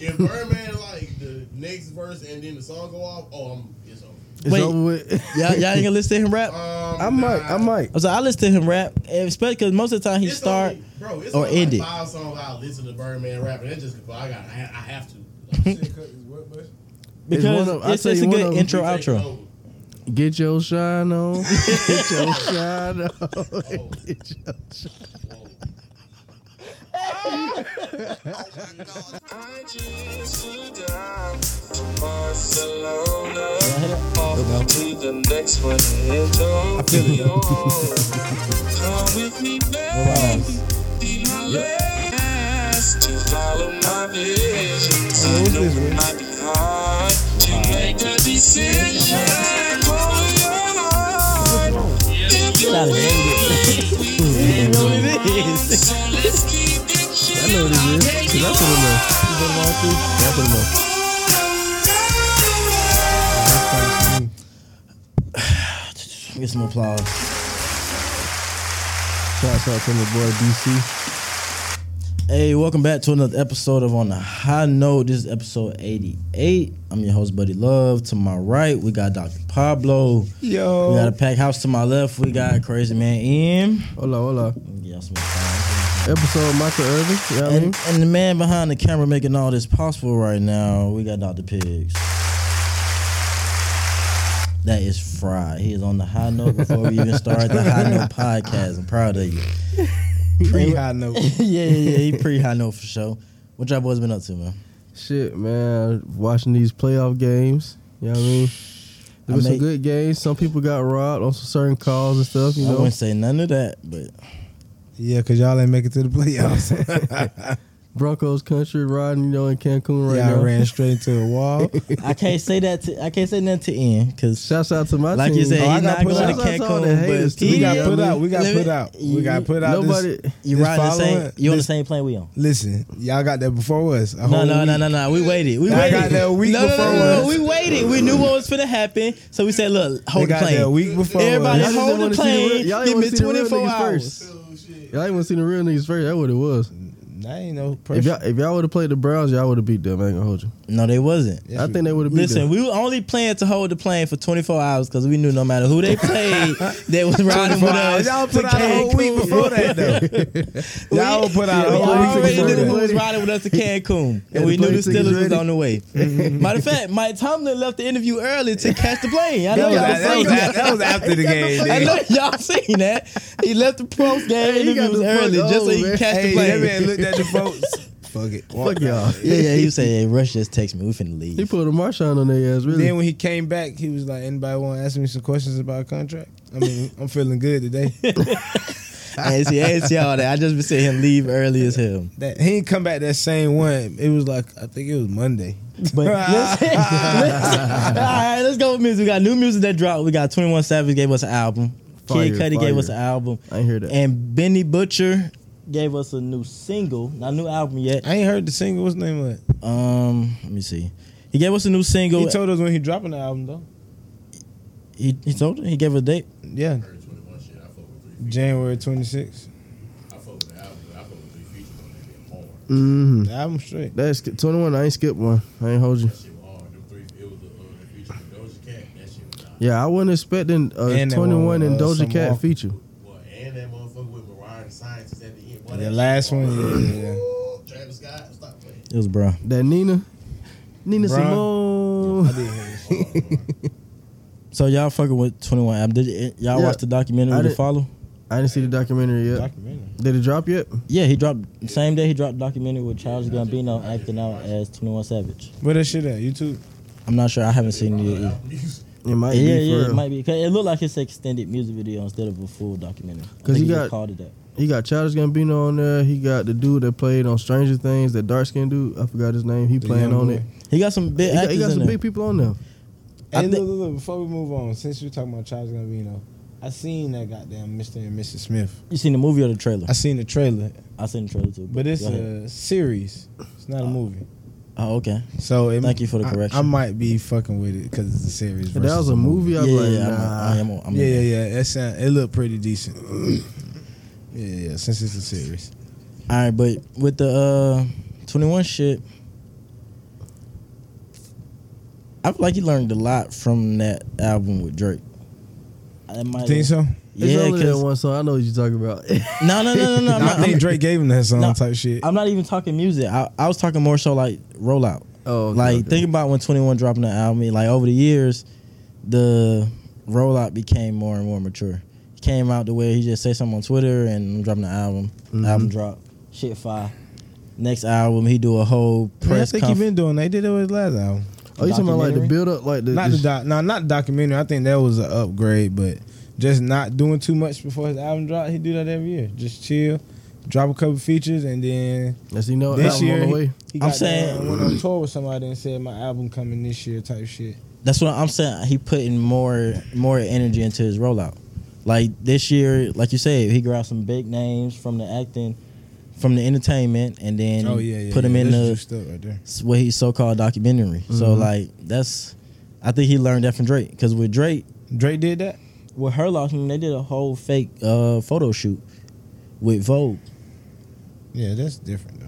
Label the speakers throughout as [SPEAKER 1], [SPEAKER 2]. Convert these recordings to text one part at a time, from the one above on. [SPEAKER 1] If Birdman like the next verse and then the song go off, oh, I'm it's over.
[SPEAKER 2] It's
[SPEAKER 3] Wait.
[SPEAKER 2] over with.
[SPEAKER 3] Y'all, y'all ain't gonna listen to him rap.
[SPEAKER 1] Um,
[SPEAKER 2] I might.
[SPEAKER 1] nah.
[SPEAKER 2] I might.
[SPEAKER 3] So I listen to him rap, and especially because most of the time he
[SPEAKER 1] It's
[SPEAKER 3] start.
[SPEAKER 1] only- bro, it's
[SPEAKER 3] or
[SPEAKER 1] only like
[SPEAKER 3] end it.
[SPEAKER 1] Five songs I listen to Birdman rapping. That's just I got. I, I have to.
[SPEAKER 4] Shit cut is what, man?
[SPEAKER 2] It's
[SPEAKER 3] Because
[SPEAKER 2] one
[SPEAKER 3] it's,
[SPEAKER 2] of- I'll
[SPEAKER 3] it's,
[SPEAKER 2] tell you
[SPEAKER 3] a
[SPEAKER 2] one
[SPEAKER 3] good
[SPEAKER 2] of 'em.
[SPEAKER 3] intro
[SPEAKER 1] Take
[SPEAKER 3] outro.
[SPEAKER 1] over.
[SPEAKER 2] Get your shine on. Get your shine on. Get your shine.
[SPEAKER 1] Whoa.
[SPEAKER 5] I just flew down to Barcelona. Off to the next one in Tokyo. Come with me back. Be my last to follow my visions. I know it might be hard to make a decision. Follow your heart. If you're
[SPEAKER 3] Gotta
[SPEAKER 5] willing, we
[SPEAKER 3] You know
[SPEAKER 5] can go
[SPEAKER 3] what it
[SPEAKER 5] on.
[SPEAKER 3] is.
[SPEAKER 5] So let's keep it
[SPEAKER 2] I know what it is. Cause I put him on. You put him on too. Yeah, I put him on.
[SPEAKER 3] Get some applause.
[SPEAKER 2] Shouts out to my boy DC.
[SPEAKER 3] Hey, welcome back to another episode of On the High Note. This is episode 88. I'm your host, Buddy Love. To my right, we got Dr. Pablo. We got a
[SPEAKER 2] Yo.
[SPEAKER 3] packed house to my left. We got Crazy Man Ian.
[SPEAKER 2] Hola, hola.
[SPEAKER 3] Yeah, some applause.
[SPEAKER 2] Episode Michael Irvin. You know what I mean?
[SPEAKER 3] And, and the man behind the camera making all this possible right now, we got Dr. Pigs. That is Fry. He is on the high note before we even start the high note podcast. I'm proud of you.
[SPEAKER 4] Pretty high note.
[SPEAKER 3] yeah, yeah, yeah. He pretty high note for sure. What y'all boys been up to, man?
[SPEAKER 2] Shit, man. Watching these playoff games. You know what I mean? There
[SPEAKER 3] I
[SPEAKER 2] was some
[SPEAKER 3] make-
[SPEAKER 2] good games. Some people got robbed on some certain calls and stuff, you
[SPEAKER 3] I
[SPEAKER 2] know.
[SPEAKER 3] wouldn't say none of that, but
[SPEAKER 4] Yeah, because y'all ain't make it to the playoffs.
[SPEAKER 2] Broncos country riding, you know, in Cancun right
[SPEAKER 4] y'all
[SPEAKER 2] now.
[SPEAKER 4] ran straight into a wall.
[SPEAKER 3] I can't say that. To, I can't say nothing to Ian because,
[SPEAKER 2] Shouts out to my
[SPEAKER 3] like
[SPEAKER 2] team.
[SPEAKER 3] you said,
[SPEAKER 4] Oh, I
[SPEAKER 3] he's
[SPEAKER 4] got
[SPEAKER 3] not
[SPEAKER 4] put
[SPEAKER 3] going
[SPEAKER 4] out.
[SPEAKER 3] to
[SPEAKER 2] Shout out to all the haters,
[SPEAKER 3] Cancun. But
[SPEAKER 2] too.
[SPEAKER 4] We got
[SPEAKER 3] he-
[SPEAKER 4] put out. We got
[SPEAKER 3] Let me-
[SPEAKER 4] put out. We got put out.
[SPEAKER 2] Nobody.
[SPEAKER 4] This,
[SPEAKER 3] You
[SPEAKER 4] this
[SPEAKER 3] riding the same?
[SPEAKER 4] following-
[SPEAKER 3] You on the
[SPEAKER 4] this-
[SPEAKER 3] same plane we on?
[SPEAKER 4] listen, y'all got that before us. A
[SPEAKER 3] No,
[SPEAKER 4] whole
[SPEAKER 3] no,
[SPEAKER 4] week.
[SPEAKER 3] no, no, no. We waited. We
[SPEAKER 4] Y'all
[SPEAKER 3] waited.
[SPEAKER 4] got that a week
[SPEAKER 3] no, no, no,
[SPEAKER 4] before
[SPEAKER 3] no, no,
[SPEAKER 4] us.
[SPEAKER 3] We waited. We knew what was finna happen, so we said, "Look,
[SPEAKER 4] They
[SPEAKER 3] hold the
[SPEAKER 4] got
[SPEAKER 3] plane."
[SPEAKER 4] that a week before
[SPEAKER 3] Everybody
[SPEAKER 2] Y'all
[SPEAKER 4] us.
[SPEAKER 2] just
[SPEAKER 3] hold the
[SPEAKER 2] wanna see the real-
[SPEAKER 3] plane.
[SPEAKER 2] y'all
[SPEAKER 3] Give
[SPEAKER 2] wanna
[SPEAKER 3] me
[SPEAKER 2] see the real
[SPEAKER 3] 24
[SPEAKER 2] niggas
[SPEAKER 3] hours.
[SPEAKER 2] first. Y'all ain't want to see the real niggas first. That what it was.
[SPEAKER 4] I ain't no
[SPEAKER 2] If y'all,
[SPEAKER 4] pressure.
[SPEAKER 2] if y'all would have played the Browns, y'all would have beat them. I ain't gonna hold you.
[SPEAKER 3] No, they wasn't.
[SPEAKER 4] Yes,
[SPEAKER 2] I
[SPEAKER 4] we-
[SPEAKER 2] think they would have beat
[SPEAKER 3] Listen,
[SPEAKER 2] them.
[SPEAKER 3] we were only playing to hold the plane for 24 hours because we knew no matter who they played, they was riding with us.
[SPEAKER 4] Y'all
[SPEAKER 3] to
[SPEAKER 4] put out a whole week
[SPEAKER 3] Cancun.
[SPEAKER 4] before that though. Y'all put out
[SPEAKER 3] We
[SPEAKER 4] a
[SPEAKER 2] Yeah,
[SPEAKER 4] whole week
[SPEAKER 3] already
[SPEAKER 4] before
[SPEAKER 3] knew who
[SPEAKER 4] that.
[SPEAKER 3] was riding with us to Cancun, and
[SPEAKER 2] the
[SPEAKER 3] we knew the
[SPEAKER 2] plane tickets
[SPEAKER 3] Steelers was
[SPEAKER 2] ready.
[SPEAKER 3] on the way. Matter of fact, Mike Tomlin left the interview early to catch the plane. I
[SPEAKER 4] That
[SPEAKER 3] know
[SPEAKER 4] was,
[SPEAKER 3] y'all
[SPEAKER 4] that,
[SPEAKER 3] seen
[SPEAKER 4] was,
[SPEAKER 3] that.
[SPEAKER 4] that was after the game.
[SPEAKER 3] I
[SPEAKER 4] nigga.
[SPEAKER 3] know y'all seen that. He left the post game
[SPEAKER 2] Hey, he got
[SPEAKER 3] interviews
[SPEAKER 2] the fuck
[SPEAKER 3] early just so he
[SPEAKER 2] old,
[SPEAKER 3] could
[SPEAKER 2] man.
[SPEAKER 3] catch the
[SPEAKER 4] Hey, that
[SPEAKER 3] plane.
[SPEAKER 4] man looked at the folks. Fuck it.
[SPEAKER 2] Fuck y'all.
[SPEAKER 3] yeah, yeah. He said, "Hey, Rush just text me. We finna leave."
[SPEAKER 2] He put a Marshawn on their ass, really.
[SPEAKER 4] Then when he came back, he was like, "Anybody want to ask me some questions about contract? I mean, I'm feeling good today."
[SPEAKER 3] I ain't see, I ain't see all that. I just been seeing him leave early as hell.
[SPEAKER 4] That he didn't come back that same one. It was like I think it was Monday.
[SPEAKER 3] But listen, listen. all right, let's go with music. We got new music that dropped. We got Twenty One Savage gave us an album. Kid
[SPEAKER 2] Fire,
[SPEAKER 3] Cudi gave
[SPEAKER 2] fire.
[SPEAKER 3] us an album,
[SPEAKER 2] I ain't hear that.
[SPEAKER 3] and Benny Butcher gave us a new single, not a new album yet.
[SPEAKER 4] I ain't heard the single. What's the name of it?
[SPEAKER 3] Um, let me see. He gave us a new single.
[SPEAKER 4] He told us when he dropping the album though.
[SPEAKER 3] he, he told he gave a date.
[SPEAKER 4] Yeah,
[SPEAKER 1] Heard 21 shit. I fuck with three.
[SPEAKER 4] January 26th.
[SPEAKER 1] I fuck with the album. but I fuck with three features on that shit hard.
[SPEAKER 2] mm-hmm.
[SPEAKER 4] The album straight.
[SPEAKER 2] That's twenty one. I ain't skip one. I ain't hold you.
[SPEAKER 1] That shit was hard. Them three. It was the uh, the feature with Doja Cat. That shit was hot.
[SPEAKER 2] Yeah, I wasn't expecting uh,
[SPEAKER 4] And that
[SPEAKER 2] twenty one
[SPEAKER 4] one,
[SPEAKER 2] and
[SPEAKER 4] uh,
[SPEAKER 2] Doja
[SPEAKER 4] some
[SPEAKER 2] Cat
[SPEAKER 4] Walker.
[SPEAKER 2] feature.
[SPEAKER 1] Boy, and that motherfucker with Mariah and Scientist at the end. Boy,
[SPEAKER 4] The
[SPEAKER 1] that shit
[SPEAKER 4] last
[SPEAKER 1] hard.
[SPEAKER 4] one, yeah, yeah, yeah.
[SPEAKER 1] Ooh, Travis Scott, stop playing.
[SPEAKER 3] It was bro.
[SPEAKER 2] That Nina, Nina
[SPEAKER 4] Bruh.
[SPEAKER 2] Simone.
[SPEAKER 4] I didn't hear it.
[SPEAKER 3] So y'all fucking with Twenty One Ab. Did y- y'all
[SPEAKER 2] Yeah.
[SPEAKER 3] watch the documentary
[SPEAKER 2] I
[SPEAKER 3] to
[SPEAKER 2] did.
[SPEAKER 3] follow?
[SPEAKER 2] I didn't see the documentary yet.
[SPEAKER 4] Documentary.
[SPEAKER 2] Did it drop yet?
[SPEAKER 3] Yeah, he dropped the same day he dropped documentary with Charles Gambino acting out as Twenty One Savage.
[SPEAKER 4] Where that shit at? YouTube.
[SPEAKER 3] I'm not sure. I haven't seen it
[SPEAKER 1] Album
[SPEAKER 3] yet.
[SPEAKER 1] music.
[SPEAKER 2] It might
[SPEAKER 3] yeah,
[SPEAKER 2] be for
[SPEAKER 3] yeah,
[SPEAKER 2] real.
[SPEAKER 3] it might be. 'Cause it looked like it's an extended music video instead of a full documentary. I
[SPEAKER 2] 'Cause
[SPEAKER 3] think
[SPEAKER 2] you
[SPEAKER 3] he just
[SPEAKER 2] got-
[SPEAKER 3] called it that.
[SPEAKER 2] He got Childish Gambino on there. He got the dude that played on Stranger Things, that dark skinned dude. I forgot his name. He
[SPEAKER 4] The
[SPEAKER 2] playing
[SPEAKER 4] young
[SPEAKER 2] on
[SPEAKER 4] boy.
[SPEAKER 2] it.
[SPEAKER 3] He got some big
[SPEAKER 2] He got,
[SPEAKER 3] actors
[SPEAKER 2] he got
[SPEAKER 3] in
[SPEAKER 2] some
[SPEAKER 3] there.
[SPEAKER 2] big people on there.
[SPEAKER 3] I
[SPEAKER 4] Hey,
[SPEAKER 3] thi-
[SPEAKER 4] look, look, look, before we move on, since you're talking about Charles Gambino, I seen that goddamn Mr. and Mrs. Smith.
[SPEAKER 3] you seen the movie or the trailer?
[SPEAKER 4] I seen the trailer,
[SPEAKER 3] I, seen the trailer too.
[SPEAKER 4] but it's
[SPEAKER 3] go ahead.
[SPEAKER 4] a series. It's not a movie.
[SPEAKER 2] uh,
[SPEAKER 3] oh okay.
[SPEAKER 4] So it,
[SPEAKER 3] Thank you for the
[SPEAKER 4] I-
[SPEAKER 3] correction.
[SPEAKER 4] I, might be fucking with it because it's a series.
[SPEAKER 2] If that
[SPEAKER 4] versus
[SPEAKER 2] was a movie, I'd
[SPEAKER 3] yeah,
[SPEAKER 2] be like,
[SPEAKER 3] yeah,
[SPEAKER 2] nah.
[SPEAKER 3] I'm, a- I'm, a- I'm a-
[SPEAKER 4] Yeah, yeah, yeah. That sound it looked pretty decent. yeah, yeah. Since it's a series,
[SPEAKER 3] All right, but with the uh, 21 shit, I feel like he learned a lot from that album with Drake. I might
[SPEAKER 4] Think so?
[SPEAKER 2] It's
[SPEAKER 3] Yeah,
[SPEAKER 2] only that
[SPEAKER 3] 'cause-
[SPEAKER 2] one song. I know what you're talking about.
[SPEAKER 3] no, no, no, no, no. I'm
[SPEAKER 4] I
[SPEAKER 3] not,
[SPEAKER 4] think Drake gave him that song
[SPEAKER 3] No.
[SPEAKER 4] type shit.
[SPEAKER 3] I'm not even talking music. I, I was talking more so like rollout.
[SPEAKER 2] oh, okay,
[SPEAKER 3] like
[SPEAKER 2] okay.
[SPEAKER 3] think about when 21 dropping the album like over the years the rollout became more and more mature he came out the way he just say something on twitter and i'm dropping the album
[SPEAKER 4] Mm-hmm.
[SPEAKER 2] Mhm.
[SPEAKER 3] album drop shit fire next album he do a whole press
[SPEAKER 4] I think
[SPEAKER 3] conf-
[SPEAKER 4] he been doing. They did it with his last album.
[SPEAKER 2] Oh, you talking about like the
[SPEAKER 3] documentary?
[SPEAKER 2] build up, like the,
[SPEAKER 4] Not the
[SPEAKER 2] sh-
[SPEAKER 4] doc, no, not the documentary. I think that was an upgrade, but just not doing too much before his album dropped. He do that every year. Just chill, drop a couple features, and then
[SPEAKER 2] Yes, you know,
[SPEAKER 4] this
[SPEAKER 2] album
[SPEAKER 4] year
[SPEAKER 2] on the way.
[SPEAKER 3] I'm
[SPEAKER 4] he got
[SPEAKER 3] saying-
[SPEAKER 4] down, went on tour with somebody and said my album coming this year type shit.
[SPEAKER 3] that's what i'm saying he putting more more energy into his rollout like this year like you said he grabbed some big names from the acting from the entertainment and then
[SPEAKER 4] Oh,
[SPEAKER 3] put him in
[SPEAKER 4] That's
[SPEAKER 3] the
[SPEAKER 4] juiced up right there.
[SPEAKER 3] s- what he's so-called documentary. So
[SPEAKER 2] Mhm.
[SPEAKER 3] like that's, I think he learned that from Drake because with Drake,
[SPEAKER 4] Drake did that.
[SPEAKER 3] with her loss, they did a whole fake uh, photo shoot with Vogue.
[SPEAKER 4] Yeah, that's different though.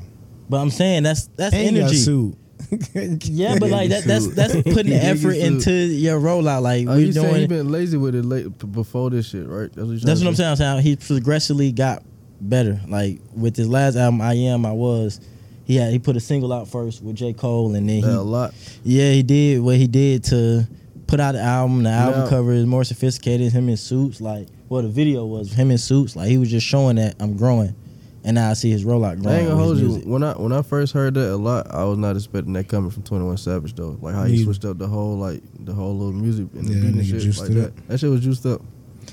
[SPEAKER 3] But I'm saying that's that's
[SPEAKER 4] And he got
[SPEAKER 3] energy.
[SPEAKER 4] sued.
[SPEAKER 3] Yeah, but like that, that's
[SPEAKER 2] sued.
[SPEAKER 3] that's putting
[SPEAKER 2] He got
[SPEAKER 3] effort
[SPEAKER 2] sued.
[SPEAKER 3] into your rollout. Like
[SPEAKER 2] Oh,
[SPEAKER 3] we're
[SPEAKER 2] you saying he
[SPEAKER 3] doing.
[SPEAKER 2] been lazy with it late p- before this shit, right? That's what, you trying
[SPEAKER 3] That's what I'm
[SPEAKER 2] to
[SPEAKER 3] saying. I'm saying he progressively got better. Like with his last album, I Am, I Was. He had he put a single out first with J Cole, and then he
[SPEAKER 2] Yeah, a lot.
[SPEAKER 3] Yeah, he did what he did to put out the album. The album
[SPEAKER 2] Yeah.
[SPEAKER 3] cover is more sophisticated. Him in suits, like well, the video was him in suits. Like he was just showing that I'm growing, and now I see his rollout growing.
[SPEAKER 2] I ain't gonna
[SPEAKER 3] with
[SPEAKER 2] hold
[SPEAKER 3] his
[SPEAKER 2] you.
[SPEAKER 3] music.
[SPEAKER 2] When I when I first heard that a lot, I was not expecting that coming from Twenty One Savage though. Like how he
[SPEAKER 4] Neither.
[SPEAKER 2] switched up the whole like the whole little music and the
[SPEAKER 4] Yeah, that
[SPEAKER 2] beat and
[SPEAKER 4] nigga
[SPEAKER 2] shit
[SPEAKER 4] juiced
[SPEAKER 2] like
[SPEAKER 4] it
[SPEAKER 2] that. That shit was juiced up.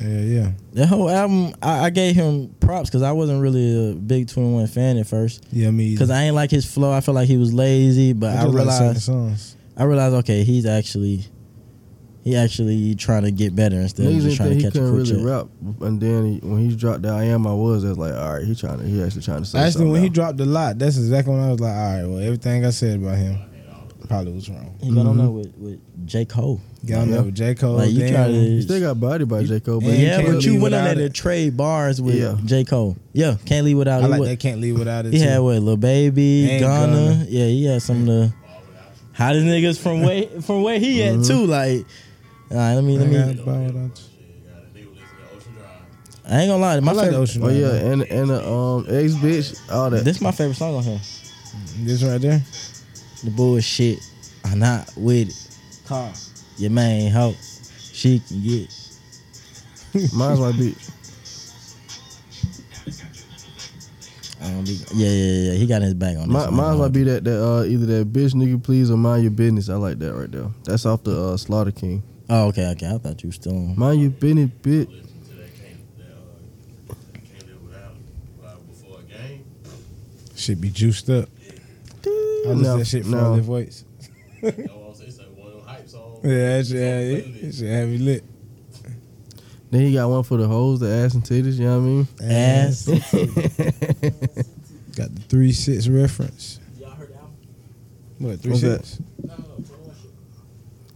[SPEAKER 4] yeah, yeah,
[SPEAKER 3] That whole album, I, I gave him props because I wasn't really a big Twenty One fan at first
[SPEAKER 4] yeah. Me either.
[SPEAKER 3] because I ain't like his flow. I felt like he was lazy, but I
[SPEAKER 4] just like certain
[SPEAKER 3] realized
[SPEAKER 4] songs.
[SPEAKER 3] I realized okay, he's actually he actually trying to get better instead of
[SPEAKER 2] Niggas didn't
[SPEAKER 3] just trying
[SPEAKER 2] think
[SPEAKER 3] to
[SPEAKER 2] he
[SPEAKER 3] catch a
[SPEAKER 2] couldn't
[SPEAKER 3] quick
[SPEAKER 2] really
[SPEAKER 3] check.
[SPEAKER 2] rap, and then he, when he dropped the I Am I Was, it's like all right, he trying to he actually trying to say
[SPEAKER 4] Actually,
[SPEAKER 2] something
[SPEAKER 4] when he
[SPEAKER 2] now.
[SPEAKER 4] dropped the lot, that's exactly when I was like, all right, well, everything I said about him probably was wrong.
[SPEAKER 3] He got on
[SPEAKER 2] Mm-hmm.
[SPEAKER 3] there with with J Cole.
[SPEAKER 4] Got
[SPEAKER 2] Yeah.
[SPEAKER 4] yeah. with J. Cole.
[SPEAKER 3] Like you
[SPEAKER 4] damn.
[SPEAKER 3] try to
[SPEAKER 2] he still got body by J Cole, but
[SPEAKER 4] And
[SPEAKER 2] he
[SPEAKER 3] Yeah,
[SPEAKER 4] can't
[SPEAKER 2] put-
[SPEAKER 3] but you
[SPEAKER 4] leave
[SPEAKER 3] went on there
[SPEAKER 4] without
[SPEAKER 3] to
[SPEAKER 4] it.
[SPEAKER 3] trade bars with
[SPEAKER 2] Yeah.
[SPEAKER 3] J. Cole. Yeah, can't leave without
[SPEAKER 4] I
[SPEAKER 3] it.
[SPEAKER 4] like
[SPEAKER 3] What-
[SPEAKER 4] that. Can't leave without it.
[SPEAKER 3] He
[SPEAKER 4] too.
[SPEAKER 3] had what, Lil Baby,
[SPEAKER 4] And
[SPEAKER 3] Ghana.
[SPEAKER 4] Ghana.
[SPEAKER 3] Yeah, he had some of the hottest niggas from way from where he at too. Like, all right, let me let
[SPEAKER 4] Mm-hmm. I
[SPEAKER 3] me.
[SPEAKER 4] got bought out.
[SPEAKER 3] I ain't gonna lie, my
[SPEAKER 4] I like the
[SPEAKER 3] favorite.
[SPEAKER 4] ocean.
[SPEAKER 2] Oh
[SPEAKER 4] right
[SPEAKER 2] yeah,
[SPEAKER 4] there.
[SPEAKER 2] and and the, um ex bitch, all that.
[SPEAKER 3] This is my favorite song on here.
[SPEAKER 4] this right there.
[SPEAKER 3] The bullshit. I'm not with it. Car, your main hoe. She can get.
[SPEAKER 2] Mine's my beat.
[SPEAKER 3] I don't be. Yeah, yeah, yeah. He got his back on this.
[SPEAKER 2] My,
[SPEAKER 3] one.
[SPEAKER 2] mine's might be that that uh, either that bitch nigga please or mind your business. I like that right there. That's off the uh, Slaughter King.
[SPEAKER 3] Oh, okay, okay. I thought you were still on.
[SPEAKER 2] Mind your business, bitch.
[SPEAKER 5] uh,
[SPEAKER 4] Should be juiced up. I listen
[SPEAKER 2] No,
[SPEAKER 4] to that shit from
[SPEAKER 2] no.
[SPEAKER 4] all their voice. Yeah, that shit, yeah, that shit heavy lit.
[SPEAKER 2] Then he got one for the hoes, the ass and titties. You know what I mean?
[SPEAKER 3] Ass.
[SPEAKER 4] Got the three six reference. What three
[SPEAKER 2] What's
[SPEAKER 4] six?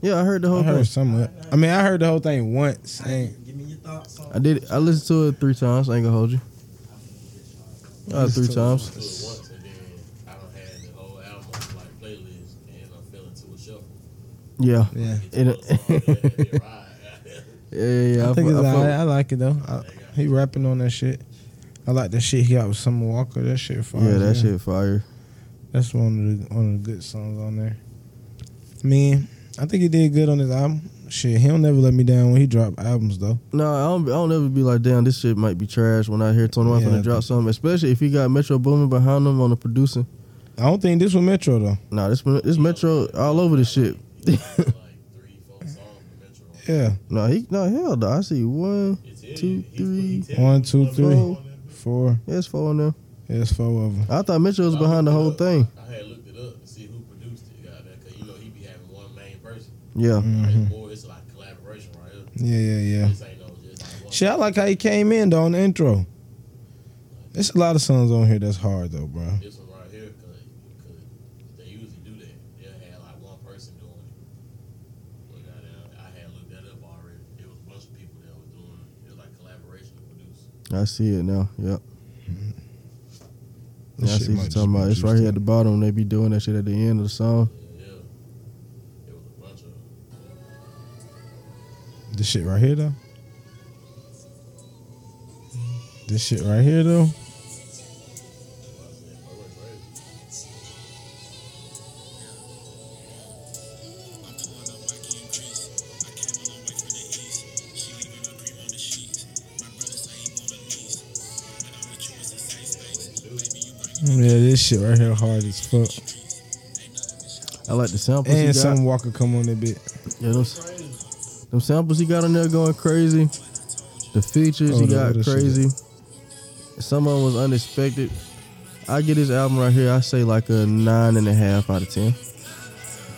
[SPEAKER 2] Yeah, I heard the whole
[SPEAKER 4] I heard
[SPEAKER 2] thing.
[SPEAKER 4] some of it. I mean, I heard the whole thing once. I ain't-
[SPEAKER 3] Give me your thoughts on
[SPEAKER 2] I did. It. I listened to it three times. I ain't gonna hold you. Uh, three times.
[SPEAKER 5] once and then I don't had the whole album on like playlist and I fell into a shuffle.
[SPEAKER 2] Yeah.
[SPEAKER 4] Yeah,
[SPEAKER 2] It, yeah, yeah, yeah.
[SPEAKER 4] I think
[SPEAKER 2] fu-
[SPEAKER 4] it's
[SPEAKER 2] I fu-
[SPEAKER 4] alright. I like it though. I, he rapping on that shit. I like that shit he got with Summer Walker. That shit fire.
[SPEAKER 2] Yeah, that shit fire.
[SPEAKER 4] That's one of the one of the good songs on there. I mean, I think he did good on his album. Shit, he'll never let me down when he drop albums though.
[SPEAKER 2] No, I don't. I don't ever be like, damn, this shit might be trash when I hear Twenty One
[SPEAKER 4] Yeah,
[SPEAKER 2] finna
[SPEAKER 4] I
[SPEAKER 2] drop something. Especially if he got Metro Boomin behind him on the producing.
[SPEAKER 4] I don't think this was Metro though.
[SPEAKER 2] Nah, this this Metro all over the shit.
[SPEAKER 4] Yeah,
[SPEAKER 2] No, he no hell no. I see one, two, three.
[SPEAKER 4] one, two, three,
[SPEAKER 2] Four.
[SPEAKER 4] four.
[SPEAKER 2] Yeah, it's four in there.
[SPEAKER 4] Yeah, it's four of them.
[SPEAKER 2] I thought Metro was behind the whole thing.
[SPEAKER 5] I had looked it up to see who produced it, goddamn, cause you know he be having one main person.
[SPEAKER 2] Yeah.
[SPEAKER 5] Right? Or it's like collaboration right here.
[SPEAKER 4] Mm-hmm. Yeah, yeah, yeah.
[SPEAKER 5] This ain't no just like one.
[SPEAKER 4] Shit, I like how he came in though on the intro. There's a lot of songs on here that's hard though, bro.
[SPEAKER 5] This one right here, cause, 'cause they usually do that. They'll have like one person doing it. But goddamn, I had looked that up already. It was a bunch of people that was doing it. It was like collaboration to produce.
[SPEAKER 2] I see it now. Yep.
[SPEAKER 4] This
[SPEAKER 2] Yeah, I
[SPEAKER 4] shit
[SPEAKER 2] see
[SPEAKER 4] might
[SPEAKER 2] what you're
[SPEAKER 4] just
[SPEAKER 2] talking
[SPEAKER 4] be
[SPEAKER 2] about. It's right
[SPEAKER 4] juiced
[SPEAKER 2] here
[SPEAKER 4] up.
[SPEAKER 2] at the bottom. They be doing that shit at the end of the song.
[SPEAKER 5] Yeah, yeah. It was a bunch of them.
[SPEAKER 4] This shit right here though. This shit right here though. Yeah, this shit right here hard as fuck.
[SPEAKER 2] I like the samples he
[SPEAKER 4] And
[SPEAKER 2] got.
[SPEAKER 4] some Walker come on a bit.
[SPEAKER 2] Yeah, them, them samples he got on there going crazy. The features
[SPEAKER 4] Oh,
[SPEAKER 2] he
[SPEAKER 4] the
[SPEAKER 2] got
[SPEAKER 4] other shit.
[SPEAKER 2] crazy. Some of them was unexpected. I get his album right here. I say like a nine and a half out of ten.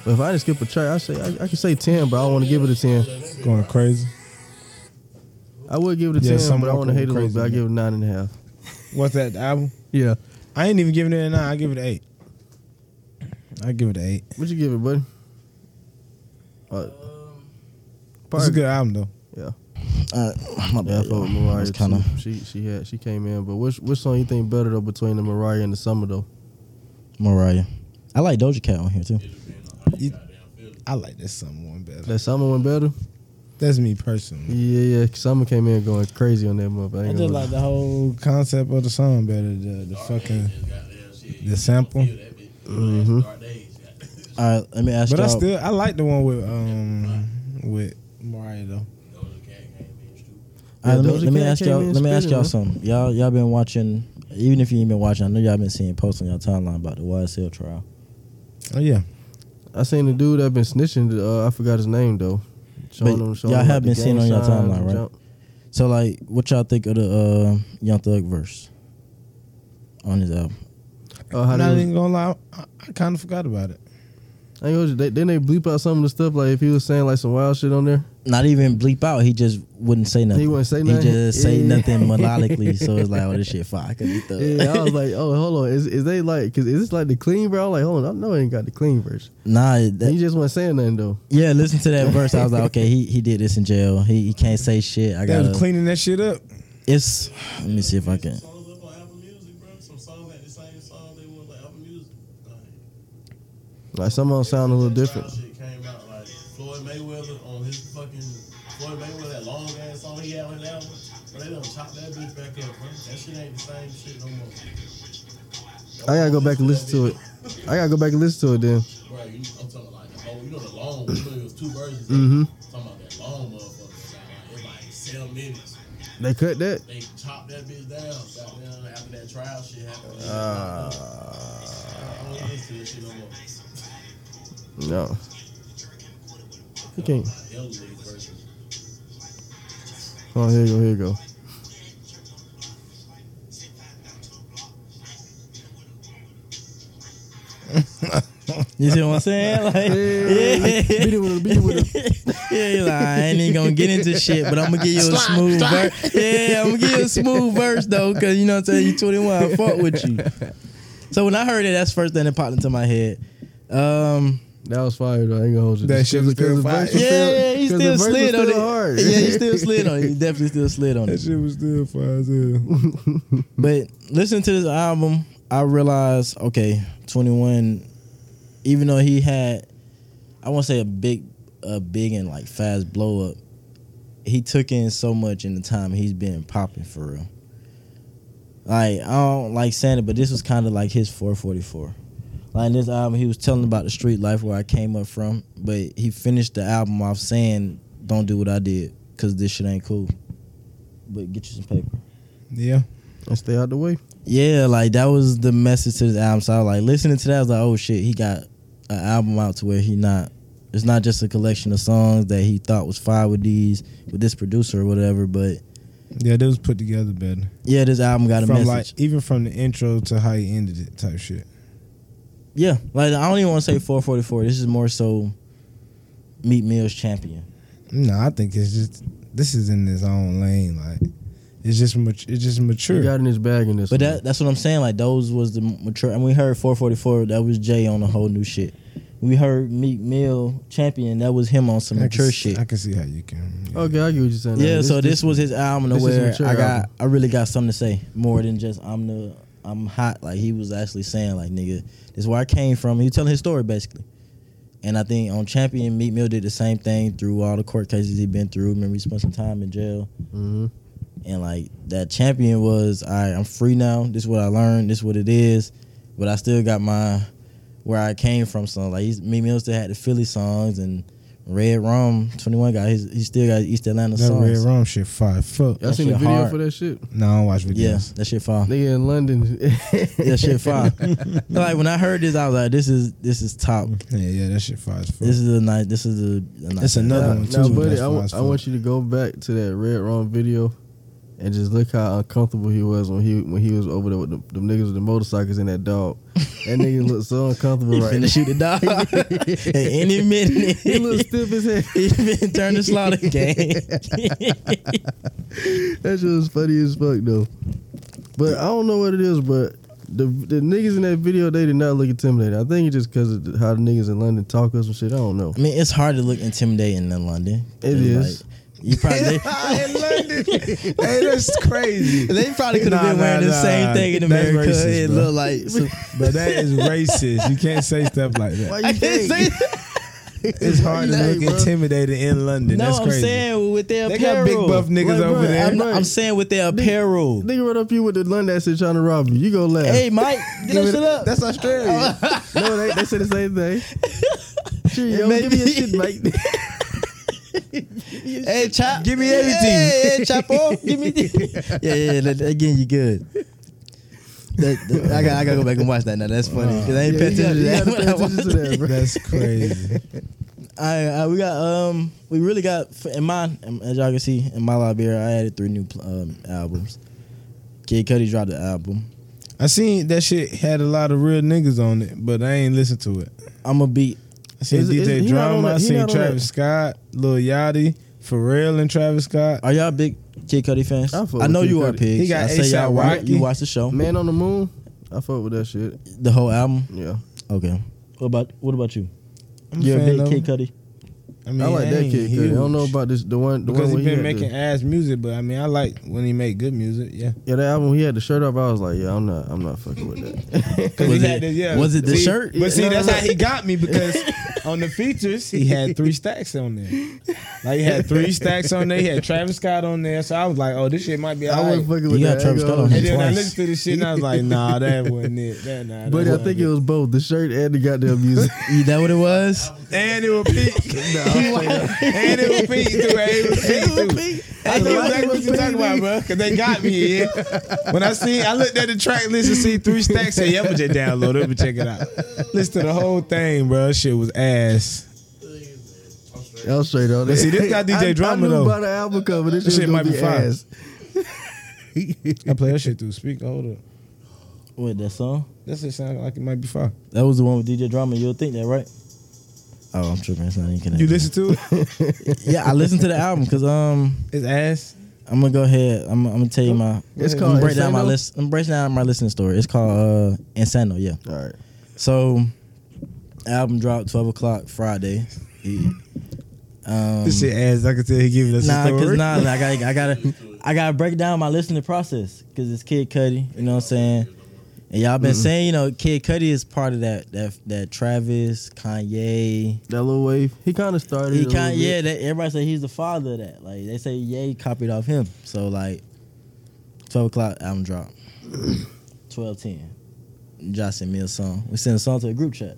[SPEAKER 2] But if I didn't skip a track, I say I, I could say ten, but I don't want to give it a ten.
[SPEAKER 4] Going crazy.
[SPEAKER 2] I would give it a
[SPEAKER 4] Yeah,
[SPEAKER 2] ten,
[SPEAKER 4] some
[SPEAKER 2] but I want to
[SPEAKER 4] Walker
[SPEAKER 2] hate it a little
[SPEAKER 4] crazy,
[SPEAKER 2] bit. I
[SPEAKER 4] man.
[SPEAKER 2] give it a nine and a half.
[SPEAKER 4] What's that the album?
[SPEAKER 2] Yeah,
[SPEAKER 4] I ain't even giving it a nine. I give it an eight. I give it an eight.
[SPEAKER 2] what you give it, buddy? Uh,
[SPEAKER 4] It's a
[SPEAKER 2] probably-
[SPEAKER 4] good album though.
[SPEAKER 2] Yeah.
[SPEAKER 3] Uh, my
[SPEAKER 2] Yeah, I
[SPEAKER 3] bad.
[SPEAKER 2] fuck
[SPEAKER 3] y'all.
[SPEAKER 2] with Mariah
[SPEAKER 3] That's kinda-
[SPEAKER 2] too. She she had she came in, but which which song you think better though between the Mariah and the Summer though?
[SPEAKER 3] Mariah. I like Doja Cat on here too.
[SPEAKER 4] I like this someone better.
[SPEAKER 2] That Summer one better?
[SPEAKER 4] That's me personally.
[SPEAKER 2] Yeah, yeah. Summer came in going crazy on that motherfucker. I
[SPEAKER 3] I
[SPEAKER 2] ain't gonna
[SPEAKER 3] just like
[SPEAKER 2] lie.
[SPEAKER 3] the whole.
[SPEAKER 4] Whole concept of the song better. The, the fucking the sample.
[SPEAKER 3] Mm-hmm.
[SPEAKER 2] Mhm.
[SPEAKER 3] All right, let me ask
[SPEAKER 4] But I
[SPEAKER 3] y'all.
[SPEAKER 4] still I like the one with um with Mariah though.
[SPEAKER 3] all right, let me,
[SPEAKER 2] Doja
[SPEAKER 3] let me
[SPEAKER 2] Cat
[SPEAKER 3] ask
[SPEAKER 2] came
[SPEAKER 3] y'all.
[SPEAKER 2] in
[SPEAKER 3] Let me ask
[SPEAKER 2] spinning,
[SPEAKER 3] y'all
[SPEAKER 2] huh?
[SPEAKER 3] something. Y'all y'all been watching. Even if you ain't been watching, I know y'all been seeing posts on y'all timeline about the YSL trial.
[SPEAKER 4] Oh yeah.
[SPEAKER 2] I seen the dude that been snitching. Uh, I forgot his name though.
[SPEAKER 3] But y'all have been seeing on y'all timeline, right?
[SPEAKER 2] Jump.
[SPEAKER 3] So like, what y'all think of the uh, Young Thug verse on his album?
[SPEAKER 2] Uh, how
[SPEAKER 4] I'm
[SPEAKER 2] they
[SPEAKER 4] not
[SPEAKER 2] was-
[SPEAKER 4] even gonna lie, I, I kind of forgot about it.
[SPEAKER 2] I ain't gonna- they, then they bleep out some of the stuff like if he was saying like some wild shit on there.
[SPEAKER 3] Not even bleep out. He just wouldn't say nothing.
[SPEAKER 2] He wouldn't say nothing?
[SPEAKER 3] He just say
[SPEAKER 2] Yeah.
[SPEAKER 3] nothing melodically. So it's like, oh, this shit fire. I could be Thug.
[SPEAKER 2] Yeah, I was like, oh, hold on, is, is they like, cause is this like the clean bro? I'm like, hold on, I know it ain't got the clean version.
[SPEAKER 3] nah,
[SPEAKER 2] And he
[SPEAKER 3] that,
[SPEAKER 2] just wasn't saying nothing though.
[SPEAKER 3] yeah. Listen to that verse. I was like, okay, he, he did this in jail. He, he can't say shit. I
[SPEAKER 4] They
[SPEAKER 3] got
[SPEAKER 4] was cleaning that shit up.
[SPEAKER 3] It's let me see if I can.
[SPEAKER 1] Songs up on Apple Music, bro. Some songs like the same song they was like Apple Music. Like,
[SPEAKER 2] Like some of them sound a little different.
[SPEAKER 1] Shit came out like Floyd Mayweather on his fucking Floyd Mayweather that long ass song he had on that one. But they done chop that bitch back up, bro. That shit ain't the same shit no more.
[SPEAKER 2] I gotta go back and listen to it. I gotta go back and listen to it then.
[SPEAKER 1] Right, you, I'm talking like the whole, you know, the long one. You know, it was two versions.
[SPEAKER 2] Mhm.
[SPEAKER 1] Talking about that long motherfucker. Like, it like seven minutes.
[SPEAKER 2] They cut that.
[SPEAKER 1] They chopped that bitch down. Goddamn, after that trial shit happened.
[SPEAKER 2] Ah. Uh,
[SPEAKER 1] I don't listen to this shit no more.
[SPEAKER 2] No. You can't.
[SPEAKER 1] Like, Elder League version.
[SPEAKER 2] Oh, here you go. Here you go.
[SPEAKER 3] You see what I'm saying? Like, yeah,
[SPEAKER 2] Beat it with a beat it with a.
[SPEAKER 3] yeah. You're like, I ain't even gonna get into shit, but I'm gonna give you a smooth verse. Yeah, I'm gonna give you a smooth verse though, cause you know what I'm saying. You 21, I fuck with you. So when I heard it, that's the first thing that popped into my head. Um,
[SPEAKER 2] That was fire though. I ain't gonna hold you.
[SPEAKER 4] That
[SPEAKER 2] Just
[SPEAKER 4] shit
[SPEAKER 2] 'cause-
[SPEAKER 4] was
[SPEAKER 2] 'cause
[SPEAKER 4] still
[SPEAKER 2] the
[SPEAKER 4] fire.
[SPEAKER 2] verse was
[SPEAKER 3] yeah, yeah, he
[SPEAKER 2] 'cause the verse
[SPEAKER 3] still
[SPEAKER 2] was
[SPEAKER 3] slid on it.
[SPEAKER 2] still hard.
[SPEAKER 3] Yeah, he still slid on it. He definitely still slid on it.
[SPEAKER 4] That shit was still fire as hell.
[SPEAKER 3] But listening to this album, I realized okay, Twenty One, even though he had, I won't say a big, a big and like fast blow up, he took in so much in the time he's been popping for real. Like I don't like saying it, but this was kind of like his 444. Like in this album, he was telling about the street life where I came up from, but he finished the album off saying, "Don't do what I did, cause this shit ain't cool." But get you some paper.
[SPEAKER 4] Yeah.
[SPEAKER 2] And stay out the way.
[SPEAKER 3] Yeah, like that was the message to this album. So I was like listening to that, I was like, oh shit, he got an album out to where he not it's not just a collection of songs that he thought was fire with these with this producer or whatever, but
[SPEAKER 4] Yeah, they was put together better.
[SPEAKER 3] yeah, this album got a
[SPEAKER 4] from
[SPEAKER 3] message.
[SPEAKER 4] like even from the intro to how he ended it type shit.
[SPEAKER 3] yeah, like I don't even want to say 444. This is more so Meat Mills champion.
[SPEAKER 4] No, I think it's just this is in his own lane. Like it's just mat- it's just
[SPEAKER 2] He
[SPEAKER 4] mature.
[SPEAKER 2] got in his bag in this.
[SPEAKER 3] But
[SPEAKER 2] one.
[SPEAKER 3] that that's what I'm saying. Like those was the mature. And we heard 444. That was Jay on a whole new shit. We heard Meat Mill champion. That was him on some
[SPEAKER 4] I can,
[SPEAKER 3] mature
[SPEAKER 4] s-
[SPEAKER 3] shit. Oh,
[SPEAKER 4] I can see how you can. yeah.
[SPEAKER 2] Okay, I get what you're saying.
[SPEAKER 3] Yeah,
[SPEAKER 2] Like,
[SPEAKER 3] so this, was his album to
[SPEAKER 2] this is
[SPEAKER 3] where
[SPEAKER 2] mature
[SPEAKER 3] I got
[SPEAKER 2] album.
[SPEAKER 3] I really got something to say more than just I'm the I'm hot. Like he was actually saying like nigga, this is where I came from. He was telling his story basically. And I think on Champion, Meek Mill did the same thing through all the court cases he been through. Remember, he spent some time in jail.
[SPEAKER 2] Mhm.
[SPEAKER 3] And like that Champion was, all right, I'm free now. This is what I learned. This is what it is. But I still got my where I came from song. Like he's, Meek Mill still had the Philly songs and Red Rum 21 got his. He still got East Atlanta
[SPEAKER 4] That red
[SPEAKER 3] songs.
[SPEAKER 4] rum shit fire. Fuck.
[SPEAKER 2] Y'all
[SPEAKER 3] That
[SPEAKER 2] seen the
[SPEAKER 3] shit
[SPEAKER 2] video
[SPEAKER 3] hard.
[SPEAKER 2] for that shit?
[SPEAKER 4] No, I don't watch videos.
[SPEAKER 3] Yeah, that shit fire.
[SPEAKER 2] Nigga in London.
[SPEAKER 3] That shit fire. like when I heard this, I was like, this is this is top.
[SPEAKER 4] Yeah, yeah, that shit fire as fuck.
[SPEAKER 3] This is a nice. This is a. a nice
[SPEAKER 4] It's another
[SPEAKER 2] Now,
[SPEAKER 4] one
[SPEAKER 2] now,
[SPEAKER 4] too.
[SPEAKER 2] buddy,
[SPEAKER 4] That's
[SPEAKER 2] I
[SPEAKER 4] why
[SPEAKER 2] wa-
[SPEAKER 4] it's
[SPEAKER 2] I
[SPEAKER 4] fun.
[SPEAKER 2] want you to go back to that red wrong video, and just look how uncomfortable he was when he when he was over there with the, them niggas with the motorcycles and that dog. That nigga looked so uncomfortable
[SPEAKER 3] He
[SPEAKER 2] right.
[SPEAKER 3] finna
[SPEAKER 2] now.
[SPEAKER 3] shoot the dog at any minute.
[SPEAKER 2] he looked stiff as hell.
[SPEAKER 3] He finna turn the slaughter game.
[SPEAKER 2] That shit was funny as fuck though. But I don't know what it is, but the the niggas in that video they did not look intimidated. I think it's just because of how the niggas in London talk or some shit. I don't know.
[SPEAKER 3] I mean, it's hard to look intimidating in London.
[SPEAKER 2] It
[SPEAKER 3] It's
[SPEAKER 2] is.
[SPEAKER 3] like, you probably.
[SPEAKER 4] in London. hey, that's crazy.
[SPEAKER 3] They probably could have
[SPEAKER 4] Nah,
[SPEAKER 3] been wearing
[SPEAKER 4] nah,
[SPEAKER 3] the same
[SPEAKER 4] nah.
[SPEAKER 3] thing in
[SPEAKER 4] That's
[SPEAKER 3] America.
[SPEAKER 4] racist,
[SPEAKER 3] it
[SPEAKER 4] bro.
[SPEAKER 3] looked like. some-
[SPEAKER 4] But that is racist. You can't say stuff like
[SPEAKER 2] Why
[SPEAKER 4] that.
[SPEAKER 2] you think?
[SPEAKER 4] It's hard to
[SPEAKER 2] Nah,
[SPEAKER 4] look
[SPEAKER 2] bro.
[SPEAKER 4] intimidated in London.
[SPEAKER 3] no,
[SPEAKER 4] That's
[SPEAKER 3] I'm
[SPEAKER 4] crazy.
[SPEAKER 3] saying with their
[SPEAKER 4] they
[SPEAKER 3] apparel.
[SPEAKER 4] got big buff niggas
[SPEAKER 2] Like,
[SPEAKER 4] over
[SPEAKER 2] bro,
[SPEAKER 4] there.
[SPEAKER 3] I'm, not- I'm saying with their apparel.
[SPEAKER 2] Nigga run up you with the London accent trying to rob you. You go laugh.
[SPEAKER 3] Hey, Mike, get
[SPEAKER 4] Give
[SPEAKER 3] that
[SPEAKER 4] it-
[SPEAKER 3] shit up.
[SPEAKER 4] That's Australia.
[SPEAKER 2] No, they, they said the same thing. Cheerio,
[SPEAKER 3] Maybe-
[SPEAKER 2] give me a shit, Mike.
[SPEAKER 3] Hey, chop.
[SPEAKER 4] Give me everything.
[SPEAKER 3] Hey, hey chapo. Give me. The- yeah, yeah, yeah. that- Again, you good. That- that- I got. I gotta go back and watch that now. That's funny because I ain't
[SPEAKER 2] Yeah,
[SPEAKER 3] paying
[SPEAKER 2] you gotta-
[SPEAKER 3] attention
[SPEAKER 2] you
[SPEAKER 3] to
[SPEAKER 2] gotta
[SPEAKER 3] that.
[SPEAKER 2] pay
[SPEAKER 3] when I
[SPEAKER 2] attention to
[SPEAKER 3] watched
[SPEAKER 2] that,
[SPEAKER 3] it.
[SPEAKER 2] bro.
[SPEAKER 4] That's crazy.
[SPEAKER 3] Alright, alright, we got um, we really got f- in mine um, as y'all can see in my library. I added three new pl- um, albums. Kid Cudi dropped the album.
[SPEAKER 4] I seen that shit had a lot of real niggas on it, but I ain't listened to it.
[SPEAKER 3] I'm gonna be
[SPEAKER 4] I seen
[SPEAKER 2] Is it- is it-
[SPEAKER 4] DJ
[SPEAKER 2] he not on
[SPEAKER 4] Drama.
[SPEAKER 2] that-
[SPEAKER 4] I
[SPEAKER 2] he
[SPEAKER 4] seen
[SPEAKER 2] not on
[SPEAKER 4] Travis Scott, Lil Yachty, Pharrell, and Travis Scott.
[SPEAKER 3] Are y'all big Kid Cudi fans?
[SPEAKER 2] I fuck
[SPEAKER 3] I,
[SPEAKER 2] with
[SPEAKER 3] know
[SPEAKER 2] Kid
[SPEAKER 3] you are,
[SPEAKER 2] Cudi.
[SPEAKER 3] pigs.
[SPEAKER 4] He got
[SPEAKER 3] I say
[SPEAKER 4] A$AP
[SPEAKER 3] y'all watch.
[SPEAKER 4] Rocky.
[SPEAKER 3] You watch the show,
[SPEAKER 2] Man on the moon. I fuck with that shit.
[SPEAKER 3] the whole album.
[SPEAKER 2] Yeah.
[SPEAKER 3] Okay. What about what about you?
[SPEAKER 4] I'm
[SPEAKER 3] You're a
[SPEAKER 4] fan
[SPEAKER 3] big
[SPEAKER 4] of
[SPEAKER 3] Kid
[SPEAKER 4] him.
[SPEAKER 3] Cudi.
[SPEAKER 4] I mean,
[SPEAKER 2] I like that
[SPEAKER 4] ain't
[SPEAKER 2] kid. 'cause I don't know
[SPEAKER 4] huge.
[SPEAKER 2] about this the one the
[SPEAKER 4] because
[SPEAKER 2] one
[SPEAKER 4] he
[SPEAKER 2] where he
[SPEAKER 4] been
[SPEAKER 2] had the-
[SPEAKER 4] making ass music, but I mean, I like when he make good music. Yeah,
[SPEAKER 2] Yeah, that album he had the shirt up. I was like, yeah, I'm not, I'm not fucking with that.
[SPEAKER 4] because
[SPEAKER 3] Was
[SPEAKER 4] he
[SPEAKER 3] it-
[SPEAKER 4] had the yeah.
[SPEAKER 3] was it the
[SPEAKER 4] see,
[SPEAKER 3] shirt?
[SPEAKER 4] But see,
[SPEAKER 2] No,
[SPEAKER 4] that's
[SPEAKER 2] no.
[SPEAKER 4] how he got me because on the features he had three stacks on there. Like he had three stacks on there. He had Travis Scott on there, so I was like, oh, this shit might be.
[SPEAKER 2] I
[SPEAKER 4] all right.
[SPEAKER 2] wasn't fucking
[SPEAKER 3] You
[SPEAKER 2] with
[SPEAKER 3] got
[SPEAKER 2] that.
[SPEAKER 3] Travis
[SPEAKER 2] Ain't
[SPEAKER 3] Scott on
[SPEAKER 2] gonna-
[SPEAKER 4] And then I
[SPEAKER 3] Twice.
[SPEAKER 4] listened to this shit and I was like, nah, that wasn't it. That nah. That
[SPEAKER 2] But I
[SPEAKER 4] wasn't
[SPEAKER 2] think it was both the shirt and the goddamn music.
[SPEAKER 3] You that what it was?
[SPEAKER 4] And it will peak. and it will peak too. And it will peak too. I know exactly what you're talking about, bro. Cause they got me. Yeah. When I see, I looked at the track list and see three stacks. Say, yeah, I'm gonna just download it. But check it out. Listen to the whole thing, bro. Shit was ass.
[SPEAKER 2] That was straight on.
[SPEAKER 4] But see, this got DJ
[SPEAKER 2] I-
[SPEAKER 4] Drama,
[SPEAKER 2] I knew
[SPEAKER 4] though.
[SPEAKER 2] About the album cover, this
[SPEAKER 4] This
[SPEAKER 2] shit
[SPEAKER 4] shit might
[SPEAKER 2] be,
[SPEAKER 4] be fire.
[SPEAKER 2] ass.
[SPEAKER 4] I play that shit through speak. Hold up.
[SPEAKER 3] Wait, that song?
[SPEAKER 4] That shit sound like it might be fire.
[SPEAKER 3] That was the one with DJ Drama. You'll think that, right? Oh, I'm tripping. It's not even connected.
[SPEAKER 4] You listen to it?
[SPEAKER 3] Yeah, I listened to the album because um,
[SPEAKER 4] It's ass.
[SPEAKER 3] I'm gonna go ahead. I'm, I'm gonna tell you my.
[SPEAKER 2] It's
[SPEAKER 3] I'm
[SPEAKER 2] called
[SPEAKER 3] gonna break down my
[SPEAKER 2] Insano?
[SPEAKER 3] list. I'm breaking down my listening story. It's called uh, Insano. Yeah.
[SPEAKER 2] All right,
[SPEAKER 3] So, album dropped 12 o'clock Friday. Yeah. Um,
[SPEAKER 4] This shit ass. I can tell he giving us
[SPEAKER 3] Nah,
[SPEAKER 4] a story.
[SPEAKER 3] cause nah, like, I gotta, I gotta, I gotta break down my listening process. Cause it's Kid Cudi, you know what I'm saying? And y'all
[SPEAKER 2] Mm-hmm.
[SPEAKER 3] been saying, you know, Kid Cudi is part of that, that, that Travis, Kanye.
[SPEAKER 2] that little wave. He kind of started.
[SPEAKER 3] He
[SPEAKER 2] it a little
[SPEAKER 3] kind,
[SPEAKER 2] bit.
[SPEAKER 3] yeah. That, everybody say he's the father of that. Like they say, Ye copied off him. So like, twelve o'clock album drop, twelve ten. Josh sent me a song. We sent a song to a group chat.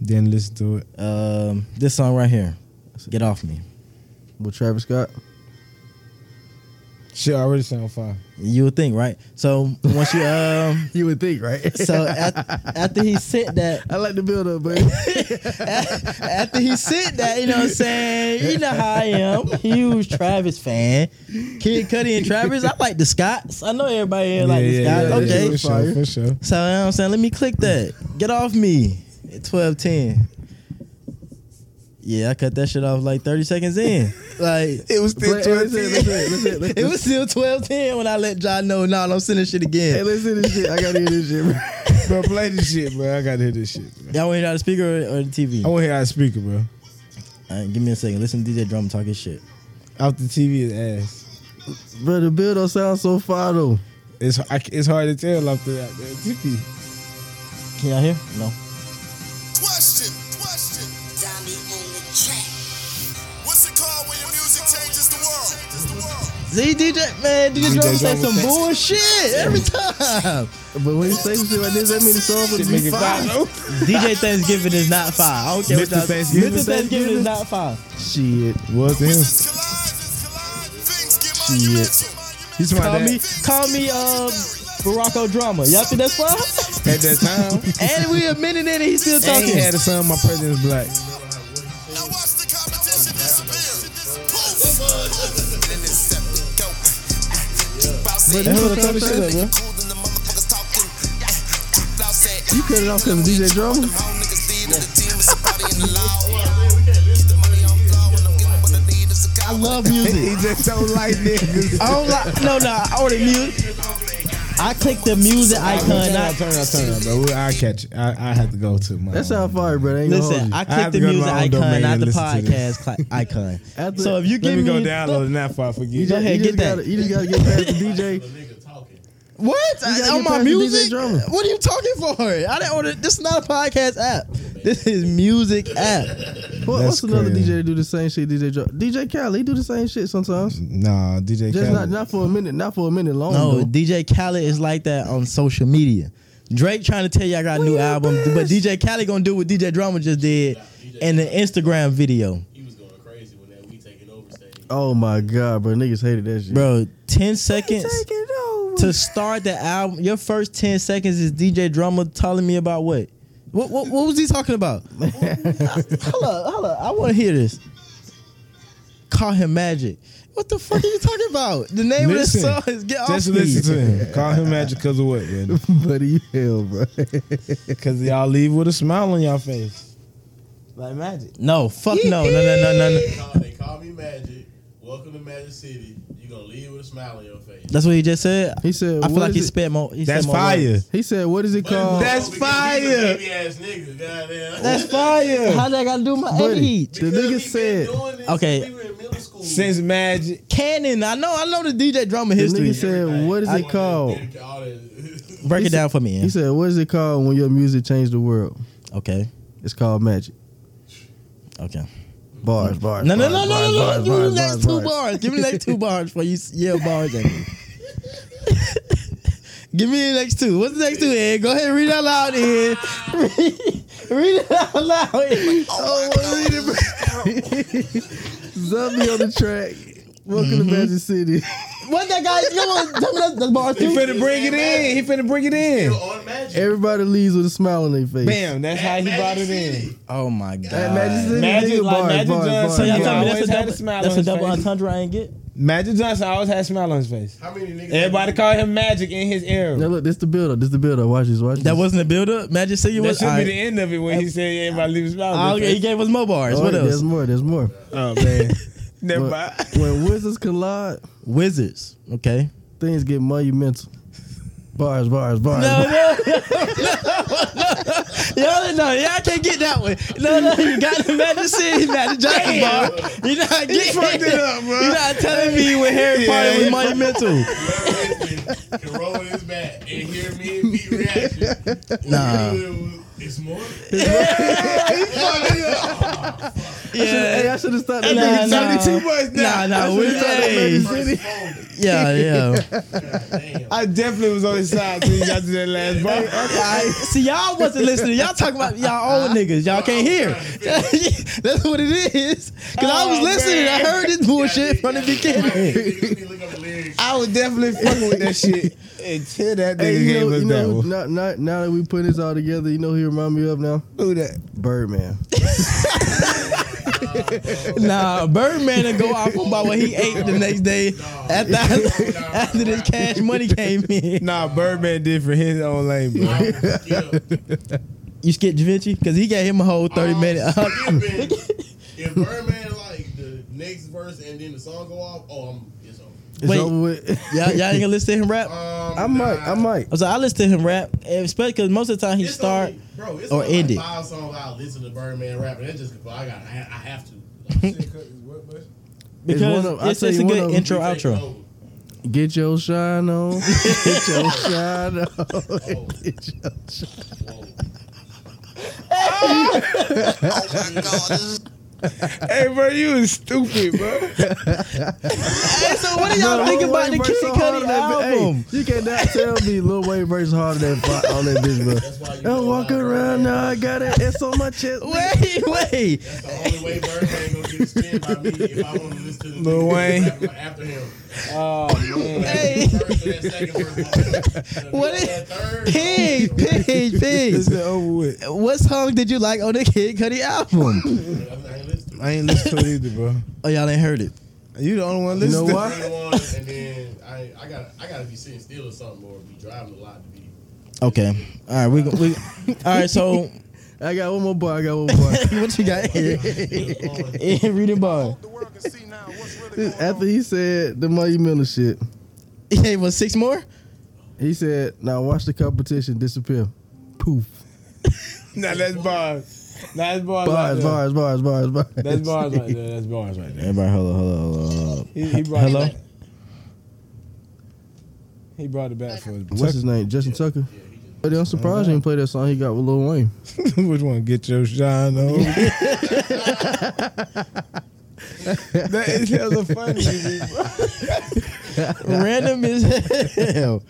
[SPEAKER 4] Didn't listen to it.
[SPEAKER 3] Um, this song right here, "Get Off Me."
[SPEAKER 2] With Travis Scott,
[SPEAKER 4] Shit already sound fire.
[SPEAKER 3] You would think, right? So once you um.
[SPEAKER 2] you would think, right?
[SPEAKER 3] So at, after he said that,
[SPEAKER 2] I like the build up, but
[SPEAKER 3] after he said that, you know what I'm saying? You know how I am. Huge Travis fan. Kid Cudi and Travis. I like the Scots. I know everybody here like the Scots.
[SPEAKER 2] yeah,
[SPEAKER 3] okay.
[SPEAKER 4] For sure, for sure.
[SPEAKER 3] So you know what I'm saying? Let me click that. Get off me. At 1210. Yeah, I cut that shit off like 30 seconds in. Like
[SPEAKER 4] It was
[SPEAKER 2] Play- hey, listen, listen, listen,
[SPEAKER 3] it
[SPEAKER 2] listen.
[SPEAKER 3] was still 1210 when I let John know, nah, I'm sending shit
[SPEAKER 2] Hey,
[SPEAKER 3] again.
[SPEAKER 2] listen to this shit. I gotta hear this shit, bro.
[SPEAKER 4] bro, play this shit, bro. I gotta hear this shit, bro.
[SPEAKER 3] Y'all want to hear it out of the speaker or, or the TV?
[SPEAKER 4] I want to hear our speaker, bro.
[SPEAKER 3] All right, give me a second. Listen to DJ Drum talk his shit.
[SPEAKER 4] Off the TV is ass.
[SPEAKER 2] Bro, the build up sounds so far though.
[SPEAKER 4] It's I, c- it's hard to tell off the, out the TV.
[SPEAKER 3] Can y'all hear? No.
[SPEAKER 6] Question, question, Zombie on the track.
[SPEAKER 5] What's it called when your music changes the world? Changes the world.
[SPEAKER 3] See, DJ, man, DJ Drama say
[SPEAKER 4] Drama
[SPEAKER 3] some
[SPEAKER 4] say-
[SPEAKER 3] bullshit every time.
[SPEAKER 2] But when you say some shit like this, that means the song would be fire.
[SPEAKER 3] DJ Thanksgiving is not fire. I don't care what
[SPEAKER 4] Mr.
[SPEAKER 3] y'all
[SPEAKER 4] Thanksgiving.
[SPEAKER 3] Mr. Thanksgiving is not fire.
[SPEAKER 2] Shit.
[SPEAKER 4] What's him?
[SPEAKER 5] This collide, this collide, things get monumental.
[SPEAKER 4] He's my
[SPEAKER 3] Call
[SPEAKER 4] dad
[SPEAKER 3] me, call me, uh, Barocco Drama. Y'all think that's fire?
[SPEAKER 4] at that time.
[SPEAKER 3] and we a minute in and he's still
[SPEAKER 4] and he
[SPEAKER 3] talking.
[SPEAKER 4] had a son, my president's black.
[SPEAKER 5] Now watch the competition disappear. Poof, poof. And it's separate, dope. Keep out saying
[SPEAKER 2] That's
[SPEAKER 4] what
[SPEAKER 2] what
[SPEAKER 4] I told
[SPEAKER 2] I'm
[SPEAKER 4] the shit up,
[SPEAKER 2] saying.
[SPEAKER 4] bro.
[SPEAKER 5] cool than the motherfuckers talking. Loud said,
[SPEAKER 2] You cut it off because of DJ Drama?
[SPEAKER 5] Home niggas lead and the team is somebody in the law. Get the money on flow and I'm getting what I need is a guy.
[SPEAKER 3] I love music.
[SPEAKER 4] He just don't like niggas.
[SPEAKER 3] I don't like, no, no, I order music. I click the music icon.
[SPEAKER 4] turn
[SPEAKER 3] I,
[SPEAKER 4] up, turn up, turn up, bro. We- I'll catch it. I, I have to go to my.
[SPEAKER 2] That sound fire, bro. Ain't gonna hold
[SPEAKER 3] Listen,
[SPEAKER 2] you.
[SPEAKER 3] I
[SPEAKER 4] I have
[SPEAKER 3] click
[SPEAKER 4] to
[SPEAKER 3] the
[SPEAKER 4] go to
[SPEAKER 3] music
[SPEAKER 4] my own
[SPEAKER 3] icon,
[SPEAKER 4] domain
[SPEAKER 3] not
[SPEAKER 4] and
[SPEAKER 3] the
[SPEAKER 4] listen to this.
[SPEAKER 3] podcast cli- icon.
[SPEAKER 2] After-
[SPEAKER 3] so if you
[SPEAKER 4] Let
[SPEAKER 3] give
[SPEAKER 4] me
[SPEAKER 3] me,
[SPEAKER 4] go download it now before I forget.
[SPEAKER 3] Go ahead,
[SPEAKER 2] you
[SPEAKER 3] get
[SPEAKER 2] just
[SPEAKER 3] that.
[SPEAKER 2] Gotta, you just gotta get past the DJ.
[SPEAKER 1] nigga talking.
[SPEAKER 3] What?
[SPEAKER 2] gotta
[SPEAKER 3] on
[SPEAKER 2] get
[SPEAKER 3] my
[SPEAKER 2] past the DJ
[SPEAKER 3] music?
[SPEAKER 2] drama.
[SPEAKER 3] What are you talking for? I didn't order. This is not a podcast app. This is music app.
[SPEAKER 2] What, what's
[SPEAKER 4] That's
[SPEAKER 2] another
[SPEAKER 4] crazy.
[SPEAKER 2] DJ that do the same shit? DJ Drama. DJ Khaled, he do the same shit sometimes.
[SPEAKER 4] Nah, DJ
[SPEAKER 2] Just not
[SPEAKER 4] Khaled.
[SPEAKER 2] not for a minute, not for a minute long.
[SPEAKER 3] Oh, No,
[SPEAKER 2] though.
[SPEAKER 3] DJ Khaled is like that on social media. Drake trying to tell you I got a new album, but DJ Khaled gonna do what DJ Drama just did in the Instagram video.
[SPEAKER 1] He was going crazy when that we taking over stage.
[SPEAKER 2] Oh my god, bro, niggas hated that shit.
[SPEAKER 3] Bro, 10 seconds
[SPEAKER 2] Take it over.
[SPEAKER 3] to start the album. Your first 10 seconds is DJ Drama telling me about what? What, what, what was he talking about? hold up, hold up. I want to hear this. Call him Magic. What the fuck are you talking about? The name
[SPEAKER 4] Listen.
[SPEAKER 3] of the song is Get Off
[SPEAKER 4] Just
[SPEAKER 3] Me.
[SPEAKER 4] listen to him. Call him magic because of what, man?
[SPEAKER 2] buddy, hell, bro.
[SPEAKER 4] Because y'all leave with a smile on y'all face. Like magic.
[SPEAKER 3] No, fuck no, no, no, no, no, no.
[SPEAKER 1] They call, they call me Magic. Welcome to Magic City. You gonna leave with a smile on your face.
[SPEAKER 3] That's what he just said.
[SPEAKER 2] He said,
[SPEAKER 3] I feel
[SPEAKER 2] what
[SPEAKER 3] like
[SPEAKER 2] is
[SPEAKER 3] he
[SPEAKER 2] it?
[SPEAKER 3] spent more. He
[SPEAKER 4] That's
[SPEAKER 3] said more
[SPEAKER 4] fire.
[SPEAKER 3] words.
[SPEAKER 2] He said, "What is it called?"
[SPEAKER 4] That's fire.
[SPEAKER 1] Baby ass nigga, goddamn.
[SPEAKER 4] That's fire.
[SPEAKER 3] How'd I gotta do my
[SPEAKER 2] Buddy.
[SPEAKER 3] buddy. heat?
[SPEAKER 2] the
[SPEAKER 1] Because we
[SPEAKER 2] nigga
[SPEAKER 1] been
[SPEAKER 2] said-
[SPEAKER 1] doing this
[SPEAKER 3] Okay.
[SPEAKER 1] since We were in middle school.
[SPEAKER 4] Since magic.
[SPEAKER 3] Cannon, I know, I know the DJ drama
[SPEAKER 2] the nigga
[SPEAKER 3] history.
[SPEAKER 2] said, "What is
[SPEAKER 1] I
[SPEAKER 2] it called?"
[SPEAKER 1] wanted to do all that.
[SPEAKER 3] Break
[SPEAKER 2] He
[SPEAKER 3] it down for me.
[SPEAKER 2] He
[SPEAKER 3] Ian.
[SPEAKER 2] said, "What is it called when your music changed the world?"
[SPEAKER 3] Okay,
[SPEAKER 2] It's called magic.
[SPEAKER 3] okay.
[SPEAKER 2] Bars, bars.
[SPEAKER 3] No, no,
[SPEAKER 2] bars,
[SPEAKER 3] no, no,
[SPEAKER 2] bars,
[SPEAKER 3] no, no.
[SPEAKER 2] bars,
[SPEAKER 3] Give me the
[SPEAKER 2] bars,
[SPEAKER 3] next two
[SPEAKER 2] bars.
[SPEAKER 3] bars. Give me the next two bars before you s- yell bars at me. Give me the next two. What's the next two, Ed? Go ahead and read it out loud, Ed. read it out loud, eh? Ed.
[SPEAKER 2] Oh, I read it, bro. Zombie on the track. Welcome
[SPEAKER 3] Mm-hmm.
[SPEAKER 2] to Magic City.
[SPEAKER 3] What that guy? Come on, tell me that's, that's bar
[SPEAKER 4] He
[SPEAKER 3] two.
[SPEAKER 4] finna bring it in. He finna bring it in.
[SPEAKER 1] on Magic.
[SPEAKER 2] Everybody leaves with a smile on their face.
[SPEAKER 4] Bam. That's how he brought it in.
[SPEAKER 3] Oh my
[SPEAKER 2] That Magic
[SPEAKER 3] god.
[SPEAKER 2] City.
[SPEAKER 4] Magic
[SPEAKER 2] nigga,
[SPEAKER 4] like
[SPEAKER 2] bars,
[SPEAKER 4] Magic
[SPEAKER 2] bars,
[SPEAKER 4] Johnson.
[SPEAKER 2] bars,
[SPEAKER 3] So you
[SPEAKER 2] bars.
[SPEAKER 3] tell me that's
[SPEAKER 4] Oh, Always
[SPEAKER 3] a
[SPEAKER 4] had a
[SPEAKER 3] double,
[SPEAKER 4] smile
[SPEAKER 3] that's
[SPEAKER 4] on
[SPEAKER 3] a
[SPEAKER 4] his
[SPEAKER 3] double
[SPEAKER 4] face.
[SPEAKER 3] entendre I ain't get?
[SPEAKER 4] Magic Johnson always had a smile on his face.
[SPEAKER 1] How many niggas?
[SPEAKER 4] Everybody called him magic in his era.
[SPEAKER 2] Now look, this the builder. This the builder. Watch this. Watch this.
[SPEAKER 3] That wasn't a build up. Magic City
[SPEAKER 4] That
[SPEAKER 3] was.
[SPEAKER 4] should be
[SPEAKER 3] alright.
[SPEAKER 4] the end of it when he said everybody leave a smile
[SPEAKER 3] Oh,
[SPEAKER 4] on
[SPEAKER 3] okay,
[SPEAKER 4] their
[SPEAKER 3] he
[SPEAKER 4] face.
[SPEAKER 3] gave us more bars.
[SPEAKER 2] Oh,
[SPEAKER 3] what
[SPEAKER 2] wait, There's
[SPEAKER 3] else?
[SPEAKER 2] more. There's more.
[SPEAKER 4] Oh man. Never mind.
[SPEAKER 2] when wizards collide,
[SPEAKER 3] Wizards. Okay.
[SPEAKER 2] things get monumental. Bars, bars, bars.
[SPEAKER 3] No,
[SPEAKER 2] bars.
[SPEAKER 3] no, no, no, no, no, yeah, I can't get that one. No, no, you got the Magic City, Magic Johnson bar. You're not getting
[SPEAKER 4] fucked it up, bro.
[SPEAKER 3] You're not telling me when Harry
[SPEAKER 4] Yeah,
[SPEAKER 3] Potter was
[SPEAKER 4] he-
[SPEAKER 3] monumental.
[SPEAKER 1] can roll his back and hear me and me reaction.
[SPEAKER 3] Nah.
[SPEAKER 1] It's more.
[SPEAKER 2] Hey, I
[SPEAKER 3] Yeah,
[SPEAKER 2] should have stopped that
[SPEAKER 3] Nah,
[SPEAKER 2] nigga.
[SPEAKER 3] nah.
[SPEAKER 4] Johnny too much now.
[SPEAKER 3] nah, nah.
[SPEAKER 2] I
[SPEAKER 3] we-
[SPEAKER 2] should've thought that
[SPEAKER 3] hey.
[SPEAKER 2] Magic City.
[SPEAKER 3] Yeah, yeah.
[SPEAKER 1] Damn.
[SPEAKER 4] I definitely was on his side till he got to that last bar.
[SPEAKER 3] I- See, y'all wasn't listening. Y'all talking about y'all old niggas. Y'all can't hear. That's what it is. Cause I was
[SPEAKER 4] Oh,
[SPEAKER 3] listening. I
[SPEAKER 4] man.
[SPEAKER 3] heard this bullshit from the beginning.
[SPEAKER 1] Niggas need to look up the lyrics.
[SPEAKER 4] I was definitely fucking with that shit until that nigga
[SPEAKER 2] Hey, you
[SPEAKER 4] gave
[SPEAKER 2] know,
[SPEAKER 4] us
[SPEAKER 2] you
[SPEAKER 4] that
[SPEAKER 2] know
[SPEAKER 4] one.
[SPEAKER 2] now, now, now that we put this all together, you know who he remind me of now?
[SPEAKER 4] Who that?
[SPEAKER 2] Birdman.
[SPEAKER 3] Nah, Birdman will go off about what he ate the next day after, after this cash money came in.
[SPEAKER 4] Nah, Birdman did for his own lane, bro.
[SPEAKER 1] Thirty
[SPEAKER 3] You skipped Da Vinci? Because he got him a whole 30 minute.
[SPEAKER 1] Um,
[SPEAKER 3] uh,
[SPEAKER 1] If Birdman like the next verse and then the song go off, oh, I'm it's over.
[SPEAKER 2] It's
[SPEAKER 3] Wait.
[SPEAKER 2] over with.
[SPEAKER 3] y'all, y'all ain't gonna listen to him rap?
[SPEAKER 1] Um,
[SPEAKER 2] I might,
[SPEAKER 1] nah.
[SPEAKER 2] I might.
[SPEAKER 3] I was like, I listen to him rap, especially because most of the time he
[SPEAKER 1] It's
[SPEAKER 3] start.
[SPEAKER 1] only- bro, it's
[SPEAKER 3] or
[SPEAKER 1] only
[SPEAKER 3] end it.
[SPEAKER 1] like Five songs I listen to Birdman rap, and that's just I got I, I have to. Like,
[SPEAKER 3] Because
[SPEAKER 2] one
[SPEAKER 3] it's,
[SPEAKER 2] of- I'll
[SPEAKER 3] it's,
[SPEAKER 2] tell you
[SPEAKER 3] a
[SPEAKER 2] one
[SPEAKER 3] good
[SPEAKER 2] of 'em.
[SPEAKER 3] intro,
[SPEAKER 1] take
[SPEAKER 3] outro.
[SPEAKER 1] over.
[SPEAKER 2] Get your shine on. Get
[SPEAKER 1] Oh,
[SPEAKER 2] your shine on. Get your shine.
[SPEAKER 1] Whoa.
[SPEAKER 4] Hey, bro, you is stupid, bro.
[SPEAKER 3] so what do y'all
[SPEAKER 2] Lil
[SPEAKER 3] think
[SPEAKER 2] Wayne
[SPEAKER 3] about the
[SPEAKER 2] verse
[SPEAKER 3] Kid
[SPEAKER 2] so hard
[SPEAKER 3] Cudi
[SPEAKER 2] on that bi-
[SPEAKER 3] album?
[SPEAKER 2] Hey, you cannot tell me Lil Wayne verse harder than fi- on that bitch,
[SPEAKER 1] That's
[SPEAKER 2] bro.
[SPEAKER 1] why you
[SPEAKER 2] I'm
[SPEAKER 1] know
[SPEAKER 2] walking
[SPEAKER 1] why, bro.
[SPEAKER 2] around now, I got an S on my chest.
[SPEAKER 3] Wait, wait.
[SPEAKER 1] That's the only way Bird ain't gonna get skinned by me if I want to listen to the
[SPEAKER 4] Lil
[SPEAKER 1] nigga
[SPEAKER 4] Wayne.
[SPEAKER 1] rap after him.
[SPEAKER 3] Hey.
[SPEAKER 1] First and that second verse.
[SPEAKER 3] What is-
[SPEAKER 1] That third-
[SPEAKER 3] Pig, pig, pig.
[SPEAKER 4] been over with.
[SPEAKER 3] What song did you like on the Kid Cudi album?
[SPEAKER 1] I ain't listening.
[SPEAKER 4] I ain't listen to it either, bro.
[SPEAKER 3] Oh, y'all ain't heard it.
[SPEAKER 4] You the only one
[SPEAKER 2] You know
[SPEAKER 4] listening. to
[SPEAKER 2] why?
[SPEAKER 1] Bring one, and then I, I gotta I gotta be sitting still or something or be driving a lot to be
[SPEAKER 3] Okay. All right. We. go- we all right. So
[SPEAKER 2] I got one more bar. I got one more.
[SPEAKER 3] what you got here? Reading bar.
[SPEAKER 2] After he said the monumental shit,
[SPEAKER 3] He gave us six more.
[SPEAKER 2] he said, "Now watch the competition disappear." Poof.
[SPEAKER 4] Nah, that's bars. Nah, that's bars. right
[SPEAKER 2] Bars,
[SPEAKER 4] there.
[SPEAKER 2] bars, bars, bars, bars.
[SPEAKER 4] That's bars right there. That's bars right there.
[SPEAKER 3] Everybody, hello, hello, hello.
[SPEAKER 4] He, he brought
[SPEAKER 3] Hello?
[SPEAKER 4] It back. He brought it back for us.
[SPEAKER 2] What's his name? Justin Tucker. But I'm surprised he didn't play that song he got with Lil Wayne.
[SPEAKER 4] Which one? Get your shine on. that is hella funny. to me, bro.
[SPEAKER 3] Random as hell.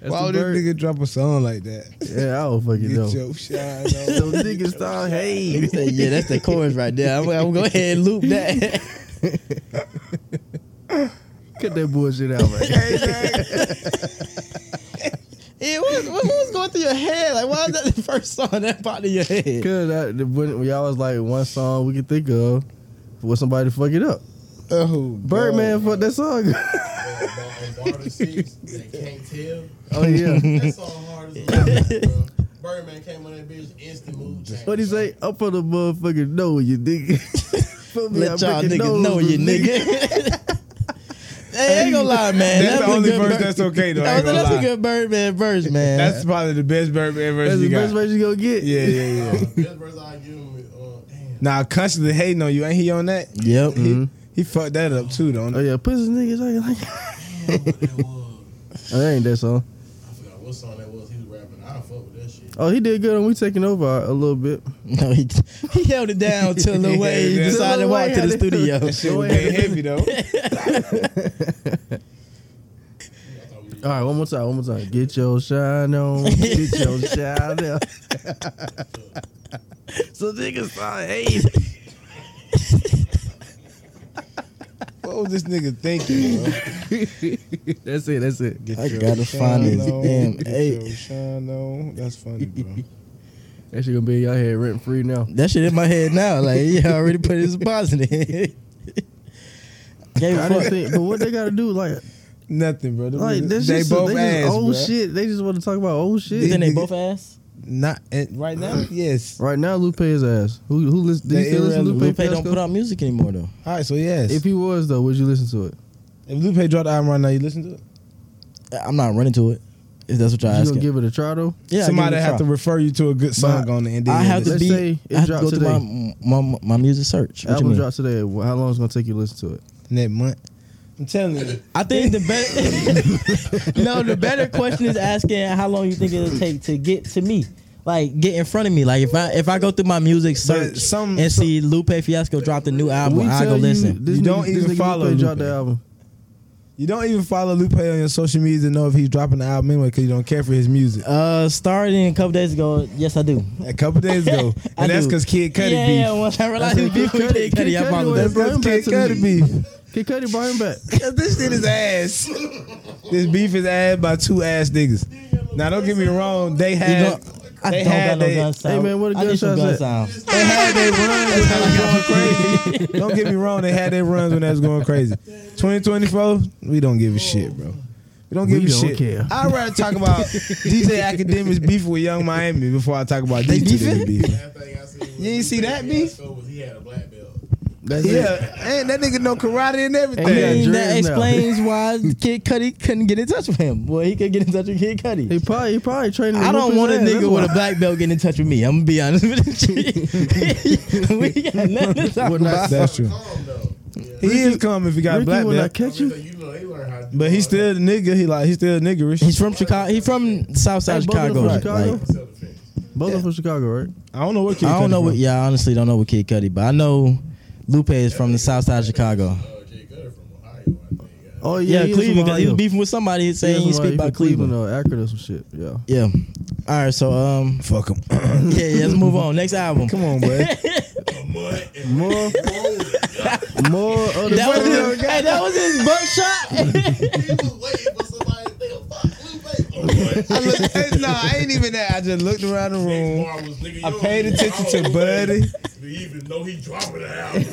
[SPEAKER 2] That's
[SPEAKER 4] Why
[SPEAKER 2] the
[SPEAKER 4] would this
[SPEAKER 2] bird.
[SPEAKER 4] nigga drop a song like that?
[SPEAKER 2] Yeah, I don't fucking
[SPEAKER 4] Get
[SPEAKER 2] know.
[SPEAKER 4] your shine
[SPEAKER 2] So
[SPEAKER 4] on.
[SPEAKER 2] niggas start
[SPEAKER 3] He
[SPEAKER 2] hey.
[SPEAKER 3] said, yeah, that's the chorus right there. I'm, I'm gonna go ahead and loop that.
[SPEAKER 2] Cut that bullshit out right now.
[SPEAKER 4] Hey, man.
[SPEAKER 3] yeah, what, what, what was going through your head? Like, why is that the first song that popped in your head?
[SPEAKER 2] Cause I, the- when, when y'all was like one song we could think of for somebody to fuck it up.
[SPEAKER 4] Oh,
[SPEAKER 2] Birdman fucked that song.
[SPEAKER 1] on, on bar to six. They can't tell.
[SPEAKER 2] oh yeah.
[SPEAKER 1] That song hard as a rock, bro. Birdman came on that bitch instant mood. change.
[SPEAKER 2] What he say? Up on the motherfucking know you nigga. Fuck me, I
[SPEAKER 3] Let y'all
[SPEAKER 2] break
[SPEAKER 3] niggas
[SPEAKER 2] your nose,
[SPEAKER 3] know you nigga. hey, I ain't gonna lie, man.
[SPEAKER 4] That's
[SPEAKER 3] That
[SPEAKER 4] the
[SPEAKER 3] was a
[SPEAKER 4] only
[SPEAKER 3] good
[SPEAKER 4] verse
[SPEAKER 3] Bird-
[SPEAKER 4] that's okay, though. I
[SPEAKER 3] That
[SPEAKER 4] ain't
[SPEAKER 3] was-
[SPEAKER 4] gonna
[SPEAKER 3] That's a
[SPEAKER 4] lie.
[SPEAKER 3] good Birdman verse, man.
[SPEAKER 4] That's probably the best Birdman verse
[SPEAKER 2] That's
[SPEAKER 4] you
[SPEAKER 2] the best
[SPEAKER 4] got.
[SPEAKER 2] verse you gonna get.
[SPEAKER 4] Yeah, yeah,
[SPEAKER 1] Uh,
[SPEAKER 4] yeah.
[SPEAKER 1] best verse I give him is, uh, damn.
[SPEAKER 4] Nah, constantly hating on you. Ain't he on that?
[SPEAKER 3] yep.
[SPEAKER 4] He, he fucked that up too, though.
[SPEAKER 2] Mm-hmm. Oh yeah, pussy niggas. I like.
[SPEAKER 1] Damn, what that was.
[SPEAKER 2] Oh, that ain't that song.
[SPEAKER 1] I forgot what song that was he was rapping. I don't fuck with that shit.
[SPEAKER 2] Oh, he did good on We Taking Over a little bit.
[SPEAKER 3] No, he he held it down till Lil
[SPEAKER 4] He held
[SPEAKER 3] Wayne
[SPEAKER 4] it down.
[SPEAKER 3] decided to
[SPEAKER 2] Lil
[SPEAKER 3] walk
[SPEAKER 2] Wayne
[SPEAKER 3] to the
[SPEAKER 2] had it.
[SPEAKER 3] studio.
[SPEAKER 2] That
[SPEAKER 4] Shit was getting heavy
[SPEAKER 1] I
[SPEAKER 4] though.
[SPEAKER 1] thought we-
[SPEAKER 2] All right, one more time, one more time. Get your shine on, get your shine on. so niggas start hating.
[SPEAKER 4] What was this nigga thinking? Bro?
[SPEAKER 2] That's it. That's it.
[SPEAKER 4] Get
[SPEAKER 3] I gotta find
[SPEAKER 4] shine
[SPEAKER 3] his
[SPEAKER 4] on,
[SPEAKER 3] damn
[SPEAKER 4] get
[SPEAKER 3] eight.
[SPEAKER 4] your shine on. That's funny, bro.
[SPEAKER 2] That shit gonna be in your head rent free now.
[SPEAKER 3] That shit in my head now. Like he already put his bars in it. Gave
[SPEAKER 2] I
[SPEAKER 3] a
[SPEAKER 2] didn't
[SPEAKER 3] fuck.
[SPEAKER 2] think, but what they gotta do, like,
[SPEAKER 4] Nothing, bro. Them
[SPEAKER 2] like
[SPEAKER 4] niggas-
[SPEAKER 2] that's
[SPEAKER 4] they
[SPEAKER 2] just,
[SPEAKER 4] both
[SPEAKER 2] they just
[SPEAKER 4] ass,
[SPEAKER 2] old
[SPEAKER 4] bro.
[SPEAKER 2] shit. They just want to talk about old
[SPEAKER 3] You
[SPEAKER 2] shit.
[SPEAKER 3] think they both ass?
[SPEAKER 4] Not and right now. Yes.
[SPEAKER 2] Right now, Lupe is ass. Who who listen? Do you
[SPEAKER 4] That
[SPEAKER 2] still listen to Lupe?
[SPEAKER 3] Lupe
[SPEAKER 2] Fiasco?
[SPEAKER 3] don't put out music anymore though.
[SPEAKER 4] All right. So yes.
[SPEAKER 2] If
[SPEAKER 4] If,
[SPEAKER 2] he was though, would you listen to it?
[SPEAKER 4] Lupe dropped the album right now, you listen to it.
[SPEAKER 3] I'm not running to it. If that's what y'all
[SPEAKER 2] You gonna
[SPEAKER 3] asking.
[SPEAKER 2] give it a try though?
[SPEAKER 3] yeah, I
[SPEAKER 4] Somebody
[SPEAKER 3] give it a
[SPEAKER 4] have to
[SPEAKER 3] try.
[SPEAKER 4] refer you to a good song
[SPEAKER 3] But
[SPEAKER 4] on the end.
[SPEAKER 3] I have to
[SPEAKER 2] Let's
[SPEAKER 3] be.
[SPEAKER 2] say it
[SPEAKER 3] I have to
[SPEAKER 2] dropped
[SPEAKER 3] go to my, my my music search. What you
[SPEAKER 2] Album
[SPEAKER 3] mean?
[SPEAKER 2] drops today. How long is it gonna take you to listen to it?
[SPEAKER 4] that month. I'm telling you.
[SPEAKER 3] I think the better No, the better question is asking how long you think it'll take to get to me. Like get in front of me. Like if I if I go through my music search
[SPEAKER 4] some-
[SPEAKER 3] and see Lupe Fiasco dropped a new album, I go listen.
[SPEAKER 2] This
[SPEAKER 4] You don't
[SPEAKER 2] nigga- this
[SPEAKER 4] even
[SPEAKER 2] nigga
[SPEAKER 4] follow
[SPEAKER 2] Lupe dropped
[SPEAKER 4] Lupe.
[SPEAKER 2] the album.
[SPEAKER 4] You don't even follow Lupe on your social media to know if he's dropping the album anyway because you don't care for his music.
[SPEAKER 3] Uh, starting a couple days ago, yes I do.
[SPEAKER 4] A couple days ago,
[SPEAKER 3] I
[SPEAKER 4] and that's
[SPEAKER 3] do.
[SPEAKER 4] because Kid Cudi
[SPEAKER 3] yeah,
[SPEAKER 4] beef.
[SPEAKER 3] yeah. Once I realized
[SPEAKER 2] That's
[SPEAKER 3] he beef with Kid Cudi, I followed
[SPEAKER 2] was-
[SPEAKER 3] that.
[SPEAKER 4] That's because
[SPEAKER 2] Bring him
[SPEAKER 4] Kid
[SPEAKER 2] back to
[SPEAKER 4] Cudi
[SPEAKER 2] the-
[SPEAKER 4] beef.
[SPEAKER 2] Kid Cudi brought him back.
[SPEAKER 4] Cause this shit is ass. this beef is ass by two ass niggas. Now don't get me wrong, they
[SPEAKER 3] You
[SPEAKER 4] had
[SPEAKER 3] go- I
[SPEAKER 4] They
[SPEAKER 3] don't
[SPEAKER 4] had
[SPEAKER 3] got no
[SPEAKER 4] they-
[SPEAKER 3] gun sound.
[SPEAKER 2] Hey, man, what a
[SPEAKER 3] I
[SPEAKER 2] gun
[SPEAKER 3] need some
[SPEAKER 2] sound's
[SPEAKER 3] gun
[SPEAKER 2] at?
[SPEAKER 3] sound.
[SPEAKER 4] they had their runs when that was going crazy. Don't get me wrong, they had their runs when that was going crazy. 2024, we don't give a shit, bro. We don't give
[SPEAKER 2] We
[SPEAKER 4] a
[SPEAKER 2] don't
[SPEAKER 4] shit.
[SPEAKER 2] care.
[SPEAKER 4] I'd rather talk about DJ Academics beef with Young Miami before I talk about these two niggas beef.
[SPEAKER 1] That thing I seen
[SPEAKER 4] You ain't see that, B?
[SPEAKER 1] Was he had a black belt.
[SPEAKER 2] That's it.
[SPEAKER 4] Yeah, and that nigga know karate and everything.
[SPEAKER 3] I
[SPEAKER 2] dreads
[SPEAKER 3] mean,
[SPEAKER 2] now.
[SPEAKER 3] that explains why Kid Cudi couldn't get in touch with him. Well, he could get in touch with Kid Cudi.
[SPEAKER 2] He probably he probably training. to
[SPEAKER 3] I
[SPEAKER 2] whoop
[SPEAKER 3] don't
[SPEAKER 2] his
[SPEAKER 3] want a
[SPEAKER 2] ass, that's
[SPEAKER 3] nigga
[SPEAKER 2] why.
[SPEAKER 3] with a black belt getting in touch with me. I'm gonna be honest with you. we got nothing to talk
[SPEAKER 2] Would not-
[SPEAKER 3] about.
[SPEAKER 4] That's true.
[SPEAKER 1] Calm though. Yeah.
[SPEAKER 4] He is calm if he got a
[SPEAKER 2] Ricky
[SPEAKER 4] black
[SPEAKER 2] will not
[SPEAKER 4] belt,
[SPEAKER 1] I
[SPEAKER 2] catch
[SPEAKER 1] mean,
[SPEAKER 2] you.
[SPEAKER 1] so you know they learn how to do
[SPEAKER 4] but
[SPEAKER 1] all
[SPEAKER 4] he's still
[SPEAKER 1] that
[SPEAKER 2] uh,
[SPEAKER 4] a nigga. He like he's still niggerish.
[SPEAKER 3] He's from Chicago. He's from South Side
[SPEAKER 2] Hey, both of them from
[SPEAKER 3] Chicago. Right?
[SPEAKER 2] Chicago?
[SPEAKER 3] Like,
[SPEAKER 1] self-defense.
[SPEAKER 2] Both of them from Chicago, right?
[SPEAKER 4] I don't know what. Kid
[SPEAKER 3] I
[SPEAKER 4] Cudi
[SPEAKER 3] don't know what.
[SPEAKER 4] from.
[SPEAKER 3] Yeah, I honestly don't know what Kid Cudi, but I know Lupe is from the South Side of Chicago.
[SPEAKER 1] Uh, Jay Cutter from Ohio, I think. uh,
[SPEAKER 2] Oh yeah,
[SPEAKER 3] Yeah,
[SPEAKER 2] he is from
[SPEAKER 3] Cleveland. 'cause He was
[SPEAKER 2] Ohio.
[SPEAKER 3] beefing with somebody he
[SPEAKER 2] Yeah,
[SPEAKER 3] saying he didn't
[SPEAKER 2] somebody
[SPEAKER 3] speak about
[SPEAKER 2] from
[SPEAKER 3] Cleveland.
[SPEAKER 2] or Akron or some shit. Yeah.
[SPEAKER 3] Yeah. All right. So um.
[SPEAKER 4] Fuck him.
[SPEAKER 3] Yeah. yeah let's move on. Next album.
[SPEAKER 4] Come on, boy.
[SPEAKER 1] Mud and
[SPEAKER 2] More, more other.
[SPEAKER 3] That was his, hey, that was his buckshot.
[SPEAKER 1] He was waiting for somebody to think about Lupe.
[SPEAKER 4] I looked, eh, no, I ain't even that. I just looked around the room. I paid attention to Buddy
[SPEAKER 1] Do you even know he dropping an album?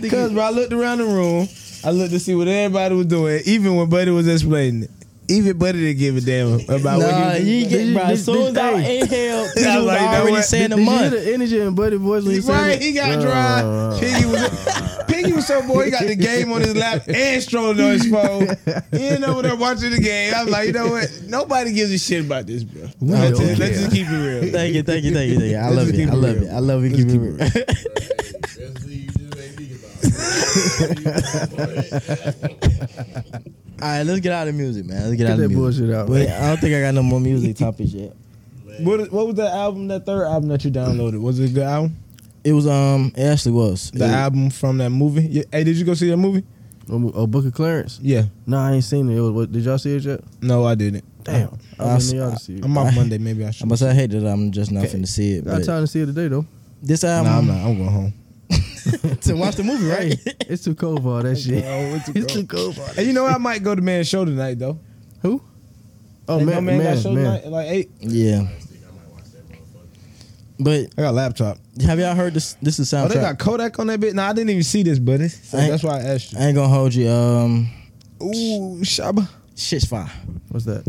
[SPEAKER 4] because bro, I looked around the room. I looked to see what everybody was doing, even when Buddy was explaining it. Even Buddy didn't give a damn about
[SPEAKER 3] nah,
[SPEAKER 4] what he
[SPEAKER 3] you
[SPEAKER 4] was
[SPEAKER 3] get, bro. As
[SPEAKER 2] did-
[SPEAKER 3] soon as
[SPEAKER 2] did-
[SPEAKER 3] I
[SPEAKER 2] hey.
[SPEAKER 3] inhaled, he was
[SPEAKER 4] I was like, you know
[SPEAKER 3] already
[SPEAKER 4] what?
[SPEAKER 3] saying a
[SPEAKER 2] Did you hear
[SPEAKER 3] month.
[SPEAKER 2] the energy in Buddy voice when he said
[SPEAKER 4] Right,
[SPEAKER 2] it?
[SPEAKER 4] he got
[SPEAKER 2] Uh,
[SPEAKER 4] dry. Piggy was Piggy was so bored. He got the game on his lap and strolling on his phone. He ain't over there watching the game. I was like, you know what? Nobody gives a shit about this, bro. Let's,
[SPEAKER 2] don't
[SPEAKER 4] just, let's
[SPEAKER 2] care.
[SPEAKER 4] just keep it real.
[SPEAKER 3] Thank you, thank you, thank you, thank you. I
[SPEAKER 4] Let's
[SPEAKER 3] love
[SPEAKER 4] just
[SPEAKER 3] it.
[SPEAKER 4] keep
[SPEAKER 3] I
[SPEAKER 4] it
[SPEAKER 3] love
[SPEAKER 4] real.
[SPEAKER 3] it. I love it. Keep it real.
[SPEAKER 1] That's the you just ain't think about. it.
[SPEAKER 3] All right, let's get out of music, man. Let's get,
[SPEAKER 2] Get
[SPEAKER 3] out of
[SPEAKER 2] that
[SPEAKER 3] music.
[SPEAKER 2] bullshit out.
[SPEAKER 3] Wait,
[SPEAKER 2] man.
[SPEAKER 3] I don't think I got no more music topics yet.
[SPEAKER 4] What, what was that album? That third album that you downloaded was it a good album?
[SPEAKER 3] It was um, it actually was.
[SPEAKER 4] The
[SPEAKER 3] It-
[SPEAKER 4] album from that movie. Yeah. Hey, did you go see that movie?
[SPEAKER 2] Oh, oh, Book of Clarence.
[SPEAKER 4] Yeah.
[SPEAKER 2] No, I ain't seen it. it was, what, did y'all see it yet?
[SPEAKER 4] No, I didn't.
[SPEAKER 2] Damn. I,
[SPEAKER 3] I
[SPEAKER 2] was
[SPEAKER 3] s-
[SPEAKER 2] in y'all to see it.
[SPEAKER 4] I'm off Monday. Maybe I should.
[SPEAKER 3] I'm gonna say I hate that I'm just not
[SPEAKER 2] Okay.
[SPEAKER 3] finna see it.
[SPEAKER 2] Got
[SPEAKER 3] But
[SPEAKER 2] time to see it today though.
[SPEAKER 3] this
[SPEAKER 4] Nah,
[SPEAKER 3] album,
[SPEAKER 4] I'm not. I'm going home.
[SPEAKER 3] to watch the movie, right?
[SPEAKER 2] It's too cold for all that shit.
[SPEAKER 4] it's too
[SPEAKER 2] it's too cold for all that.
[SPEAKER 4] Hey, you know what? I might go to Man's show tonight though.
[SPEAKER 2] Who? Oh
[SPEAKER 4] Ain't
[SPEAKER 2] man,
[SPEAKER 4] no
[SPEAKER 2] man,
[SPEAKER 4] got show
[SPEAKER 2] man.
[SPEAKER 4] tonight at like eight.
[SPEAKER 3] yeah, but
[SPEAKER 4] I got a laptop.
[SPEAKER 3] have y'all heard this? This is
[SPEAKER 4] Oh, they
[SPEAKER 3] soundtrack.
[SPEAKER 4] got Kodak on that bit. Nah, I didn't even see this, buddy. So
[SPEAKER 3] Hey.
[SPEAKER 4] that's why I asked you.
[SPEAKER 3] I ain't gonna hold you. Um,
[SPEAKER 4] Ooh, Shaba.
[SPEAKER 3] shit's fire.
[SPEAKER 2] What's that?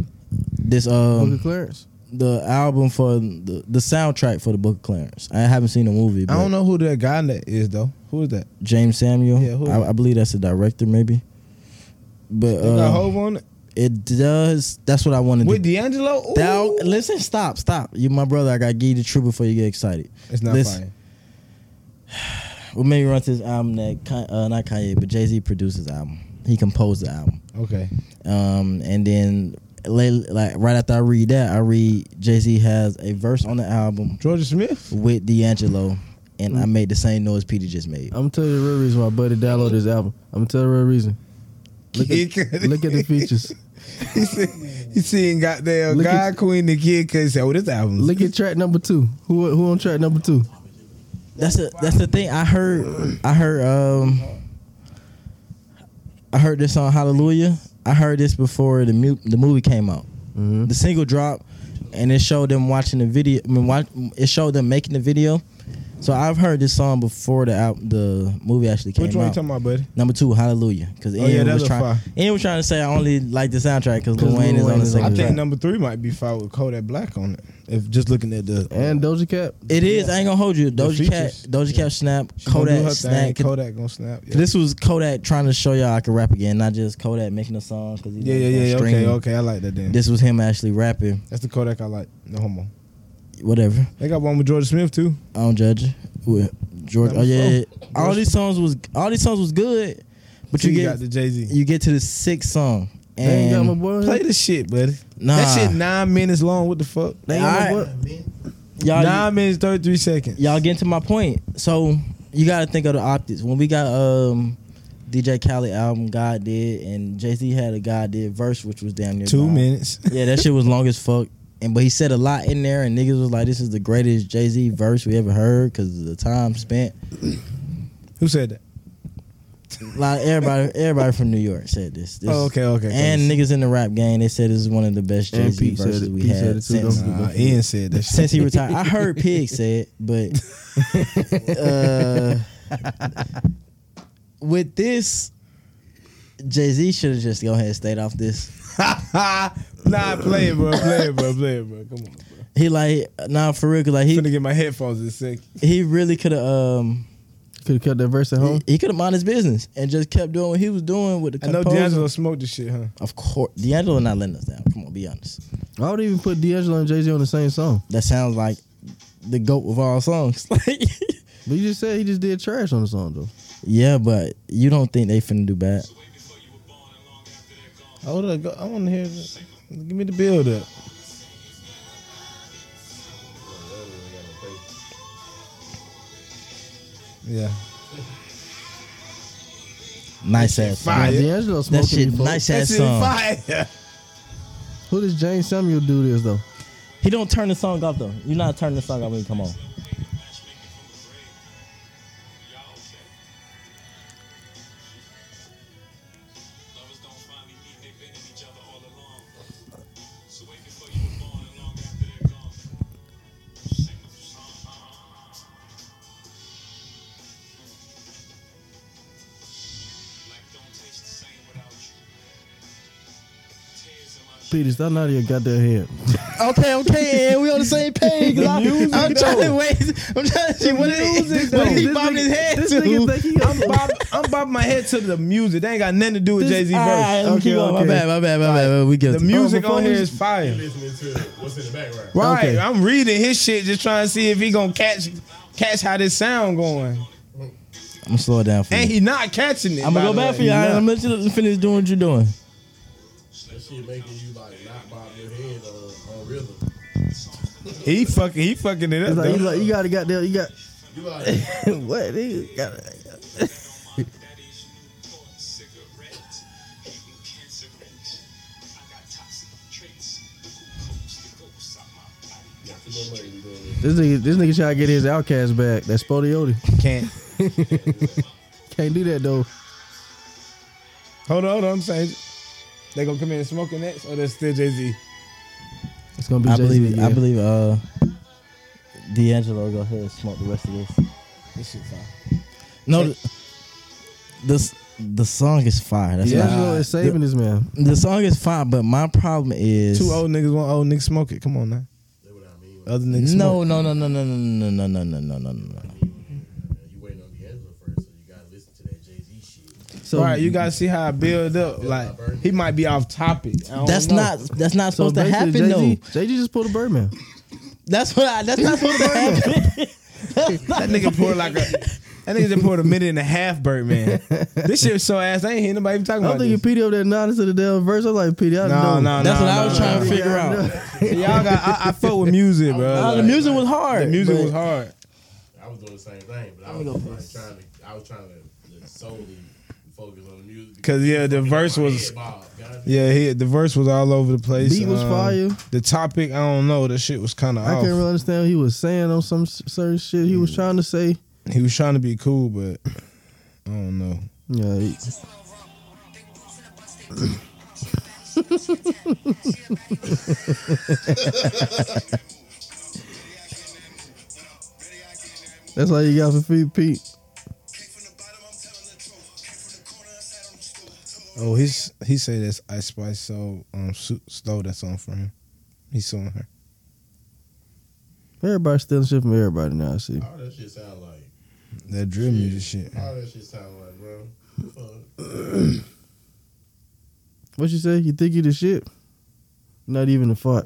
[SPEAKER 3] This
[SPEAKER 2] Book of
[SPEAKER 3] um,
[SPEAKER 2] Clarence.
[SPEAKER 3] the album for the the soundtrack for the Book of Clarence. I haven't seen the movie.
[SPEAKER 4] I
[SPEAKER 3] But
[SPEAKER 4] don't know who that guy that is though. Who is that?
[SPEAKER 3] James Samuel.
[SPEAKER 4] Yeah, who-
[SPEAKER 3] I, I believe that's the director, maybe. But
[SPEAKER 4] They got
[SPEAKER 3] uh,
[SPEAKER 4] Hove on it
[SPEAKER 3] it does. That's what I wanted. to
[SPEAKER 4] with D'Angelo. Ooh.
[SPEAKER 3] Thou, listen, stop, stop. You my brother. I gotta give you the truth before you get excited.
[SPEAKER 4] it's not
[SPEAKER 3] listen.
[SPEAKER 4] fine.
[SPEAKER 3] Well, maybe run to this album that Ki- uh, not Kanye, but Jay Z produced his album. He composed the album.
[SPEAKER 4] Okay.
[SPEAKER 3] Um, and then late, like right after I read that, I read Jay Z has a verse on the album
[SPEAKER 4] Georgia Smith.
[SPEAKER 3] with D'Angelo, and I made the same noise Peter just made.
[SPEAKER 2] I'm gonna tell you the real reason why Buddy downloaded this album. I'm gonna tell you the real reason. Look at, look at the features.
[SPEAKER 4] he seen, he seen goddamn
[SPEAKER 2] Look
[SPEAKER 4] God
[SPEAKER 2] at-
[SPEAKER 4] Queen the Kid Cudi. Said, "Oh, this album."
[SPEAKER 2] Look at track number two. Who who on track number two?
[SPEAKER 3] That's a, that's the thing. I heard I heard um I heard this on Hallelujah. I heard this before the mu- the movie came out.
[SPEAKER 4] Mm-hmm.
[SPEAKER 3] The single dropped, and it showed them watching the video. I mean, watch, it showed them making the video. So I've heard this song before the out, the movie actually came
[SPEAKER 4] Which one you
[SPEAKER 3] out.
[SPEAKER 4] talking about, buddy?
[SPEAKER 3] Number two, Hallelujah, because
[SPEAKER 4] Oh, yeah,
[SPEAKER 3] Ian
[SPEAKER 4] that
[SPEAKER 3] was
[SPEAKER 4] look
[SPEAKER 3] trying.
[SPEAKER 4] fire.
[SPEAKER 3] Ian was trying to say I only like the soundtrack because
[SPEAKER 2] 'Cause
[SPEAKER 3] Lil
[SPEAKER 2] Lil
[SPEAKER 3] Wayne is on
[SPEAKER 2] Wayne
[SPEAKER 3] the
[SPEAKER 2] is on
[SPEAKER 3] second
[SPEAKER 4] I
[SPEAKER 2] the
[SPEAKER 4] think
[SPEAKER 3] track.
[SPEAKER 4] number three might be fire with Kodak Black on it. If just looking
[SPEAKER 3] uh,
[SPEAKER 4] at the
[SPEAKER 2] And Doja Cat.
[SPEAKER 3] It is. I ain't gonna hold you. Doja Cat,
[SPEAKER 4] features.
[SPEAKER 3] Doja Cat, Snap,
[SPEAKER 4] She gonna do her
[SPEAKER 3] Kodak,
[SPEAKER 4] thing,
[SPEAKER 3] Snap,
[SPEAKER 4] Kodak gonna snap. Yeah,
[SPEAKER 3] This was Kodak trying to show y'all I could rap again, not just Kodak making a song. Cause he
[SPEAKER 4] yeah,
[SPEAKER 3] was
[SPEAKER 4] yeah.
[SPEAKER 3] on
[SPEAKER 4] yeah
[SPEAKER 3] stream.
[SPEAKER 4] okay, okay. I like that. Then
[SPEAKER 3] This was him actually rapping.
[SPEAKER 4] that's the Kodak I like. No homo.
[SPEAKER 3] Whatever.
[SPEAKER 4] They got one with George Smith too.
[SPEAKER 3] I don't judge. With George, oh
[SPEAKER 4] Number
[SPEAKER 3] yeah,
[SPEAKER 4] four.
[SPEAKER 3] yeah. all these songs was all these songs was good, but
[SPEAKER 4] T
[SPEAKER 3] you
[SPEAKER 4] got
[SPEAKER 3] get
[SPEAKER 4] the Jay Z.
[SPEAKER 3] you get to the sixth song
[SPEAKER 2] They ain't got my
[SPEAKER 3] and
[SPEAKER 2] boy. on
[SPEAKER 4] Play
[SPEAKER 2] here?
[SPEAKER 4] the shit, buddy.
[SPEAKER 3] Nah.
[SPEAKER 4] That shit nine minutes long. What the fuck?
[SPEAKER 2] They ain't got my
[SPEAKER 3] Alright.
[SPEAKER 2] boy-
[SPEAKER 3] y'all
[SPEAKER 4] nine minutes thirty three seconds.
[SPEAKER 3] y'all getting to my point. So you got to think of the optics. When we got um DJ Khaled album God did and Jay Z had a God did verse which was damn near
[SPEAKER 4] two
[SPEAKER 3] bomb.
[SPEAKER 4] minutes.
[SPEAKER 3] Yeah, that shit was long as fuck. And but he said a lot in there, and niggas was like, "This is the greatest Jay Z verse we ever heard because of the time spent."
[SPEAKER 4] Who said that?
[SPEAKER 3] A lot of everybody, everybody from New York said this. This-
[SPEAKER 4] Oh, okay, okay.
[SPEAKER 3] And
[SPEAKER 4] okay.
[SPEAKER 3] niggas in the rap game, they said this is one of the best Jay
[SPEAKER 2] And
[SPEAKER 3] Z
[SPEAKER 2] Pete said
[SPEAKER 3] verses
[SPEAKER 2] it.
[SPEAKER 3] we
[SPEAKER 2] Pete said
[SPEAKER 3] had
[SPEAKER 2] it too,
[SPEAKER 3] since,
[SPEAKER 2] though.
[SPEAKER 4] Nah, Ian said that. Shit.
[SPEAKER 3] since he retired. I heard Pig say it, but uh, with this, Jay Z should have just go ahead and stayed off this.
[SPEAKER 4] nah, play it, bro. Play it, bro. Play it, bro. Come on, bro.
[SPEAKER 3] He like, nah, for real, 'cause like
[SPEAKER 4] I'm gonna
[SPEAKER 3] he
[SPEAKER 4] get my headphones in a sec.
[SPEAKER 3] he really could have um.
[SPEAKER 2] Could've kept that verse at home.
[SPEAKER 3] He, he could have minded his business and just kept doing what he was doing with the
[SPEAKER 4] I know
[SPEAKER 3] composer.
[SPEAKER 4] D'Angelo smoked this shit, huh?
[SPEAKER 3] Of course, D'Angelo not letting us down. Come on, be honest.
[SPEAKER 2] I would even put D'Angelo and Jay Z on the same song.
[SPEAKER 3] That sounds like the goat of all songs. Like,
[SPEAKER 2] But you just said he just did trash on the song though.
[SPEAKER 3] yeah, but you don't think they finna do bad?
[SPEAKER 4] Hold up, go, I want to hear. The, give me the build up. Yeah.
[SPEAKER 3] Nice ass. song.
[SPEAKER 4] Fire.
[SPEAKER 2] D'Angelo
[SPEAKER 3] That
[SPEAKER 2] smoking
[SPEAKER 3] shit,
[SPEAKER 2] me, folks.
[SPEAKER 3] nice ass
[SPEAKER 4] That's in
[SPEAKER 3] song.
[SPEAKER 4] fire.
[SPEAKER 2] Who does James Samuel do this though?
[SPEAKER 3] He don't turn the song off though. You're not turning the song off when you come on.
[SPEAKER 2] Peter, stop out of your goddamn head.
[SPEAKER 3] Okay, okay, and we on the same page. I'm, I'm trying to wait. I'm trying to see what it is. What he bobbing his head
[SPEAKER 2] this
[SPEAKER 3] to.
[SPEAKER 2] nigga think he
[SPEAKER 4] I'm bobbing, I'm bobbing my head to the music. They ain't got nothing to do with Jay Z
[SPEAKER 3] All right,
[SPEAKER 4] verse.
[SPEAKER 3] let me
[SPEAKER 2] Okay,
[SPEAKER 3] keep going.
[SPEAKER 2] okay.
[SPEAKER 3] My bad, my bad, my bad. We get
[SPEAKER 4] The music on here is
[SPEAKER 1] You
[SPEAKER 4] fire.
[SPEAKER 1] listening to what's in the background.
[SPEAKER 4] Right.
[SPEAKER 2] Okay.
[SPEAKER 4] I'm reading his shit, just trying to see if he gonna catch catch how this sound going.
[SPEAKER 3] I'm gonna slow it down for
[SPEAKER 4] And
[SPEAKER 3] you.
[SPEAKER 4] he not catching it.
[SPEAKER 3] I'm
[SPEAKER 4] by
[SPEAKER 3] gonna go
[SPEAKER 4] the
[SPEAKER 3] back
[SPEAKER 4] way.
[SPEAKER 3] for you.
[SPEAKER 4] He
[SPEAKER 3] all right?
[SPEAKER 4] not.
[SPEAKER 3] I'm gonna let you finish doing what you're doing.
[SPEAKER 1] That shit making you like not bob your head on, on rhythm.
[SPEAKER 4] He fucking he fucking it up.
[SPEAKER 2] He's like, he's
[SPEAKER 4] though.
[SPEAKER 2] like, you gotta goddamn, you got
[SPEAKER 1] You like
[SPEAKER 2] what? You gotta,
[SPEAKER 1] too much money you doing this.
[SPEAKER 2] this nigga, this nigga trying to get his outcast back. That's Spodiote.
[SPEAKER 4] can't.
[SPEAKER 2] Can't do that though.
[SPEAKER 4] Hold on, hold on. I'm saying they gonna come in and smoking next, or that's still Jay Z.
[SPEAKER 2] It's gonna be.
[SPEAKER 3] I
[SPEAKER 2] Jay-Z
[SPEAKER 3] believe.
[SPEAKER 2] again.
[SPEAKER 3] I believe. Uh, D'Angelo, go ahead and smoke the rest of this.
[SPEAKER 4] This shit fire.
[SPEAKER 3] No, th- this the song is fire. That's yeah.
[SPEAKER 2] D'Angelo is saving this man.
[SPEAKER 3] the song is fine, but my problem is
[SPEAKER 4] Two old niggas, one old nigga smoke it. Come on now.
[SPEAKER 1] That's what I mean.
[SPEAKER 4] Other niggas
[SPEAKER 3] No,
[SPEAKER 4] smoke.
[SPEAKER 3] no, no, no, no, no, no, no, no, no, no, no, no.
[SPEAKER 1] You waiting on D'Angelo first, so you gotta listen to that Jay Z shit.
[SPEAKER 2] So
[SPEAKER 4] right, you gotta see how I build up. Like he might be off topic. I don't
[SPEAKER 3] That's
[SPEAKER 4] know.
[SPEAKER 3] not. That's not
[SPEAKER 2] so
[SPEAKER 3] supposed to happen
[SPEAKER 2] basically
[SPEAKER 3] though.
[SPEAKER 2] Jay-Z, Jay Z just pulled a Birdman.
[SPEAKER 3] That's what I. That's not supposed to happen. That's not-
[SPEAKER 4] That nigga poured like a. That nigga just poured a minute and a half, Birdman. this shit was so ass. I ain't hear nobody even talking
[SPEAKER 2] I'm
[SPEAKER 4] about
[SPEAKER 2] thinking
[SPEAKER 4] this.
[SPEAKER 2] Petey over there nodding to the damn verse. I'm like Petey, I
[SPEAKER 4] No,
[SPEAKER 2] know.
[SPEAKER 4] no, no.
[SPEAKER 3] That's what
[SPEAKER 4] no,
[SPEAKER 3] I was
[SPEAKER 4] no,
[SPEAKER 3] trying to
[SPEAKER 4] no.
[SPEAKER 3] figure
[SPEAKER 2] Yeah, I
[SPEAKER 3] out.
[SPEAKER 2] know.
[SPEAKER 4] Y'all got. I, I fuck with music, bro.
[SPEAKER 3] Uh, the
[SPEAKER 4] Like,
[SPEAKER 3] music was hard.
[SPEAKER 4] the music
[SPEAKER 3] but
[SPEAKER 4] was hard.
[SPEAKER 1] I was doing the same thing, but I
[SPEAKER 3] Let me
[SPEAKER 1] was
[SPEAKER 3] go
[SPEAKER 1] like
[SPEAKER 3] piss.
[SPEAKER 1] trying to. I was trying to like, solely focus on the music.
[SPEAKER 4] 'Cause, yeah, the
[SPEAKER 1] Fucking
[SPEAKER 4] verse
[SPEAKER 1] my
[SPEAKER 4] was-
[SPEAKER 1] head bob, goddamn.
[SPEAKER 4] Yeah, he, the verse was all over the place. um,
[SPEAKER 2] Beat was fire.
[SPEAKER 4] The topic, I don't know. The shit was kind of
[SPEAKER 2] I
[SPEAKER 4] off.
[SPEAKER 2] can't really understand what he was saying on some s- certain shit he
[SPEAKER 3] Mm.
[SPEAKER 2] was trying to say.
[SPEAKER 4] He was trying to be cool, but I don't know.
[SPEAKER 2] Yeah, he- that's all you got for feet, Pete.
[SPEAKER 4] Oh, he's he said that's Ice Spice so um su- slow that's on for him. He's suing her.
[SPEAKER 2] Everybody's stealing shit from everybody now. I see.
[SPEAKER 1] All that shit sound like.
[SPEAKER 4] That drill music shit.
[SPEAKER 1] All that shit sound like, bro. Fuck.
[SPEAKER 2] What you say? You think you the shit? Not even a fuck.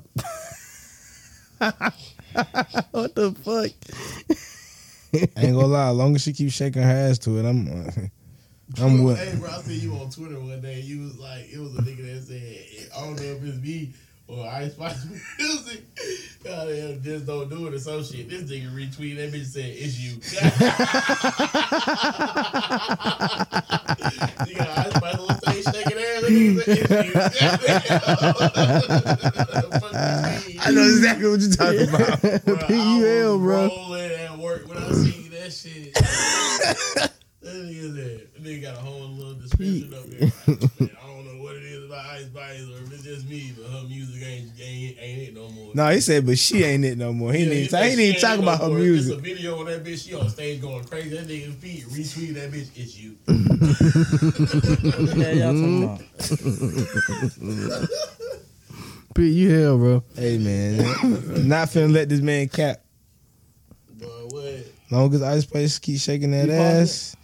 [SPEAKER 2] what the fuck?
[SPEAKER 4] I ain't gonna lie. As long as she keeps shaking her ass to it, I'm uh, I'm with.
[SPEAKER 1] Hey, bro, I see you on Twitter one day. You was like, it was a nigga that said, I don't know if it's me or Ice Spice Music. God damn, just don't do it or some shit. This nigga retweeted that bitch said, it's you. you got Ice Spice on stage shaking ass. That nigga said, it's you. Fuck
[SPEAKER 4] I know exactly what you're talking about.
[SPEAKER 1] you,
[SPEAKER 2] Pete, you
[SPEAKER 1] I
[SPEAKER 2] hell,
[SPEAKER 1] was
[SPEAKER 2] bro.
[SPEAKER 1] Rolling at work when I see that shit. that nigga said, that nigga got a whole little description up there. I don't know what it is about Ice Spice or if it's just me, but her music ain't ain't, ain't it no more.
[SPEAKER 4] No, he said, but she ain't it no more. He
[SPEAKER 1] Yeah,
[SPEAKER 4] ain't
[SPEAKER 1] he
[SPEAKER 4] even,
[SPEAKER 1] said
[SPEAKER 4] ta- he ain't
[SPEAKER 1] she
[SPEAKER 4] even talking
[SPEAKER 1] it no
[SPEAKER 4] about her
[SPEAKER 1] more.
[SPEAKER 4] music.
[SPEAKER 1] It's a video of that bitch. She on stage going crazy. That nigga feet retweeted that bitch. It's you.
[SPEAKER 3] What the hell y'all
[SPEAKER 2] Mm-hmm.
[SPEAKER 3] talking about?
[SPEAKER 2] Pete, you hell, bro.
[SPEAKER 4] Hey man, not finna let this man cap.
[SPEAKER 1] But what?
[SPEAKER 4] Long as Ice Spice keep shaking that
[SPEAKER 3] You bought
[SPEAKER 4] ass,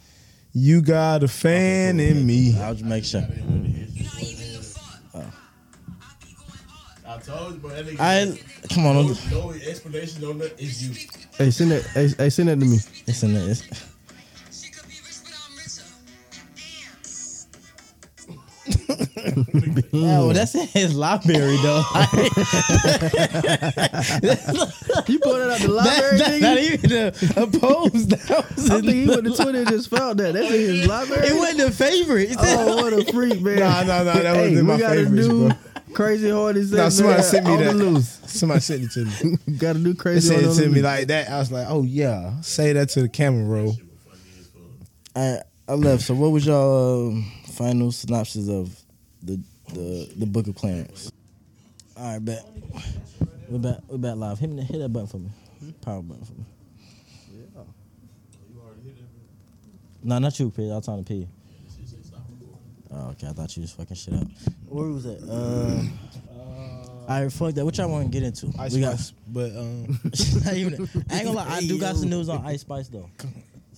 [SPEAKER 4] you got a fan in me.
[SPEAKER 3] I'll just make sure.
[SPEAKER 1] I told you, bro. That nigga.
[SPEAKER 3] I come on.
[SPEAKER 1] no,
[SPEAKER 3] don't-
[SPEAKER 1] no explanation on that. It's you.
[SPEAKER 2] Hey, send that. Hey, hey, send that to me.
[SPEAKER 3] Listen to this. Oh, that's in his library though. Like,
[SPEAKER 2] You pointed out the library,
[SPEAKER 3] that,
[SPEAKER 2] nigga.
[SPEAKER 3] that, not even a, a pose. That was
[SPEAKER 2] I
[SPEAKER 3] in
[SPEAKER 2] think he
[SPEAKER 3] the-
[SPEAKER 2] went to Twitter and just found that. That's in his library.
[SPEAKER 3] it wasn't a favorite.
[SPEAKER 2] oh, what a freak, man.
[SPEAKER 4] Nah, nah, nah, that
[SPEAKER 2] hey,
[SPEAKER 4] wasn't my
[SPEAKER 2] we got
[SPEAKER 4] favorites,
[SPEAKER 2] a new
[SPEAKER 4] bro.
[SPEAKER 2] crazy hard is
[SPEAKER 4] Nah, somebody sent me
[SPEAKER 2] on
[SPEAKER 4] that.
[SPEAKER 2] the loose.
[SPEAKER 4] Somebody sent it to me.
[SPEAKER 2] got a new
[SPEAKER 4] They
[SPEAKER 2] crazy
[SPEAKER 4] said
[SPEAKER 2] hard
[SPEAKER 4] it
[SPEAKER 2] on the
[SPEAKER 4] to
[SPEAKER 2] loose.
[SPEAKER 4] me like that. I was like, oh yeah, say that to the camera roll.
[SPEAKER 3] I I left. So what was y'all um, final synopsis of the the the Book of Clarence? All right, bet. We're back. We're back live. Hit, me, hit that button for me. Power button for me. No, nah, not you, P. I was talking to P. Oh, okay. I thought you was fucking shit up. Where was it? Uh, all right, fuck that. What y'all want to get into?
[SPEAKER 4] Ice
[SPEAKER 3] we got.
[SPEAKER 4] Spice, but um,
[SPEAKER 3] Not even- I ain't gonna lie. I do got some news on Ice Spice though.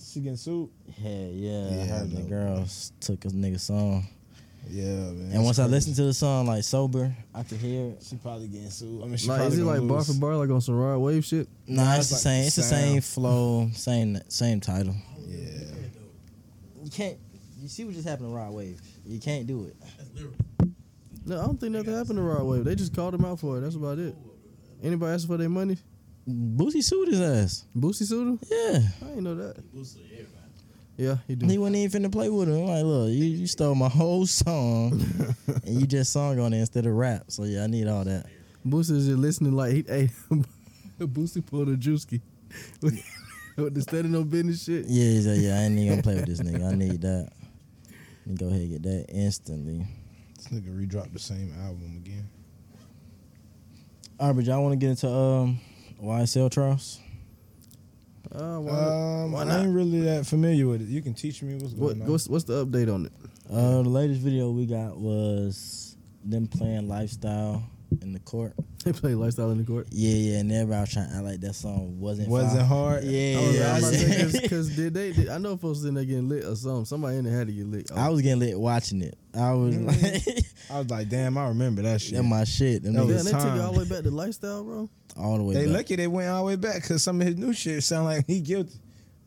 [SPEAKER 4] she getting sued.
[SPEAKER 3] Hell yeah.
[SPEAKER 4] Yeah,
[SPEAKER 3] I
[SPEAKER 4] I
[SPEAKER 3] heard the
[SPEAKER 4] know.
[SPEAKER 3] girls took a nigga song.
[SPEAKER 4] Yeah, man.
[SPEAKER 3] And once I listened to the song, like sober, I could hear it.
[SPEAKER 4] she probably getting sued. I mean, she
[SPEAKER 2] Like,
[SPEAKER 4] probably
[SPEAKER 2] is it
[SPEAKER 4] gonna
[SPEAKER 2] like bar
[SPEAKER 4] lose.
[SPEAKER 2] for bar, like on some rod wave shit?
[SPEAKER 3] Nah, it's
[SPEAKER 4] it's
[SPEAKER 3] the
[SPEAKER 4] like
[SPEAKER 3] same. It's the
[SPEAKER 4] sound.
[SPEAKER 3] same flow, same same title.
[SPEAKER 4] Yeah,
[SPEAKER 3] You can't. You see what just happened to Rod Wave? You can't do it.
[SPEAKER 2] No, I don't think nothing happened to rod wave. They just called him out for it. That's about it. Anybody asking for their money?
[SPEAKER 3] Boosie sued his ass.
[SPEAKER 2] Boosie sued him?
[SPEAKER 3] Yeah,
[SPEAKER 2] I didn't know that. Yeah, he did.
[SPEAKER 3] he wasn't even finna play with him. I'm like, look, you, you stole my whole song, and you just sung on it instead of rap. So yeah, I need all that.
[SPEAKER 2] Boosie is just listening like he hey Boosie pulled a Drewski with, with the standing on business shit.
[SPEAKER 3] Yeah, he's like, yeah, I ain't even gonna play with this nigga. I need that. Let me Go ahead and get that instantly.
[SPEAKER 4] this nigga redropped the same album again.
[SPEAKER 3] All right, but y'all want to get into um YSL trials?
[SPEAKER 2] Uh, why,
[SPEAKER 4] Um,
[SPEAKER 2] why
[SPEAKER 4] I
[SPEAKER 2] not?
[SPEAKER 4] ain't really that familiar with it. You can teach me what's
[SPEAKER 2] What,
[SPEAKER 4] going on.
[SPEAKER 2] what's what's the update on it?
[SPEAKER 3] Uh, the latest video we got was them playing Lifestyle in the court.
[SPEAKER 2] They play lifestyle in the court.
[SPEAKER 3] Yeah, yeah, and everybody was trying to act like that song wasn't
[SPEAKER 4] Wasn't
[SPEAKER 3] fire.
[SPEAKER 4] hard.
[SPEAKER 3] Yeah,
[SPEAKER 2] I was
[SPEAKER 3] yeah,
[SPEAKER 2] about to
[SPEAKER 3] yeah.
[SPEAKER 2] say, cause, 'cause did they? Did, I know folks in there getting lit or something. Somebody in there had to get lit.
[SPEAKER 3] I was getting lit watching it. I was
[SPEAKER 4] Mhm.
[SPEAKER 3] like,
[SPEAKER 4] I was like, damn, I remember that shit.
[SPEAKER 3] that my shit. Them
[SPEAKER 4] That
[SPEAKER 2] Damn,
[SPEAKER 3] niggas
[SPEAKER 4] was
[SPEAKER 2] they took
[SPEAKER 4] time.
[SPEAKER 2] it all the way back to lifestyle, bro.
[SPEAKER 3] all the way
[SPEAKER 4] they
[SPEAKER 3] back.
[SPEAKER 4] lucky they went all the way back because some of his new shit sound like he guilty.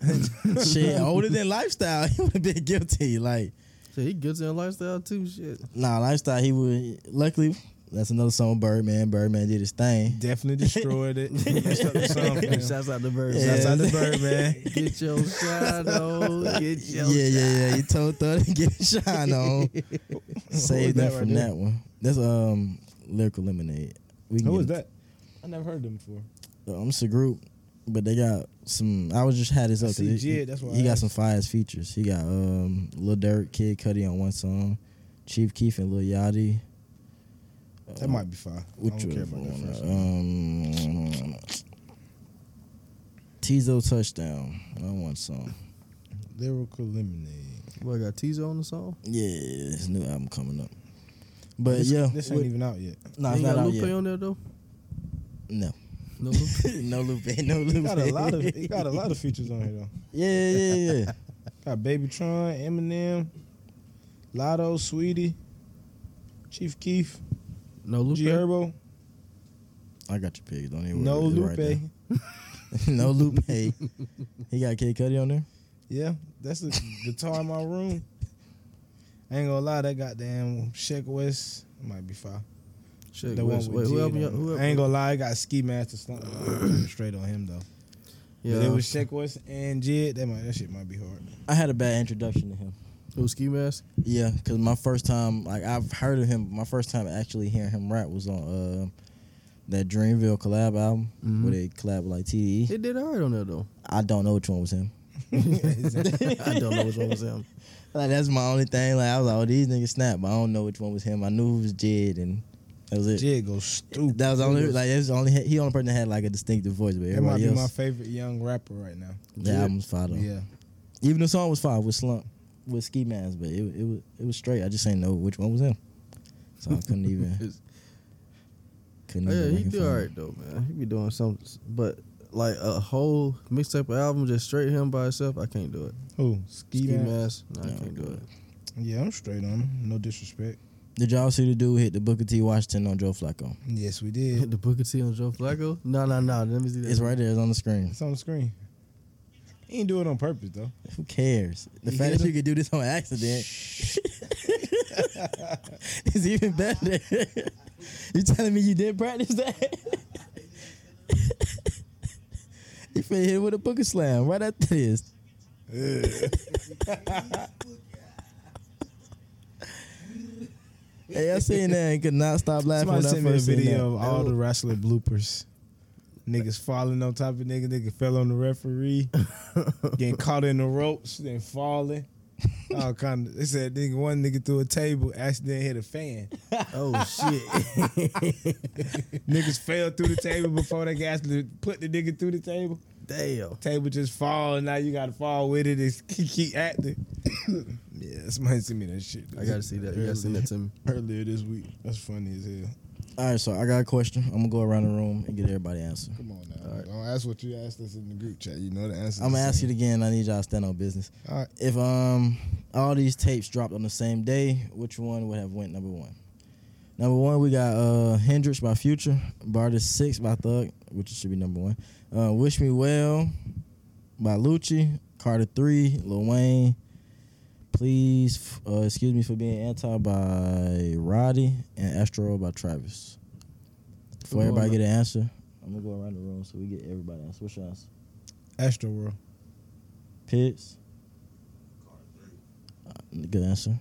[SPEAKER 3] shit older than Lifestyle. He would have been guilty. Like,
[SPEAKER 2] Shit, he guilty on lifestyle too. Shit.
[SPEAKER 3] nah, Lifestyle, he would. Luckily, that's another song, Birdman. Birdman did his thing.
[SPEAKER 4] Definitely destroyed it. Messed up the song, man. Shouts
[SPEAKER 2] Shouts out to Bird.
[SPEAKER 3] Yeah.
[SPEAKER 4] out to Bird, man.
[SPEAKER 2] Get your shadow. Get your
[SPEAKER 3] Yeah, yeah, yeah. You told Thug to get a shine on. Saved
[SPEAKER 4] that
[SPEAKER 3] them from
[SPEAKER 4] right there?
[SPEAKER 3] that one. That's um Lyrical Lemonade. We can
[SPEAKER 4] Who
[SPEAKER 3] get
[SPEAKER 4] was
[SPEAKER 3] into-
[SPEAKER 4] that? I never heard them before.
[SPEAKER 3] Um, it's a group, but they got some. I was just had this up. 'cause
[SPEAKER 4] See,
[SPEAKER 3] he-
[SPEAKER 4] Jid, that's why
[SPEAKER 3] he
[SPEAKER 4] I
[SPEAKER 3] got
[SPEAKER 4] asked.
[SPEAKER 3] some fire ass features. He got um Lil Durk, Kid Cudi on one song, Chief Keef and Lil Yachty.
[SPEAKER 4] That might be fine. I
[SPEAKER 3] Which
[SPEAKER 4] don't care about that
[SPEAKER 3] one?
[SPEAKER 4] first one.
[SPEAKER 3] Um, Tizo touchdown on one song.
[SPEAKER 4] Lyrical Lemonade.
[SPEAKER 2] What got Tizo on the song?
[SPEAKER 3] Yeah, his new album coming up. But
[SPEAKER 4] This,
[SPEAKER 3] yeah,
[SPEAKER 4] this ain't
[SPEAKER 3] with-
[SPEAKER 4] even out yet.
[SPEAKER 3] nah,
[SPEAKER 2] Ain't
[SPEAKER 3] it's not
[SPEAKER 2] got
[SPEAKER 3] out
[SPEAKER 2] Lupe
[SPEAKER 3] yet.
[SPEAKER 2] on there though.
[SPEAKER 3] No,
[SPEAKER 2] No Lupe.
[SPEAKER 3] no Lupe, no Lupe.
[SPEAKER 4] He got a lot of he got a lot of features on here though.
[SPEAKER 3] yeah, yeah, yeah.
[SPEAKER 4] Got Baby Tron, Eminem, Lotto, Sweetie, Chief Keef,
[SPEAKER 2] No Lupe.
[SPEAKER 4] G Herbo,
[SPEAKER 3] I got your pig. Don't even worry.
[SPEAKER 4] No
[SPEAKER 3] It's
[SPEAKER 4] Lupe.
[SPEAKER 3] right there. no Lupe. he got Kid Cudi on there.
[SPEAKER 4] yeah, that's the guitar in my room. I ain't gonna lie, that goddamn Sheck West might be fire.
[SPEAKER 2] Shit,
[SPEAKER 4] The
[SPEAKER 2] West.
[SPEAKER 4] one
[SPEAKER 2] Wait,
[SPEAKER 4] with
[SPEAKER 2] who
[SPEAKER 4] Jid
[SPEAKER 2] helped me?
[SPEAKER 4] on it.
[SPEAKER 2] Who helped
[SPEAKER 4] I ain't
[SPEAKER 2] me?
[SPEAKER 4] gonna lie, I got Ski Master Slump straight on him though. Yeah. But
[SPEAKER 2] Yeah,
[SPEAKER 4] it was Sheck West and Jid. That might that shit might be hard.
[SPEAKER 3] I had a bad introduction to him.
[SPEAKER 2] who ski mask?
[SPEAKER 3] Yeah, because my first time, like I've heard of him, my first time actually hearing him rap was on uh, that Dreamville collab album
[SPEAKER 4] Mm-hmm.
[SPEAKER 2] Mhm.
[SPEAKER 3] where they collab with like TDE.
[SPEAKER 2] It did alright on there though.
[SPEAKER 3] I don't know which one was him.
[SPEAKER 2] I don't know which one was him.
[SPEAKER 3] Like that's my only thing. Like I was like, oh these niggas snap, but I don't know which one was him. I knew it was Jid, and that was it.
[SPEAKER 4] Jid goes stupid.
[SPEAKER 3] That was the only like that's the only he the only person that had like a distinctive voice, but
[SPEAKER 4] That might
[SPEAKER 3] everybody
[SPEAKER 4] be my
[SPEAKER 3] else.
[SPEAKER 4] favorite young rapper right now.
[SPEAKER 3] The album's fire though.
[SPEAKER 4] Yeah.
[SPEAKER 3] Even the song was fire with Slump, with Ski Mask, but it, it was it was straight. I just ain't know which one was him, so I couldn't even.
[SPEAKER 2] It's-
[SPEAKER 3] couldn't
[SPEAKER 2] Yeah,
[SPEAKER 3] even
[SPEAKER 2] he do
[SPEAKER 3] rank it for me.
[SPEAKER 2] alright though, man. He be doing something, but like a whole mixtape or album just straight him by himself, I can't do it.
[SPEAKER 4] Who? Ski,
[SPEAKER 2] Ski
[SPEAKER 4] Mask.
[SPEAKER 2] mask, no, I
[SPEAKER 3] No,
[SPEAKER 2] can't do it.
[SPEAKER 4] Yeah, I'm straight on him. No disrespect.
[SPEAKER 3] Did y'all see the dude hit the Booker T Washington on Joe Flacco?
[SPEAKER 4] Yes, we did.
[SPEAKER 2] the Booker T on Joe Flacco? No, no, no. Let me see that.
[SPEAKER 3] It's right there. It's on the screen.
[SPEAKER 4] It's on the screen. He ain't do it on purpose though.
[SPEAKER 3] Who cares? The
[SPEAKER 4] You
[SPEAKER 3] fact
[SPEAKER 4] hit
[SPEAKER 3] that you
[SPEAKER 4] him?
[SPEAKER 3] could do this on accident. it's even better. you telling me you did practice that? you finna hit with a booger slam right after this. hey, I seen that and could not stop laughing. when
[SPEAKER 4] Somebody
[SPEAKER 3] I
[SPEAKER 4] sent me a
[SPEAKER 3] first seen that.
[SPEAKER 4] video of all the wrestling bloopers. Niggas falling on top of nigga, nigga fell on the referee, getting caught in the ropes, then falling. All kind of. They said nigga one nigga threw a table, accidentally hit a fan.
[SPEAKER 2] Oh shit!
[SPEAKER 4] Niggas fell through the table before they could actually put the nigga through the table.
[SPEAKER 2] Damn.
[SPEAKER 4] Table just fall, and now you gotta fall with it and keep, keep acting. yeah, somebody sent me that shit.
[SPEAKER 2] I gotta see that. You gotta send that to me.
[SPEAKER 4] earlier this week. That's funny as hell.
[SPEAKER 3] All right, so I got a question. I'm gonna go around the room and get everybody an answer.
[SPEAKER 6] Come on now. Don't ask what you asked us in the group chat. You know the answer.
[SPEAKER 3] I'm gonna ask you again. I need y'all to stand on business.
[SPEAKER 6] All right.
[SPEAKER 3] If um all these tapes dropped on the same day, which one would have went number one? Number one, we got uh Hendrix by Future, Barter Six by Thug, which should be number one. Uh, Wish Me Well by Lucci, Carter Three, Lil Wayne. Please, uh, excuse me for being anti by Roddy and Astro by Travis. Before everybody get an answer, I'm gonna go around the room so we get everybody an answer. What's your answer?
[SPEAKER 4] Astro World.
[SPEAKER 3] Pitts. Uh, Good answer.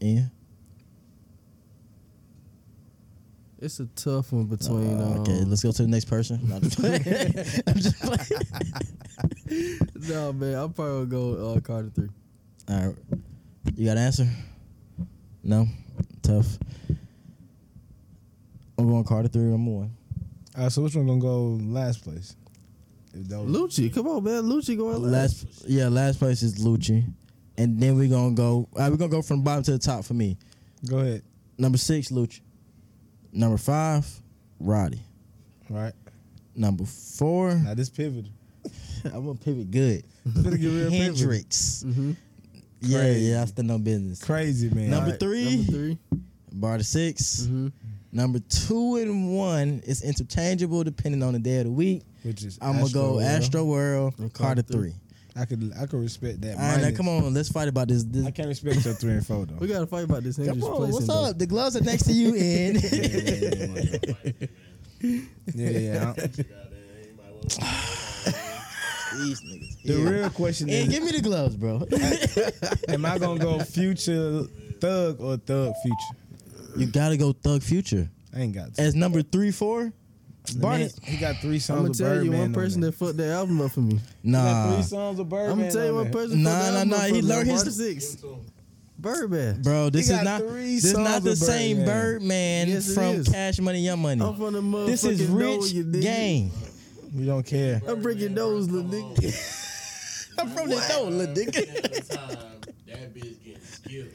[SPEAKER 3] Ian.
[SPEAKER 2] It's a tough one between.
[SPEAKER 3] Uh, okay,
[SPEAKER 2] um,
[SPEAKER 3] let's go to the next person. No, I'm just playing. I'm just playing.
[SPEAKER 2] No man, I'm probably gonna go uh, Carter three.
[SPEAKER 3] All right. You got an answer? No? Tough. I'm going Carter 3 or more.
[SPEAKER 4] All right, so which one gonna go last place? If that was-
[SPEAKER 2] Lucci, come on man, Lucci going last.
[SPEAKER 3] Uh, Last, yeah, last place is Lucci. And then we're going to go, uh, we're going to go from the bottom to the top for me.
[SPEAKER 4] Go ahead.
[SPEAKER 3] Number six, Lucci. Number five, Roddy.
[SPEAKER 4] All right.
[SPEAKER 3] Number four,
[SPEAKER 4] Now this pivot.
[SPEAKER 3] I'm going to pivot good.
[SPEAKER 4] Better get real pivot.
[SPEAKER 3] Hendrix.
[SPEAKER 2] Mhm.
[SPEAKER 3] Yeah,
[SPEAKER 4] Crazy.
[SPEAKER 3] yeah, I stand on business.
[SPEAKER 4] Crazy man.
[SPEAKER 3] Number
[SPEAKER 4] All right.
[SPEAKER 3] three,
[SPEAKER 2] Number 3
[SPEAKER 3] bar to 6
[SPEAKER 2] Mm-hmm.
[SPEAKER 3] Number two and one is interchangeable depending on the day of the week.
[SPEAKER 4] which is
[SPEAKER 3] I'm gonna go
[SPEAKER 4] World.
[SPEAKER 3] Astro World, and Carter three.
[SPEAKER 4] I could I could respect that.
[SPEAKER 3] All right, now
[SPEAKER 4] Minus-
[SPEAKER 3] come on, let's fight about this. this
[SPEAKER 4] I can't respect your three and four
[SPEAKER 2] We
[SPEAKER 4] though.
[SPEAKER 2] gotta fight about this
[SPEAKER 3] come
[SPEAKER 2] Hendrix
[SPEAKER 3] on,
[SPEAKER 2] placing.
[SPEAKER 3] what's
[SPEAKER 2] though.
[SPEAKER 3] up? The gloves are next to you, and
[SPEAKER 4] Yeah, yeah. yeah.
[SPEAKER 3] these niggas.
[SPEAKER 4] The
[SPEAKER 3] Yeah.
[SPEAKER 4] real question
[SPEAKER 3] Hey,
[SPEAKER 4] is:
[SPEAKER 3] give me the gloves, bro.
[SPEAKER 4] Am I gonna go Future Thug or Thug Future?
[SPEAKER 3] you gotta go Thug Future
[SPEAKER 4] I ain't got.
[SPEAKER 3] as number three, four.
[SPEAKER 4] The
[SPEAKER 3] Barney-
[SPEAKER 4] man- he got three songs.
[SPEAKER 2] I'm gonna
[SPEAKER 4] of
[SPEAKER 2] tell you
[SPEAKER 4] Birdman
[SPEAKER 2] one
[SPEAKER 4] on
[SPEAKER 2] person
[SPEAKER 4] there.
[SPEAKER 2] that fucked that album up for me.
[SPEAKER 4] He got
[SPEAKER 3] Nah,
[SPEAKER 4] three songs of Birdman.
[SPEAKER 2] I'm gonna tell you one
[SPEAKER 4] person.
[SPEAKER 2] person.
[SPEAKER 3] Nah,
[SPEAKER 2] fucked that
[SPEAKER 3] nah,
[SPEAKER 2] album
[SPEAKER 3] nah,
[SPEAKER 2] up
[SPEAKER 3] he
[SPEAKER 2] for me.
[SPEAKER 3] learned his-
[SPEAKER 2] March six Birdman.
[SPEAKER 3] bro, this
[SPEAKER 4] He
[SPEAKER 3] is
[SPEAKER 4] got
[SPEAKER 3] not
[SPEAKER 4] three
[SPEAKER 3] this is
[SPEAKER 4] songs
[SPEAKER 3] not the
[SPEAKER 4] of
[SPEAKER 3] same
[SPEAKER 4] Birdman.
[SPEAKER 3] Birdman
[SPEAKER 2] Yes, it
[SPEAKER 3] from
[SPEAKER 2] is.
[SPEAKER 3] Cash Money Young Money.
[SPEAKER 2] I'm from the motherfucking
[SPEAKER 3] This is
[SPEAKER 2] know
[SPEAKER 3] rich
[SPEAKER 2] you, nigga.
[SPEAKER 3] gang.
[SPEAKER 4] We don't care.
[SPEAKER 2] I'm breaking those little nigga.
[SPEAKER 3] I'm from the dough, little nigga.
[SPEAKER 1] That bitch getting skipped, nigga.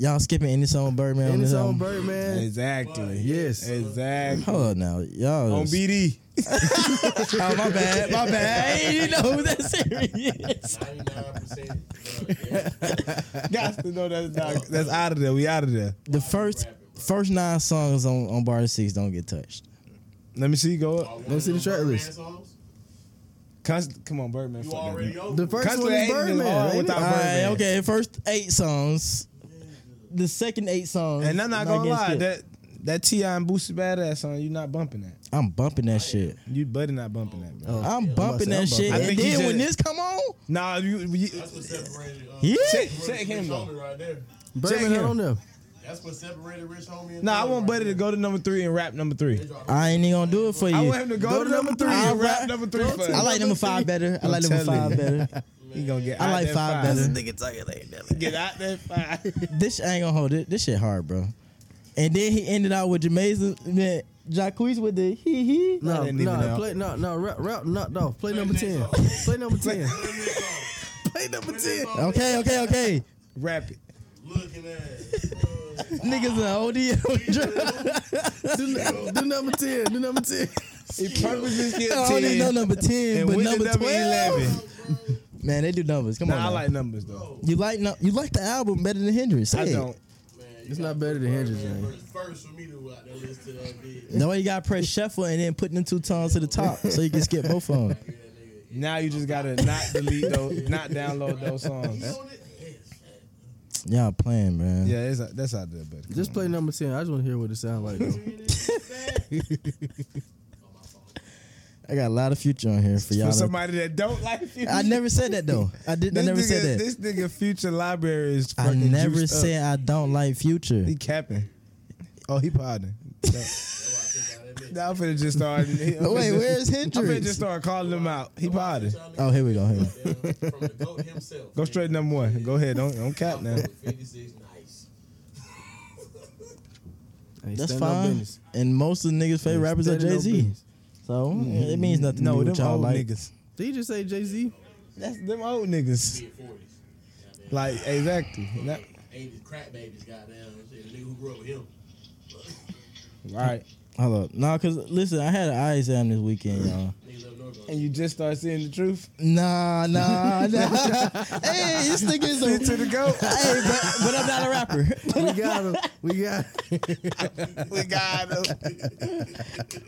[SPEAKER 3] Y'all skipping any song Birdman on
[SPEAKER 2] And
[SPEAKER 3] this
[SPEAKER 2] it's on
[SPEAKER 3] album?
[SPEAKER 2] Birdman.
[SPEAKER 4] Exactly.
[SPEAKER 2] Yes.
[SPEAKER 4] Exactly.
[SPEAKER 3] Hold on now, y'all.
[SPEAKER 4] On
[SPEAKER 3] is-
[SPEAKER 4] BD.
[SPEAKER 3] Oh my bad, my bad. I didn't even know who that serious.
[SPEAKER 1] 99% drug,
[SPEAKER 4] Got to know that's not, that's out of there. We out of there.
[SPEAKER 3] The first first nine songs on on Bar to Six don't get touched.
[SPEAKER 4] Let me see. Go
[SPEAKER 1] yeah.
[SPEAKER 4] up.
[SPEAKER 2] Let's see the track
[SPEAKER 1] Birdman
[SPEAKER 2] list.
[SPEAKER 1] songs?
[SPEAKER 4] Const- come on, Birdman.
[SPEAKER 1] You
[SPEAKER 4] fuck that
[SPEAKER 1] already
[SPEAKER 4] nigga.
[SPEAKER 1] over.
[SPEAKER 2] The first
[SPEAKER 4] Cause
[SPEAKER 2] one
[SPEAKER 4] they
[SPEAKER 2] is
[SPEAKER 4] ain't been hard
[SPEAKER 2] Birdman. ain't
[SPEAKER 4] without
[SPEAKER 2] it?
[SPEAKER 3] All right,
[SPEAKER 4] Birdman.
[SPEAKER 3] okay. First eight songs, the second eight songs,
[SPEAKER 4] And I'm not
[SPEAKER 3] not
[SPEAKER 4] gonna
[SPEAKER 3] getting
[SPEAKER 4] lie,
[SPEAKER 3] skipped.
[SPEAKER 4] that that Ti and Boosie badass song, you not bumping that.
[SPEAKER 3] I'm bumping that shit.
[SPEAKER 4] You better not bumping that. Bro.
[SPEAKER 3] I'm
[SPEAKER 2] I'm about to
[SPEAKER 3] bumping
[SPEAKER 2] say, I'm
[SPEAKER 3] that shit.
[SPEAKER 4] I
[SPEAKER 3] And then
[SPEAKER 4] think he
[SPEAKER 3] when this
[SPEAKER 4] just-
[SPEAKER 3] come on,
[SPEAKER 4] Nah, you, you
[SPEAKER 1] That's what separated. Uh,
[SPEAKER 3] yeah,
[SPEAKER 4] check,
[SPEAKER 1] Rich
[SPEAKER 4] check him though.
[SPEAKER 1] Homie right there.
[SPEAKER 2] Birdman
[SPEAKER 4] Check him.
[SPEAKER 2] on there.
[SPEAKER 1] That's what separated Rich Homie. and
[SPEAKER 4] Nah, I
[SPEAKER 1] Thug
[SPEAKER 4] want
[SPEAKER 1] right
[SPEAKER 4] Buddy to go to number three and rap number three.
[SPEAKER 1] there.
[SPEAKER 3] I ain't even gonna do it for you.
[SPEAKER 4] I want him to go, to number three
[SPEAKER 3] I'll
[SPEAKER 4] and rap
[SPEAKER 3] rap-
[SPEAKER 4] number three. for
[SPEAKER 3] I
[SPEAKER 4] us.
[SPEAKER 3] like number five better. I
[SPEAKER 4] I'm
[SPEAKER 3] like number
[SPEAKER 4] telling
[SPEAKER 3] five
[SPEAKER 4] you.
[SPEAKER 3] better.
[SPEAKER 4] He gonna get.
[SPEAKER 3] I
[SPEAKER 4] out
[SPEAKER 3] like
[SPEAKER 4] that
[SPEAKER 3] five better.
[SPEAKER 4] Get out that five.
[SPEAKER 3] This I ain't gonna hold it. This shit hard, bro. And then he ended out with Jamaican man, Jacquees with the hee hee.
[SPEAKER 2] No,
[SPEAKER 4] didn't even
[SPEAKER 2] no,
[SPEAKER 4] know.
[SPEAKER 2] play, no, no, rap, rap, knocked off. Play number
[SPEAKER 1] next
[SPEAKER 2] ten.
[SPEAKER 1] song.
[SPEAKER 2] Play number ten. Play number ten.
[SPEAKER 3] Okay, okay, okay.
[SPEAKER 4] Rap it.
[SPEAKER 1] Looking at. uh,
[SPEAKER 3] Niggas an ODO drop.
[SPEAKER 4] Oh,
[SPEAKER 2] Do, do number ten. Do number ten.
[SPEAKER 4] He purposely skipped
[SPEAKER 3] I don't even know
[SPEAKER 4] ten.
[SPEAKER 3] number ten,
[SPEAKER 4] And
[SPEAKER 3] but
[SPEAKER 4] with the
[SPEAKER 3] number
[SPEAKER 4] number
[SPEAKER 3] twelve.
[SPEAKER 4] eleven.
[SPEAKER 3] Man, they do numbers. Come on.
[SPEAKER 4] Nah, I
[SPEAKER 3] now.
[SPEAKER 4] like numbers though.
[SPEAKER 3] you like no, you like the album better than Hendrix.
[SPEAKER 4] I
[SPEAKER 3] Say it.
[SPEAKER 4] don't.
[SPEAKER 2] It's not better than Hendrix, man.
[SPEAKER 1] First, first for me to go out that list to that bitch.
[SPEAKER 3] No way you gotta press shuffle and then put them two tones to the top so you can skip both of them.
[SPEAKER 4] Now you just gotta not delete those, not download those songs.
[SPEAKER 1] On it? Yes.
[SPEAKER 3] Y'all playing, man.
[SPEAKER 4] Yeah, it's, that's out there, buddy. Come
[SPEAKER 2] Just
[SPEAKER 4] on,
[SPEAKER 2] play
[SPEAKER 4] man.
[SPEAKER 2] number ten. I just want to hear what it sounds like. though.
[SPEAKER 3] I got a lot of future on here for y'all.
[SPEAKER 4] for
[SPEAKER 3] to-
[SPEAKER 4] somebody that don't like future.
[SPEAKER 3] I never said that though. I didn't. I
[SPEAKER 4] This
[SPEAKER 3] never said
[SPEAKER 4] nigga,
[SPEAKER 3] that.
[SPEAKER 4] This nigga future library is
[SPEAKER 3] I
[SPEAKER 4] fucking
[SPEAKER 3] never
[SPEAKER 4] juiced up.
[SPEAKER 3] said I don't like Future.
[SPEAKER 4] he capping. Oh, he podding. Now I'm finna just start. Wait,
[SPEAKER 3] Oh, wait, where's
[SPEAKER 4] I'm finna just
[SPEAKER 3] Hendrix?
[SPEAKER 4] start calling him out. He podding.
[SPEAKER 3] Oh, here we go. Here we
[SPEAKER 1] uh,
[SPEAKER 3] go.
[SPEAKER 1] From the goat himself.
[SPEAKER 4] Go straight number one. Go ahead. Don't don't cap now.
[SPEAKER 1] 56, nice.
[SPEAKER 2] Hey,
[SPEAKER 3] That's
[SPEAKER 2] stand on
[SPEAKER 3] fine.
[SPEAKER 2] business.
[SPEAKER 3] And most of the niggas' favorite rappers are
[SPEAKER 2] Stand on
[SPEAKER 3] Jay Z.
[SPEAKER 2] business.
[SPEAKER 3] So it means nothing.
[SPEAKER 4] Mm-hmm. No,
[SPEAKER 3] to me
[SPEAKER 4] them
[SPEAKER 3] what y'all
[SPEAKER 4] old
[SPEAKER 3] like.
[SPEAKER 4] niggas.
[SPEAKER 2] Did you just say Jay Z?
[SPEAKER 4] That's them old niggas.
[SPEAKER 1] Mid 40s.
[SPEAKER 4] Like exactly. That,
[SPEAKER 1] 80s crack babies, goddamn. Shit, the nigga who grew up with him.
[SPEAKER 4] all right.
[SPEAKER 3] Hold up, nah, cause listen, I had an eye exam this weekend, y'all.
[SPEAKER 1] Niggas up north going.
[SPEAKER 4] And you just start seeing the truth.
[SPEAKER 3] Nah, nah, nah. hey, this nigga is a.
[SPEAKER 4] Into the goat.
[SPEAKER 3] Hey, but, but I'm not a rapper.
[SPEAKER 2] We got him. We got.
[SPEAKER 4] we got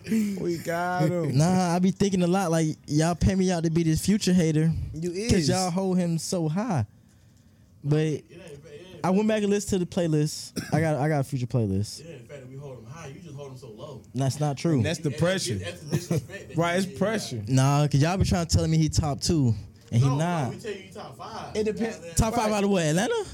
[SPEAKER 4] him. we got him.
[SPEAKER 3] Nah, I be thinking a lot. Like y'all pay me out to be this future hater,
[SPEAKER 4] You
[SPEAKER 3] cause
[SPEAKER 4] is.
[SPEAKER 3] y'all hold him so high. But
[SPEAKER 1] It ain't, it ain't,
[SPEAKER 3] I went back and listened to the playlist. I got I got a future playlist.
[SPEAKER 1] it ain't the fact that we hold him high. You just hold him so low.
[SPEAKER 3] That's not true.
[SPEAKER 4] That's the
[SPEAKER 1] That-
[SPEAKER 4] pressure.
[SPEAKER 1] That's the disrespect. that
[SPEAKER 4] Right,
[SPEAKER 1] you
[SPEAKER 4] it's
[SPEAKER 1] get.
[SPEAKER 4] pressure.
[SPEAKER 3] Nah, cause y'all be trying to tell me he top two, and he
[SPEAKER 1] No,
[SPEAKER 3] not.
[SPEAKER 1] we tell you you top five.
[SPEAKER 4] It depends-
[SPEAKER 1] Goddamn.
[SPEAKER 3] Top five out of what? Atlanta?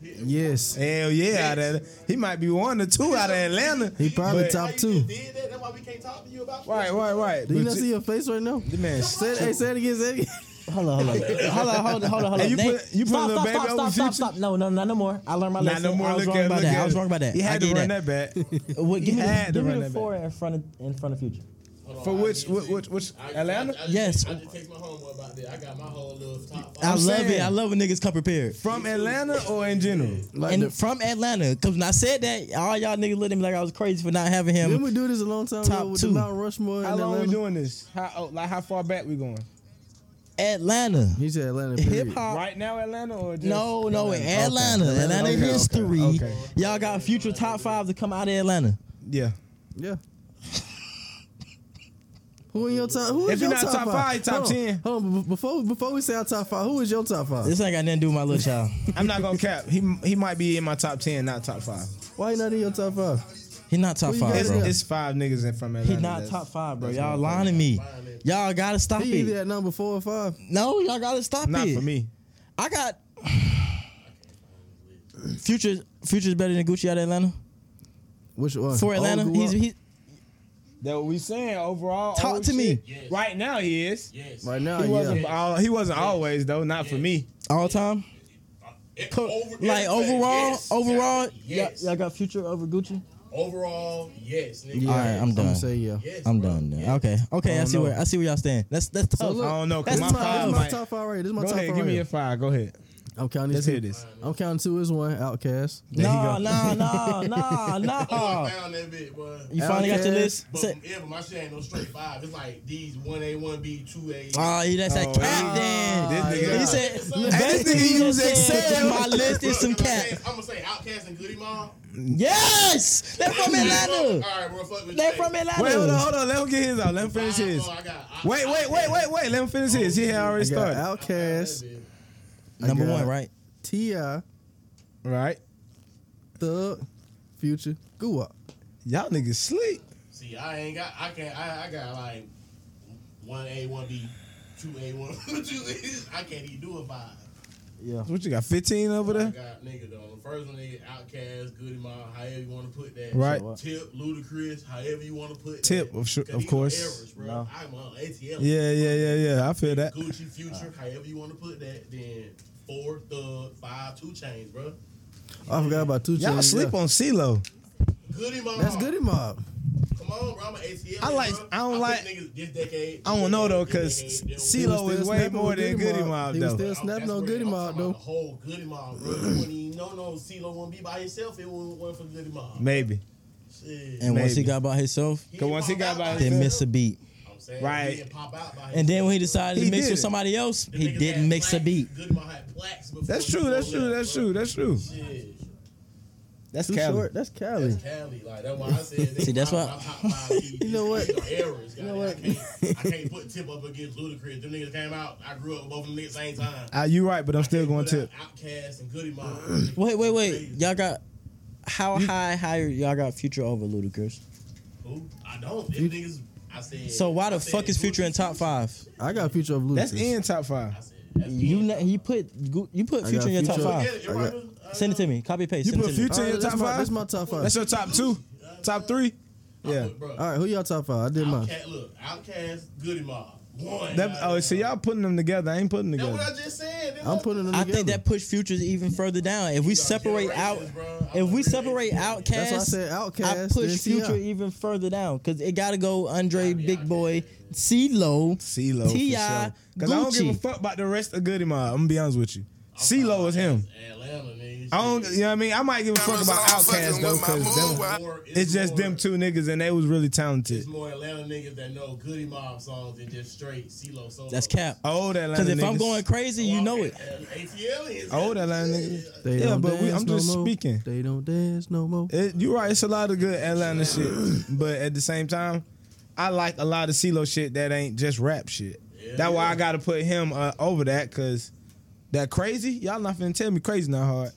[SPEAKER 2] Yes.
[SPEAKER 4] Hell yeah, out of, he might be one or two out of Atlanta.
[SPEAKER 2] He probably
[SPEAKER 4] But-
[SPEAKER 2] top
[SPEAKER 1] How you
[SPEAKER 2] two.
[SPEAKER 1] just did that? That's why we can't talk to you about
[SPEAKER 4] Right, right, right.
[SPEAKER 2] Do you
[SPEAKER 4] But
[SPEAKER 2] not
[SPEAKER 4] you-
[SPEAKER 2] see your face right now?
[SPEAKER 4] the man,
[SPEAKER 2] Say, it- hey, say it again. Say it again.
[SPEAKER 3] Hold on, hold on, hold on, hold on, hold on. Hold
[SPEAKER 4] Hey,
[SPEAKER 3] on.
[SPEAKER 4] you
[SPEAKER 3] Nate,
[SPEAKER 4] put- you put
[SPEAKER 3] stop,
[SPEAKER 4] Lil
[SPEAKER 3] stop,
[SPEAKER 4] Baby
[SPEAKER 3] stop,
[SPEAKER 4] over
[SPEAKER 3] stop,
[SPEAKER 4] Future?
[SPEAKER 3] stop, stop. No, no, not no more. I learned my
[SPEAKER 4] not
[SPEAKER 3] lesson.
[SPEAKER 4] no more.
[SPEAKER 3] I was
[SPEAKER 4] Look
[SPEAKER 3] wrong
[SPEAKER 4] at,
[SPEAKER 3] about
[SPEAKER 4] look
[SPEAKER 3] that.
[SPEAKER 4] at
[SPEAKER 3] I was
[SPEAKER 4] it.
[SPEAKER 3] wrong about that.
[SPEAKER 4] He
[SPEAKER 3] I
[SPEAKER 4] had
[SPEAKER 3] get
[SPEAKER 4] to run
[SPEAKER 3] that.
[SPEAKER 4] that back.
[SPEAKER 3] What, give
[SPEAKER 4] He
[SPEAKER 3] me the,
[SPEAKER 4] had to
[SPEAKER 3] give me
[SPEAKER 4] run
[SPEAKER 3] the
[SPEAKER 4] that
[SPEAKER 3] four in front of in front of future.
[SPEAKER 1] Hold on,
[SPEAKER 4] For
[SPEAKER 1] I
[SPEAKER 4] which-
[SPEAKER 1] just-
[SPEAKER 4] which- which- which-
[SPEAKER 1] I- I-
[SPEAKER 4] Atlanta?
[SPEAKER 1] I just-
[SPEAKER 3] Yes.
[SPEAKER 1] I just take my homework about that. I got my whole little top
[SPEAKER 3] I
[SPEAKER 1] five.
[SPEAKER 3] love it.
[SPEAKER 4] saying-
[SPEAKER 3] I love when niggas come prepared.
[SPEAKER 4] From Atlanta or in general?
[SPEAKER 2] Like
[SPEAKER 3] and
[SPEAKER 2] the-
[SPEAKER 3] from Atlanta, because when I said that, all y'all niggas looked at me like I was crazy for not having
[SPEAKER 2] Didn't
[SPEAKER 3] him.
[SPEAKER 2] we do this a long time
[SPEAKER 3] Top
[SPEAKER 2] ago with
[SPEAKER 3] two.
[SPEAKER 2] the Mount Rushmore?
[SPEAKER 4] How
[SPEAKER 2] and
[SPEAKER 4] long we
[SPEAKER 2] Atlanta?
[SPEAKER 4] doing this? How oh, like how far back we going?
[SPEAKER 3] Atlanta,
[SPEAKER 2] He said Atlanta.
[SPEAKER 3] hip
[SPEAKER 2] Hip hop.
[SPEAKER 3] hop.
[SPEAKER 4] Right now, Atlanta or just
[SPEAKER 3] Uh, No, no, Atlanta,
[SPEAKER 2] Okay.
[SPEAKER 3] Atlanta
[SPEAKER 4] Okay, okay,
[SPEAKER 3] history.
[SPEAKER 4] okay.
[SPEAKER 3] Y'all got future top five to come out of Atlanta.
[SPEAKER 4] Yeah.
[SPEAKER 2] Yeah. Who in your top? Who is
[SPEAKER 4] If
[SPEAKER 2] your
[SPEAKER 4] you're not top five, top
[SPEAKER 2] Hold on,
[SPEAKER 4] 10.
[SPEAKER 2] Hold on, b- before before we say our top five, who is your top five?
[SPEAKER 3] This ain't got nothing to do with my little child.
[SPEAKER 4] I'm not gonna cap. He he might be in my top ten, not top five.
[SPEAKER 2] Why you not in your top five?
[SPEAKER 3] He not top
[SPEAKER 2] Who you
[SPEAKER 3] five,
[SPEAKER 4] It's,
[SPEAKER 2] got
[SPEAKER 3] bro.
[SPEAKER 2] there?
[SPEAKER 4] it's five niggas in from Atlanta.
[SPEAKER 3] He not
[SPEAKER 4] that's-
[SPEAKER 3] top five, bro.
[SPEAKER 4] that's
[SPEAKER 3] Y'all
[SPEAKER 4] what I'm
[SPEAKER 3] lying to me.
[SPEAKER 1] Fine,
[SPEAKER 3] Y'all gotta stop
[SPEAKER 2] He either
[SPEAKER 3] it.
[SPEAKER 2] at number four or five.
[SPEAKER 3] No, y'all gotta stop
[SPEAKER 4] Not
[SPEAKER 3] it.
[SPEAKER 4] for me.
[SPEAKER 3] I got future. Future's better than Gucci out of Atlanta.
[SPEAKER 2] Which one?
[SPEAKER 3] For
[SPEAKER 2] Oh,
[SPEAKER 3] Atlanta,
[SPEAKER 2] Guap.
[SPEAKER 3] he's, he's
[SPEAKER 4] That what we saying overall.
[SPEAKER 3] Talk
[SPEAKER 4] old
[SPEAKER 3] to me.
[SPEAKER 4] shit.
[SPEAKER 1] Yes.
[SPEAKER 4] Right now he is.
[SPEAKER 1] Yes.
[SPEAKER 2] right now.
[SPEAKER 4] He wasn't.
[SPEAKER 2] Yeah.
[SPEAKER 4] All, he wasn't always though. Not for me.
[SPEAKER 3] all time.
[SPEAKER 1] It-
[SPEAKER 3] Co-
[SPEAKER 1] over-
[SPEAKER 3] like
[SPEAKER 1] everything,
[SPEAKER 3] overall,
[SPEAKER 1] yes.
[SPEAKER 3] overall,
[SPEAKER 1] Yes.
[SPEAKER 3] y'all, y'all got future over Gucci.
[SPEAKER 1] Overall, yes, nigga.
[SPEAKER 3] All right, I'm
[SPEAKER 2] I'm
[SPEAKER 3] done.
[SPEAKER 2] gonna say yeah.
[SPEAKER 1] Yes,
[SPEAKER 3] I'm
[SPEAKER 1] bro.
[SPEAKER 3] done. Then.
[SPEAKER 1] Yes.
[SPEAKER 3] Okay, okay. I,
[SPEAKER 4] don't
[SPEAKER 3] see
[SPEAKER 4] know.
[SPEAKER 3] where I see where y'all stand. That's that's tough.
[SPEAKER 2] look,
[SPEAKER 4] I don't know. 'cause
[SPEAKER 3] That's
[SPEAKER 2] This
[SPEAKER 4] my
[SPEAKER 2] my, this
[SPEAKER 4] five
[SPEAKER 2] my
[SPEAKER 4] might-
[SPEAKER 2] top five right. This my
[SPEAKER 4] Go
[SPEAKER 2] top
[SPEAKER 4] ahead.
[SPEAKER 2] five.
[SPEAKER 4] Give
[SPEAKER 2] right.
[SPEAKER 4] me your five. Go ahead.
[SPEAKER 2] I'm counting
[SPEAKER 4] Let's
[SPEAKER 2] two.
[SPEAKER 4] hear this.
[SPEAKER 2] I'm counting two as one. Outcast.
[SPEAKER 3] No, no, no, no,
[SPEAKER 1] I
[SPEAKER 3] no.
[SPEAKER 1] found that bit, boy.
[SPEAKER 3] You finally got your
[SPEAKER 2] Outcast.
[SPEAKER 3] list.
[SPEAKER 1] But
[SPEAKER 3] Ah. Say,
[SPEAKER 1] yeah, but my shit ain't no straight five. It's like these one A, one B, two A.
[SPEAKER 3] oh, he that's that
[SPEAKER 4] Oh,
[SPEAKER 3] cap then.
[SPEAKER 4] This nigga-
[SPEAKER 3] He
[SPEAKER 1] yeah.
[SPEAKER 3] said,
[SPEAKER 4] Hey, this
[SPEAKER 3] basically,
[SPEAKER 4] nigga
[SPEAKER 3] he
[SPEAKER 4] use
[SPEAKER 3] just said,
[SPEAKER 4] Excel.
[SPEAKER 3] My list is some cap.
[SPEAKER 1] I'm gonna say Outcast and Goody Mom.
[SPEAKER 3] Yes, they're from
[SPEAKER 1] All
[SPEAKER 3] Atlanta.
[SPEAKER 1] right, bro, fuck with
[SPEAKER 3] They're
[SPEAKER 1] you.
[SPEAKER 3] from Atlanta.
[SPEAKER 4] Wait, hold on, hold on. Let him get his out. Let him finish
[SPEAKER 1] Five,
[SPEAKER 4] his.
[SPEAKER 1] oh, I got- I-
[SPEAKER 4] Wait, wait, wait, wait, wait. Let him finish his. He had already
[SPEAKER 2] I got
[SPEAKER 4] started.
[SPEAKER 2] Outcast.
[SPEAKER 3] Number
[SPEAKER 2] I got-
[SPEAKER 3] one, right?
[SPEAKER 2] Ti.
[SPEAKER 4] Right.
[SPEAKER 2] Thug. Future. Guap.
[SPEAKER 4] Y'all niggas sleep.
[SPEAKER 1] See, I ain't got. I can't. I, I got like one A, one B, two A, one two. A. I can't even do a five.
[SPEAKER 3] Yeah.
[SPEAKER 4] What you got? 15 over
[SPEAKER 1] I
[SPEAKER 4] there?
[SPEAKER 1] got nigga though. The first one nigga, Outcast, Goody Mob, however you want to put that.
[SPEAKER 4] Right.
[SPEAKER 1] Tip, Ludacris, however you want to put
[SPEAKER 4] Tip,
[SPEAKER 1] that.
[SPEAKER 4] of su-
[SPEAKER 1] 'Cause
[SPEAKER 4] of
[SPEAKER 1] these are
[SPEAKER 4] course.
[SPEAKER 1] Errors, bro.
[SPEAKER 3] No.
[SPEAKER 1] I'm on ATL.
[SPEAKER 4] Yeah, yeah, yeah, yeah. I feel that.
[SPEAKER 1] Gucci, Future, however you want to put that. Then four, thug, five, two chains, bro.
[SPEAKER 2] I forgot about two.
[SPEAKER 4] Y'all
[SPEAKER 2] Chainz,
[SPEAKER 4] sleep
[SPEAKER 2] yeah.
[SPEAKER 4] on CeeLo.
[SPEAKER 1] Goody Mob.
[SPEAKER 2] That's Goody Mob.
[SPEAKER 1] Come on, bro. I'm an ATL.
[SPEAKER 4] I like-
[SPEAKER 1] Bro.
[SPEAKER 4] I don't
[SPEAKER 1] pick
[SPEAKER 4] like-
[SPEAKER 1] Niggas this decade.
[SPEAKER 4] I don't know, though, 'cause
[SPEAKER 1] this decade,
[SPEAKER 4] C-
[SPEAKER 2] He was
[SPEAKER 4] CeeLo is
[SPEAKER 2] still
[SPEAKER 4] way
[SPEAKER 2] snapping
[SPEAKER 4] more
[SPEAKER 2] with
[SPEAKER 4] than Goody Mob,
[SPEAKER 2] He was
[SPEAKER 4] though.
[SPEAKER 2] still
[SPEAKER 1] That's
[SPEAKER 2] snapping on
[SPEAKER 1] where-
[SPEAKER 2] Goody
[SPEAKER 1] I'm
[SPEAKER 2] Mob
[SPEAKER 1] talking about
[SPEAKER 2] though.
[SPEAKER 1] The whole Goody Mob, bro. You wouldn't even know no CeeLo won't be by himself. It wasn't wasn't for Goody Mob.
[SPEAKER 4] Maybe.
[SPEAKER 1] Shit.
[SPEAKER 3] And once he
[SPEAKER 4] Maybe.
[SPEAKER 3] got by himself,
[SPEAKER 1] didn't
[SPEAKER 4] once he
[SPEAKER 1] pop
[SPEAKER 4] got
[SPEAKER 1] out
[SPEAKER 4] by
[SPEAKER 1] himself.
[SPEAKER 4] himself-
[SPEAKER 3] then miss a beat.
[SPEAKER 1] I'm saying,
[SPEAKER 4] Right.
[SPEAKER 1] He didn't pop out by
[SPEAKER 3] And then when he
[SPEAKER 1] himself,
[SPEAKER 3] decided
[SPEAKER 4] He
[SPEAKER 3] to mix
[SPEAKER 4] did
[SPEAKER 3] with
[SPEAKER 4] it.
[SPEAKER 3] somebody else,
[SPEAKER 1] bro.
[SPEAKER 3] he
[SPEAKER 1] Them niggas
[SPEAKER 3] didn't
[SPEAKER 1] had
[SPEAKER 3] mix a
[SPEAKER 1] plaques.
[SPEAKER 3] beat.
[SPEAKER 1] Goody Mob had plaques before
[SPEAKER 4] That's
[SPEAKER 1] he
[SPEAKER 4] true.
[SPEAKER 1] was
[SPEAKER 4] That's
[SPEAKER 1] on
[SPEAKER 4] true.
[SPEAKER 1] that,
[SPEAKER 4] That's
[SPEAKER 1] bro.
[SPEAKER 4] true. That's true.
[SPEAKER 1] Shit.
[SPEAKER 4] That's
[SPEAKER 2] Too
[SPEAKER 4] Cali.
[SPEAKER 2] short. That's Cali.
[SPEAKER 1] Cali. Like that's why I said. They
[SPEAKER 3] See, that's
[SPEAKER 1] pop-
[SPEAKER 3] why-
[SPEAKER 1] I pop my TV,
[SPEAKER 2] You know what?
[SPEAKER 1] no Errors,
[SPEAKER 2] You know
[SPEAKER 1] goddamn. I can't, I can't put Tip up against Ludacris. Them niggas came out. I grew up with both of them niggas same time.
[SPEAKER 4] Ah, you right, but I'm still going
[SPEAKER 1] Put out
[SPEAKER 4] tip.
[SPEAKER 1] Outkast and Goody Mob.
[SPEAKER 3] Wait, wait, wait. Y'all got how high higher y'all got Future over Ludacris?
[SPEAKER 1] Who? I don't. Them niggas. I said.
[SPEAKER 3] So why
[SPEAKER 1] I
[SPEAKER 3] the
[SPEAKER 1] said
[SPEAKER 3] fuck is Future in
[SPEAKER 1] Ludacris.
[SPEAKER 3] top five?
[SPEAKER 2] I got Future of Ludacris.
[SPEAKER 4] That's in top five.
[SPEAKER 1] I said, that's
[SPEAKER 3] You
[SPEAKER 1] it.
[SPEAKER 3] not, he put Gu- you put
[SPEAKER 2] I
[SPEAKER 3] Future
[SPEAKER 2] got
[SPEAKER 3] in your top
[SPEAKER 2] Future.
[SPEAKER 1] Yeah,
[SPEAKER 3] five.
[SPEAKER 1] you're
[SPEAKER 2] I
[SPEAKER 1] right. Uh,
[SPEAKER 3] Send it to me. Copy paste.
[SPEAKER 4] You
[SPEAKER 3] Send it
[SPEAKER 4] put
[SPEAKER 3] to me.
[SPEAKER 4] Future in your
[SPEAKER 2] Alright,
[SPEAKER 4] top
[SPEAKER 2] that's my-
[SPEAKER 4] five.
[SPEAKER 2] That's my top five.
[SPEAKER 4] That's your top two, top three. Yeah.
[SPEAKER 1] Look, bro.
[SPEAKER 2] All right, who y'all top five? I did mine.
[SPEAKER 1] Outcast, look, Outcast, Goody Mob. One.
[SPEAKER 4] That, oh, so y'all putting them together? I ain't putting them
[SPEAKER 1] That's what
[SPEAKER 4] together.
[SPEAKER 1] I just said.
[SPEAKER 2] I'm putting them
[SPEAKER 3] I
[SPEAKER 2] together.
[SPEAKER 3] think that pushed Futures even further down. If we separate out,
[SPEAKER 1] Generations, bro. I'm
[SPEAKER 3] if we
[SPEAKER 1] really
[SPEAKER 3] separate
[SPEAKER 1] into it.
[SPEAKER 3] Outkast,
[SPEAKER 2] That's why I said
[SPEAKER 3] I
[SPEAKER 2] Outkast.
[SPEAKER 3] push Future even further down because it gotta go Andre, Big Boy, CeeLo,
[SPEAKER 4] CeeLo,
[SPEAKER 3] T.I.,
[SPEAKER 4] Because I don't give a
[SPEAKER 3] Gucci.
[SPEAKER 4] fuck about the rest of Goody Mob. I'm gonna be honest with you. CeeLo is him.
[SPEAKER 1] Atlanta, nigga.
[SPEAKER 4] I don't, you know what I mean? I might give a fuck about Outkast though, because them,
[SPEAKER 1] More-
[SPEAKER 4] it's just
[SPEAKER 1] more-
[SPEAKER 4] them two niggas and they was really talented.
[SPEAKER 1] It's more Atlanta niggas that know Goody Mob songs than just straight CeeLo solo.
[SPEAKER 3] That's cap.
[SPEAKER 4] Old Atlanta
[SPEAKER 3] Because if I'm
[SPEAKER 4] niggas.
[SPEAKER 3] going crazy, you know it. Oh,
[SPEAKER 1] ATL is.
[SPEAKER 4] old Atlanta niggas.
[SPEAKER 2] They
[SPEAKER 4] Yeah,
[SPEAKER 2] don't
[SPEAKER 4] but we-
[SPEAKER 2] dance
[SPEAKER 4] I'm
[SPEAKER 2] no
[SPEAKER 4] just
[SPEAKER 2] more.
[SPEAKER 4] speaking.
[SPEAKER 2] They don't dance no more.
[SPEAKER 4] It, you're right. It's a lot of good Atlanta shit, but at the same time, I like a lot of CeeLo shit that ain't just rap shit.
[SPEAKER 1] Yeah.
[SPEAKER 4] That's why I gotta put him uh, over that because that crazy. Y'all not finna tell me crazy not hard.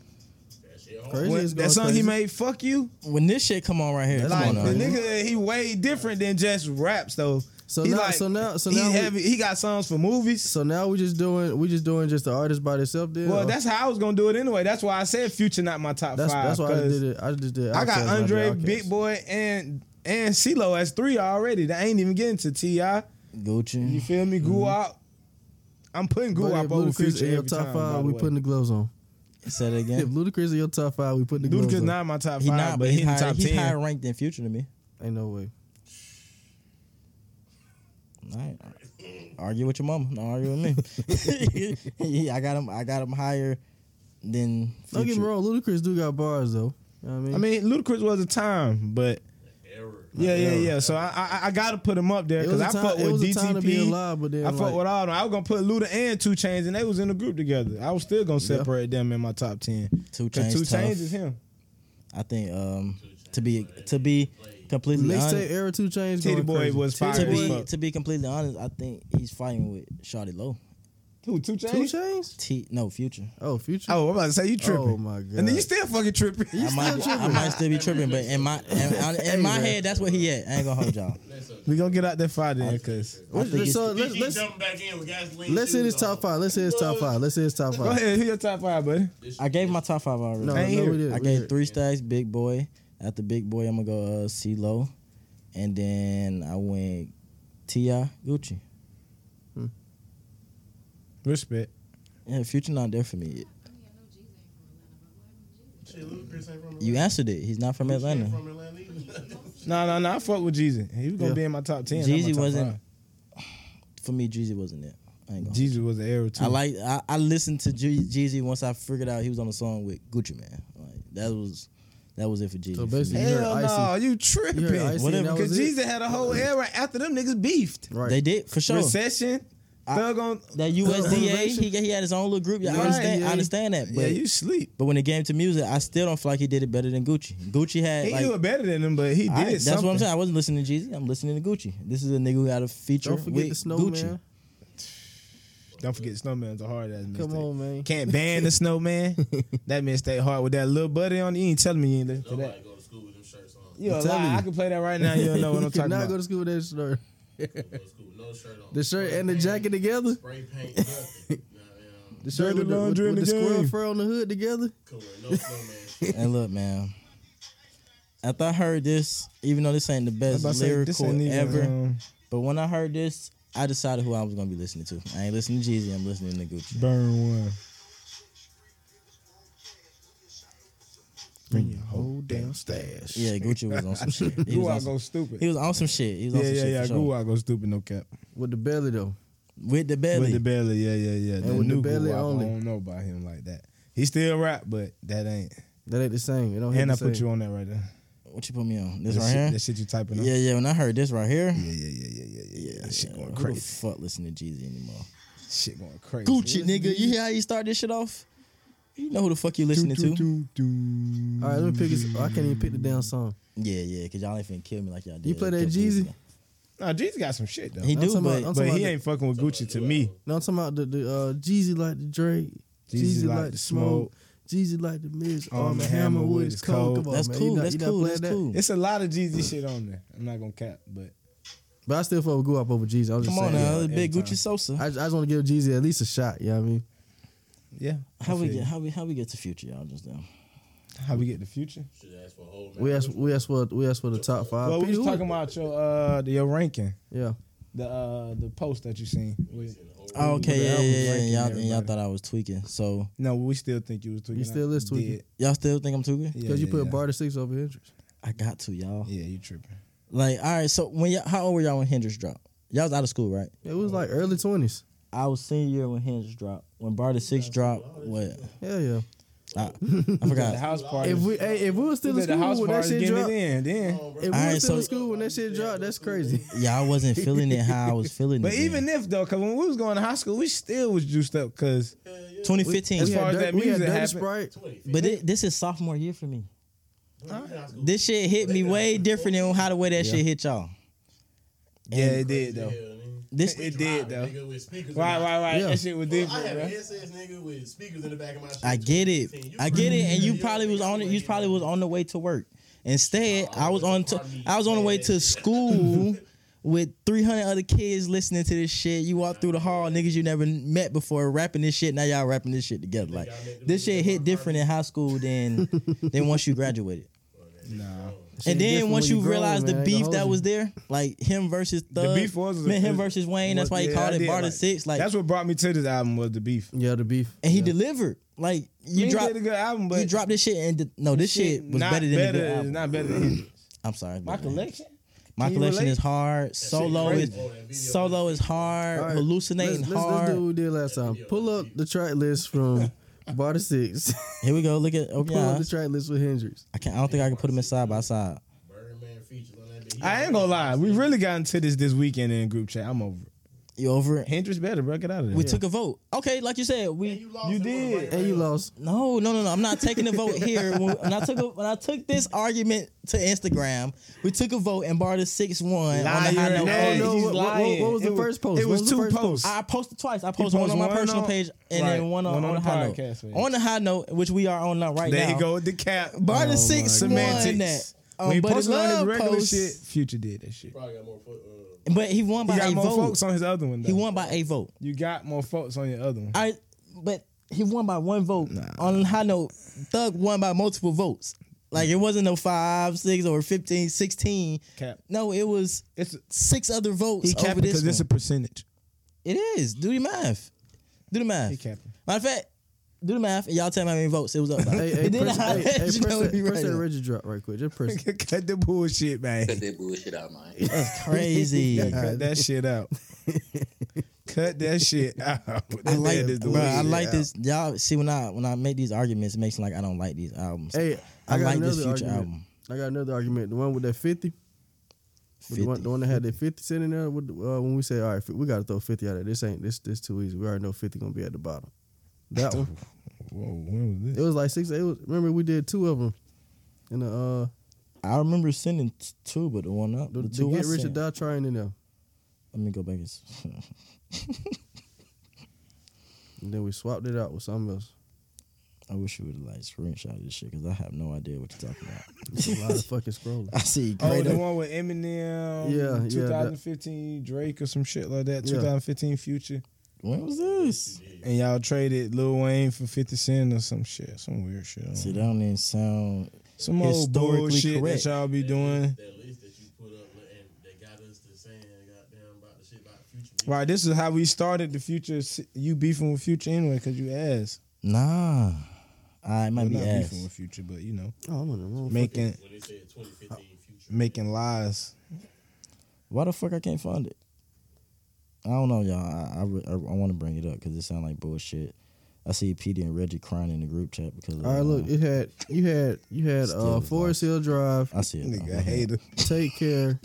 [SPEAKER 1] That shit hard.
[SPEAKER 2] Crazy
[SPEAKER 4] When-
[SPEAKER 2] is
[SPEAKER 4] that
[SPEAKER 2] going
[SPEAKER 4] song
[SPEAKER 2] crazy.
[SPEAKER 4] he made, "Fuck You,"
[SPEAKER 3] When this shit come on right here,
[SPEAKER 2] That's
[SPEAKER 3] come
[SPEAKER 4] like
[SPEAKER 3] on,
[SPEAKER 4] the
[SPEAKER 3] now.
[SPEAKER 4] nigga, he way different than just raps though.
[SPEAKER 2] So
[SPEAKER 4] he
[SPEAKER 2] now-
[SPEAKER 4] like,
[SPEAKER 2] so now- so
[SPEAKER 4] he
[SPEAKER 2] now we-
[SPEAKER 4] heavy. He got songs for movies.
[SPEAKER 2] So now we just doing we just doing just the artist by themselves. Then
[SPEAKER 4] Well,
[SPEAKER 2] or-
[SPEAKER 4] that's how I was gonna do it anyway. That's why I said Future not my top
[SPEAKER 2] that's
[SPEAKER 4] five.
[SPEAKER 2] that's why I
[SPEAKER 4] 'cause
[SPEAKER 2] did it. I just did.
[SPEAKER 4] I
[SPEAKER 2] Outkast
[SPEAKER 4] got
[SPEAKER 2] and I did
[SPEAKER 4] Andre,
[SPEAKER 2] Outkast.
[SPEAKER 4] Big Boy, and and CeeLo as three already. That ain't even getting to Ti. You
[SPEAKER 3] Gucci.
[SPEAKER 4] feel me? Goo out. I'm putting
[SPEAKER 2] Mm-hmm. But
[SPEAKER 4] Goo
[SPEAKER 2] if
[SPEAKER 4] out over
[SPEAKER 2] Ludacris
[SPEAKER 4] Future
[SPEAKER 2] in your
[SPEAKER 4] every
[SPEAKER 2] top
[SPEAKER 4] time. by
[SPEAKER 2] five.
[SPEAKER 4] the
[SPEAKER 2] We
[SPEAKER 4] way.
[SPEAKER 2] putting the gloves on.
[SPEAKER 3] Said it
[SPEAKER 2] If
[SPEAKER 3] again.
[SPEAKER 2] Ludacris in your top five, we putting the gloves
[SPEAKER 4] Ludacris
[SPEAKER 2] on.
[SPEAKER 4] not in my top five,
[SPEAKER 3] He not,
[SPEAKER 4] but
[SPEAKER 3] but he's
[SPEAKER 4] he in the
[SPEAKER 3] higher,
[SPEAKER 4] top
[SPEAKER 3] he's
[SPEAKER 4] ten.
[SPEAKER 3] higher ranked than Future to me.
[SPEAKER 2] Ain't no way.
[SPEAKER 3] All right. Argue with your mama. Don't argue with me. yeah, I got him. I got him higher than. Future.
[SPEAKER 2] Don't get me wrong. Ludacris do got bars though. You know what I mean,
[SPEAKER 4] I mean, Ludacris was a time, but
[SPEAKER 1] Error.
[SPEAKER 4] yeah, yeah, yeah. So I, I, I gotta put him up there
[SPEAKER 2] It
[SPEAKER 4] because
[SPEAKER 2] was a
[SPEAKER 4] I
[SPEAKER 2] time-
[SPEAKER 4] fuck
[SPEAKER 2] it
[SPEAKER 4] with
[SPEAKER 2] was a time to be
[SPEAKER 4] DTP.
[SPEAKER 2] alive, but then,
[SPEAKER 4] I fuck
[SPEAKER 2] like-
[SPEAKER 4] with all of them. I was gonna put Luda and Two Chains, and they was in the group together. I was still gonna separate them in my top ten.
[SPEAKER 3] Two
[SPEAKER 4] Cause
[SPEAKER 3] chains.
[SPEAKER 4] Two
[SPEAKER 3] tough.
[SPEAKER 4] Chains is him.
[SPEAKER 3] I think um to be to be completely
[SPEAKER 2] mixtape
[SPEAKER 3] honest,
[SPEAKER 2] era two chains.
[SPEAKER 4] Titty
[SPEAKER 2] going
[SPEAKER 4] Boy
[SPEAKER 2] crazy.
[SPEAKER 4] was
[SPEAKER 2] Titty
[SPEAKER 4] fire
[SPEAKER 3] to
[SPEAKER 4] as
[SPEAKER 3] be
[SPEAKER 4] fuck.
[SPEAKER 3] to be completely honest, I think he's fighting with Shawty Low.
[SPEAKER 4] Who?
[SPEAKER 2] Boy-
[SPEAKER 4] Two
[SPEAKER 2] Two
[SPEAKER 4] Chains.
[SPEAKER 2] chains.
[SPEAKER 3] T no future.
[SPEAKER 2] Oh, future.
[SPEAKER 4] Oh, I'm about to say you tripping.
[SPEAKER 2] Oh, my God.
[SPEAKER 4] And then you still fucking tripping.
[SPEAKER 3] I might, I might still be tripping, but in my in, in my head, that's where he at. I ain't gonna hold y'all.
[SPEAKER 1] Listen.
[SPEAKER 4] We gonna get out there Friday, cause
[SPEAKER 2] What-
[SPEAKER 3] I think
[SPEAKER 2] so let's
[SPEAKER 3] it's-
[SPEAKER 1] Let's,
[SPEAKER 2] let's
[SPEAKER 1] jumping back in with gasoline.
[SPEAKER 2] let's hit his top five. Let's hit his top five. Let's hit his top
[SPEAKER 4] go
[SPEAKER 2] five.
[SPEAKER 4] ahead, who your top five, buddy?
[SPEAKER 3] I gave my top five already.
[SPEAKER 2] No, no,
[SPEAKER 4] I ain't
[SPEAKER 2] we
[SPEAKER 4] hear it.
[SPEAKER 2] did.
[SPEAKER 3] I gave three stacks, Big Boy. After Big Boy, I'm gonna go uh, CeeLo, and then I went Ti Gucci.
[SPEAKER 4] Respect.
[SPEAKER 3] Yeah, Future not there for me. Yet.
[SPEAKER 1] Shit, Ludacris ain't from Atlanta.
[SPEAKER 3] You answered it. He's not from
[SPEAKER 1] She ain't
[SPEAKER 3] Atlanta.
[SPEAKER 1] From Atlanta either.
[SPEAKER 4] No, no, no. I fuck with Jeezy. He was gonna
[SPEAKER 2] Yeah.
[SPEAKER 4] be in my top ten.
[SPEAKER 3] Jeezy
[SPEAKER 4] not my top
[SPEAKER 3] wasn't-
[SPEAKER 4] five.
[SPEAKER 3] For me, Jeezy wasn't it. I ain't gonna.
[SPEAKER 4] Jeezy was an error too.
[SPEAKER 3] I like. I, I listened to Jee- Jeezy once I figured out he was on the song with Gucci Man. Like that was, that was it for Jeezy.
[SPEAKER 2] So
[SPEAKER 3] for me.
[SPEAKER 2] basically- You heard
[SPEAKER 4] Hell no,
[SPEAKER 2] Icy.
[SPEAKER 4] you
[SPEAKER 2] You
[SPEAKER 4] tripping?
[SPEAKER 2] heard Icy and
[SPEAKER 4] Whatever,
[SPEAKER 2] that
[SPEAKER 4] because
[SPEAKER 2] was it?
[SPEAKER 4] Jeezy had a whole era after them niggas beefed.
[SPEAKER 2] Right.
[SPEAKER 3] they did for sure.
[SPEAKER 4] Recession,
[SPEAKER 3] I-
[SPEAKER 4] thug on.
[SPEAKER 3] That USDA,
[SPEAKER 2] Motivation.
[SPEAKER 3] he, he had his own little group. Yeah, I
[SPEAKER 4] Right,
[SPEAKER 3] understand.
[SPEAKER 4] yeah.
[SPEAKER 3] I understand that, but
[SPEAKER 4] yeah, you sleep.
[SPEAKER 3] But when it came to music, I still don't feel like he did it better than Gucci. Gucci had
[SPEAKER 4] He
[SPEAKER 3] like
[SPEAKER 4] knew it better than him, but he did
[SPEAKER 3] I- that's
[SPEAKER 4] something.
[SPEAKER 3] what I'm saying. I wasn't listening to Jeezy. I'm listening to Gucci. This is a nigga who got a feature
[SPEAKER 2] Don't forget
[SPEAKER 3] with
[SPEAKER 2] the
[SPEAKER 3] Gucci.
[SPEAKER 2] snowman.
[SPEAKER 4] Don't forget, Snowman's a hard ass mistake.
[SPEAKER 2] Come on, man.
[SPEAKER 4] Can't ban the Snowman. that man stayed hard with that little buddy on. You ain't telling me you ain't listen to that.
[SPEAKER 1] Nobody go to school with them shirts on.
[SPEAKER 4] You a
[SPEAKER 2] I'm telling
[SPEAKER 4] lie. I
[SPEAKER 2] you.
[SPEAKER 4] can play that right now. You don't know what I'm
[SPEAKER 2] You
[SPEAKER 4] talking
[SPEAKER 2] cannot
[SPEAKER 4] about.
[SPEAKER 2] go to school with that shirt.
[SPEAKER 1] Don't go to school with No shirt on.
[SPEAKER 2] The shirt
[SPEAKER 1] Spray
[SPEAKER 2] and the
[SPEAKER 1] paint,
[SPEAKER 2] jacket together.
[SPEAKER 1] Spray paint. Nothing. Nah, man,
[SPEAKER 2] The shirt
[SPEAKER 4] Dirty
[SPEAKER 2] with the, with,
[SPEAKER 4] laundry in
[SPEAKER 2] with the
[SPEAKER 4] the
[SPEAKER 2] squirrel
[SPEAKER 4] game.
[SPEAKER 2] fur on the hood together.
[SPEAKER 1] I'm cool. No snowman. shit.
[SPEAKER 3] and look, man. After I heard this, even though this ain't the
[SPEAKER 4] I
[SPEAKER 3] best
[SPEAKER 4] was about to say, this
[SPEAKER 3] lyrical
[SPEAKER 4] ain't even,
[SPEAKER 3] ever,
[SPEAKER 4] um,
[SPEAKER 3] but when I heard this, I decided who I was gonna be listening to. I ain't listening to Jeezy. I'm listening to Gucci.
[SPEAKER 4] Burn one. Bring your whole damn stash.
[SPEAKER 3] Yeah, Gucci was on some shit. He
[SPEAKER 4] Goo
[SPEAKER 3] was on
[SPEAKER 4] out go
[SPEAKER 3] some,
[SPEAKER 4] stupid.
[SPEAKER 3] he was on some shit. He was on
[SPEAKER 4] yeah,
[SPEAKER 3] some
[SPEAKER 4] yeah,
[SPEAKER 3] shit
[SPEAKER 4] yeah.
[SPEAKER 3] for
[SPEAKER 4] Goo
[SPEAKER 3] sure.
[SPEAKER 4] out go stupid. No cap.
[SPEAKER 2] With the belly though.
[SPEAKER 3] With the belly.
[SPEAKER 4] With the belly. Yeah, yeah, yeah. And
[SPEAKER 2] with the belly
[SPEAKER 4] I
[SPEAKER 2] only.
[SPEAKER 4] don't know about him like that. He still rap, but that ain't.
[SPEAKER 2] That ain't the same. It don't hit
[SPEAKER 4] And
[SPEAKER 2] the
[SPEAKER 4] I put
[SPEAKER 2] same.
[SPEAKER 4] you on that right there.
[SPEAKER 3] what you put me on? This
[SPEAKER 4] That
[SPEAKER 3] right
[SPEAKER 4] shit,
[SPEAKER 3] here.
[SPEAKER 4] That shit you typing.
[SPEAKER 3] yeah,
[SPEAKER 4] Up.
[SPEAKER 3] yeah. When I heard this right here,
[SPEAKER 4] Yeah, yeah, yeah, yeah, yeah, yeah, yeah. That Shit going
[SPEAKER 3] Who the
[SPEAKER 4] crazy.
[SPEAKER 3] fuck listen to Jeezy anymore?
[SPEAKER 4] Shit going crazy.
[SPEAKER 3] Gucci, nigga. You hear how you start this shit off? You know who the fuck you listening to?
[SPEAKER 2] All right, let me pick. This. I can't even pick the damn song.
[SPEAKER 3] Yeah, yeah, cause y'all ain't finna kill me like y'all did.
[SPEAKER 2] You play
[SPEAKER 3] a
[SPEAKER 2] that
[SPEAKER 3] couple weeks
[SPEAKER 2] Jeezy?
[SPEAKER 3] ago.
[SPEAKER 4] Nah, G's got some shit though.
[SPEAKER 3] He
[SPEAKER 2] I'm
[SPEAKER 3] do,
[SPEAKER 2] talking
[SPEAKER 3] but
[SPEAKER 2] about- I'm
[SPEAKER 4] but
[SPEAKER 2] talking
[SPEAKER 4] he ain't fucking with Gucci to me.
[SPEAKER 2] No, I'm talking about the, the uh, Jeezy like the Drake, Jeezy, like, the Smoke, Jeezy like the Miz, on the Hammer with his cold. Come on,
[SPEAKER 3] that's
[SPEAKER 2] man, you
[SPEAKER 3] cool.
[SPEAKER 2] not-
[SPEAKER 3] that's
[SPEAKER 2] you not
[SPEAKER 3] cool.
[SPEAKER 2] playing
[SPEAKER 3] That's
[SPEAKER 2] that.
[SPEAKER 3] cool.
[SPEAKER 4] It's a lot of Jeezy shit on there. I'm not gonna cap, but
[SPEAKER 2] But I still fuck with Guap over Jeezy. I was just
[SPEAKER 3] Come on
[SPEAKER 2] saying.
[SPEAKER 3] now,
[SPEAKER 4] yeah,
[SPEAKER 3] it's big
[SPEAKER 4] every time.
[SPEAKER 3] Gucci Sosa.
[SPEAKER 2] I, just- I just want to give Jeezy at least a shot. You know what I mean?
[SPEAKER 4] yeah.
[SPEAKER 3] how
[SPEAKER 4] I
[SPEAKER 3] we
[SPEAKER 4] feel
[SPEAKER 3] get how we how we get to future y'all just now?
[SPEAKER 4] you. how we get the future?
[SPEAKER 1] Should ask for a whole
[SPEAKER 2] We asked, we asked for, we asked for the top five.
[SPEAKER 4] well, we
[SPEAKER 2] Pete,
[SPEAKER 4] was
[SPEAKER 2] Uh, who-
[SPEAKER 4] talking about your uh the, your ranking,
[SPEAKER 2] yeah.
[SPEAKER 4] the uh the post that you seen. We-
[SPEAKER 3] Oh,
[SPEAKER 4] the
[SPEAKER 3] okay, yeah,
[SPEAKER 4] album
[SPEAKER 3] yeah, yeah.
[SPEAKER 4] ranking,
[SPEAKER 3] And y'all, and y'all
[SPEAKER 4] everybody.
[SPEAKER 3] thought I was tweaking. So
[SPEAKER 4] No, we still think you was tweaking.
[SPEAKER 2] You still
[SPEAKER 4] out.
[SPEAKER 2] is tweaking.
[SPEAKER 4] Did.
[SPEAKER 3] y'all still think I'm tweaking?
[SPEAKER 4] Yeah,
[SPEAKER 2] Because you
[SPEAKER 4] yeah,
[SPEAKER 2] put
[SPEAKER 4] yeah.
[SPEAKER 2] Bar to six over Hendrix.
[SPEAKER 3] I got to y'all.
[SPEAKER 4] Yeah, you tripping.
[SPEAKER 3] Like, all right. So when y'all, how old were y'all when Hendrix dropped? Y'all was out of school, right?
[SPEAKER 2] It was like early twenties.
[SPEAKER 3] I was senior year when Hendrix dropped. When Bar the Six dropped, what?
[SPEAKER 2] Hell yeah.
[SPEAKER 3] I, I
[SPEAKER 4] The
[SPEAKER 3] forgot.
[SPEAKER 4] house party.
[SPEAKER 2] If we hey, if we was still in
[SPEAKER 4] at the
[SPEAKER 2] school
[SPEAKER 4] house
[SPEAKER 2] when that
[SPEAKER 4] party
[SPEAKER 2] shit
[SPEAKER 4] getting
[SPEAKER 2] dropped,
[SPEAKER 4] it
[SPEAKER 2] if
[SPEAKER 4] in, then.
[SPEAKER 2] we
[SPEAKER 3] Alright,
[SPEAKER 2] was still in
[SPEAKER 3] so-
[SPEAKER 2] school when that shit dropped, that's crazy.
[SPEAKER 3] Y'all wasn't feeling it how I was feeling
[SPEAKER 4] But
[SPEAKER 3] it.
[SPEAKER 4] even if though, cause when we was going to high school, we still was juiced up. Cause
[SPEAKER 3] 2015.
[SPEAKER 4] As far as that
[SPEAKER 2] we had
[SPEAKER 4] music
[SPEAKER 2] Dirty
[SPEAKER 4] happened-
[SPEAKER 2] Sprite.
[SPEAKER 3] but thi- this is sophomore year for me. This shit hit me way different than how the way that shit hit y'all.
[SPEAKER 4] yeah, it did though.
[SPEAKER 3] This
[SPEAKER 4] It did though.
[SPEAKER 1] Nigga with speakers
[SPEAKER 4] Right,
[SPEAKER 1] in my-
[SPEAKER 4] right, right.
[SPEAKER 2] Yeah.
[SPEAKER 4] That shit was
[SPEAKER 1] Bro, I
[SPEAKER 4] different,
[SPEAKER 1] have
[SPEAKER 4] bro.
[SPEAKER 1] SS nigga with speakers in the back of my shit.
[SPEAKER 3] I get it.
[SPEAKER 1] 2015. You
[SPEAKER 3] I get it. And you
[SPEAKER 1] remember
[SPEAKER 3] probably
[SPEAKER 1] your
[SPEAKER 3] was on it. You
[SPEAKER 1] nigga
[SPEAKER 3] probably was on the way to work. Instead,
[SPEAKER 1] Oh,
[SPEAKER 3] I was on
[SPEAKER 1] it's a
[SPEAKER 3] to
[SPEAKER 1] party.
[SPEAKER 3] I was on the way to school with 300 other kids listening to this shit. You walk through the hall, niggas you never met before rapping this shit. Now y'all rapping this shit together. Like this shit hit different in high school than than once you graduated.
[SPEAKER 4] Nah.
[SPEAKER 2] Shit
[SPEAKER 3] and then
[SPEAKER 2] different
[SPEAKER 3] once
[SPEAKER 2] when
[SPEAKER 3] you
[SPEAKER 2] grown,
[SPEAKER 3] realize
[SPEAKER 2] man.
[SPEAKER 3] the
[SPEAKER 2] I ain't
[SPEAKER 3] beef
[SPEAKER 2] gonna
[SPEAKER 3] that
[SPEAKER 2] hold
[SPEAKER 3] was
[SPEAKER 2] you.
[SPEAKER 3] there, like him versus Thug,
[SPEAKER 4] beef was-
[SPEAKER 3] man, him versus Wayne. That's why he
[SPEAKER 4] Yeah,
[SPEAKER 3] called
[SPEAKER 4] I
[SPEAKER 3] it
[SPEAKER 4] did,
[SPEAKER 3] Bar to
[SPEAKER 4] like,
[SPEAKER 3] Six. Like
[SPEAKER 4] that's what brought me to this album was the beef.
[SPEAKER 2] Yeah, the beef.
[SPEAKER 3] and he
[SPEAKER 2] yeah.
[SPEAKER 3] delivered. Like you
[SPEAKER 4] He
[SPEAKER 3] dropped,
[SPEAKER 4] did a good album, but
[SPEAKER 3] you dropped this shit, and the, no, this shit was
[SPEAKER 4] not
[SPEAKER 3] better than the
[SPEAKER 4] better,
[SPEAKER 3] good
[SPEAKER 4] it's
[SPEAKER 3] album.
[SPEAKER 4] Not better than him.
[SPEAKER 3] I'm sorry,
[SPEAKER 4] my
[SPEAKER 3] but, man,
[SPEAKER 4] collection.
[SPEAKER 3] My
[SPEAKER 4] Can you
[SPEAKER 3] collection
[SPEAKER 4] relate?
[SPEAKER 3] is hard. Solo
[SPEAKER 4] crazy.
[SPEAKER 3] is
[SPEAKER 1] Oh, that video.
[SPEAKER 3] solo is hard.
[SPEAKER 2] All right,
[SPEAKER 3] hallucinating
[SPEAKER 2] let's, let's,
[SPEAKER 3] hard.
[SPEAKER 2] Let's do what we did last time. Pull up the track list from Bar to Six.
[SPEAKER 3] Here we go. Look at open
[SPEAKER 2] Pull
[SPEAKER 3] your
[SPEAKER 2] up the
[SPEAKER 3] eyes.
[SPEAKER 2] track list with Hendrix.
[SPEAKER 3] I can not I don't think I can put them in side by side.
[SPEAKER 1] Birdman features on that bitch.
[SPEAKER 4] I ain't gonna lie, we really got into this this weekend in group chat. I'm over. it.
[SPEAKER 3] You over it?
[SPEAKER 4] Hendrix better, bro. Get out of there.
[SPEAKER 3] We took a vote. Okay, like you said, we.
[SPEAKER 1] You lost.
[SPEAKER 4] You
[SPEAKER 1] it,
[SPEAKER 4] did.
[SPEAKER 1] right, right,
[SPEAKER 2] And you
[SPEAKER 1] right.
[SPEAKER 2] lost.
[SPEAKER 3] No, no, no, no. I'm not taking a vote here. When, when I took a, when I took this argument to Instagram, we took a vote and barred a six one on the
[SPEAKER 4] Liar.
[SPEAKER 3] high note.
[SPEAKER 4] Hey,
[SPEAKER 2] no,
[SPEAKER 4] he's
[SPEAKER 2] what- what-
[SPEAKER 4] lying.
[SPEAKER 2] what was the
[SPEAKER 4] It
[SPEAKER 2] first post?
[SPEAKER 4] It
[SPEAKER 2] What
[SPEAKER 4] was,
[SPEAKER 2] was the
[SPEAKER 4] two
[SPEAKER 2] first
[SPEAKER 4] posts.
[SPEAKER 3] I posted twice. I posted one
[SPEAKER 4] posted
[SPEAKER 3] on my
[SPEAKER 4] one
[SPEAKER 3] personal
[SPEAKER 4] on-
[SPEAKER 3] page and
[SPEAKER 4] right,
[SPEAKER 3] then one on,
[SPEAKER 4] one
[SPEAKER 3] on
[SPEAKER 4] on
[SPEAKER 3] the
[SPEAKER 4] the
[SPEAKER 3] high
[SPEAKER 4] podcast
[SPEAKER 3] note.
[SPEAKER 4] page.
[SPEAKER 3] On the high note, which we are on now right
[SPEAKER 4] There
[SPEAKER 3] now.
[SPEAKER 4] you go with the cap. Oh
[SPEAKER 3] Bar the six won that. Um,
[SPEAKER 4] when he
[SPEAKER 3] but
[SPEAKER 4] posted on his
[SPEAKER 3] love
[SPEAKER 4] regular
[SPEAKER 3] post-
[SPEAKER 4] shit, Future did that shit.
[SPEAKER 1] Probably got more foot. Uh,
[SPEAKER 3] But he won by
[SPEAKER 4] You got
[SPEAKER 3] a
[SPEAKER 4] more
[SPEAKER 3] vote.
[SPEAKER 4] folks on his other one. Though.
[SPEAKER 3] he won by a vote.
[SPEAKER 4] You got more folks on your other one.
[SPEAKER 3] I but he won by one vote. On high note, Thug won by multiple votes. Like it wasn't no five, six, or 15, 16.
[SPEAKER 4] Cap.
[SPEAKER 3] No, it was
[SPEAKER 4] It's
[SPEAKER 3] six other votes
[SPEAKER 4] he capping
[SPEAKER 3] over this
[SPEAKER 4] because
[SPEAKER 3] one.
[SPEAKER 4] it's a percentage.
[SPEAKER 3] it is. Do the math. Do the math.
[SPEAKER 4] He capping.
[SPEAKER 3] Matter of fact, do the math and y'all tell me how many votes it was up by.
[SPEAKER 2] Hey, hey,
[SPEAKER 3] And then
[SPEAKER 2] press,
[SPEAKER 3] I'll
[SPEAKER 2] hey, hey,
[SPEAKER 3] let
[SPEAKER 2] press,
[SPEAKER 3] you know
[SPEAKER 2] that,
[SPEAKER 3] if you
[SPEAKER 2] press
[SPEAKER 3] right
[SPEAKER 2] that
[SPEAKER 3] or not.
[SPEAKER 2] Reggie drop right quick. Just press. it.
[SPEAKER 4] Cut the bullshit, man.
[SPEAKER 5] Cut that bullshit out, man.
[SPEAKER 3] That's crazy.
[SPEAKER 4] Yeah, cut that shit out. cut that shit out.
[SPEAKER 3] I like this.
[SPEAKER 4] this.
[SPEAKER 3] Bro, I like this. Y'all see when I when I make these arguments, it makes it like I don't like these albums.
[SPEAKER 2] Hey, I,
[SPEAKER 3] I,
[SPEAKER 2] got
[SPEAKER 3] like
[SPEAKER 2] another
[SPEAKER 3] this future
[SPEAKER 2] argument.
[SPEAKER 3] album.
[SPEAKER 2] I got another argument. The one with that fifty. with
[SPEAKER 3] 50.
[SPEAKER 2] The, one, the one that had that fifty sitting in there. With, the- uh, when we say, all right, fi- we got to throw fifty out of this. Ain't this this too easy? We already know fifty gonna be at the bottom. That one.
[SPEAKER 4] Whoa, when was
[SPEAKER 2] It was like six. It was, remember we did two of them. And the uh,
[SPEAKER 3] I remember sending t- two, but the one up,
[SPEAKER 2] the,
[SPEAKER 3] the,
[SPEAKER 2] the,
[SPEAKER 3] two I
[SPEAKER 2] get rich or
[SPEAKER 3] sent.
[SPEAKER 2] die trying in there.
[SPEAKER 3] Let me go back. And, s-
[SPEAKER 2] And then we swapped it out with something else.
[SPEAKER 3] I wish you would have like screenshot this shit because I have no idea what you're talking about.
[SPEAKER 2] It's a lot of fucking scrolling.
[SPEAKER 3] I see
[SPEAKER 4] Oh,
[SPEAKER 3] great.
[SPEAKER 4] the one with Eminem.
[SPEAKER 2] Yeah, yeah, that-
[SPEAKER 4] 2015 Drake or some shit like that.
[SPEAKER 2] Yeah.
[SPEAKER 4] 2015 Future.
[SPEAKER 3] when was this?
[SPEAKER 4] And y'all traded Lil Wayne for 50 Cent or some shit. Some weird shit. I don't
[SPEAKER 3] See, that don't even sound.
[SPEAKER 4] Some old
[SPEAKER 3] Historically
[SPEAKER 4] bullshit
[SPEAKER 3] correct.
[SPEAKER 4] that y'all be doing.
[SPEAKER 1] that list that you put up and that got us to saying goddamn about the shit about future. music.
[SPEAKER 4] Right, this is how we started the future. You beefing with future anyway because you ass.
[SPEAKER 3] Nah, I might
[SPEAKER 4] Well,
[SPEAKER 3] be
[SPEAKER 4] not
[SPEAKER 3] ass.
[SPEAKER 4] beefing with future, but you know,
[SPEAKER 2] Oh, I'm in the wrong.
[SPEAKER 4] making
[SPEAKER 1] When they said 2015 future.
[SPEAKER 4] making lies.
[SPEAKER 3] Why the fuck I can't find it? I don't know, y'all. I I, re- I, want to bring it up because it sound like bullshit. I see Petey and Reggie crying in the group chat because. uh,
[SPEAKER 2] All right, look, it had you had you had uh,
[SPEAKER 3] Still
[SPEAKER 2] Forest Hill Drive.
[SPEAKER 3] I see it.
[SPEAKER 4] Nigga,
[SPEAKER 3] now.
[SPEAKER 4] I hate it.
[SPEAKER 2] Take care.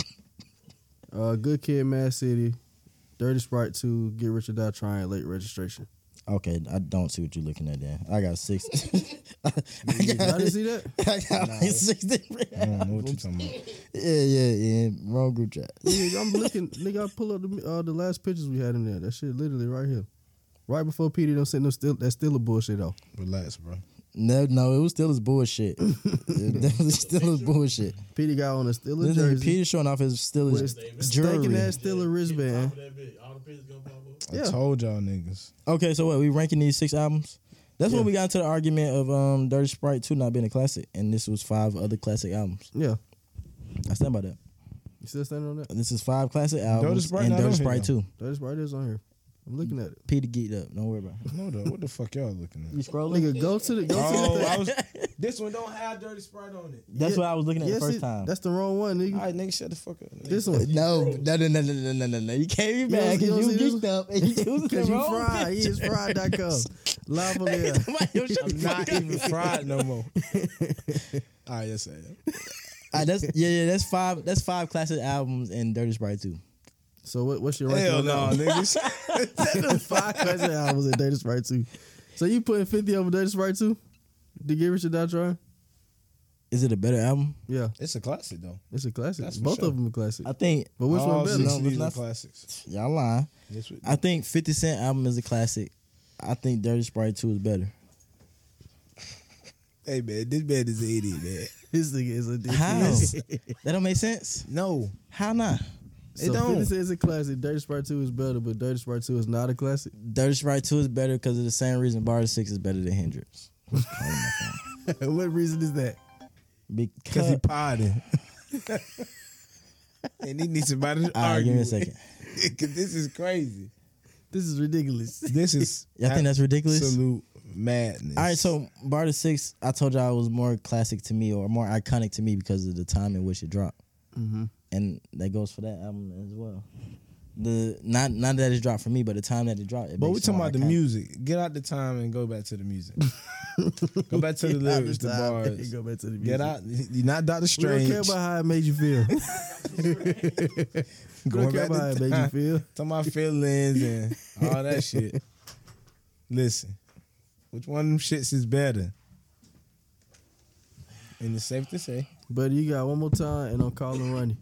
[SPEAKER 2] Uh, good kid, Mad City, Dirty Sprite Two, Get Rich or Die Trying, Late Registration.
[SPEAKER 3] Okay, I don't see what you're looking at then. I got six. I
[SPEAKER 2] Y'all
[SPEAKER 3] got,
[SPEAKER 2] didn't see that?
[SPEAKER 3] I got like six different.
[SPEAKER 4] I don't know what you're talking about.
[SPEAKER 3] Yeah, yeah, yeah. Wrong group chat.
[SPEAKER 2] Nigga, I'm looking. Nigga, I pull up the, uh, the last pictures we had in there. That shit literally right here. Right before PD done sent them still that's still a bullshit though.
[SPEAKER 4] Relax, bro.
[SPEAKER 3] No, no, it was still his bullshit. it definitely still his bullshit.
[SPEAKER 2] PD got on a Stiller
[SPEAKER 3] This nigga
[SPEAKER 2] jersey.
[SPEAKER 3] Peter showing off his still his
[SPEAKER 2] With
[SPEAKER 1] his
[SPEAKER 3] jewelry.
[SPEAKER 2] stinking ass Stiller
[SPEAKER 1] Top
[SPEAKER 2] wristband.
[SPEAKER 1] of that bitch. All the pictures gonna pop up.
[SPEAKER 4] I
[SPEAKER 2] Yeah.
[SPEAKER 4] told y'all niggas.
[SPEAKER 3] Okay, so what? We ranking these six albums. That's when we got into the argument of um, Dirty Sprite two not being a classic, and this was five other classic albums.
[SPEAKER 2] Yeah,
[SPEAKER 3] I stand by that.
[SPEAKER 2] you still standing on that?
[SPEAKER 3] This is five classic albums
[SPEAKER 4] Sprite
[SPEAKER 3] and
[SPEAKER 4] not
[SPEAKER 3] Dirty
[SPEAKER 4] on here,
[SPEAKER 3] Sprite
[SPEAKER 4] though.
[SPEAKER 3] two.
[SPEAKER 2] That is right. Is on here. I'm looking at it.
[SPEAKER 3] Peter geeked up. Don't worry about it.
[SPEAKER 4] No, though. What the fuck y'all looking at?
[SPEAKER 3] You scrolling?
[SPEAKER 2] Nigga, go to the go to
[SPEAKER 4] Oh,
[SPEAKER 2] the.
[SPEAKER 4] I was. This one don't have dirty sprite on it.
[SPEAKER 3] That's what I was looking at
[SPEAKER 2] Yes,
[SPEAKER 3] the first
[SPEAKER 2] it-
[SPEAKER 3] time.
[SPEAKER 2] That's the wrong one,
[SPEAKER 4] All
[SPEAKER 2] nigga.
[SPEAKER 4] right, nigga, shut the fuck up. nigga.
[SPEAKER 2] this one.
[SPEAKER 3] no, no, no, no, no, no, no, no, no. You can't be mad
[SPEAKER 2] You don't
[SPEAKER 3] because
[SPEAKER 2] see
[SPEAKER 3] you
[SPEAKER 2] this
[SPEAKER 3] geeked up and you choosing the
[SPEAKER 2] Cause you
[SPEAKER 3] wrong
[SPEAKER 2] fried. He is fried.com. Live on there.
[SPEAKER 4] I'm not even fried no more. All right, yes, I am.
[SPEAKER 3] Ah, that's yeah, yeah. That's five. That's five classic albums and Dirty Sprite too.
[SPEAKER 2] So what, what's your ranking?
[SPEAKER 4] Hell
[SPEAKER 2] on that
[SPEAKER 4] no,
[SPEAKER 2] one?
[SPEAKER 4] niggas.
[SPEAKER 2] Five classic albums and Dirty Sprite 2. So you putting 50 over Dirty Sprite 2? To get rich or die trying?
[SPEAKER 3] Is it a better album?
[SPEAKER 2] Yeah,
[SPEAKER 4] It's a classic though.
[SPEAKER 2] it's a classic.
[SPEAKER 4] That's for
[SPEAKER 2] Both
[SPEAKER 4] sure.
[SPEAKER 2] of them are classic.
[SPEAKER 3] I think Oh,
[SPEAKER 2] But which
[SPEAKER 4] All
[SPEAKER 2] one better?
[SPEAKER 3] No,
[SPEAKER 4] six of
[SPEAKER 3] let's
[SPEAKER 4] these are
[SPEAKER 3] not-
[SPEAKER 4] classics.
[SPEAKER 3] y'all lying.
[SPEAKER 4] That's what-
[SPEAKER 3] I think Fifty Cent album is a classic. I think Dirty Sprite Two is better.
[SPEAKER 4] Hey man, this man is an idiot, man.
[SPEAKER 2] This nigga is a dick.
[SPEAKER 3] How? that don't make sense.
[SPEAKER 4] No,
[SPEAKER 3] How not?
[SPEAKER 2] So
[SPEAKER 4] It don't.
[SPEAKER 2] 50 Cent is a classic. Dirty Sprite 2 is better, but Dirty Sprite 2 is not a classic.
[SPEAKER 3] Dirty Sprite Two is better because of the same reason Bar Six is better than Hendrix.
[SPEAKER 2] what reason is that?
[SPEAKER 4] because he
[SPEAKER 3] Because
[SPEAKER 4] potting. and he needs somebody to
[SPEAKER 3] all right,
[SPEAKER 4] argue.
[SPEAKER 3] give me a second.
[SPEAKER 4] with. 'Cause this is crazy.
[SPEAKER 2] This is ridiculous.
[SPEAKER 4] This is.
[SPEAKER 3] Y'all think that's ridiculous?
[SPEAKER 4] Absolute madness.
[SPEAKER 3] All right, so Bar Six, I told y'all it was more classic to me or more iconic to me because of the time in which it dropped.
[SPEAKER 2] Mm-hmm.
[SPEAKER 3] and that goes for that album as well. The not not that it dropped for me, but the time that it dropped. It
[SPEAKER 4] But
[SPEAKER 3] makes
[SPEAKER 4] we're
[SPEAKER 3] it
[SPEAKER 4] talking
[SPEAKER 3] more
[SPEAKER 4] about the
[SPEAKER 3] iconic.
[SPEAKER 4] music. Get out the time and go back to the music. go back to the lyrics, the bars.
[SPEAKER 2] Go back to the music.
[SPEAKER 4] Get out. You're not
[SPEAKER 2] We
[SPEAKER 4] Doctor
[SPEAKER 2] don't
[SPEAKER 4] Strange.
[SPEAKER 2] care about how it made you feel. we
[SPEAKER 4] Going
[SPEAKER 2] don't care
[SPEAKER 4] back
[SPEAKER 2] about how it
[SPEAKER 4] to
[SPEAKER 2] made you
[SPEAKER 4] time.
[SPEAKER 2] feel.
[SPEAKER 4] Talking about feelings and all that shit. Listen, which one of them shits is better? And it's safe to say.
[SPEAKER 2] But you got one more time, and I'm calling Ronnie.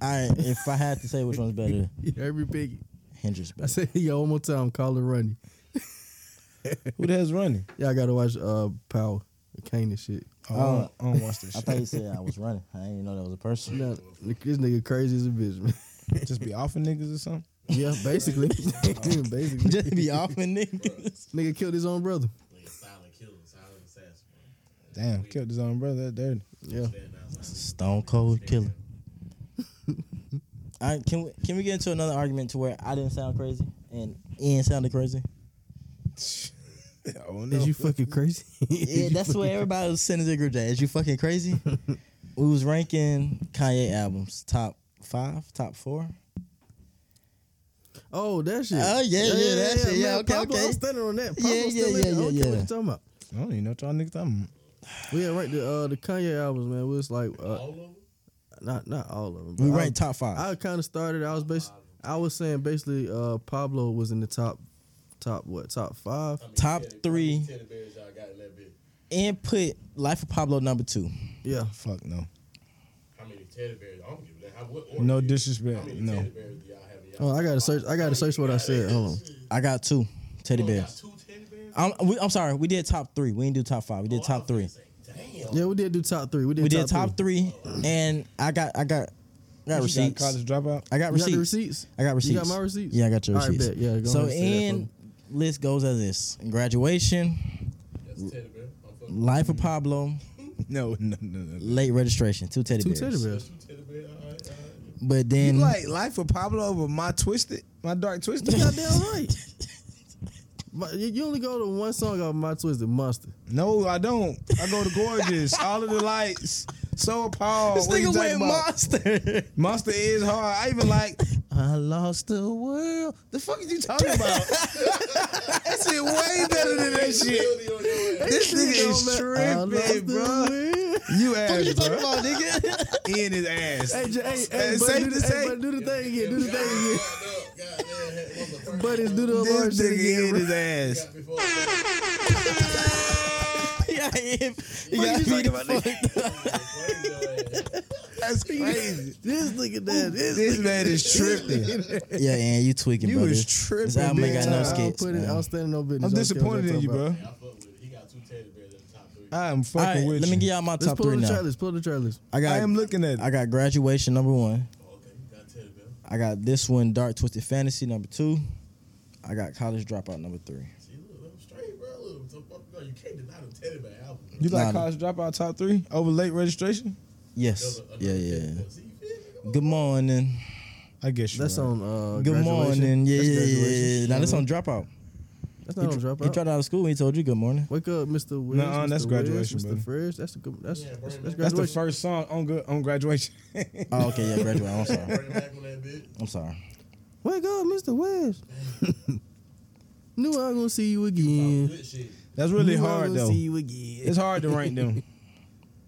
[SPEAKER 3] All right, if I had to say which one's better,
[SPEAKER 2] You heard me, Biggie.
[SPEAKER 3] Hendrix
[SPEAKER 2] I
[SPEAKER 3] better.
[SPEAKER 2] said, you got one more time, I'm calling Ronnie.
[SPEAKER 4] Who the hell's running?
[SPEAKER 2] Y'all gotta watch uh Power, the Kane and shit.
[SPEAKER 4] Oh, I, don't, I don't watch this
[SPEAKER 3] I
[SPEAKER 4] shit.
[SPEAKER 3] thought you said I was running. I didn't even know that was a person.
[SPEAKER 2] Now, this nigga crazy as a bitch, man.
[SPEAKER 4] Just be off of niggas or something.
[SPEAKER 2] Yeah, basically, basically,
[SPEAKER 3] Just be off and niggas.
[SPEAKER 2] nigga killed his own brother.
[SPEAKER 1] Nigga, silent killer, silent assassin.
[SPEAKER 4] Damn, killed his own brother. That dirty.
[SPEAKER 2] Yeah,
[SPEAKER 1] Stand outside.
[SPEAKER 3] Stone Cold Killer. All right, can we can we get into another argument to where I didn't sound crazy and Ian sounded crazy?
[SPEAKER 4] oh no.
[SPEAKER 2] is you fucking crazy?
[SPEAKER 3] Yeah, that's what everybody was sending to the group chat. Is you fucking crazy? we was ranking Kanye albums, top five, top four.
[SPEAKER 2] Oh, that shit.
[SPEAKER 3] Oh, yeah, yeah, that shit. Yeah,
[SPEAKER 2] man,
[SPEAKER 3] okay,
[SPEAKER 2] Pablo,
[SPEAKER 3] okay.
[SPEAKER 2] I'm standing on that.
[SPEAKER 3] Yeah,
[SPEAKER 2] Pablo
[SPEAKER 3] yeah,
[SPEAKER 2] still in
[SPEAKER 3] yeah,
[SPEAKER 2] there. I don't
[SPEAKER 3] yeah,
[SPEAKER 2] care What
[SPEAKER 3] yeah.
[SPEAKER 2] you talking about?
[SPEAKER 4] I don't even know what y'all niggas talking about.
[SPEAKER 2] We had ranked the uh, the Kanye albums, man. We was like, uh,
[SPEAKER 1] All of them?
[SPEAKER 2] not not all of them. but
[SPEAKER 3] We
[SPEAKER 2] I-
[SPEAKER 3] ranked top five.
[SPEAKER 2] I kind of started. I was bas I was saying basically, uh, Pablo was in the top, top what? Top five.
[SPEAKER 1] I mean,
[SPEAKER 3] Top
[SPEAKER 1] teddy-
[SPEAKER 3] three.
[SPEAKER 1] how many teddy bears y'all got in that bitch?
[SPEAKER 3] and put Life of Pablo number two.
[SPEAKER 2] Yeah.
[SPEAKER 4] Oh, Fuck no.
[SPEAKER 1] How many teddy bears? I don't give a damn. How- what order
[SPEAKER 4] No
[SPEAKER 1] is it? How
[SPEAKER 4] disrespect.
[SPEAKER 1] many
[SPEAKER 4] No.
[SPEAKER 1] teddy bears do y'all have in y'all
[SPEAKER 2] Oh, I gotta
[SPEAKER 1] box?
[SPEAKER 2] search. I gotta search what I said. Hold on.
[SPEAKER 3] I got two teddy
[SPEAKER 1] You only got
[SPEAKER 3] bears.
[SPEAKER 1] Two teddy bears?
[SPEAKER 3] I'm, we, I'm sorry, we did top three. We didn't do top five. We did
[SPEAKER 1] Oh, I was
[SPEAKER 3] top
[SPEAKER 1] gonna
[SPEAKER 3] three.
[SPEAKER 1] say, Damn.
[SPEAKER 2] Yeah, we did do top three. We did.
[SPEAKER 3] We
[SPEAKER 2] top
[SPEAKER 3] did top
[SPEAKER 2] three.
[SPEAKER 3] three, and I got I got I got
[SPEAKER 4] You got
[SPEAKER 3] receipts.
[SPEAKER 4] college dropout.
[SPEAKER 3] I got
[SPEAKER 2] You got the
[SPEAKER 3] receipts.
[SPEAKER 2] receipts.
[SPEAKER 3] I got receipts.
[SPEAKER 2] You got my receipts.
[SPEAKER 3] Yeah, I got your
[SPEAKER 2] All right,
[SPEAKER 3] receipts.
[SPEAKER 2] bet. Yeah, go
[SPEAKER 3] so
[SPEAKER 2] ahead and say that for
[SPEAKER 3] in
[SPEAKER 2] me.
[SPEAKER 3] list goes as this: graduation,
[SPEAKER 1] That's a teddy bear. I'm fucking
[SPEAKER 3] Life of Pablo,
[SPEAKER 4] No, no, no, no.
[SPEAKER 3] late registration, two teddy
[SPEAKER 2] Two
[SPEAKER 3] bears.
[SPEAKER 2] teddy bears.
[SPEAKER 1] two teddy bears. All right, all right.
[SPEAKER 3] But
[SPEAKER 4] You
[SPEAKER 3] then
[SPEAKER 4] like life of Pablo over my twisted, my dark twisted.
[SPEAKER 2] Goddamn right. My, you- you only go to one song off my twisted monster.
[SPEAKER 4] no, I don't. I go to gorgeous, all of the lights. So appalled.
[SPEAKER 3] this
[SPEAKER 4] What you
[SPEAKER 3] nigga
[SPEAKER 4] talking
[SPEAKER 3] went
[SPEAKER 4] about?
[SPEAKER 3] monster.
[SPEAKER 4] Monster is hard. I even like.
[SPEAKER 3] I lost the world.
[SPEAKER 4] The fuck is you talking about? that shit way better than that shit.
[SPEAKER 1] Really on your ass.
[SPEAKER 4] This nigga is
[SPEAKER 2] I lost
[SPEAKER 4] tripping,
[SPEAKER 2] the
[SPEAKER 4] bro.
[SPEAKER 2] will.
[SPEAKER 4] You ass, bro.
[SPEAKER 3] about, nigga?
[SPEAKER 4] In his ass.
[SPEAKER 2] Hey, J- hey, hey,
[SPEAKER 4] It's
[SPEAKER 2] bud,
[SPEAKER 4] safe
[SPEAKER 2] do the,
[SPEAKER 4] to
[SPEAKER 2] hey,
[SPEAKER 4] say-
[SPEAKER 2] bud, do the thing again. Do the thing again.
[SPEAKER 1] Goddamn,
[SPEAKER 2] But it's do the alarm
[SPEAKER 4] This
[SPEAKER 2] shit
[SPEAKER 4] nigga
[SPEAKER 2] again.
[SPEAKER 4] in
[SPEAKER 2] bro.
[SPEAKER 4] his ass.
[SPEAKER 3] yeah, if, you
[SPEAKER 2] What
[SPEAKER 3] got
[SPEAKER 2] you
[SPEAKER 3] me
[SPEAKER 2] talking
[SPEAKER 3] the
[SPEAKER 2] about, nigga?
[SPEAKER 3] fuck up.
[SPEAKER 4] That's crazy.
[SPEAKER 2] This nigga, that this.
[SPEAKER 4] This man is tripping.
[SPEAKER 3] Yeah, and you tweaking,
[SPEAKER 4] You
[SPEAKER 3] bro.
[SPEAKER 4] is
[SPEAKER 3] This-
[SPEAKER 4] tripping.
[SPEAKER 3] This album ain't got
[SPEAKER 2] Nah,
[SPEAKER 3] no
[SPEAKER 2] I'll
[SPEAKER 3] skits.
[SPEAKER 2] put it-
[SPEAKER 3] man.
[SPEAKER 2] I'll stand in no business. I don't
[SPEAKER 4] I'm
[SPEAKER 2] care what
[SPEAKER 4] disappointed
[SPEAKER 2] y'all
[SPEAKER 4] in you,
[SPEAKER 2] talking
[SPEAKER 4] bro.
[SPEAKER 2] about.
[SPEAKER 1] I fuck with it. He got two teddy bears in the top three.
[SPEAKER 4] I am
[SPEAKER 3] All
[SPEAKER 4] fucking
[SPEAKER 3] right,
[SPEAKER 4] with
[SPEAKER 3] let
[SPEAKER 4] you.
[SPEAKER 3] me get y'all my
[SPEAKER 2] Let's
[SPEAKER 3] top
[SPEAKER 2] pull
[SPEAKER 3] three
[SPEAKER 2] the
[SPEAKER 3] now.
[SPEAKER 2] trailers. Pull the trailers.
[SPEAKER 3] I
[SPEAKER 4] I
[SPEAKER 3] got
[SPEAKER 4] am looking at
[SPEAKER 3] I
[SPEAKER 4] it.
[SPEAKER 3] got graduation number
[SPEAKER 1] Oh,
[SPEAKER 3] one.
[SPEAKER 1] okay, you got teddy bear.
[SPEAKER 3] I got this one, Dark Twisted Fantasy number two. I got College Dropout number three.
[SPEAKER 1] See, look, I'm straight, bro. Look, so fuck, no, you can't deny them teddy bear album. Bro.
[SPEAKER 4] You like
[SPEAKER 3] Nah.
[SPEAKER 4] college dropout top three over late registration?
[SPEAKER 3] Yes.
[SPEAKER 1] Another-
[SPEAKER 3] Yeah,
[SPEAKER 1] another
[SPEAKER 3] yeah.
[SPEAKER 1] Teddy Bear. See, you feel me? Come on.
[SPEAKER 3] Good morning.
[SPEAKER 4] I guess you.
[SPEAKER 2] That's
[SPEAKER 4] right.
[SPEAKER 2] on. Uh,
[SPEAKER 3] Good
[SPEAKER 2] graduation.
[SPEAKER 3] morning. Yeah,
[SPEAKER 2] That's
[SPEAKER 3] yeah, yeah,
[SPEAKER 2] graduation.
[SPEAKER 3] yeah. Now this on Dropout.
[SPEAKER 2] That's
[SPEAKER 3] He
[SPEAKER 2] not on
[SPEAKER 3] dro-
[SPEAKER 2] drop
[SPEAKER 3] He dropped out of school. and He told you good morning.
[SPEAKER 2] Wake up, Mr. Wiz.
[SPEAKER 4] Nuh-uh,
[SPEAKER 2] Mr.
[SPEAKER 4] that's
[SPEAKER 2] Wiz,
[SPEAKER 4] graduation,
[SPEAKER 2] Mr.
[SPEAKER 4] brother.
[SPEAKER 2] Fresh. That's a good. That's
[SPEAKER 1] Yeah,
[SPEAKER 2] that's,
[SPEAKER 1] bro,
[SPEAKER 2] that's
[SPEAKER 1] man.
[SPEAKER 4] That's the
[SPEAKER 2] graduation.
[SPEAKER 4] first song on good on graduation.
[SPEAKER 3] Oh, okay, yeah, graduate. I'm sorry.
[SPEAKER 1] Bring it back on that bitch.
[SPEAKER 3] I'm sorry.
[SPEAKER 2] Wake up, Mr. Wiz. Knew I was gonna see you
[SPEAKER 1] Talk
[SPEAKER 2] again.
[SPEAKER 1] good shit.
[SPEAKER 4] That's really
[SPEAKER 2] Knew I was
[SPEAKER 4] hard
[SPEAKER 2] gonna
[SPEAKER 4] though.
[SPEAKER 2] See you again.
[SPEAKER 4] It's hard to rank them.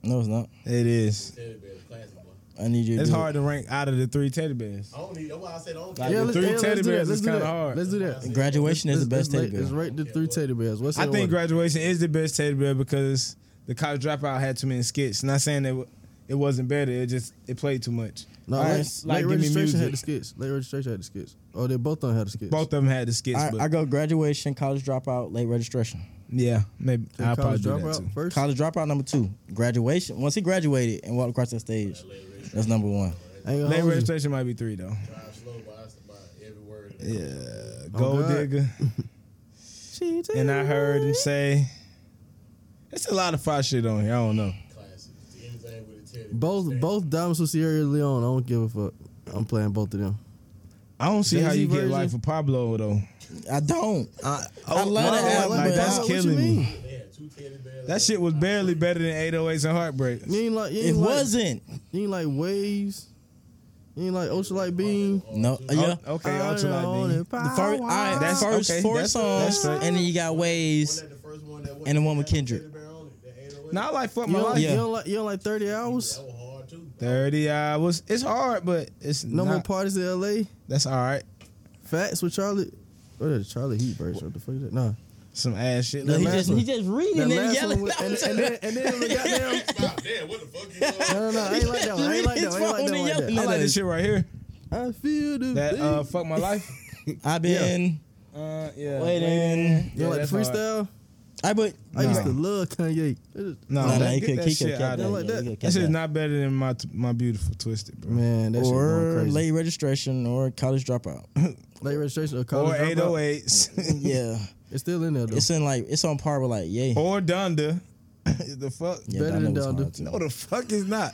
[SPEAKER 3] No, it's not.
[SPEAKER 4] It is.
[SPEAKER 1] Teddy bear, classic one.
[SPEAKER 3] I need you. To
[SPEAKER 4] It's
[SPEAKER 3] do it.
[SPEAKER 4] hard to rank out of the three teddy bears.
[SPEAKER 1] I don't need. That's why I said I don't
[SPEAKER 4] Like,
[SPEAKER 1] care.
[SPEAKER 4] the
[SPEAKER 2] let's-
[SPEAKER 4] three
[SPEAKER 2] let's do
[SPEAKER 4] teddy
[SPEAKER 2] that.
[SPEAKER 4] bears
[SPEAKER 2] Let's
[SPEAKER 4] is
[SPEAKER 2] do
[SPEAKER 4] kinda
[SPEAKER 2] that.
[SPEAKER 4] hard.
[SPEAKER 2] Let's do that.
[SPEAKER 1] And
[SPEAKER 3] Graduation is the
[SPEAKER 2] Let's-
[SPEAKER 3] best
[SPEAKER 2] let's
[SPEAKER 3] teddy
[SPEAKER 2] rate-
[SPEAKER 3] bear.
[SPEAKER 2] Let's rate the three teddy bears. What's
[SPEAKER 4] I
[SPEAKER 2] in
[SPEAKER 4] think
[SPEAKER 2] order?
[SPEAKER 4] graduation is the best teddy bear because the college dropout had too many skits. Not saying that it wasn't better. It just it played too much.
[SPEAKER 2] No,
[SPEAKER 4] All
[SPEAKER 2] late,
[SPEAKER 4] right,
[SPEAKER 2] late
[SPEAKER 4] like, give me
[SPEAKER 2] registration had the
[SPEAKER 4] music.
[SPEAKER 2] skits. Late registration had the skits. Oh, they both don't have the skits.
[SPEAKER 4] Both of them had the skits.
[SPEAKER 3] I,
[SPEAKER 4] but
[SPEAKER 3] I go graduation, college dropout, late registration.
[SPEAKER 4] yeah, maybe
[SPEAKER 2] Did
[SPEAKER 4] I'll probably
[SPEAKER 2] college
[SPEAKER 4] do that
[SPEAKER 2] dropout
[SPEAKER 4] too.
[SPEAKER 2] first.
[SPEAKER 3] College dropout number two. Graduation. Once he graduated and walked across that stage, that's number one.
[SPEAKER 2] I ain't gonna
[SPEAKER 4] Late
[SPEAKER 2] hold you.
[SPEAKER 4] registration might be three though.
[SPEAKER 1] Drive slow, but I s- by every word.
[SPEAKER 4] Yeah,
[SPEAKER 2] Oh,
[SPEAKER 4] gold
[SPEAKER 2] God.
[SPEAKER 4] digger.
[SPEAKER 2] She did.
[SPEAKER 4] And I heard him say, "It's a lot of fire shit on here. I don't know."
[SPEAKER 1] Classic. Anything with a teddy. bear.
[SPEAKER 2] both
[SPEAKER 1] Stand-
[SPEAKER 2] both Diamonds with Sierra Leone. I don't give a fuck. I'm playing both of them.
[SPEAKER 4] I don't see how
[SPEAKER 2] Jay-Z
[SPEAKER 4] you get
[SPEAKER 2] version?
[SPEAKER 4] life of Pablo though.
[SPEAKER 3] I don't. I,
[SPEAKER 2] oh,
[SPEAKER 3] I love
[SPEAKER 4] my
[SPEAKER 3] that
[SPEAKER 4] God,
[SPEAKER 3] album.
[SPEAKER 4] like,
[SPEAKER 3] but
[SPEAKER 4] that's
[SPEAKER 3] I-
[SPEAKER 4] killing me.
[SPEAKER 1] They had two teddy bears.
[SPEAKER 4] That shit was barely better than 808s and Heartbreak.
[SPEAKER 2] You ain't like you ain't
[SPEAKER 3] it
[SPEAKER 2] like,
[SPEAKER 3] wasn't.
[SPEAKER 2] You ain't like waves. You ain't like Ultra Light Beam.
[SPEAKER 3] No. uh, yeah.
[SPEAKER 4] Oh, okay, Ultralight Beam.
[SPEAKER 3] The first, all right,
[SPEAKER 4] That's-
[SPEAKER 3] first
[SPEAKER 4] okay,
[SPEAKER 3] four
[SPEAKER 4] that's- that's
[SPEAKER 3] songs,
[SPEAKER 4] straight.
[SPEAKER 3] and then you got Waves.
[SPEAKER 1] The first one that
[SPEAKER 3] And the one with
[SPEAKER 1] had no
[SPEAKER 3] Kendrick.
[SPEAKER 1] teddy bear on it, that 808.
[SPEAKER 4] Now I like fuck
[SPEAKER 2] You
[SPEAKER 4] my
[SPEAKER 2] don't,
[SPEAKER 4] life.
[SPEAKER 2] like,
[SPEAKER 3] Yeah.
[SPEAKER 2] you don't like you don't like 30 hours.
[SPEAKER 1] That was hard too.
[SPEAKER 4] 30 hours. It's hard, but it's
[SPEAKER 2] No more
[SPEAKER 4] not-
[SPEAKER 2] parties in LA.
[SPEAKER 4] That's all right.
[SPEAKER 2] Facts with Charlie. What is it, Charlie Heat version? What the fuck is that? Nah.
[SPEAKER 4] Some ass shit.
[SPEAKER 3] No, he
[SPEAKER 2] last
[SPEAKER 3] just
[SPEAKER 2] one.
[SPEAKER 3] he just
[SPEAKER 2] That
[SPEAKER 3] reading and
[SPEAKER 2] last one
[SPEAKER 3] yelling.
[SPEAKER 2] with- and, and then and then the goddamn.
[SPEAKER 1] Stop. Damn, what the fuck you doing?
[SPEAKER 2] No, no, no. I ain't like that one. I ain't like that one. I ain't like that one. like that.
[SPEAKER 4] I like this shit right here.
[SPEAKER 2] I feel the
[SPEAKER 4] That
[SPEAKER 2] beat.
[SPEAKER 4] uh, fuck my life.
[SPEAKER 3] I've been.
[SPEAKER 4] Uh, yeah.
[SPEAKER 3] Waiting.
[SPEAKER 2] you don't like
[SPEAKER 4] that's
[SPEAKER 2] the freestyle?
[SPEAKER 3] I but
[SPEAKER 2] I used
[SPEAKER 4] Nah.
[SPEAKER 2] to love Kanye.
[SPEAKER 4] No,
[SPEAKER 3] Nah, nah,
[SPEAKER 4] that,
[SPEAKER 3] he
[SPEAKER 4] get
[SPEAKER 3] could-
[SPEAKER 4] that
[SPEAKER 3] he could
[SPEAKER 4] shit
[SPEAKER 3] kept
[SPEAKER 4] out
[SPEAKER 3] that.
[SPEAKER 4] of
[SPEAKER 2] like that.
[SPEAKER 3] he could
[SPEAKER 4] That
[SPEAKER 3] kept
[SPEAKER 4] shit's
[SPEAKER 3] that.
[SPEAKER 4] not better than my my beautiful twisted, bro.
[SPEAKER 2] Man, that shit going
[SPEAKER 3] or
[SPEAKER 2] crazy.
[SPEAKER 3] late registration or college dropout.
[SPEAKER 2] Late registration or
[SPEAKER 4] Or
[SPEAKER 2] college dropout.
[SPEAKER 4] 808s.
[SPEAKER 3] yeah,
[SPEAKER 2] It's still in there though.
[SPEAKER 3] it's in like it's on par with like yay.
[SPEAKER 4] or Donda. the fuck?
[SPEAKER 3] Yeah,
[SPEAKER 2] better
[SPEAKER 3] Donda
[SPEAKER 2] than
[SPEAKER 3] was
[SPEAKER 2] Donda.
[SPEAKER 3] hard, too.
[SPEAKER 4] No, the fuck is not.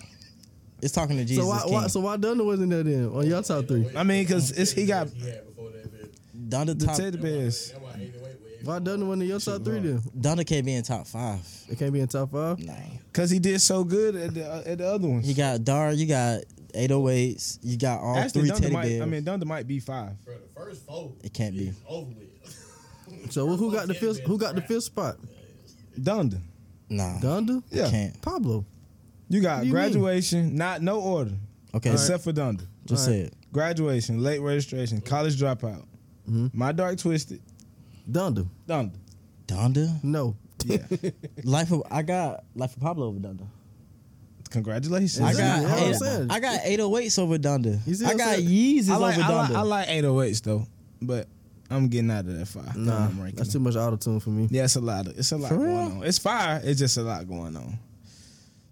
[SPEAKER 3] It's talking to Jesus.
[SPEAKER 2] so why,
[SPEAKER 3] King.
[SPEAKER 2] why so why Donda wasn't there then on y'all top three?
[SPEAKER 4] I mean, cause it's he got
[SPEAKER 1] He had before that bitch.
[SPEAKER 3] Donda
[SPEAKER 4] the
[SPEAKER 3] top,
[SPEAKER 4] teddy bears.
[SPEAKER 1] That one 808 with
[SPEAKER 2] Why Donda wasn't in your top three then?
[SPEAKER 3] Donda can't be in top five.
[SPEAKER 2] It can't be in top five.
[SPEAKER 3] Nah,
[SPEAKER 4] Cause he did so good at the uh, at the other ones.
[SPEAKER 3] you got Dar, you got 808s, you got all
[SPEAKER 4] Actually,
[SPEAKER 3] three
[SPEAKER 4] Donda
[SPEAKER 3] teddy
[SPEAKER 4] might.
[SPEAKER 3] bears.
[SPEAKER 4] I mean, Donda might be five.
[SPEAKER 1] Bro, the first four.
[SPEAKER 3] It can't be.
[SPEAKER 1] is Over with.
[SPEAKER 2] So who got the fifth? Who got the fifth spot?
[SPEAKER 4] Donda.
[SPEAKER 3] nah,
[SPEAKER 2] Donda.
[SPEAKER 4] Yeah.
[SPEAKER 3] can't.
[SPEAKER 2] Pablo.
[SPEAKER 4] You got
[SPEAKER 2] What do you
[SPEAKER 4] graduation, not no order,
[SPEAKER 3] Okay,
[SPEAKER 4] except for Donda.
[SPEAKER 3] just
[SPEAKER 2] All
[SPEAKER 3] say
[SPEAKER 2] right.
[SPEAKER 3] it.
[SPEAKER 4] Graduation, late registration, college dropout,
[SPEAKER 3] Mm-hmm.
[SPEAKER 2] Mhm.
[SPEAKER 4] my dark twisted,
[SPEAKER 2] Donda.
[SPEAKER 4] Donda.
[SPEAKER 3] Donda.
[SPEAKER 2] No.
[SPEAKER 4] Yeah.
[SPEAKER 3] Life of I got Life of Pablo over Donda.
[SPEAKER 4] Congratulations.
[SPEAKER 3] I
[SPEAKER 2] Exactly, that's what I'm
[SPEAKER 3] got
[SPEAKER 2] saying.
[SPEAKER 3] eight, I got 808s over Donda.
[SPEAKER 2] You see what
[SPEAKER 3] I
[SPEAKER 2] I'm
[SPEAKER 3] got
[SPEAKER 2] saying?
[SPEAKER 3] Yeezys
[SPEAKER 4] I like,
[SPEAKER 3] over
[SPEAKER 4] I
[SPEAKER 3] Donda.
[SPEAKER 4] like, I like 808s though, but I'm getting out of that five.
[SPEAKER 2] Nah.
[SPEAKER 4] I'm ranking
[SPEAKER 2] That's too
[SPEAKER 4] them.
[SPEAKER 2] much auto tune for me.
[SPEAKER 4] yeah, it's a lot. Of, it's a lot
[SPEAKER 3] For
[SPEAKER 4] going
[SPEAKER 3] real?
[SPEAKER 4] on. It's fire. It's just a lot going on.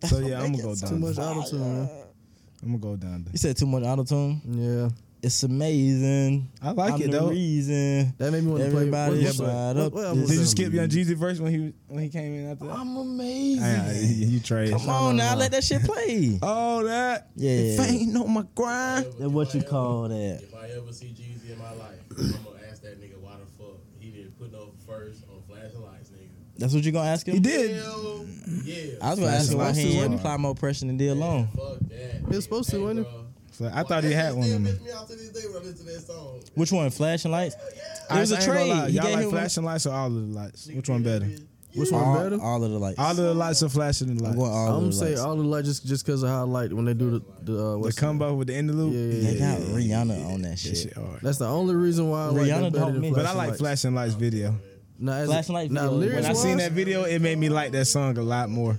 [SPEAKER 4] So yeah, I'm gonna go
[SPEAKER 2] Too much
[SPEAKER 4] Donda.
[SPEAKER 2] auto tune. man.
[SPEAKER 4] I'm gonna go Donda.
[SPEAKER 3] You said too much auto tune.
[SPEAKER 2] Yeah.
[SPEAKER 3] It's amazing.
[SPEAKER 4] I like
[SPEAKER 3] I'm
[SPEAKER 4] it
[SPEAKER 3] the
[SPEAKER 4] though.
[SPEAKER 3] reason.
[SPEAKER 2] That made me want to play.
[SPEAKER 3] Everybody
[SPEAKER 2] what- what-
[SPEAKER 3] shut
[SPEAKER 2] what-
[SPEAKER 3] up.
[SPEAKER 2] what
[SPEAKER 3] Did
[SPEAKER 2] album was
[SPEAKER 4] Did you
[SPEAKER 2] that?
[SPEAKER 4] skip Young Jeezy verse when he when he came in after that?
[SPEAKER 3] I'm amazing.
[SPEAKER 4] Ah, you you trash.
[SPEAKER 3] Come on now, let that shit play.
[SPEAKER 4] Oh, that.
[SPEAKER 3] Yeah.
[SPEAKER 4] If I ain't on my grind.
[SPEAKER 1] If
[SPEAKER 3] That's what
[SPEAKER 1] I
[SPEAKER 3] you
[SPEAKER 1] ever-
[SPEAKER 3] call that.
[SPEAKER 1] If I ever see Jeezy in my life, I'm gonna ask that nigga why the fuck he didn't put no first on flashing lights, nigga.
[SPEAKER 3] That's what you gonna ask him?
[SPEAKER 4] He did.
[SPEAKER 1] Hell yeah.
[SPEAKER 3] I was gonna ask him why
[SPEAKER 4] Flashing
[SPEAKER 3] he ain't
[SPEAKER 4] lights.
[SPEAKER 3] apply more pressure than did alone.
[SPEAKER 1] Fuck that. nigga.
[SPEAKER 2] supposed to,
[SPEAKER 1] Hey,
[SPEAKER 2] wasn't it?
[SPEAKER 1] bro.
[SPEAKER 4] So I thought he had
[SPEAKER 1] That
[SPEAKER 4] one.
[SPEAKER 1] Still
[SPEAKER 4] on him.
[SPEAKER 1] piss me off to this day when I listen to that song.
[SPEAKER 3] Which one? Flashing lights? It was
[SPEAKER 4] I
[SPEAKER 3] a
[SPEAKER 4] ain't gonna lie.
[SPEAKER 3] trade. He
[SPEAKER 4] Y'all
[SPEAKER 3] gave
[SPEAKER 4] like
[SPEAKER 3] him-
[SPEAKER 4] flashing lights or all of the lights? Which one better?
[SPEAKER 1] You
[SPEAKER 2] Which one
[SPEAKER 3] all,
[SPEAKER 2] better?
[SPEAKER 3] all of the lights.
[SPEAKER 4] All of the lights are flashing in the
[SPEAKER 3] I'm
[SPEAKER 4] lights.
[SPEAKER 3] going all
[SPEAKER 2] I'm
[SPEAKER 3] of
[SPEAKER 2] gonna
[SPEAKER 3] the
[SPEAKER 2] say
[SPEAKER 3] lights.
[SPEAKER 2] all the light just just because of how light when they do the the, uh,
[SPEAKER 4] the
[SPEAKER 2] what's
[SPEAKER 4] combo with the interlude.
[SPEAKER 2] Yeah, yeah,
[SPEAKER 3] They
[SPEAKER 2] yeah.
[SPEAKER 3] got Rihanna on that
[SPEAKER 4] That
[SPEAKER 3] shit.
[SPEAKER 4] shit hard.
[SPEAKER 2] That's the only reason why I like
[SPEAKER 3] Rihanna
[SPEAKER 2] them better
[SPEAKER 3] don't
[SPEAKER 2] than
[SPEAKER 3] miss.
[SPEAKER 4] But I like
[SPEAKER 2] Lights.
[SPEAKER 4] Flashing Lights video.
[SPEAKER 2] Nah, as-
[SPEAKER 3] Flashing Lights
[SPEAKER 2] Nah,
[SPEAKER 3] video.
[SPEAKER 2] lyrics
[SPEAKER 4] When I seen
[SPEAKER 2] wise,
[SPEAKER 4] that video, it made me like that song a lot more.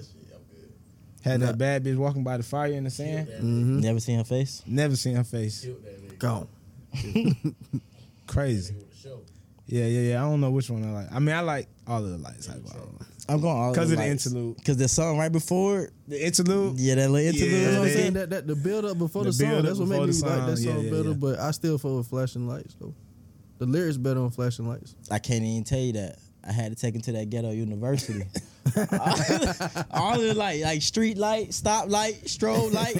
[SPEAKER 4] Had that bad bitch walking by the fire in the sand.
[SPEAKER 2] mm-hmm.
[SPEAKER 3] Never seen her face.
[SPEAKER 4] Never seen her face.
[SPEAKER 1] Killed that nigga
[SPEAKER 2] gone.
[SPEAKER 4] Crazy.
[SPEAKER 1] with the show.
[SPEAKER 4] Yeah, yeah, yeah. I don't know which one I like. I mean, I like all of the lights. I like all of them.
[SPEAKER 3] I'm going all
[SPEAKER 4] Because
[SPEAKER 3] the
[SPEAKER 4] of the
[SPEAKER 3] lights.
[SPEAKER 4] interlude.
[SPEAKER 3] Cause the song right before, it,
[SPEAKER 4] The interlude.
[SPEAKER 3] yeah, that little
[SPEAKER 4] Yeah,
[SPEAKER 3] interlude.
[SPEAKER 2] That's what I'm
[SPEAKER 4] they-
[SPEAKER 2] saying. That, that the build up before
[SPEAKER 4] The
[SPEAKER 2] the, song.
[SPEAKER 4] build up
[SPEAKER 2] That's what made
[SPEAKER 4] before
[SPEAKER 2] me
[SPEAKER 4] the
[SPEAKER 2] like that
[SPEAKER 4] song,
[SPEAKER 2] song
[SPEAKER 4] yeah, yeah,
[SPEAKER 2] better.
[SPEAKER 4] yeah.
[SPEAKER 2] But I still fuck with flashing lights though. The lyrics better on flashing lights.
[SPEAKER 3] I can't even tell you that. I had to take him to that ghetto university. All the like, like street light, stop light, strobe light,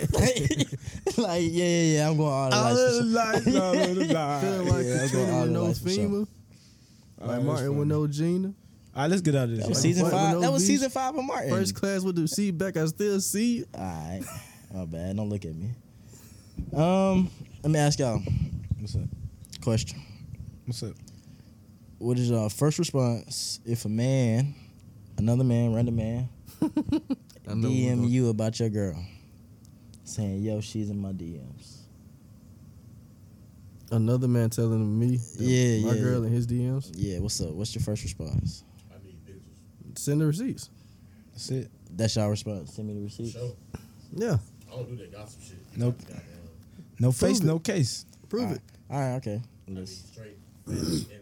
[SPEAKER 3] like, yeah, yeah, yeah. I'm going all the
[SPEAKER 4] All
[SPEAKER 3] lights.
[SPEAKER 4] of the lights. All of the lights.
[SPEAKER 2] Feel like
[SPEAKER 3] yeah, I go all
[SPEAKER 2] Katrina
[SPEAKER 3] the
[SPEAKER 2] with no
[SPEAKER 3] lights for sure.
[SPEAKER 2] FEMA,
[SPEAKER 4] All
[SPEAKER 2] like
[SPEAKER 4] right, that's
[SPEAKER 2] Martin with
[SPEAKER 4] funny.
[SPEAKER 2] no Gina.
[SPEAKER 4] All right, let's get out of this.
[SPEAKER 3] That was
[SPEAKER 4] shit.
[SPEAKER 2] season
[SPEAKER 3] season
[SPEAKER 2] Martin
[SPEAKER 3] five.
[SPEAKER 2] with
[SPEAKER 3] That
[SPEAKER 2] no
[SPEAKER 3] was
[SPEAKER 2] beef.
[SPEAKER 3] season five of Martin.
[SPEAKER 2] First class with the seat back, I still see you.
[SPEAKER 3] All right, my bad. Don't look at me. Um, let me ask y'all
[SPEAKER 4] What's up?
[SPEAKER 3] a question.
[SPEAKER 4] What's up?
[SPEAKER 3] What is your first response if a man, another man, random man,
[SPEAKER 2] I know
[SPEAKER 3] DM
[SPEAKER 2] what-
[SPEAKER 3] you about your girl, saying, "Yo, she's in my DMs."
[SPEAKER 2] Another man telling me, that
[SPEAKER 3] Yeah,
[SPEAKER 2] my
[SPEAKER 3] yeah,
[SPEAKER 2] girl
[SPEAKER 3] yeah.
[SPEAKER 2] in his DMs,
[SPEAKER 3] Yeah, what's up? What's your first response?
[SPEAKER 1] I need niggas
[SPEAKER 2] send the receipts.
[SPEAKER 4] That's it.
[SPEAKER 3] That's your response. Send me the
[SPEAKER 1] with
[SPEAKER 3] receipt.
[SPEAKER 1] the show.
[SPEAKER 2] Yeah,
[SPEAKER 1] I don't do that gossip shit.
[SPEAKER 4] Nope.
[SPEAKER 1] Goddamn.
[SPEAKER 4] No face,
[SPEAKER 2] it.
[SPEAKER 4] no case.
[SPEAKER 2] prove it.
[SPEAKER 3] All right, okay.
[SPEAKER 1] I need
[SPEAKER 3] Let's,
[SPEAKER 1] straight evidence. nigga.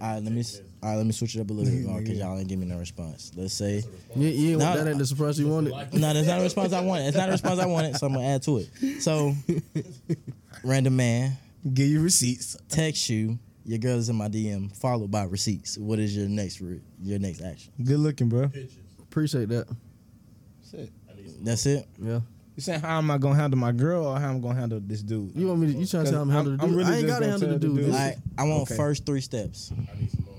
[SPEAKER 3] all right, let me. s- All right, let me switch it up a little bit more because y'all ain't give me no response. Let's say.
[SPEAKER 1] That's a response.
[SPEAKER 2] You, you ain't
[SPEAKER 3] Nah,
[SPEAKER 2] that ain't the surprise you wanted.
[SPEAKER 1] Like,
[SPEAKER 3] No, that's not a response I wanted. It's not a response I wanted, so I'm gonna add to it. So, random man
[SPEAKER 4] Give you receipts.
[SPEAKER 3] text you. Your girl is in my DM, followed by receipts. What is your next re- your next action?
[SPEAKER 4] Good looking, bro.
[SPEAKER 1] pictures.
[SPEAKER 2] Appreciate that.
[SPEAKER 4] That's it.
[SPEAKER 1] I need some
[SPEAKER 3] That's it.
[SPEAKER 2] Yeah,
[SPEAKER 4] You saying how am I gonna handle my girl or how I'm gonna handle this dude?
[SPEAKER 2] you want me? To, you trying to tell him how to
[SPEAKER 4] I'm-
[SPEAKER 2] do?
[SPEAKER 4] I'm
[SPEAKER 2] it?
[SPEAKER 4] really
[SPEAKER 2] I ain't
[SPEAKER 4] just
[SPEAKER 2] gotta
[SPEAKER 4] gonna
[SPEAKER 2] handle the
[SPEAKER 4] tell the
[SPEAKER 2] dude.
[SPEAKER 4] dude.
[SPEAKER 3] All
[SPEAKER 2] This-
[SPEAKER 3] right, I want
[SPEAKER 4] Okay.
[SPEAKER 3] first three steps.
[SPEAKER 1] I need some more.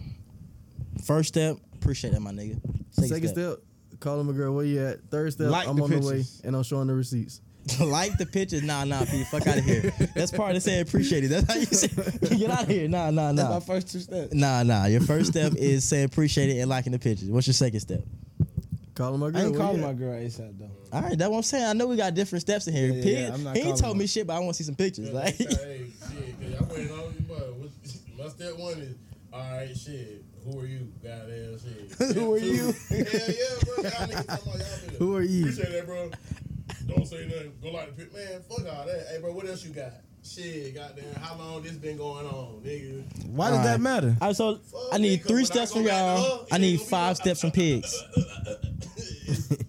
[SPEAKER 3] First step, appreciate that, my nigga. Second,
[SPEAKER 2] Second step, call him a girl. Where you at? Third step,
[SPEAKER 4] Like
[SPEAKER 2] I'm
[SPEAKER 4] the
[SPEAKER 2] on the way
[SPEAKER 4] pictures.
[SPEAKER 2] and I'm showing the receipts.
[SPEAKER 3] like the pictures. Nah, nah, P, fuck out of here. That's part of saying appreciate it. That's how you say get out of here. Nah, nah, nah.
[SPEAKER 4] first two steps.
[SPEAKER 3] Nah, nah. Your first step is saying appreciate it and liking the pictures. What's your second step?
[SPEAKER 2] Call him a girl.
[SPEAKER 4] I ain't
[SPEAKER 2] where you
[SPEAKER 4] calling
[SPEAKER 2] at?
[SPEAKER 4] my girl ASAP though.
[SPEAKER 3] All right, that's what I'm saying. I know we got different steps in here.
[SPEAKER 4] Yeah, yeah,
[SPEAKER 3] Pig-
[SPEAKER 4] yeah, I'm not
[SPEAKER 3] he ain't
[SPEAKER 4] calling
[SPEAKER 3] told me
[SPEAKER 4] him.
[SPEAKER 3] shit, but I want to see some pictures.
[SPEAKER 1] Yeah,
[SPEAKER 3] Like,
[SPEAKER 1] hey, shit, cause I waited all these months. What- My step one is, all right, shit. Who are you? Goddamn shit. Step
[SPEAKER 4] Who are
[SPEAKER 1] two,
[SPEAKER 4] you?
[SPEAKER 1] Hell yeah, bro. Y'all niggas talking about y'all niggas.
[SPEAKER 2] Who are you?
[SPEAKER 1] Appreciate that, bro. Don't say nothing. Go like the pic. Man, fuck all that. Hey, bro, what else you got? Shit, goddamn. How long this been going on, nigga?
[SPEAKER 4] Why does that matter?
[SPEAKER 3] I so I need three steps from y'all. I need five steps from pigs.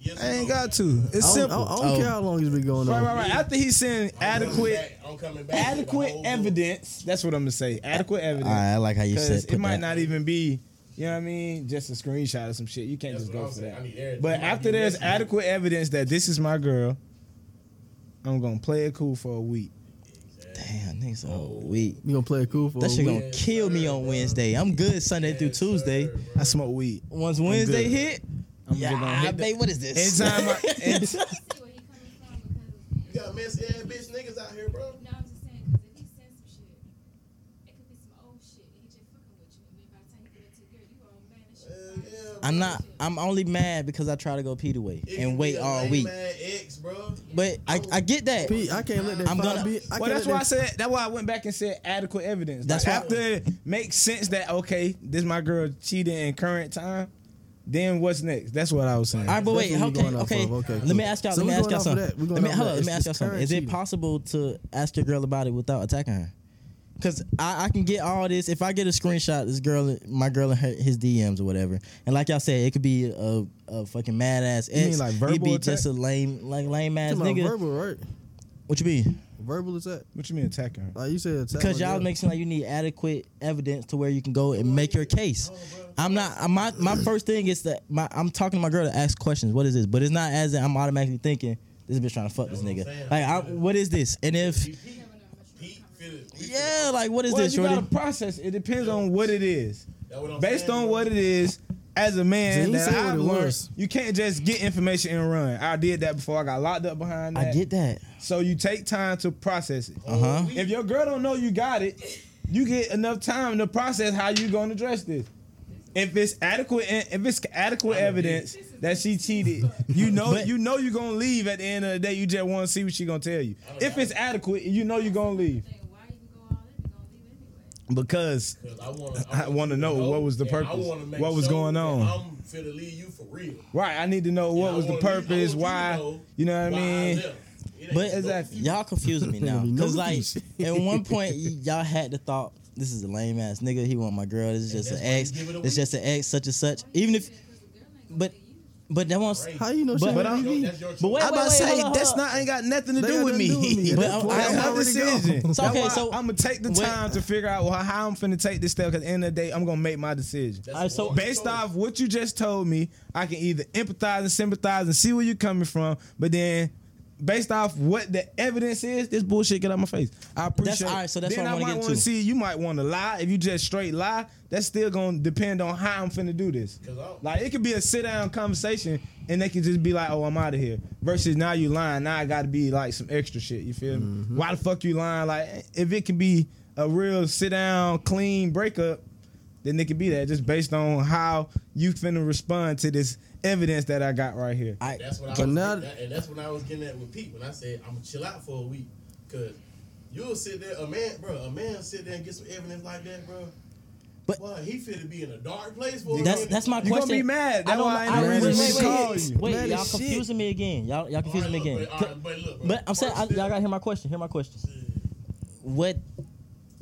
[SPEAKER 1] Yes
[SPEAKER 4] I
[SPEAKER 1] or
[SPEAKER 4] ain't
[SPEAKER 1] no?
[SPEAKER 4] got to. It's
[SPEAKER 2] I don't, I
[SPEAKER 4] simple.
[SPEAKER 2] don't- I don't
[SPEAKER 3] Oh.
[SPEAKER 2] care how long it's been going
[SPEAKER 4] Right,
[SPEAKER 2] on.
[SPEAKER 4] right, right. After he's saying
[SPEAKER 1] I'm coming
[SPEAKER 4] adequate,
[SPEAKER 1] back. I'm coming back. with the
[SPEAKER 4] adequate
[SPEAKER 1] whole book.
[SPEAKER 4] evidence. That's what I'm gonna say. Adequate
[SPEAKER 3] All
[SPEAKER 4] evidence.
[SPEAKER 3] right, I like how you
[SPEAKER 4] Because
[SPEAKER 3] said.
[SPEAKER 4] it
[SPEAKER 3] put
[SPEAKER 4] might
[SPEAKER 3] that.
[SPEAKER 4] not even be, you know what I mean, just a screenshot of some shit. You can't
[SPEAKER 1] That's
[SPEAKER 4] just
[SPEAKER 1] what
[SPEAKER 4] go
[SPEAKER 1] I'm
[SPEAKER 4] for
[SPEAKER 1] saying. I need
[SPEAKER 4] that.
[SPEAKER 1] everything.
[SPEAKER 4] But
[SPEAKER 1] You might
[SPEAKER 4] after
[SPEAKER 1] be
[SPEAKER 4] there's
[SPEAKER 1] missing it.
[SPEAKER 4] adequate evidence that this is my girl, I'm gonna play it cool for a week.
[SPEAKER 3] Damn, niggas a whole
[SPEAKER 4] Oh,
[SPEAKER 3] week.
[SPEAKER 2] You gonna play it cool for
[SPEAKER 3] That
[SPEAKER 2] a
[SPEAKER 3] shit
[SPEAKER 2] week.
[SPEAKER 3] gonna kill me on Wednesday. I'm good Sunday
[SPEAKER 1] Yes,
[SPEAKER 3] through Tuesday.
[SPEAKER 1] sir, bro.
[SPEAKER 4] I smoke weed.
[SPEAKER 3] Once Wednesday
[SPEAKER 4] good.
[SPEAKER 3] hit,
[SPEAKER 4] I'm just gonna
[SPEAKER 3] yeah,
[SPEAKER 4] hit that.
[SPEAKER 3] babe, what is this?
[SPEAKER 4] Anytime I, any-
[SPEAKER 7] I see where he coming from because
[SPEAKER 1] You got messy ass bitch niggas out here, bro.
[SPEAKER 7] no, I'm just saying because if he sends some shit, it could be some old shit. He just fucking with you, and then by the time you get up to the girl, you old man and shit.
[SPEAKER 1] Hell yeah, bro.
[SPEAKER 3] I'm not. I'm only mad because I try to go pee the way
[SPEAKER 1] It
[SPEAKER 3] and
[SPEAKER 1] could
[SPEAKER 3] wait
[SPEAKER 1] be a
[SPEAKER 3] all
[SPEAKER 1] lame
[SPEAKER 3] week.
[SPEAKER 1] ass ex, bro.
[SPEAKER 3] But I, I get that.
[SPEAKER 2] P, I can't let that
[SPEAKER 3] I'm
[SPEAKER 2] I'm
[SPEAKER 3] gonna-
[SPEAKER 2] gonna, be. I
[SPEAKER 4] well,
[SPEAKER 2] can't
[SPEAKER 4] that's
[SPEAKER 2] let
[SPEAKER 4] why I
[SPEAKER 2] that-
[SPEAKER 4] said. That's why I went back and said adequate evidence.
[SPEAKER 3] That's
[SPEAKER 4] That's
[SPEAKER 3] why-
[SPEAKER 4] like, after it makes sense that okay, this my girl cheating in current time. Then what's next? That's what I was saying.
[SPEAKER 3] All right, but
[SPEAKER 2] That's what
[SPEAKER 3] wait,
[SPEAKER 2] we
[SPEAKER 3] okay,
[SPEAKER 2] going off
[SPEAKER 3] okay.
[SPEAKER 2] of, okay,
[SPEAKER 3] Let
[SPEAKER 2] cool.
[SPEAKER 3] me ask y'all.
[SPEAKER 2] So
[SPEAKER 3] let me
[SPEAKER 2] we
[SPEAKER 3] ask
[SPEAKER 2] going off
[SPEAKER 3] y'all
[SPEAKER 2] of
[SPEAKER 3] something.
[SPEAKER 2] that. We
[SPEAKER 3] Let
[SPEAKER 2] going
[SPEAKER 3] me
[SPEAKER 2] off of
[SPEAKER 3] hold up.
[SPEAKER 2] that.
[SPEAKER 3] Let
[SPEAKER 2] It's
[SPEAKER 3] me ask y'all
[SPEAKER 2] just
[SPEAKER 3] something.
[SPEAKER 2] current
[SPEAKER 3] Is it
[SPEAKER 2] cheating.
[SPEAKER 3] possible to ask your girl about it without attacking her? Cause I, I can get all this if I get a screenshot this girl my girl in her, his DMs or whatever and like y'all said it could be a, a fucking mad ass ex
[SPEAKER 4] You mean like
[SPEAKER 3] he
[SPEAKER 4] verbal
[SPEAKER 3] be
[SPEAKER 4] attack?
[SPEAKER 3] just a lame like lame ass
[SPEAKER 2] Talking about
[SPEAKER 3] nigga
[SPEAKER 2] verbal, right?
[SPEAKER 3] what you mean
[SPEAKER 2] Verbal attack.
[SPEAKER 4] what you mean attacking her?
[SPEAKER 2] Like you said, attack
[SPEAKER 3] Because
[SPEAKER 2] my
[SPEAKER 3] y'all
[SPEAKER 2] girl.
[SPEAKER 3] make seem like you need adequate evidence to where you can go and make your case. I'm not. I'm, my my first thing is that my, I'm talking to my girl to ask questions. What is this? But it's not as if I'm automatically thinking this bitch trying to fuck this
[SPEAKER 1] what I'm
[SPEAKER 3] nigga.
[SPEAKER 1] saying.
[SPEAKER 3] Like, I, what is this? And if
[SPEAKER 1] Pete, Pete, Phillips.
[SPEAKER 3] yeah, like what is
[SPEAKER 4] well,
[SPEAKER 3] this,
[SPEAKER 4] you
[SPEAKER 3] shorty?
[SPEAKER 4] gotta process. It depends on what it is.
[SPEAKER 1] That what I'm
[SPEAKER 4] Based
[SPEAKER 1] saying,
[SPEAKER 4] on
[SPEAKER 1] bro.
[SPEAKER 4] what it is, as a man,
[SPEAKER 2] See, he
[SPEAKER 4] that
[SPEAKER 2] said what
[SPEAKER 4] I've
[SPEAKER 2] it
[SPEAKER 4] learned,
[SPEAKER 2] was.
[SPEAKER 4] you can't just get information and run. I did that before. I got locked up behind that.
[SPEAKER 3] I get that.
[SPEAKER 4] So you take time to process it.
[SPEAKER 3] Uh
[SPEAKER 2] Uh-huh.
[SPEAKER 3] huh.
[SPEAKER 4] If your girl don't know you got it, you get enough time to process how you gonna address this. if it's adequate, if it's adequate evidence that she cheated, you know, you know, you're gonna leave at the end of the day. You just want to see what she gonna tell you. If it's adequate, you know you're gonna leave
[SPEAKER 7] Then why even go all in? We gonna leave anyway.
[SPEAKER 4] because
[SPEAKER 1] I want to.
[SPEAKER 4] I wanna know what was the purpose, what was going on.
[SPEAKER 1] I'm finna leave you for real.
[SPEAKER 4] right. I need to know what
[SPEAKER 1] I
[SPEAKER 4] was the
[SPEAKER 1] wanna leave- I
[SPEAKER 4] purpose,
[SPEAKER 1] want
[SPEAKER 4] why. You
[SPEAKER 1] you to
[SPEAKER 4] know what I
[SPEAKER 1] why
[SPEAKER 4] mean?
[SPEAKER 1] left. It ain't
[SPEAKER 3] But
[SPEAKER 1] no-
[SPEAKER 4] Exactly.
[SPEAKER 3] y'all confusing me now.
[SPEAKER 2] There'll be no
[SPEAKER 3] Cause like
[SPEAKER 2] confusion.
[SPEAKER 3] at one point y- y'all had the thought, this is a lame ass nigga. He want my girl. This is just an
[SPEAKER 1] that's why you
[SPEAKER 3] ex.
[SPEAKER 1] give it away?
[SPEAKER 3] It's just an ex, such and such. Even if, but, but that won't.
[SPEAKER 1] Right.
[SPEAKER 2] How you know she
[SPEAKER 3] But-
[SPEAKER 2] but,
[SPEAKER 3] but
[SPEAKER 1] That's
[SPEAKER 2] but
[SPEAKER 1] your- that's your choice.
[SPEAKER 3] But wait, wait,
[SPEAKER 4] I'm about to
[SPEAKER 3] wait,
[SPEAKER 4] say
[SPEAKER 3] hold on, hold
[SPEAKER 4] that's
[SPEAKER 3] on.
[SPEAKER 4] not ain't got nothing to
[SPEAKER 2] They
[SPEAKER 4] do
[SPEAKER 2] got
[SPEAKER 4] with
[SPEAKER 2] nothing to do with
[SPEAKER 4] me.
[SPEAKER 2] me.
[SPEAKER 3] But I'm-
[SPEAKER 4] That's
[SPEAKER 3] I'm
[SPEAKER 4] my
[SPEAKER 2] already gone.
[SPEAKER 4] decision.
[SPEAKER 3] So, okay, so-
[SPEAKER 4] I'm gonna take the
[SPEAKER 3] wait.
[SPEAKER 4] time to figure out wh- how I'm finna take this step. Cause at the end of the day, I'm gonna make my decision.
[SPEAKER 1] That's
[SPEAKER 3] All right, so-
[SPEAKER 1] your
[SPEAKER 4] Based
[SPEAKER 1] choice.
[SPEAKER 4] off what you just told me, I can either empathize and sympathize and see where you're coming from, but then based off what the evidence is, this bullshit get out my face. I appreciate.
[SPEAKER 3] all right, so that's
[SPEAKER 4] then
[SPEAKER 3] what I wanna
[SPEAKER 4] might
[SPEAKER 3] get
[SPEAKER 4] wanna
[SPEAKER 3] to.
[SPEAKER 4] see. You might want to lie. If you just straight lie, that's still gonna depend on how I'm finna do this.
[SPEAKER 1] 'Cause I-
[SPEAKER 4] Like it could be a sit down conversation, and they could just be like, "Oh, I'm out of here." Versus now you lying. Now I got to be like some extra shit. You feel me?
[SPEAKER 3] Mm-hmm.
[SPEAKER 4] Why the fuck you lying? Like if it can be a real sit down, clean breakup, then it could be that just based on how you finna respond to this evidence that I got right here.
[SPEAKER 3] I,
[SPEAKER 1] That's what I
[SPEAKER 2] But
[SPEAKER 1] was
[SPEAKER 2] now-
[SPEAKER 1] getting at, and that's when I was getting at with Pete when I said I'm gonna chill out for a week, cause you'll sit there a man, bro, a man sit there and get some evidence like that, bro.
[SPEAKER 3] But-
[SPEAKER 1] Boy, he finna be in a dark place for a
[SPEAKER 3] that's
[SPEAKER 1] minute.
[SPEAKER 3] that's my
[SPEAKER 4] You gonna
[SPEAKER 3] question.
[SPEAKER 4] be
[SPEAKER 3] I
[SPEAKER 4] mad. That's
[SPEAKER 3] don't
[SPEAKER 4] why I
[SPEAKER 3] know-
[SPEAKER 4] ain't no
[SPEAKER 3] wait,
[SPEAKER 4] reason
[SPEAKER 3] wait,
[SPEAKER 4] to
[SPEAKER 3] wait,
[SPEAKER 4] call
[SPEAKER 3] wait.
[SPEAKER 4] you.
[SPEAKER 3] Wait,
[SPEAKER 2] Mad
[SPEAKER 3] y'all
[SPEAKER 2] as shit.
[SPEAKER 3] confusing me again. Y'all y'all
[SPEAKER 1] All right,
[SPEAKER 3] confusing me
[SPEAKER 1] look,
[SPEAKER 3] again.
[SPEAKER 1] bro, all right, but look, bro,
[SPEAKER 3] But I'm saying I,
[SPEAKER 1] first
[SPEAKER 3] y'all gotta hear my question. Hear my question. What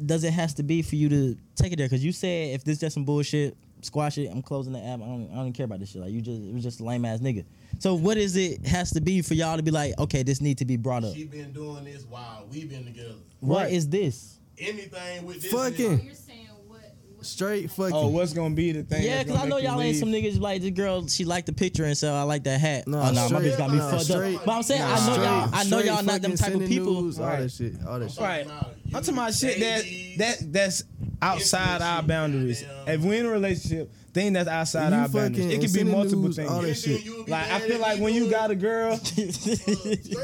[SPEAKER 3] does it has to be for you to take it there? Because you said if this just some bullshit, squash it. I'm closing the app. I don't, I don't even care about this shit. Like you just it was just a lame ass nigga. So what is it has to be for y'all to be like, okay, this need to be brought up.
[SPEAKER 1] She been doing this while we been together.
[SPEAKER 3] What
[SPEAKER 4] Right.
[SPEAKER 3] is this?
[SPEAKER 1] Anything with this
[SPEAKER 2] Fucking.
[SPEAKER 1] nigga,
[SPEAKER 7] You're saying what? what
[SPEAKER 2] straight fucking.
[SPEAKER 4] Oh, what's gonna be the thing?
[SPEAKER 3] Yeah,
[SPEAKER 4] that's
[SPEAKER 3] because I
[SPEAKER 4] gonna
[SPEAKER 3] know
[SPEAKER 4] make you
[SPEAKER 3] y'all ain't
[SPEAKER 4] leave?
[SPEAKER 3] some niggas like this girl. She liked the picture and so I like that hat.
[SPEAKER 2] Nah,
[SPEAKER 3] oh, nah, my
[SPEAKER 2] straight-
[SPEAKER 3] bitch got me
[SPEAKER 2] nah,
[SPEAKER 3] fucked
[SPEAKER 2] straight-
[SPEAKER 3] up. But I'm saying I know
[SPEAKER 2] Straight-
[SPEAKER 3] y'all. I know
[SPEAKER 2] straight
[SPEAKER 3] y'all not
[SPEAKER 2] fucking
[SPEAKER 3] them type of
[SPEAKER 2] sending
[SPEAKER 3] people.
[SPEAKER 2] News, all
[SPEAKER 4] Right.
[SPEAKER 2] that shit. All that shit.
[SPEAKER 4] Right. I'm talking about shit that
[SPEAKER 1] Babies.
[SPEAKER 4] that that's outside our
[SPEAKER 1] Intimacy,
[SPEAKER 4] boundaries.
[SPEAKER 1] goddamn.
[SPEAKER 4] If we're in a relationship, thing that's outside
[SPEAKER 2] You
[SPEAKER 4] our boundaries.
[SPEAKER 2] fucking
[SPEAKER 4] It could be
[SPEAKER 2] sending
[SPEAKER 4] multiple
[SPEAKER 2] news,
[SPEAKER 1] Then
[SPEAKER 2] all that
[SPEAKER 4] things.
[SPEAKER 2] shit.
[SPEAKER 1] you'll be
[SPEAKER 4] Like I
[SPEAKER 1] mad
[SPEAKER 4] feel
[SPEAKER 1] if
[SPEAKER 4] like
[SPEAKER 1] he
[SPEAKER 4] when you
[SPEAKER 1] doing
[SPEAKER 4] got a girl,
[SPEAKER 1] it. Straight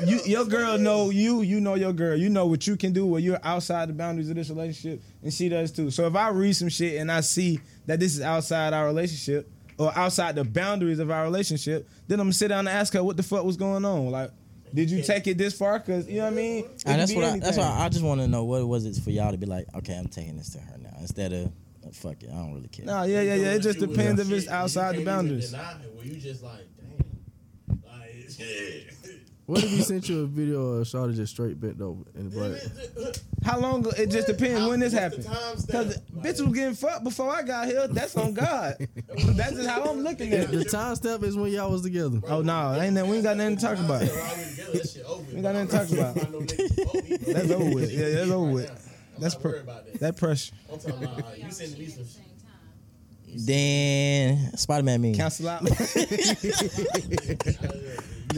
[SPEAKER 4] you
[SPEAKER 1] up,
[SPEAKER 4] your
[SPEAKER 1] that's
[SPEAKER 4] girl
[SPEAKER 1] what it
[SPEAKER 4] know
[SPEAKER 1] is.
[SPEAKER 4] you, you know your girl. You know what you can do when you're outside the boundaries of this relationship, and she does too. So if I read some shit and I see that this is outside our relationship or outside the boundaries of our relationship, then I'm gonna sit down and ask her what the fuck was going on. Like, did you take it this far? Cause you know what I mean. It
[SPEAKER 3] And
[SPEAKER 4] could
[SPEAKER 3] that's
[SPEAKER 4] be
[SPEAKER 3] what I, that's
[SPEAKER 4] anything.
[SPEAKER 3] why I just want to know what was it for y'all to be like, okay, I'm taking this to her now instead of oh, fuck it, I don't really care.
[SPEAKER 4] No, yeah, yeah, yeah. It just depends if it's outside the boundaries.
[SPEAKER 1] Where you just like, damn, like, shit.
[SPEAKER 2] What if he sent you a video of Shawty just straight bent over in the butt?
[SPEAKER 4] How long? It just depends when this
[SPEAKER 1] What's the
[SPEAKER 4] happened.
[SPEAKER 1] timestamp?
[SPEAKER 4] Cause
[SPEAKER 1] Like-
[SPEAKER 4] bitch was getting fucked before I got here. That's on God. That's just how I'm looking at
[SPEAKER 2] The
[SPEAKER 4] it.
[SPEAKER 2] time step is when y'all was together.
[SPEAKER 4] Oh no, ain't that, we ain't got nothing to talk about.
[SPEAKER 1] We
[SPEAKER 4] got nothing to talk about. That's over with. Yeah, that's over with. That's per-
[SPEAKER 1] worried about that.
[SPEAKER 4] That pressure.
[SPEAKER 1] I'm talking about uh, you
[SPEAKER 7] y'all
[SPEAKER 1] sending me
[SPEAKER 7] cheated
[SPEAKER 1] some
[SPEAKER 7] at the
[SPEAKER 1] shit.
[SPEAKER 7] same time.
[SPEAKER 3] Then Spider Man me. Like
[SPEAKER 4] Cancel out. hey,
[SPEAKER 2] You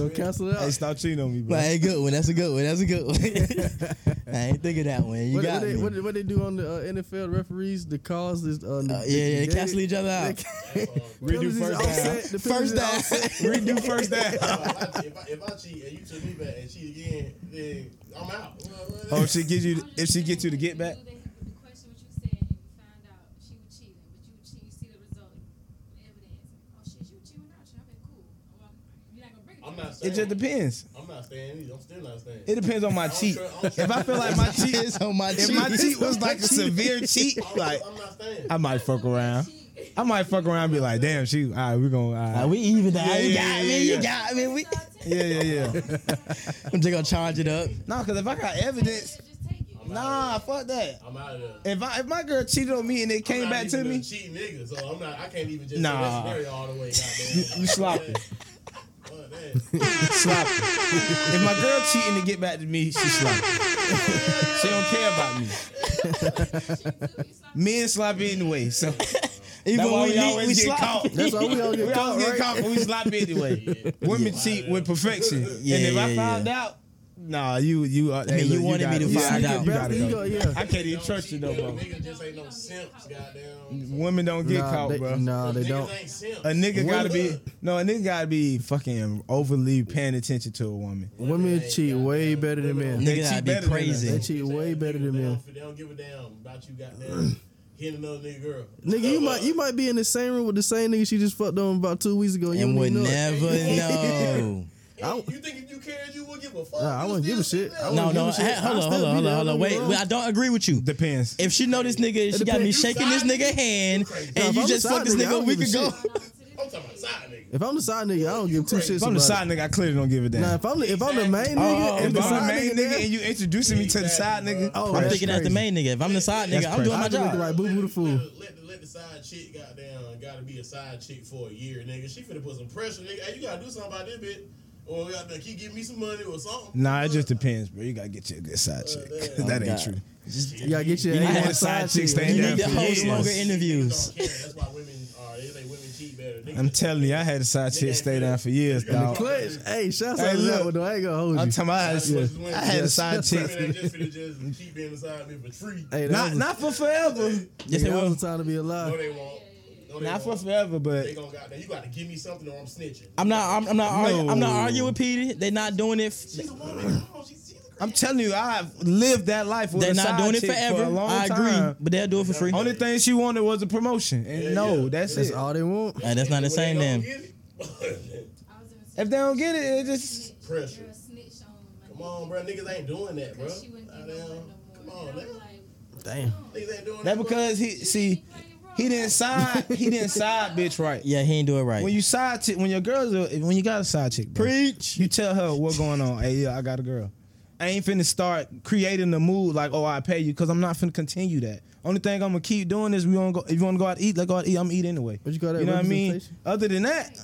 [SPEAKER 2] gonna cancel it out?
[SPEAKER 4] stop cheating on me, bro.
[SPEAKER 3] a good one. That's a good one. That's a good one. I ain't think of that one. You
[SPEAKER 2] What,
[SPEAKER 3] got
[SPEAKER 2] what, they,
[SPEAKER 3] me.
[SPEAKER 2] what, what they do on the uh, NFL referees? The calls is uh,
[SPEAKER 3] Uh, yeah, yeah, cancel each other out.
[SPEAKER 4] Redo first down.
[SPEAKER 2] down.
[SPEAKER 3] First down.
[SPEAKER 4] Redo first down.
[SPEAKER 1] If I- if I- If I cheat and you took me back and cheat again, then I'm out. Well, well,
[SPEAKER 4] Oh, if she gives you,
[SPEAKER 7] I'm just
[SPEAKER 4] if she
[SPEAKER 7] saying,
[SPEAKER 4] gets you to
[SPEAKER 7] if
[SPEAKER 4] get back.
[SPEAKER 7] do that, The question what you said, and you find out she was cheating, but you cheat, you see the result, the evidence. Oh shit, you cheating out? Shit, I've been cool. I'm walking- You're not gonna bring it.
[SPEAKER 1] I'm
[SPEAKER 7] to
[SPEAKER 1] not
[SPEAKER 7] me.
[SPEAKER 4] It just depends.
[SPEAKER 1] I'm not staying either. I'm still not staying.
[SPEAKER 4] It depends on my cheat. If I feel like my cheat is,
[SPEAKER 3] on my
[SPEAKER 4] if my cheat was like a severe cheat,
[SPEAKER 1] I'm,
[SPEAKER 4] like
[SPEAKER 1] I'm not staying.
[SPEAKER 4] I might fuck around. I might fuck around and be like, damn, she, all right, we're going, all right.
[SPEAKER 3] we even now.
[SPEAKER 4] Yeah,
[SPEAKER 3] you
[SPEAKER 4] yeah,
[SPEAKER 3] got
[SPEAKER 4] yeah,
[SPEAKER 3] me.
[SPEAKER 4] yeah.
[SPEAKER 3] You got me. We,
[SPEAKER 4] Yeah, yeah, yeah.
[SPEAKER 3] I'm just gonna charge it up.
[SPEAKER 4] No, because if I got evidence,
[SPEAKER 7] Just take it.
[SPEAKER 4] nah, fuck that.
[SPEAKER 1] I'm out of there.
[SPEAKER 4] If I if my girl cheated on me and it came
[SPEAKER 1] I'm not
[SPEAKER 4] back to
[SPEAKER 1] even
[SPEAKER 4] me,
[SPEAKER 1] a cheating nigga, so I'm not. I can't even just
[SPEAKER 4] Nah.
[SPEAKER 1] nah. say that scenario all the way. Goddamn.
[SPEAKER 4] you sloppy,
[SPEAKER 1] Fuck that.
[SPEAKER 4] sloppy. If my girl cheating to get back to me, she sloppy. she don't care about me. Men sloppy anyway, so
[SPEAKER 3] Even
[SPEAKER 4] that's
[SPEAKER 3] when
[SPEAKER 4] why we,
[SPEAKER 3] we leak,
[SPEAKER 4] always
[SPEAKER 3] we
[SPEAKER 4] get
[SPEAKER 3] sloppy.
[SPEAKER 4] caught.
[SPEAKER 2] That's why we all
[SPEAKER 4] We
[SPEAKER 2] get
[SPEAKER 4] always
[SPEAKER 2] caught,
[SPEAKER 4] get
[SPEAKER 2] right?
[SPEAKER 4] caught, but we sloppy anyway. Women cheat with perfection,
[SPEAKER 3] Yeah,
[SPEAKER 4] and if I
[SPEAKER 3] yeah,
[SPEAKER 4] found out, nah, you you. Uh, hey,
[SPEAKER 3] mean,
[SPEAKER 4] look,
[SPEAKER 3] you wanted me
[SPEAKER 4] gotta-
[SPEAKER 3] to
[SPEAKER 4] you
[SPEAKER 3] find
[SPEAKER 4] gotta-
[SPEAKER 3] out.
[SPEAKER 4] You gotta
[SPEAKER 2] You
[SPEAKER 4] go.
[SPEAKER 2] go, yeah.
[SPEAKER 4] I can't even
[SPEAKER 1] Don't
[SPEAKER 4] trust you
[SPEAKER 1] cheat,
[SPEAKER 4] no
[SPEAKER 1] nigga.
[SPEAKER 4] more.
[SPEAKER 1] Nigga just ain't no simps, goddamn.
[SPEAKER 4] Women don't get
[SPEAKER 2] nah,
[SPEAKER 4] caught,
[SPEAKER 2] they,
[SPEAKER 4] bro.
[SPEAKER 2] Nah, they
[SPEAKER 1] Niggas
[SPEAKER 2] don't.
[SPEAKER 1] ain't simps.
[SPEAKER 4] A nigga
[SPEAKER 2] Women-
[SPEAKER 4] gotta be no, a nigga gotta be fucking overly paying attention to a woman.
[SPEAKER 2] Women cheat way better than men.
[SPEAKER 4] They
[SPEAKER 3] Nigga,
[SPEAKER 4] cheat
[SPEAKER 3] I'd be
[SPEAKER 4] better than us.
[SPEAKER 2] They
[SPEAKER 3] crazy.
[SPEAKER 2] cheat way better
[SPEAKER 1] They
[SPEAKER 2] than
[SPEAKER 1] don't-
[SPEAKER 2] men.
[SPEAKER 1] They don't give a damn about you, goddamn. Hit another nigga girl.
[SPEAKER 2] Nigga, you might you might be in the same room with the same nigga she just fucked on about two weeks ago. You
[SPEAKER 3] and
[SPEAKER 2] don't
[SPEAKER 3] would
[SPEAKER 2] even know it.
[SPEAKER 3] never know.
[SPEAKER 1] Hey, you think if you cared, you would give a fuck?
[SPEAKER 2] Nah, I
[SPEAKER 1] You
[SPEAKER 2] wouldn't
[SPEAKER 1] still
[SPEAKER 2] give a
[SPEAKER 1] sit
[SPEAKER 2] shit.
[SPEAKER 1] there?
[SPEAKER 2] I
[SPEAKER 3] No,
[SPEAKER 2] wouldn't
[SPEAKER 3] no,
[SPEAKER 2] give a shit.
[SPEAKER 3] hey, hold
[SPEAKER 2] I'll
[SPEAKER 3] on,
[SPEAKER 2] still
[SPEAKER 3] hold on,
[SPEAKER 2] be
[SPEAKER 3] hold
[SPEAKER 2] there.
[SPEAKER 3] on, hold on.
[SPEAKER 2] Don't get
[SPEAKER 3] Wait,
[SPEAKER 2] me wrong.
[SPEAKER 3] wait, I don't agree with you.
[SPEAKER 4] Depends.
[SPEAKER 3] If she know this nigga, she got me
[SPEAKER 2] depends.
[SPEAKER 3] shaking this nigga hand,
[SPEAKER 2] Nah, if
[SPEAKER 3] and you
[SPEAKER 2] I'm
[SPEAKER 3] just
[SPEAKER 2] the
[SPEAKER 3] fucked
[SPEAKER 2] side
[SPEAKER 3] this
[SPEAKER 2] nigga, I
[SPEAKER 3] nigga a
[SPEAKER 2] don't
[SPEAKER 3] week
[SPEAKER 2] give a
[SPEAKER 3] ago.
[SPEAKER 2] shit.
[SPEAKER 1] I'm talking about side nigga.
[SPEAKER 2] If I'm the side nigga, I don't give two
[SPEAKER 1] crazy.
[SPEAKER 2] shits
[SPEAKER 4] If I'm the
[SPEAKER 2] about
[SPEAKER 4] side nigga, I clearly don't give a
[SPEAKER 2] it.
[SPEAKER 4] damn.
[SPEAKER 2] Nah, if I'm the, if I'm the main
[SPEAKER 1] Oh,
[SPEAKER 2] nigga,
[SPEAKER 3] oh,
[SPEAKER 2] and
[SPEAKER 4] if
[SPEAKER 2] the
[SPEAKER 4] I'm the
[SPEAKER 2] side
[SPEAKER 4] main
[SPEAKER 2] nigga,
[SPEAKER 4] nigga and you introducing me to the side nigga,
[SPEAKER 2] Oh,
[SPEAKER 3] I'm
[SPEAKER 2] that's
[SPEAKER 3] thinking that's the
[SPEAKER 2] crazy.
[SPEAKER 3] main nigga. If I'm the side
[SPEAKER 4] That's
[SPEAKER 3] nigga, I'm doing my
[SPEAKER 2] crazy. I
[SPEAKER 3] job.
[SPEAKER 2] do it right. Boo Boo the Fool.
[SPEAKER 1] Let, let, the- let the side chick goddamn gotta be a side chick for a year, nigga. She finna put some pressure, nigga. Hey, you gotta do something about this bitch. Or you gotta keep giving me some money or something.
[SPEAKER 4] nah, it just depends, bro. You gotta get you a good side chick.
[SPEAKER 1] damn.
[SPEAKER 4] that
[SPEAKER 3] God.
[SPEAKER 4] ain't true.
[SPEAKER 2] you gotta get your
[SPEAKER 4] You
[SPEAKER 2] ass
[SPEAKER 4] need
[SPEAKER 2] on
[SPEAKER 4] a side chick
[SPEAKER 2] chick,
[SPEAKER 4] stand
[SPEAKER 2] man.
[SPEAKER 3] You
[SPEAKER 4] down
[SPEAKER 3] need to
[SPEAKER 4] for
[SPEAKER 3] hold
[SPEAKER 4] years.
[SPEAKER 3] longer interviews.
[SPEAKER 1] Don't care. That's why women are. They think women cheat better. Nigga.
[SPEAKER 4] I'm telling you, I had a side chick stay down for years, dog.
[SPEAKER 2] Clutch. Hey, shouts
[SPEAKER 4] Hey,
[SPEAKER 2] out to
[SPEAKER 4] look.
[SPEAKER 2] that one though. I ain't gonna hold you.
[SPEAKER 4] I'm talking about I
[SPEAKER 1] Yeah.
[SPEAKER 4] had, I had a side
[SPEAKER 1] Women
[SPEAKER 4] chick.
[SPEAKER 1] ain't just finna just keep being beside me for free.
[SPEAKER 2] hey, that
[SPEAKER 4] Not
[SPEAKER 2] was,
[SPEAKER 4] not for forever.
[SPEAKER 3] Yes,
[SPEAKER 2] nigga,
[SPEAKER 3] it
[SPEAKER 2] that
[SPEAKER 3] will.
[SPEAKER 2] was the time to be
[SPEAKER 4] uh,
[SPEAKER 1] No,
[SPEAKER 2] alive.
[SPEAKER 1] they won't. No, they
[SPEAKER 4] Not for
[SPEAKER 1] won't.
[SPEAKER 4] forever, but
[SPEAKER 1] They gonna goddamn. You gotta give me something or I'm snitching.
[SPEAKER 3] I'm not. I'm, I'm not. Argue, I'm not
[SPEAKER 4] No.
[SPEAKER 3] arguing with Petey. They're not doing it. f-
[SPEAKER 1] She's a woman. No, she's, she's a
[SPEAKER 4] I'm telling you, I've lived that life with
[SPEAKER 3] They're
[SPEAKER 4] a
[SPEAKER 3] not
[SPEAKER 4] side
[SPEAKER 3] doing it
[SPEAKER 4] chick For
[SPEAKER 3] forever.
[SPEAKER 4] a long
[SPEAKER 3] I agree,
[SPEAKER 4] time.
[SPEAKER 3] but they'll do it for free.
[SPEAKER 4] Only thing she wanted was a promotion, and
[SPEAKER 1] Yeah,
[SPEAKER 4] no,
[SPEAKER 1] yeah.
[SPEAKER 4] that's
[SPEAKER 2] That's
[SPEAKER 4] it.
[SPEAKER 2] all they want.
[SPEAKER 3] Hey, that's not the same. Then
[SPEAKER 7] I was in a
[SPEAKER 4] If they don't get it, it just
[SPEAKER 7] situation where
[SPEAKER 1] Pressure.
[SPEAKER 7] a snitch on my
[SPEAKER 1] Come on, bro. Niggas ain't doing that, bro.
[SPEAKER 7] She wouldn't give no money
[SPEAKER 1] Goddamn.
[SPEAKER 7] no
[SPEAKER 1] Come
[SPEAKER 7] more.
[SPEAKER 1] on,
[SPEAKER 7] And I'm
[SPEAKER 1] nigga.
[SPEAKER 7] like,
[SPEAKER 2] Damn.
[SPEAKER 1] Niggas ain't doing
[SPEAKER 4] that
[SPEAKER 1] that. bro.
[SPEAKER 4] because he see he didn't side he didn't side bitch right.
[SPEAKER 3] yeah, he ain't do it right.
[SPEAKER 4] When you side chick, when your girls are, when you got a side chick, bro,
[SPEAKER 3] preach,
[SPEAKER 4] you tell her what's going on. Hey, yeah, I got a girl. I ain't finna start creating the mood like, oh, I pay you, cause I'm not finna continue that. Only thing I'm gonna keep doing is we wanna go. If you wanna go out to eat, let go out to eat. I'm gonna eat anyway.
[SPEAKER 2] What you call that?
[SPEAKER 4] You know what I mean?
[SPEAKER 2] Representation?
[SPEAKER 4] Other than that,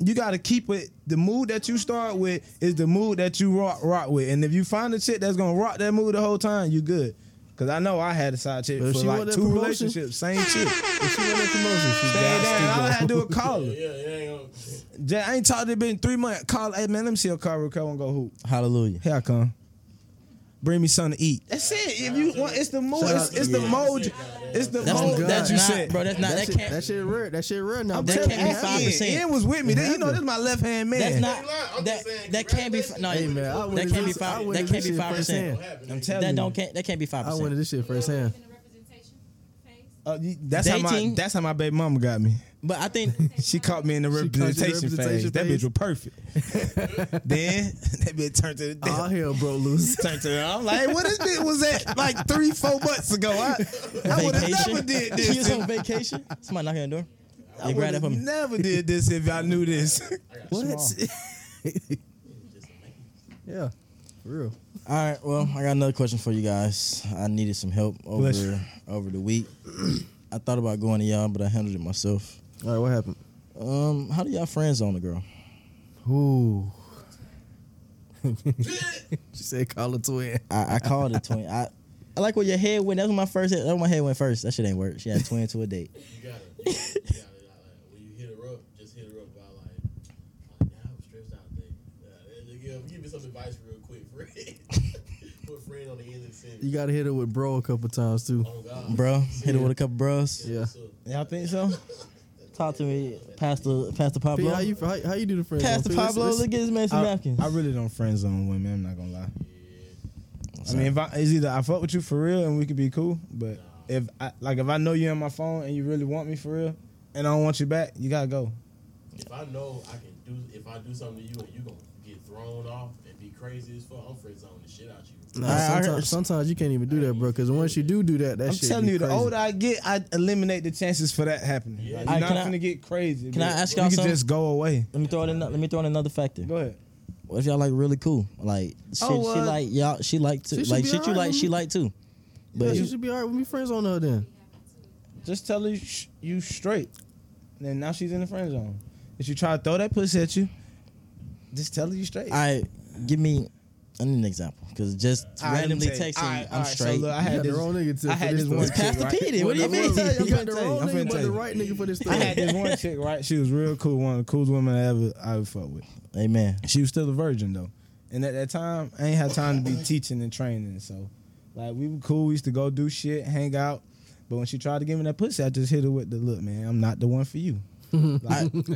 [SPEAKER 4] you gotta keep it. The mood that you start with is the mood that you rock rock with. And if you find a chick that's gonna rock that mood the whole time, you good. Cause I know I had a side chick
[SPEAKER 2] But if
[SPEAKER 4] for
[SPEAKER 2] she
[SPEAKER 4] like
[SPEAKER 2] want that
[SPEAKER 4] two
[SPEAKER 2] promotion-
[SPEAKER 4] relationships, same chick.
[SPEAKER 2] If she want that promotion, she gots
[SPEAKER 4] Damn,
[SPEAKER 2] to
[SPEAKER 4] damn, all I
[SPEAKER 2] go.
[SPEAKER 4] had to do was call her.
[SPEAKER 1] Yeah, yeah, ain't gonna.
[SPEAKER 4] Jay, I ain't talked to her been three months. Call, hey man, let me see your car real quick. I wanna go hoop.
[SPEAKER 3] hallelujah.
[SPEAKER 4] Here I come. Bring me something to eat. That's it. If you want, it's the mood.
[SPEAKER 2] Shout
[SPEAKER 4] It's,
[SPEAKER 2] out to
[SPEAKER 4] it's the
[SPEAKER 2] you.
[SPEAKER 4] mode. It's the
[SPEAKER 3] That's,
[SPEAKER 4] mode
[SPEAKER 2] God.
[SPEAKER 4] that you
[SPEAKER 3] not,
[SPEAKER 4] said.
[SPEAKER 3] bro. That's not.
[SPEAKER 2] That
[SPEAKER 3] That,
[SPEAKER 2] shit,
[SPEAKER 3] can't.
[SPEAKER 2] that shit rare. That shit rare now.
[SPEAKER 4] I'm
[SPEAKER 2] bro.
[SPEAKER 3] that
[SPEAKER 4] telling you,
[SPEAKER 3] can't be five
[SPEAKER 4] Ian,
[SPEAKER 3] percent.
[SPEAKER 4] Ian was with me. Then, you know,
[SPEAKER 2] happened.
[SPEAKER 4] this is my left hand man.
[SPEAKER 3] that's not.
[SPEAKER 1] I'm
[SPEAKER 3] That
[SPEAKER 1] just saying,
[SPEAKER 3] that can't be. fi- No,
[SPEAKER 1] congratulations.
[SPEAKER 2] Hey man, I
[SPEAKER 3] that
[SPEAKER 2] wouldn't
[SPEAKER 3] can't be
[SPEAKER 2] listen- I
[SPEAKER 3] five. That
[SPEAKER 2] wouldn't
[SPEAKER 3] can't be
[SPEAKER 2] listen
[SPEAKER 3] five percent.
[SPEAKER 1] What happened?
[SPEAKER 4] I'm
[SPEAKER 1] nigga?
[SPEAKER 4] telling
[SPEAKER 3] That
[SPEAKER 4] you.
[SPEAKER 3] don't can't. That can't be five
[SPEAKER 2] I wanted
[SPEAKER 3] percent.
[SPEAKER 2] this shit firsthand.
[SPEAKER 7] in the representation phase.
[SPEAKER 4] Uh, you- that's how my
[SPEAKER 3] Dating-
[SPEAKER 4] that's how my baby mama got me.
[SPEAKER 3] But I think
[SPEAKER 4] She caught me in the
[SPEAKER 2] caught you in the
[SPEAKER 4] representation, phase.
[SPEAKER 2] representation
[SPEAKER 4] That
[SPEAKER 2] phase?
[SPEAKER 4] bitch was perfect. then that bitch turned to the
[SPEAKER 2] All hell broke loose.
[SPEAKER 4] turned to. I'm like, hey, what this bitch was at like three four months ago? I, I would have
[SPEAKER 3] vacation.
[SPEAKER 4] never did
[SPEAKER 3] You
[SPEAKER 4] this.
[SPEAKER 3] was
[SPEAKER 4] If,
[SPEAKER 3] on vacation. Somebody knocking on the door.
[SPEAKER 4] I
[SPEAKER 3] Yeah, grab that for
[SPEAKER 4] would've
[SPEAKER 3] me.
[SPEAKER 4] never did this if I knew this.
[SPEAKER 2] What? yeah, for real.
[SPEAKER 3] All right. Well, I got another question for you guys. I needed some help
[SPEAKER 4] Bless
[SPEAKER 3] over over the week. I thought about going to y'all, but I handled it myself.
[SPEAKER 2] All right, what happened?
[SPEAKER 3] Um, how do y'all friends on a girl?
[SPEAKER 2] Ooh. she said, "Call a twin."
[SPEAKER 3] I, I called it twin. I, I like where your head went. That's when my first. Head, that's when my head went first. That shit ain't work. She had twin to a date.
[SPEAKER 1] You gotta, you gotta, you gotta like, when you hit her up, just hit her up about like, like yeah, I was stressed out there. Yeah, and you give, give me some advice real quick, friend. Put friend on the end of the
[SPEAKER 2] You
[SPEAKER 1] sentence.
[SPEAKER 2] gotta hit her with bro a couple times too.
[SPEAKER 1] Oh God,
[SPEAKER 3] Bro, hit her with a couple bros.
[SPEAKER 2] Yeah.
[SPEAKER 1] What's up?
[SPEAKER 4] Y'all think so?
[SPEAKER 3] Talk to me, Pastor Pastor
[SPEAKER 2] P,
[SPEAKER 3] Pablo.
[SPEAKER 2] how you how, how you do the friend?
[SPEAKER 3] Pastor
[SPEAKER 2] zone, P? Let's-
[SPEAKER 3] Pablo,
[SPEAKER 2] let's-
[SPEAKER 3] look at this man some
[SPEAKER 4] I,
[SPEAKER 3] napkins.
[SPEAKER 4] I really don't friend zone women. I'm not gonna lie. I mean, if I, it's either I fuck with you for real and we could be cool, but if I like if I know you on my phone and you really want me for real and I don't want you back, you gotta go.
[SPEAKER 1] If I know I can do, if I do something to you and you gonna get thrown off and be crazy as fuck, I'm friend zoning the shit out you.
[SPEAKER 2] Nah,
[SPEAKER 3] I- I heard-
[SPEAKER 2] sometimes, sometimes you can't even do that, bro. Because once you do do that, that
[SPEAKER 4] I'm
[SPEAKER 2] shit.
[SPEAKER 4] telling
[SPEAKER 2] be
[SPEAKER 4] you, the
[SPEAKER 2] crazy.
[SPEAKER 4] older I get, I eliminate the chances for that happening.
[SPEAKER 1] Yeah.
[SPEAKER 4] Like, you're
[SPEAKER 3] I-
[SPEAKER 4] not
[SPEAKER 3] can I-
[SPEAKER 4] gonna get crazy.
[SPEAKER 3] can I
[SPEAKER 4] but
[SPEAKER 3] ask
[SPEAKER 4] you
[SPEAKER 3] y'all
[SPEAKER 4] can
[SPEAKER 3] something?
[SPEAKER 4] just go away.
[SPEAKER 3] let me throw in. ano- Let me throw in another factor.
[SPEAKER 4] Go ahead.
[SPEAKER 3] What if y'all like really cool? Like shit,
[SPEAKER 4] Oh,
[SPEAKER 3] she
[SPEAKER 4] uh,
[SPEAKER 3] like y'all. She like too.
[SPEAKER 2] she should
[SPEAKER 3] like
[SPEAKER 2] be
[SPEAKER 3] shit you
[SPEAKER 2] alright
[SPEAKER 3] like.
[SPEAKER 2] with
[SPEAKER 3] She
[SPEAKER 2] me.
[SPEAKER 3] like too.
[SPEAKER 2] yeah,
[SPEAKER 3] But
[SPEAKER 2] you should be alright with me friends on her then.
[SPEAKER 4] Just tell her you, sh- you straight. And then now she's in the friend zone. If she try to throw that pussy at you, just tell her you straight.
[SPEAKER 3] I give me. I need an example because just
[SPEAKER 4] All right, let
[SPEAKER 3] randomly
[SPEAKER 4] me tell you.
[SPEAKER 3] texting,
[SPEAKER 4] All right, all
[SPEAKER 3] I'm
[SPEAKER 4] right, so
[SPEAKER 3] straight.
[SPEAKER 4] look, I
[SPEAKER 2] You
[SPEAKER 4] had
[SPEAKER 2] got
[SPEAKER 4] this-
[SPEAKER 2] the wrong nigga to,
[SPEAKER 4] I
[SPEAKER 2] for
[SPEAKER 4] had
[SPEAKER 2] this
[SPEAKER 4] this one
[SPEAKER 2] story.
[SPEAKER 4] chick,
[SPEAKER 3] Pastor
[SPEAKER 4] right?
[SPEAKER 3] Petey, what do you
[SPEAKER 2] I'm finna
[SPEAKER 3] mean?
[SPEAKER 2] tell you,
[SPEAKER 4] I'm
[SPEAKER 2] You got the
[SPEAKER 4] finna tell you,
[SPEAKER 2] wrong
[SPEAKER 4] I'm
[SPEAKER 2] nigga,
[SPEAKER 4] finna
[SPEAKER 2] but
[SPEAKER 4] tell
[SPEAKER 2] the
[SPEAKER 4] you.
[SPEAKER 2] right nigga for this
[SPEAKER 4] I
[SPEAKER 2] story.
[SPEAKER 4] had this one chick, right? She was real cool, one of the coolest women I ever I would fuck with.
[SPEAKER 3] Amen.
[SPEAKER 4] She was still a virgin though, and at that time I ain't had time to be teaching and training. So, like we were cool. We used to go do shit, hang out. But when she tried to give me that pussy, I just hit her with the look, man. I'm not the one for you.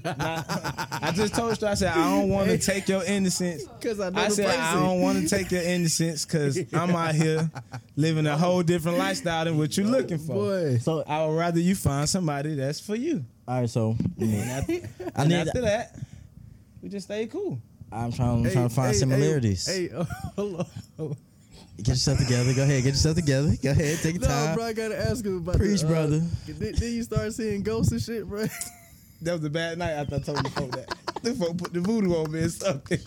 [SPEAKER 4] I just told you. I said I don't want to take your innocence.
[SPEAKER 2] Because
[SPEAKER 4] I said I don't want to take your innocence because I'm out here living a whole different lifestyle than what you're looking for.
[SPEAKER 6] Boy.
[SPEAKER 3] So
[SPEAKER 4] I would rather you find somebody that's for you.
[SPEAKER 3] all right, so
[SPEAKER 4] And, after,
[SPEAKER 3] I
[SPEAKER 4] and
[SPEAKER 3] need.
[SPEAKER 4] after that, we just stay cool.
[SPEAKER 3] I'm trying. I'm trying to find similarities.
[SPEAKER 2] Hey, hey, hold on.
[SPEAKER 3] Get yourself together. Go ahead. Get yourself together. Go ahead. Take your
[SPEAKER 2] No,
[SPEAKER 3] time.
[SPEAKER 2] bro, I gotta ask him about
[SPEAKER 3] Preach,
[SPEAKER 2] the, uh,
[SPEAKER 3] brother.
[SPEAKER 2] Then, then you start seeing ghosts and shit, bro.
[SPEAKER 4] That was a bad night after I told you folk that. The folk put the voodoo on me or something.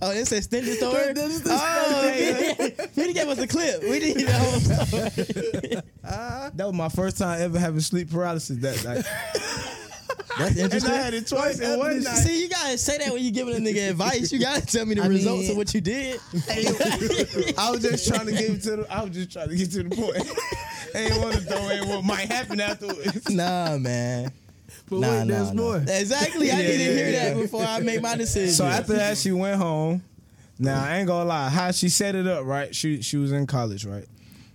[SPEAKER 3] Oh, it's extended story.
[SPEAKER 2] This is-
[SPEAKER 3] oh, yeah. we didn't give us a clip. We didn't the whole story.
[SPEAKER 4] That was my first time ever having sleep paralysis that night.
[SPEAKER 3] That's
[SPEAKER 4] and I
[SPEAKER 3] interesting.
[SPEAKER 4] had it twice in one night.
[SPEAKER 3] See, you gotta say that when you giving a nigga advice. You gotta tell me the
[SPEAKER 8] I mean-
[SPEAKER 3] results of what you did.
[SPEAKER 4] I was just trying to get to the. I was just trying to get to the point. ain't want to throw in what might happen afterwards.
[SPEAKER 3] nah, man.
[SPEAKER 2] but
[SPEAKER 3] nah,
[SPEAKER 2] wait,
[SPEAKER 3] nah,
[SPEAKER 2] there's
[SPEAKER 3] nah.
[SPEAKER 2] more.
[SPEAKER 3] Exactly. I
[SPEAKER 4] Yeah,
[SPEAKER 3] need to
[SPEAKER 4] yeah,
[SPEAKER 3] hear
[SPEAKER 4] yeah.
[SPEAKER 3] that before I make my decision.
[SPEAKER 4] So after that, she went home. Now I ain't gonna lie, how she set it up, right? She she was in college, right?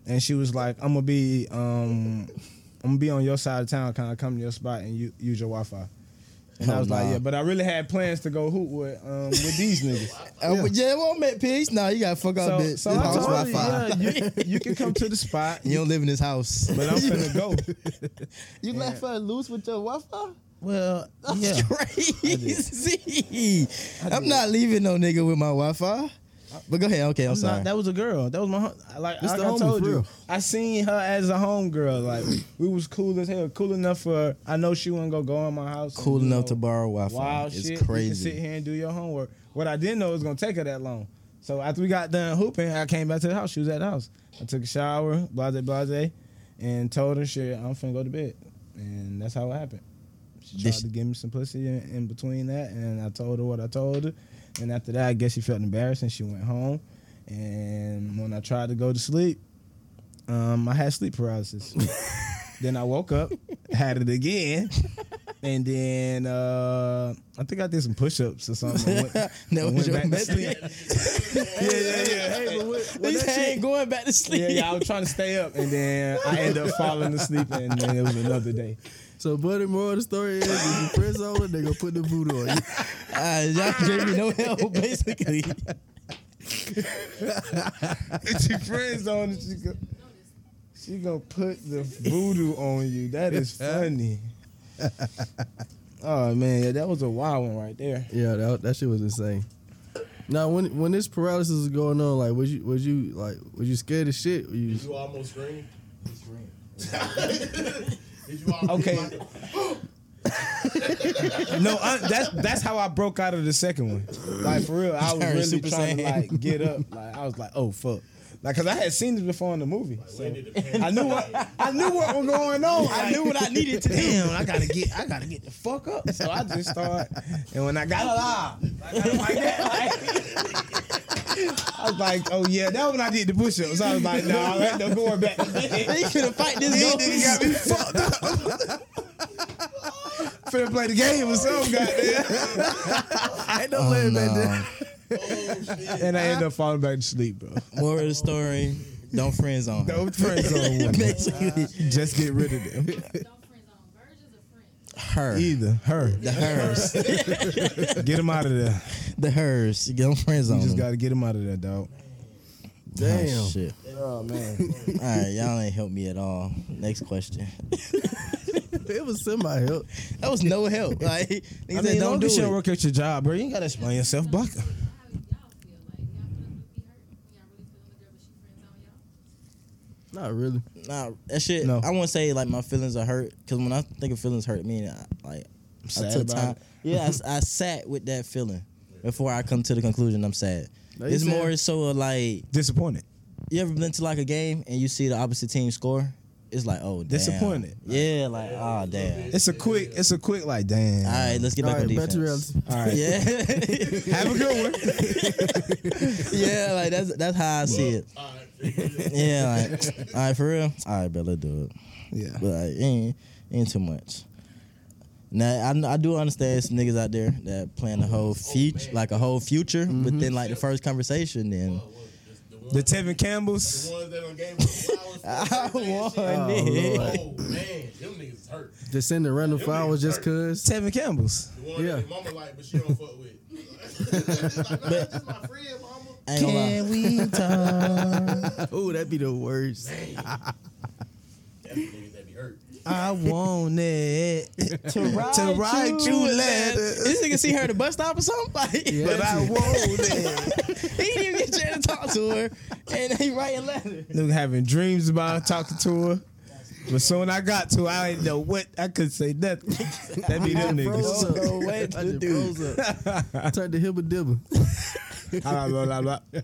[SPEAKER 4] And she was like, "I'm gonna be, um, I'm gonna be on your side of town. Can I come to your spot and you, use your Wi-Fi?" And I
[SPEAKER 3] Oh,
[SPEAKER 4] was
[SPEAKER 3] nah.
[SPEAKER 4] like, "Yeah," but I really had plans to go hoop with um, with these niggas.
[SPEAKER 3] Uh, but yeah, it won't make peace. Nah, you gotta fuck
[SPEAKER 4] so
[SPEAKER 3] off, bitch.
[SPEAKER 4] so
[SPEAKER 3] this
[SPEAKER 4] I
[SPEAKER 3] house
[SPEAKER 4] told her,
[SPEAKER 3] Wi-Fi.
[SPEAKER 4] "Yeah, you, you can come to the spot,
[SPEAKER 3] You don't live in this house.
[SPEAKER 4] but I'm finna go."
[SPEAKER 8] You left her loose with your Wi-Fi?
[SPEAKER 4] Well,
[SPEAKER 3] That's
[SPEAKER 4] yeah,
[SPEAKER 3] crazy. I'm not leaving no nigga with my Wi-Fi. But go ahead. Okay, I'm,
[SPEAKER 4] I'm
[SPEAKER 3] sorry.
[SPEAKER 4] not, that was a girl. That was my hom- like.
[SPEAKER 2] This
[SPEAKER 4] like
[SPEAKER 2] the
[SPEAKER 4] I
[SPEAKER 2] homie,
[SPEAKER 4] told
[SPEAKER 2] for
[SPEAKER 4] you,
[SPEAKER 2] real.
[SPEAKER 4] I seen her as a home girl. Like we was cool as hell, cool enough for. I know she wouldn't go go in my house. and,
[SPEAKER 3] cool
[SPEAKER 4] you
[SPEAKER 3] enough
[SPEAKER 4] know,
[SPEAKER 3] to borrow Wi-Fi.
[SPEAKER 4] Wild
[SPEAKER 3] it's
[SPEAKER 4] shit. You can sit
[SPEAKER 3] crazy.
[SPEAKER 4] here and do your homework. What I didn't know it was gonna take her that long. So after we got done hooping, I came back to the house. She was at the house. I took a shower, blase blase, and told her shit. I'm finna go to bed, and that's how it happened. She tried
[SPEAKER 3] This-
[SPEAKER 4] to give me some pussy in, in between that, and I told her what I told her. And after that, I guess she felt embarrassed and she went home. And when I tried to go to sleep, um, I had sleep paralysis. then I woke up, had it again, and then uh, I think I did some push-ups or something. I went-
[SPEAKER 3] that
[SPEAKER 4] I
[SPEAKER 3] was
[SPEAKER 4] went
[SPEAKER 3] your
[SPEAKER 4] back to
[SPEAKER 3] message.
[SPEAKER 4] sleep. yeah, yeah, yeah.
[SPEAKER 2] Hey, but what,
[SPEAKER 3] This ain't going back to sleep.
[SPEAKER 4] Yeah, yeah, I was trying to stay up, and then I ended up falling asleep, and then it was another day.
[SPEAKER 2] so, buddy, moral of the story is if you press on it, they gonna put the voodoo on you.
[SPEAKER 3] Uh, y'all gave me no help, basically.
[SPEAKER 4] It's your friend zone, and she go, she gonna put the voodoo on you. That is funny. Oh man, yeah, that was a wild one right there.
[SPEAKER 2] Yeah, that, that shit was insane. Now, when when this paralysis was going on, like, was you was you like was you scared of shit? Were you
[SPEAKER 1] Did you almost scream? Did you almost
[SPEAKER 4] Okay.
[SPEAKER 1] like,
[SPEAKER 4] No, I, that's that's how I broke out of the second one. Like for real, I was
[SPEAKER 3] Sorry,
[SPEAKER 4] really
[SPEAKER 3] Super
[SPEAKER 4] trying to
[SPEAKER 3] Saiyan.
[SPEAKER 4] like get up. Like I was like, oh fuck, like because I had seen this before in the movie. so
[SPEAKER 1] when did the panic
[SPEAKER 4] I knew what I knew what was going on.
[SPEAKER 3] I knew what I needed to do.
[SPEAKER 4] Damn, I gotta get, I gotta get the fuck up. So I just start, and when I got alive, I got like that. Like, I was like, oh yeah, that when I did the push-ups. I was like, no, nah, I ain't no going back. to bed.
[SPEAKER 3] They could have fight this
[SPEAKER 4] These niggas
[SPEAKER 3] ghost.
[SPEAKER 4] got me fucked up. Finna play the game or something, goddamn.
[SPEAKER 2] ain't
[SPEAKER 3] Oh,
[SPEAKER 2] no way that
[SPEAKER 4] And I end up falling back to sleep, bro.
[SPEAKER 3] Moral of the story: Don't friend zone.
[SPEAKER 4] No friends on woman.
[SPEAKER 3] Basically,
[SPEAKER 4] Just get rid of them.
[SPEAKER 7] Don't friend zone virgins or friends.
[SPEAKER 3] her,
[SPEAKER 4] Either her.
[SPEAKER 3] the hers,
[SPEAKER 4] Get him out of there.
[SPEAKER 3] the hers. Don't friend zone.
[SPEAKER 4] You just
[SPEAKER 3] them.
[SPEAKER 4] gotta get him out of there, dog.
[SPEAKER 2] Damn.
[SPEAKER 3] Oh, shit. Oh man. all right, y'all ain't help me at all. Next question.
[SPEAKER 2] it was semi help.
[SPEAKER 3] That was no help. Like niggas said, don't do
[SPEAKER 4] do
[SPEAKER 3] it.
[SPEAKER 4] work at your job, bro. You ain't gotta explain yourself. Block her.
[SPEAKER 7] How y'all feel like? Y'all feel like be hurt when y'all really feel the girl, but she friend zone y'all?
[SPEAKER 2] Not really.
[SPEAKER 3] Nah, that shit.
[SPEAKER 4] No.
[SPEAKER 3] I won't say like my feelings are hurt because when I think of feelings hurt, me I, like I
[SPEAKER 4] sad
[SPEAKER 3] took
[SPEAKER 4] about
[SPEAKER 3] time.
[SPEAKER 4] it.
[SPEAKER 3] Yeah, I s- I, sat with that feeling before I come to the conclusion I'm sad.
[SPEAKER 2] Now, you
[SPEAKER 3] it's
[SPEAKER 2] said-
[SPEAKER 3] more so of, like
[SPEAKER 4] Disappointed.
[SPEAKER 3] you ever been to like a game and you see the opposite team score. It's like oh damn.
[SPEAKER 4] Disappointed.
[SPEAKER 3] Yeah, like oh damn.
[SPEAKER 4] It's a quick, it's a quick like damn.
[SPEAKER 3] All right, let's get back
[SPEAKER 2] All
[SPEAKER 3] on
[SPEAKER 2] right, back
[SPEAKER 3] defense.
[SPEAKER 2] to reality.
[SPEAKER 4] All right.
[SPEAKER 3] Yeah,
[SPEAKER 4] Have a good one.
[SPEAKER 3] yeah, like that's that's how I see it.
[SPEAKER 1] all right.
[SPEAKER 3] Yeah, like all right for real. All right, bro, let's do it.
[SPEAKER 4] Yeah.
[SPEAKER 3] But like, it ain't, it ain't too much. Now I, kn- I do understand some niggas out there Mm-hmm. that plan the whole future, like a whole future, within like the first conversation. Then
[SPEAKER 1] The
[SPEAKER 4] The
[SPEAKER 1] ones-
[SPEAKER 4] Tevin Campbells.
[SPEAKER 1] The ones that done gave us flowers.
[SPEAKER 3] I
[SPEAKER 1] for that shit.
[SPEAKER 3] want
[SPEAKER 2] it.
[SPEAKER 1] Oh man, them niggas hurt.
[SPEAKER 2] Just sending random flowers just cause.
[SPEAKER 4] Tevin Campbells.
[SPEAKER 1] The one
[SPEAKER 2] Yeah.
[SPEAKER 1] that mama like, but she don't fuck with. It's like, nah, that's just my friend, mama.
[SPEAKER 3] I ain't gonna lie.
[SPEAKER 4] we talk?
[SPEAKER 2] Oh, that'd be the worst.
[SPEAKER 1] That's the niggas that be hurt.
[SPEAKER 4] I want it.
[SPEAKER 3] to ride,
[SPEAKER 4] To ride you letters.
[SPEAKER 3] This nigga see her at the bus stop or something. Like,
[SPEAKER 4] But I want it.
[SPEAKER 3] he didn't even get a chance to talk to her, and he writing letters.
[SPEAKER 4] Nigga having dreams about her, talking to her. But soon I got to, her, I didn't know what I could say. Nothing. That be them
[SPEAKER 2] Froze
[SPEAKER 4] niggas.
[SPEAKER 2] up.
[SPEAKER 3] know what
[SPEAKER 2] I just
[SPEAKER 3] to do.
[SPEAKER 2] froze up. Turned to hibba dibba.
[SPEAKER 4] Blah, blah, blah, blah, blah.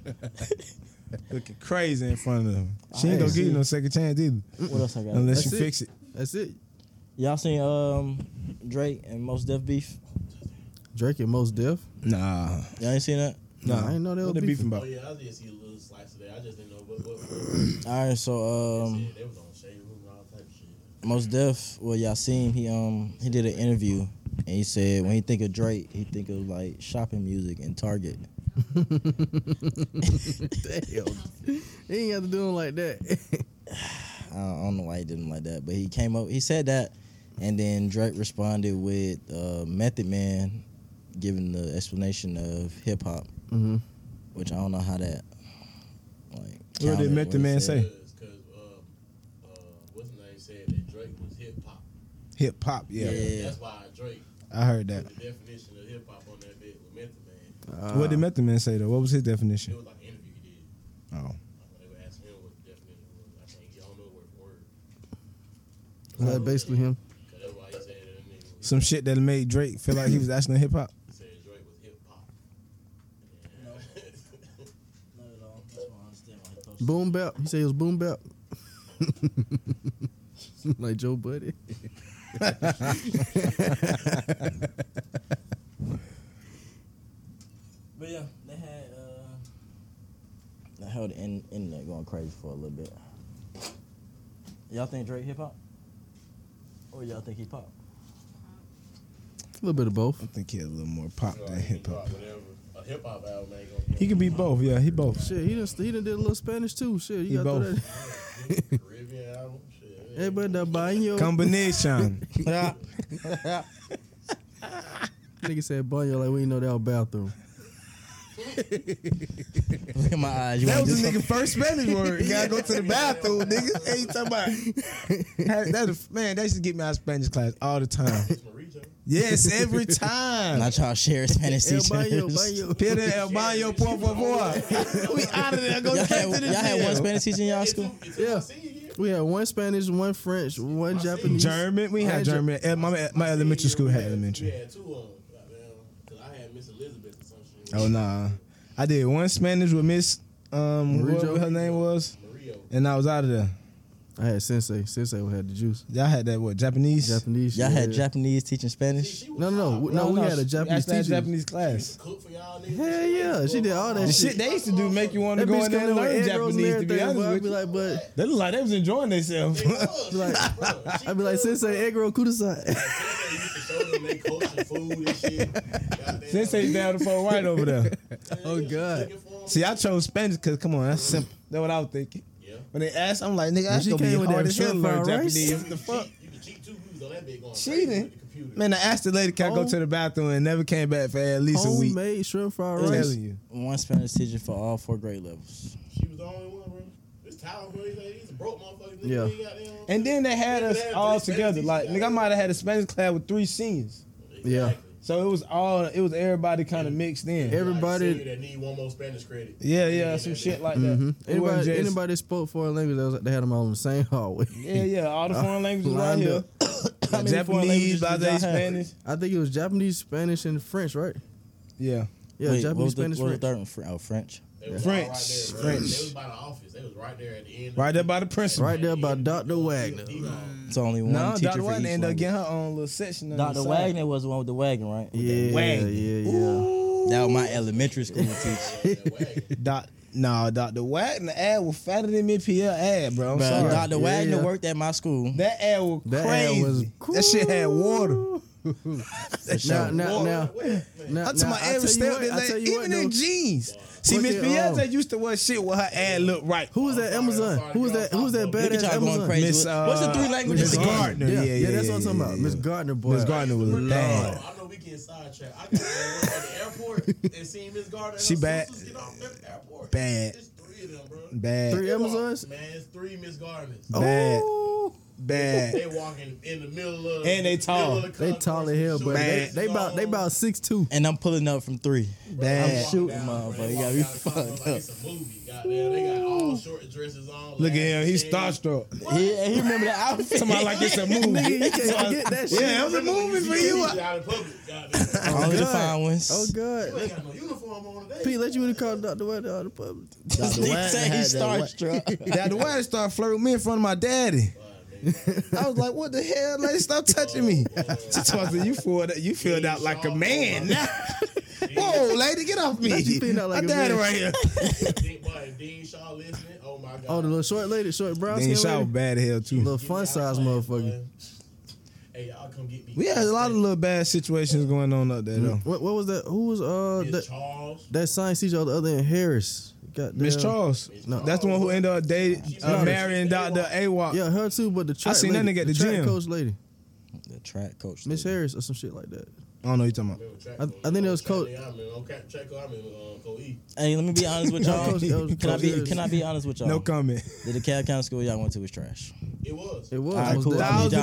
[SPEAKER 4] Looking crazy in front of them. She ain't gonna give you no second chance either,
[SPEAKER 3] What else I got?
[SPEAKER 4] unless you
[SPEAKER 2] That's it.
[SPEAKER 4] fix it.
[SPEAKER 2] That's it.
[SPEAKER 3] Y'all seen um Drake and Most Def beef?
[SPEAKER 2] Drake and Most Def.
[SPEAKER 4] Nah,
[SPEAKER 3] Y'all ain't seen that?
[SPEAKER 2] I didn't know they
[SPEAKER 4] What
[SPEAKER 2] was
[SPEAKER 4] they beefing
[SPEAKER 2] beefing.
[SPEAKER 1] Oh
[SPEAKER 4] about?
[SPEAKER 1] yeah, I just see a little slice of that. I just didn't know what what. what
[SPEAKER 3] All right, so um
[SPEAKER 1] they was on shade room and all type of shit.
[SPEAKER 3] Most Def, well y'all seen he um he did an interview and he said when he think of Drake, he think of like shopping music and Target.
[SPEAKER 2] Damn. He ain't got to do them like that.
[SPEAKER 3] I don't, I don't know why he did him like that, but he came up, he said that, and then Drake responded with uh, Method Man giving the explanation of hip hop,
[SPEAKER 2] hmm
[SPEAKER 3] which I don't know how that. Like,
[SPEAKER 4] did
[SPEAKER 3] counted
[SPEAKER 4] Method
[SPEAKER 3] what he
[SPEAKER 4] Man
[SPEAKER 3] said.
[SPEAKER 4] say?
[SPEAKER 1] Because um, uh, what's his name said that Drake was hip hop.
[SPEAKER 4] Hip hop, yeah.
[SPEAKER 3] Yeah.
[SPEAKER 1] That's why Drake
[SPEAKER 4] I heard
[SPEAKER 1] put
[SPEAKER 4] that.
[SPEAKER 1] the definition of hip hop on that bit with Method Man.
[SPEAKER 2] Uh,
[SPEAKER 4] what did Method Man say though? What was his definition?
[SPEAKER 1] It was like an interview he did.
[SPEAKER 4] Oh,
[SPEAKER 1] Like when they were asking him what the definition was. I think y'all know word for word.
[SPEAKER 2] That's basically him.
[SPEAKER 1] Cause that's why he said that nigga was,
[SPEAKER 4] some shit that made Drake feel like he was actually hip hop.
[SPEAKER 1] he said Drake was hip hop.
[SPEAKER 2] Boom bap. He said it was boom bap. like Joe Buddy.
[SPEAKER 3] But yeah, they had. Uh, they held the in- internet going crazy for a little bit. Y'all think Drake hip hop? Or y'all think he pop?
[SPEAKER 2] A little bit of both.
[SPEAKER 4] I think he had a little more pop
[SPEAKER 1] You know,
[SPEAKER 4] than hip hop.
[SPEAKER 1] Whatever. A hip hop album ain't gonna.
[SPEAKER 4] He can be both. Yeah, he both.
[SPEAKER 2] Shit, he done, he done did a little Spanish too. Shit,
[SPEAKER 4] He
[SPEAKER 2] you got
[SPEAKER 4] both.
[SPEAKER 2] that.
[SPEAKER 1] Caribbean album. Shit.
[SPEAKER 2] Hey, but the baño.
[SPEAKER 4] Combination.
[SPEAKER 2] Nigga said baño like we didn't know that was bathroom.
[SPEAKER 3] Look in my eyes. You
[SPEAKER 4] That
[SPEAKER 3] wanna
[SPEAKER 4] was
[SPEAKER 3] do
[SPEAKER 4] a
[SPEAKER 3] something?
[SPEAKER 4] nigga first Spanish word. You gotta go to the bathroom, nigga. Hey, you talking about that? Man, that should get me out of Spanish class all the time.
[SPEAKER 1] It's Marijo.
[SPEAKER 4] Yes, every time.
[SPEAKER 3] Not y'all share Spanish
[SPEAKER 2] El
[SPEAKER 3] teachers.
[SPEAKER 2] baño, baño.
[SPEAKER 4] Peter El Baño, por favor. We out of there. Go
[SPEAKER 3] Y'all
[SPEAKER 4] straight
[SPEAKER 3] had,
[SPEAKER 4] to the
[SPEAKER 3] y'all had one
[SPEAKER 4] jail.
[SPEAKER 3] Spanish teacher in y'all
[SPEAKER 1] It's
[SPEAKER 3] school?
[SPEAKER 1] in- it's
[SPEAKER 2] Yeah.
[SPEAKER 1] in my senior year.
[SPEAKER 2] We had one Spanish, one French, one
[SPEAKER 1] My
[SPEAKER 2] Japanese.
[SPEAKER 4] German. We had
[SPEAKER 2] Had
[SPEAKER 4] German. Eh, My, my
[SPEAKER 1] Senior
[SPEAKER 4] elementary
[SPEAKER 1] year,
[SPEAKER 4] school
[SPEAKER 1] we
[SPEAKER 4] had elementary.
[SPEAKER 1] We had two of them. Goddamn. Cause I had Miss Elizabeth or some shit.
[SPEAKER 4] Oh nah, I did one Spanish with Miss um
[SPEAKER 2] Marijo?
[SPEAKER 4] whatever her name was,
[SPEAKER 1] Mario.
[SPEAKER 4] and I was out of there.
[SPEAKER 2] I had sensei. Sensei had the juice.
[SPEAKER 4] Y'all had that what Japanese?
[SPEAKER 2] Japanese.
[SPEAKER 3] Y'all
[SPEAKER 2] yeah.
[SPEAKER 3] had Japanese teaching Spanish?
[SPEAKER 1] She was
[SPEAKER 2] No, no, no.
[SPEAKER 1] hot,
[SPEAKER 2] No,
[SPEAKER 1] bro.
[SPEAKER 2] we had a
[SPEAKER 4] she-
[SPEAKER 2] Japanese
[SPEAKER 4] actually had
[SPEAKER 2] teacher.
[SPEAKER 4] Japanese class.
[SPEAKER 1] Cook for y'all niggas.
[SPEAKER 2] Hell yeah, she did all that
[SPEAKER 4] The
[SPEAKER 2] Oh, shit.
[SPEAKER 4] shit they used to do make you want to
[SPEAKER 2] That
[SPEAKER 4] go
[SPEAKER 2] bitch come
[SPEAKER 4] in there and
[SPEAKER 2] in with
[SPEAKER 4] learn
[SPEAKER 2] egg rolls and
[SPEAKER 4] Japanese. To
[SPEAKER 2] everything.
[SPEAKER 4] be honest
[SPEAKER 2] boy. I'd
[SPEAKER 4] with
[SPEAKER 2] be
[SPEAKER 4] you,
[SPEAKER 2] like, but
[SPEAKER 4] they look like they was enjoying themselves.
[SPEAKER 1] Be like,
[SPEAKER 2] I'd be like, sensei, egg roll kudasai.
[SPEAKER 1] Sensei used to show them they culture food and shit. Goddamn.
[SPEAKER 4] Sensei down the phone right over there.
[SPEAKER 2] Oh god.
[SPEAKER 1] Cooking for 'em.
[SPEAKER 4] See, I chose Spanish because come on, that's simple. That's what I was thinking.
[SPEAKER 1] Yeah.
[SPEAKER 4] When they asked, I'm like, nigga, that's
[SPEAKER 2] she
[SPEAKER 4] gonna be
[SPEAKER 2] came with
[SPEAKER 4] hard
[SPEAKER 2] that
[SPEAKER 4] as hell to
[SPEAKER 2] shrimp
[SPEAKER 4] learn
[SPEAKER 2] fried rice.
[SPEAKER 4] Japanese. What the fuck?
[SPEAKER 1] You can cheat too. We was on that bitch going
[SPEAKER 4] Cheating.
[SPEAKER 1] crazy with the computer.
[SPEAKER 4] Man, I asked the lady, can I go
[SPEAKER 2] Home-
[SPEAKER 4] to the bathroom and never came back for at least a week.
[SPEAKER 2] Homemade shrimp fried
[SPEAKER 4] I'm
[SPEAKER 2] Oh, rice.
[SPEAKER 4] telling you.
[SPEAKER 3] One Spanish teacher for all four grade levels.
[SPEAKER 1] She was the only one, bro. This Tyler boy, he's like, he's a broke motherfucker.
[SPEAKER 2] Yeah.
[SPEAKER 1] Yeah.
[SPEAKER 4] And then they had us all together. Like, nigga, I might have had a Spanish class with three seniors.
[SPEAKER 2] Yeah.
[SPEAKER 4] So it was all, it was everybody kind of mixed in.
[SPEAKER 2] Everybody-
[SPEAKER 1] that need one more Spanish credit.
[SPEAKER 4] yeah, yeah, some shit like that. It wasn't
[SPEAKER 2] Mm-hmm. Anybody,
[SPEAKER 4] just-
[SPEAKER 2] anybody that spoke foreign language, they, was, they had them all in the same hallway.
[SPEAKER 4] Yeah, yeah, all the foreign languages right
[SPEAKER 2] lined
[SPEAKER 4] here.
[SPEAKER 2] up.
[SPEAKER 3] How many foreign
[SPEAKER 4] Japanese,
[SPEAKER 3] languages did y'all
[SPEAKER 4] Blase,
[SPEAKER 3] have?
[SPEAKER 4] Spanish.
[SPEAKER 2] I think it was Japanese, Spanish, and French, right?
[SPEAKER 4] Yeah.
[SPEAKER 2] Yeah,
[SPEAKER 3] Wait, what
[SPEAKER 2] Japanese,
[SPEAKER 3] was the,
[SPEAKER 2] Spanish,
[SPEAKER 3] what was
[SPEAKER 2] French.
[SPEAKER 3] the third one? Fr- Oh, French.
[SPEAKER 1] They was all
[SPEAKER 4] French,
[SPEAKER 1] right there, bro.
[SPEAKER 4] French.
[SPEAKER 1] They was by the office. They was right there at the end.
[SPEAKER 4] Right there by the principal.
[SPEAKER 2] Right there by Dr. Wagner.
[SPEAKER 3] It's only one
[SPEAKER 4] No,
[SPEAKER 3] teacher
[SPEAKER 4] Dr.
[SPEAKER 3] for
[SPEAKER 4] Wagner
[SPEAKER 3] each
[SPEAKER 4] ended up
[SPEAKER 3] language.
[SPEAKER 4] getting her own little section. on the
[SPEAKER 3] Dr.
[SPEAKER 4] side.
[SPEAKER 3] Wagner was the one with the wagon, right? With
[SPEAKER 2] Yeah,
[SPEAKER 3] that wagon.
[SPEAKER 2] yeah, yeah.
[SPEAKER 3] That was my elementary school teacher.
[SPEAKER 1] Wagner.
[SPEAKER 4] Doc, nah, Dr. Wagner ad was fatter than mid PL ad, bro. I'm
[SPEAKER 3] Bro,
[SPEAKER 4] sorry.
[SPEAKER 3] Dr.
[SPEAKER 2] Yeah.
[SPEAKER 3] Wagner worked at my school.
[SPEAKER 4] That ad was
[SPEAKER 2] That ad
[SPEAKER 4] crazy.
[SPEAKER 2] was
[SPEAKER 4] that shit had water.
[SPEAKER 2] Now, now, now, now.
[SPEAKER 4] I'm talking
[SPEAKER 2] now,
[SPEAKER 4] about
[SPEAKER 2] I
[SPEAKER 4] every
[SPEAKER 2] tell you
[SPEAKER 4] step
[SPEAKER 2] what-
[SPEAKER 4] that
[SPEAKER 2] I tell
[SPEAKER 4] they,
[SPEAKER 2] you what,
[SPEAKER 4] even in
[SPEAKER 2] though.
[SPEAKER 4] jeans. See,
[SPEAKER 2] Look
[SPEAKER 4] Miss
[SPEAKER 2] at,
[SPEAKER 4] Beyonce
[SPEAKER 2] um,
[SPEAKER 4] used to wear shit with her ad look right.
[SPEAKER 2] Who was that Amazon? Who was that? Who was that
[SPEAKER 3] Look at
[SPEAKER 2] badass
[SPEAKER 3] y'all going
[SPEAKER 2] Amazon?
[SPEAKER 3] crazy.
[SPEAKER 4] Miss,
[SPEAKER 3] with- What's the
[SPEAKER 4] uh,
[SPEAKER 3] three
[SPEAKER 4] Miss
[SPEAKER 3] languages?
[SPEAKER 4] Gardner.
[SPEAKER 2] Yeah, yeah,
[SPEAKER 4] Yeah, yeah,
[SPEAKER 2] that's what I'm
[SPEAKER 4] yeah,
[SPEAKER 2] talking about.
[SPEAKER 4] yeah,
[SPEAKER 2] Miss
[SPEAKER 4] yeah.
[SPEAKER 2] Gardner, boy.
[SPEAKER 4] Miss Gardner was bad.
[SPEAKER 1] I know we getting sidetracked. I got at the airport and seen Miss Gardner. and
[SPEAKER 4] She
[SPEAKER 1] her
[SPEAKER 4] bad.
[SPEAKER 1] sisters Get off the airport.
[SPEAKER 4] Bad.
[SPEAKER 1] It's three of them, bro.
[SPEAKER 4] Bad.
[SPEAKER 2] Three Amazons.
[SPEAKER 1] Man, it's three Miss Gardners.
[SPEAKER 4] Bad.
[SPEAKER 2] Oh,
[SPEAKER 4] Bad.
[SPEAKER 1] They walking in the middle of
[SPEAKER 4] And they tall.
[SPEAKER 1] middle of the
[SPEAKER 2] they
[SPEAKER 1] concourse
[SPEAKER 2] tall as
[SPEAKER 1] with
[SPEAKER 2] hell, but they,
[SPEAKER 1] shorts
[SPEAKER 2] they about they
[SPEAKER 1] on.
[SPEAKER 2] about six two.
[SPEAKER 3] And I'm pulling up from three.
[SPEAKER 4] Bad.
[SPEAKER 1] Walking
[SPEAKER 3] shooting,
[SPEAKER 1] down, bro.
[SPEAKER 3] motherfucker. You
[SPEAKER 1] Walking down the concourse
[SPEAKER 3] got me fucked
[SPEAKER 1] like
[SPEAKER 3] up.
[SPEAKER 1] It's a movie. Goddamn, they got all short dresses on.
[SPEAKER 4] Look at
[SPEAKER 1] lash
[SPEAKER 4] him. He's
[SPEAKER 1] shades.
[SPEAKER 4] starstruck.
[SPEAKER 3] He, he remember that outfit.
[SPEAKER 4] Somebody like it's a movie.
[SPEAKER 2] Nigga, you can't forget that shit.
[SPEAKER 4] Yeah, it was a movie for you.
[SPEAKER 1] Out in public. Goddamn.
[SPEAKER 3] All the
[SPEAKER 2] God.
[SPEAKER 3] fine ones.
[SPEAKER 2] Oh
[SPEAKER 1] You
[SPEAKER 2] God,
[SPEAKER 1] ain't got no uniform on today.
[SPEAKER 2] Pete, let you would have called Doctor Wet out of the public.
[SPEAKER 3] This
[SPEAKER 8] Dr.
[SPEAKER 3] nigga
[SPEAKER 8] Wagner
[SPEAKER 3] said he
[SPEAKER 8] had that one-
[SPEAKER 3] starstruck.
[SPEAKER 4] Now the wife started flirting with me in front of my daddy. I was like, "What the hell, lady? Stop touching me!" She told me, "You filled you filled out like a man now." Whoa, lady, get off me!
[SPEAKER 2] Let you feel out like
[SPEAKER 4] my
[SPEAKER 2] a
[SPEAKER 4] daddy
[SPEAKER 2] man.
[SPEAKER 4] right here.
[SPEAKER 1] Dean, boy, Dean Shaw listening. Oh my god.
[SPEAKER 2] Oh, the little short lady, short brown
[SPEAKER 4] Then
[SPEAKER 2] skin
[SPEAKER 4] shout
[SPEAKER 2] lady,
[SPEAKER 4] bad as hell
[SPEAKER 2] little
[SPEAKER 4] too.
[SPEAKER 2] fun size motherfucker.
[SPEAKER 1] Hey, y'all come get me.
[SPEAKER 4] We had a lot of little bad situations going on up there though.
[SPEAKER 2] What, what was that? Who was uh
[SPEAKER 1] Miss
[SPEAKER 2] that,
[SPEAKER 1] Charles.
[SPEAKER 2] that science teacher on the other end? Harris. God
[SPEAKER 4] Miss
[SPEAKER 2] damn.
[SPEAKER 4] Charles,
[SPEAKER 1] No.
[SPEAKER 4] that's the one who ended up dating, uh,
[SPEAKER 2] No.
[SPEAKER 4] marrying Doctor Awok.
[SPEAKER 2] Yeah, her too, but the track
[SPEAKER 4] seen that
[SPEAKER 2] lady,
[SPEAKER 4] nigga at
[SPEAKER 2] the
[SPEAKER 4] the
[SPEAKER 2] track
[SPEAKER 4] gym.
[SPEAKER 2] coach lady,
[SPEAKER 3] the track coach.
[SPEAKER 2] Miss
[SPEAKER 3] lady.
[SPEAKER 2] Harris or some shit like that.
[SPEAKER 4] I don't know you talking about.
[SPEAKER 2] I- I think it was Coach-
[SPEAKER 1] I mean, okay, check. I mean, uh, Coach E.
[SPEAKER 3] Hey, let me be honest with
[SPEAKER 2] No,
[SPEAKER 3] y'all.
[SPEAKER 2] Coach- that was
[SPEAKER 3] can I
[SPEAKER 2] Coach
[SPEAKER 3] be
[SPEAKER 2] Harris.
[SPEAKER 3] can I be honest with y'all?
[SPEAKER 4] No comment.
[SPEAKER 3] The DeKalb County School y'all went to was trash.
[SPEAKER 1] It was.
[SPEAKER 2] It was
[SPEAKER 3] All right,
[SPEAKER 2] most
[SPEAKER 3] cool. I need
[SPEAKER 2] definitely.
[SPEAKER 3] y'all to
[SPEAKER 1] You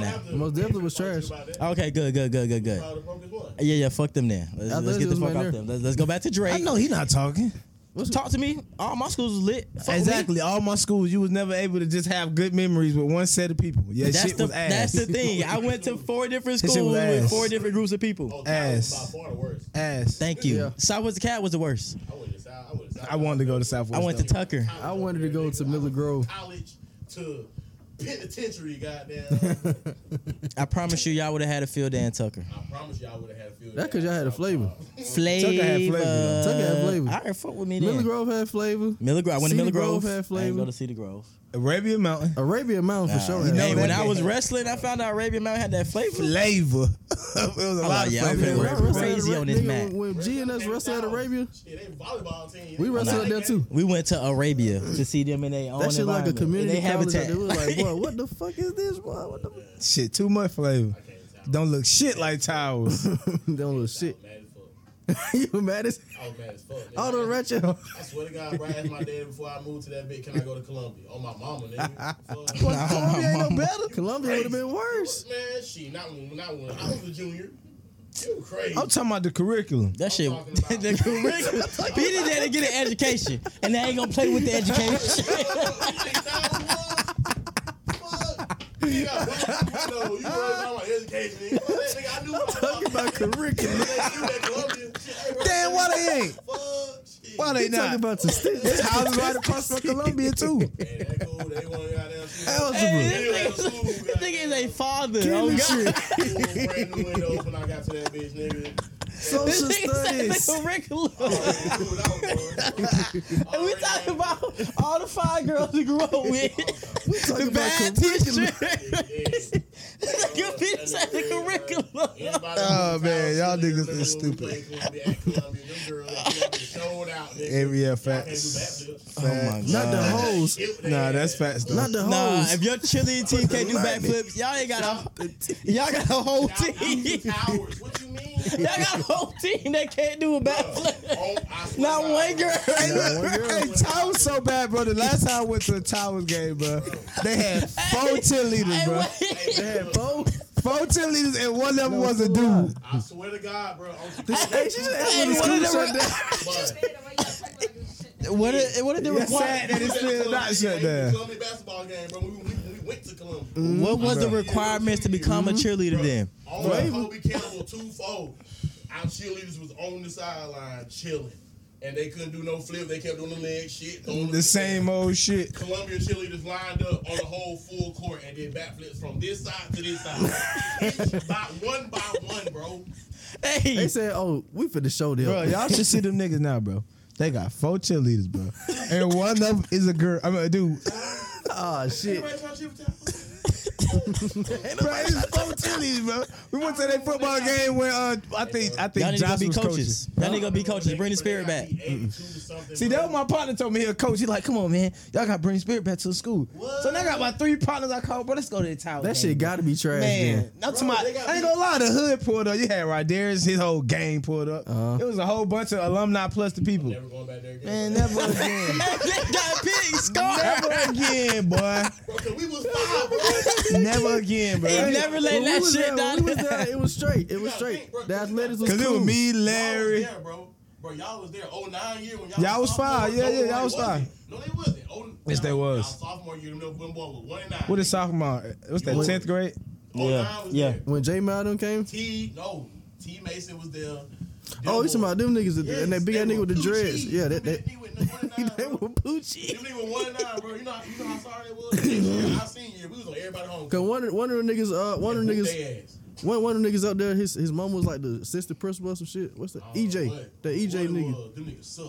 [SPEAKER 1] don't
[SPEAKER 3] that.
[SPEAKER 1] have to-
[SPEAKER 2] Most definitely was
[SPEAKER 1] Talk to you
[SPEAKER 2] trash.
[SPEAKER 1] about that.
[SPEAKER 3] Okay, good, good, good, good, good.
[SPEAKER 1] Proud of Broke as one. Oh,
[SPEAKER 3] Yeah, yeah, fuck them then.
[SPEAKER 2] I
[SPEAKER 3] Let's,
[SPEAKER 2] thought
[SPEAKER 3] let's get
[SPEAKER 2] it
[SPEAKER 3] the
[SPEAKER 2] was
[SPEAKER 3] fuck
[SPEAKER 2] my
[SPEAKER 3] off
[SPEAKER 2] nerve.
[SPEAKER 3] them. Let's, let's go back to Drake.
[SPEAKER 4] I know he not talking.
[SPEAKER 3] Talk to me. All my schools was lit. Fuck with me.
[SPEAKER 4] Exactly. All my schools, you was never able to just have good memories with one set of people. Yeah,
[SPEAKER 3] that's
[SPEAKER 4] shit
[SPEAKER 3] the
[SPEAKER 4] was ass.
[SPEAKER 3] that's the thing. I went to four different
[SPEAKER 4] That shit
[SPEAKER 3] schools
[SPEAKER 4] was
[SPEAKER 3] with
[SPEAKER 4] ass.
[SPEAKER 3] four different groups of people.
[SPEAKER 1] Oh, that was
[SPEAKER 4] Ass.
[SPEAKER 1] By far the worst.
[SPEAKER 4] ass.
[SPEAKER 3] Thank you.
[SPEAKER 2] Yeah.
[SPEAKER 3] Southwest Cat was the worst.
[SPEAKER 1] I went to South. I went to South.
[SPEAKER 4] I wanted to go to Southwest.
[SPEAKER 3] I went to
[SPEAKER 4] though.
[SPEAKER 3] Tucker.
[SPEAKER 2] I wanted to go to
[SPEAKER 1] Nigga, I
[SPEAKER 2] Miller
[SPEAKER 1] went from
[SPEAKER 2] Grove.
[SPEAKER 1] College to penitentiary. Goddamn.
[SPEAKER 3] I promise you, y'all would have had a field day in Tucker.
[SPEAKER 1] I promise y'all would have had a field.
[SPEAKER 2] That 'cause y'all had a flavor.
[SPEAKER 3] Flavor.
[SPEAKER 4] flavor, though.
[SPEAKER 2] Tucker had flavor.
[SPEAKER 3] All right, fuck with me then.
[SPEAKER 2] Miller Grove had flavor.
[SPEAKER 3] Miller Grove. I went to
[SPEAKER 2] Cedar
[SPEAKER 3] Miller
[SPEAKER 2] Grove
[SPEAKER 3] Grove.
[SPEAKER 2] had
[SPEAKER 3] I didn't
[SPEAKER 2] flavor.
[SPEAKER 3] go to Cedar Grove.
[SPEAKER 4] Arabian Mountain.
[SPEAKER 2] Arabia Mountain for sure.
[SPEAKER 4] you
[SPEAKER 2] had
[SPEAKER 4] know
[SPEAKER 3] hey,
[SPEAKER 2] flavor.
[SPEAKER 4] that
[SPEAKER 3] when I was
[SPEAKER 4] game.
[SPEAKER 3] wrestling, I found out Arabian Mountain had that flavor.
[SPEAKER 4] Flavor. it was a
[SPEAKER 3] like,
[SPEAKER 4] lot of
[SPEAKER 3] yeah, I'm
[SPEAKER 4] flavor.
[SPEAKER 3] finna
[SPEAKER 4] in
[SPEAKER 3] work.
[SPEAKER 4] Arabian.
[SPEAKER 3] crazy
[SPEAKER 2] Nigga,
[SPEAKER 3] on this
[SPEAKER 2] when-
[SPEAKER 3] map.
[SPEAKER 2] When G and us wrestled at Arabia,
[SPEAKER 1] Yeah, they volleyball team.
[SPEAKER 2] we wrestled up there too.
[SPEAKER 3] We went to Arabia to see them in their own
[SPEAKER 2] That shit like a
[SPEAKER 3] environment, in
[SPEAKER 2] community
[SPEAKER 3] their
[SPEAKER 2] college. out
[SPEAKER 3] habitat.
[SPEAKER 2] there. We was like, boy, what the fuck is this, boy? What the?
[SPEAKER 4] Shit, too much flavor. Don't look shit like towels.
[SPEAKER 2] Them little
[SPEAKER 1] Shit.
[SPEAKER 2] shit.
[SPEAKER 1] I was mad as fuck.
[SPEAKER 2] you mad as
[SPEAKER 1] I was mad as fuck. nigga.
[SPEAKER 2] all the ratchet.
[SPEAKER 1] I swear to God, bro, I asked my daddy before I moved to that bit, can I go to Columbia? Oh, my mama, nigga. Fuck.
[SPEAKER 2] Columbia ain't no better. Columbia would have been worse.
[SPEAKER 1] Man, she not when, not when I was a junior. You crazy.
[SPEAKER 4] I'm talking about the curriculum.
[SPEAKER 3] That shit.
[SPEAKER 1] talking about-
[SPEAKER 3] the curriculum. Peter there to get an education, and they ain't gonna play with the education.
[SPEAKER 2] Talking about curriculum.
[SPEAKER 4] Damn, why they ain't? Why they
[SPEAKER 2] He talking
[SPEAKER 4] not?
[SPEAKER 2] about the
[SPEAKER 4] This
[SPEAKER 2] stick.
[SPEAKER 4] house is right across from Columbia too.
[SPEAKER 2] Eligible.
[SPEAKER 3] Hey, this nigga- this nigga is a father. Oh God.
[SPEAKER 2] Social
[SPEAKER 3] This nigga
[SPEAKER 2] studies.
[SPEAKER 3] said the curriculum. And we talking about all the five girls we grew up with.
[SPEAKER 2] We talking
[SPEAKER 3] The
[SPEAKER 2] about
[SPEAKER 3] bad
[SPEAKER 2] curriculum.
[SPEAKER 3] teacher. Nigga, Peter said the curriculum.
[SPEAKER 4] Oh, man, y'all niggas is stupid. Every- yeah, facts. Oh
[SPEAKER 3] God.
[SPEAKER 2] Not the hoes.
[SPEAKER 4] Nah, that's facts though.
[SPEAKER 2] Not the hoes.
[SPEAKER 3] Nah, if your cheerleading team can't do backflips, y'all ain't got a y'all got a whole team. Y'all
[SPEAKER 1] Hours. What you mean?
[SPEAKER 3] got a whole team that can't do a backflip.
[SPEAKER 1] Oh, I swear
[SPEAKER 3] Not
[SPEAKER 1] to God,
[SPEAKER 3] one girl.
[SPEAKER 4] Hey, look, hey, Towers so bad, bro. The last time I went to a Towers game, bro, they had four cheerleaders, bro.
[SPEAKER 3] Hey,
[SPEAKER 2] They had both.
[SPEAKER 4] Four cheerleaders, and one of them was a dude.
[SPEAKER 1] I swear to God, bro. I'm
[SPEAKER 2] Hey, she just asked when the
[SPEAKER 3] Hey, one of
[SPEAKER 2] school
[SPEAKER 3] the
[SPEAKER 2] shut
[SPEAKER 3] re-
[SPEAKER 2] down.
[SPEAKER 1] but
[SPEAKER 7] Shit.
[SPEAKER 3] what did what did they
[SPEAKER 4] It's
[SPEAKER 3] require?
[SPEAKER 4] sad that it's still not
[SPEAKER 1] the
[SPEAKER 4] shut down.
[SPEAKER 1] Columbia basketball game, bro. We, we, we went to Columbia.
[SPEAKER 3] What was the
[SPEAKER 4] Bruh.
[SPEAKER 3] requirements to become a cheerleader then?
[SPEAKER 1] All right, Kobe Campbell, twofold. Our cheerleaders was on the sideline chilling, and they couldn't do no flip. They kept doing the leg shit. throwing
[SPEAKER 4] The same old shit.
[SPEAKER 1] Columbia cheerleaders lined up on the whole full court and did backflips from this side to this side, by one by one, bro.
[SPEAKER 3] Hey,
[SPEAKER 2] They said, oh, we finna show them.
[SPEAKER 4] Bro, y'all should see them niggas now, bro. They got four cheerleaders, bro, and one of them is a girl. I mean, a dude.
[SPEAKER 2] Ah, shit.
[SPEAKER 1] Everybody trying to chip
[SPEAKER 4] bro, it's four chilies, bro. We went to that football game where uh, I think I
[SPEAKER 3] Y'all
[SPEAKER 4] think
[SPEAKER 3] need to
[SPEAKER 4] Josh
[SPEAKER 3] be
[SPEAKER 4] was
[SPEAKER 3] coaches.
[SPEAKER 4] coaches.
[SPEAKER 3] Y'all need to be coaches. Bring the spirit back.
[SPEAKER 4] See, that was my partner told me he a coach. He like, come on, man, y'all got to bring spirit back to the school. So now I got my three partners. I called, bro, let's go to the tower.
[SPEAKER 2] That shit gotta be trash.
[SPEAKER 4] Man,
[SPEAKER 2] Then.
[SPEAKER 4] not to my, I ain't gonna lie, the hood pulled up. You had Rodarius, his whole gang pulled up. It was a whole bunch of alumni plus the people.
[SPEAKER 1] Never going back there again.
[SPEAKER 4] Man, never again.
[SPEAKER 3] got pig
[SPEAKER 4] never again, boy.
[SPEAKER 1] Bro, 'cause we was five, bro.
[SPEAKER 4] Never again, bro.
[SPEAKER 3] He never let
[SPEAKER 2] When we
[SPEAKER 3] that
[SPEAKER 2] was
[SPEAKER 3] shit
[SPEAKER 2] there,
[SPEAKER 3] down.
[SPEAKER 2] when we was there, it was straight. It was straight. The athletics was
[SPEAKER 4] Cause it
[SPEAKER 2] cool.
[SPEAKER 4] was me,
[SPEAKER 1] Y'all
[SPEAKER 4] Larry.
[SPEAKER 1] was there, bro. Bro, y'all was there. Oh nine year when y'all.
[SPEAKER 4] Y'all was
[SPEAKER 1] sophomore,
[SPEAKER 4] five. Yeah,
[SPEAKER 1] no,
[SPEAKER 4] yeah, y'all
[SPEAKER 1] they
[SPEAKER 4] was
[SPEAKER 1] wasn't. No, they wasn't. Oh,
[SPEAKER 4] Yes, they
[SPEAKER 1] y'all-
[SPEAKER 4] was.
[SPEAKER 1] y'all Sophomore year, them little boy was one and nine.
[SPEAKER 4] What is sophomore? What's that?
[SPEAKER 2] What?
[SPEAKER 4] Tenth grade.
[SPEAKER 1] Oh,
[SPEAKER 3] Yeah,
[SPEAKER 1] nine was
[SPEAKER 3] yeah.
[SPEAKER 1] there.
[SPEAKER 2] When J Malden came.
[SPEAKER 1] T no T Mason was there.
[SPEAKER 2] Oh, you talking about them niggas that- and that big ass nigga with the dreads? Yeah, that,
[SPEAKER 1] that
[SPEAKER 2] that they were Poochie.
[SPEAKER 1] Them nigga one and nine, bro. You know, how- you know how sorry they was. Yeah, I seen you. We was on everybody home.
[SPEAKER 2] Cause one of- one of the niggas, uh, one of the niggas, one one of the niggas up there, his his mom was like the assistant principal or some shit. What's the
[SPEAKER 4] Oh,
[SPEAKER 1] Uh,
[SPEAKER 2] EJ? E The EJ nigga.
[SPEAKER 1] Them niggas sucked.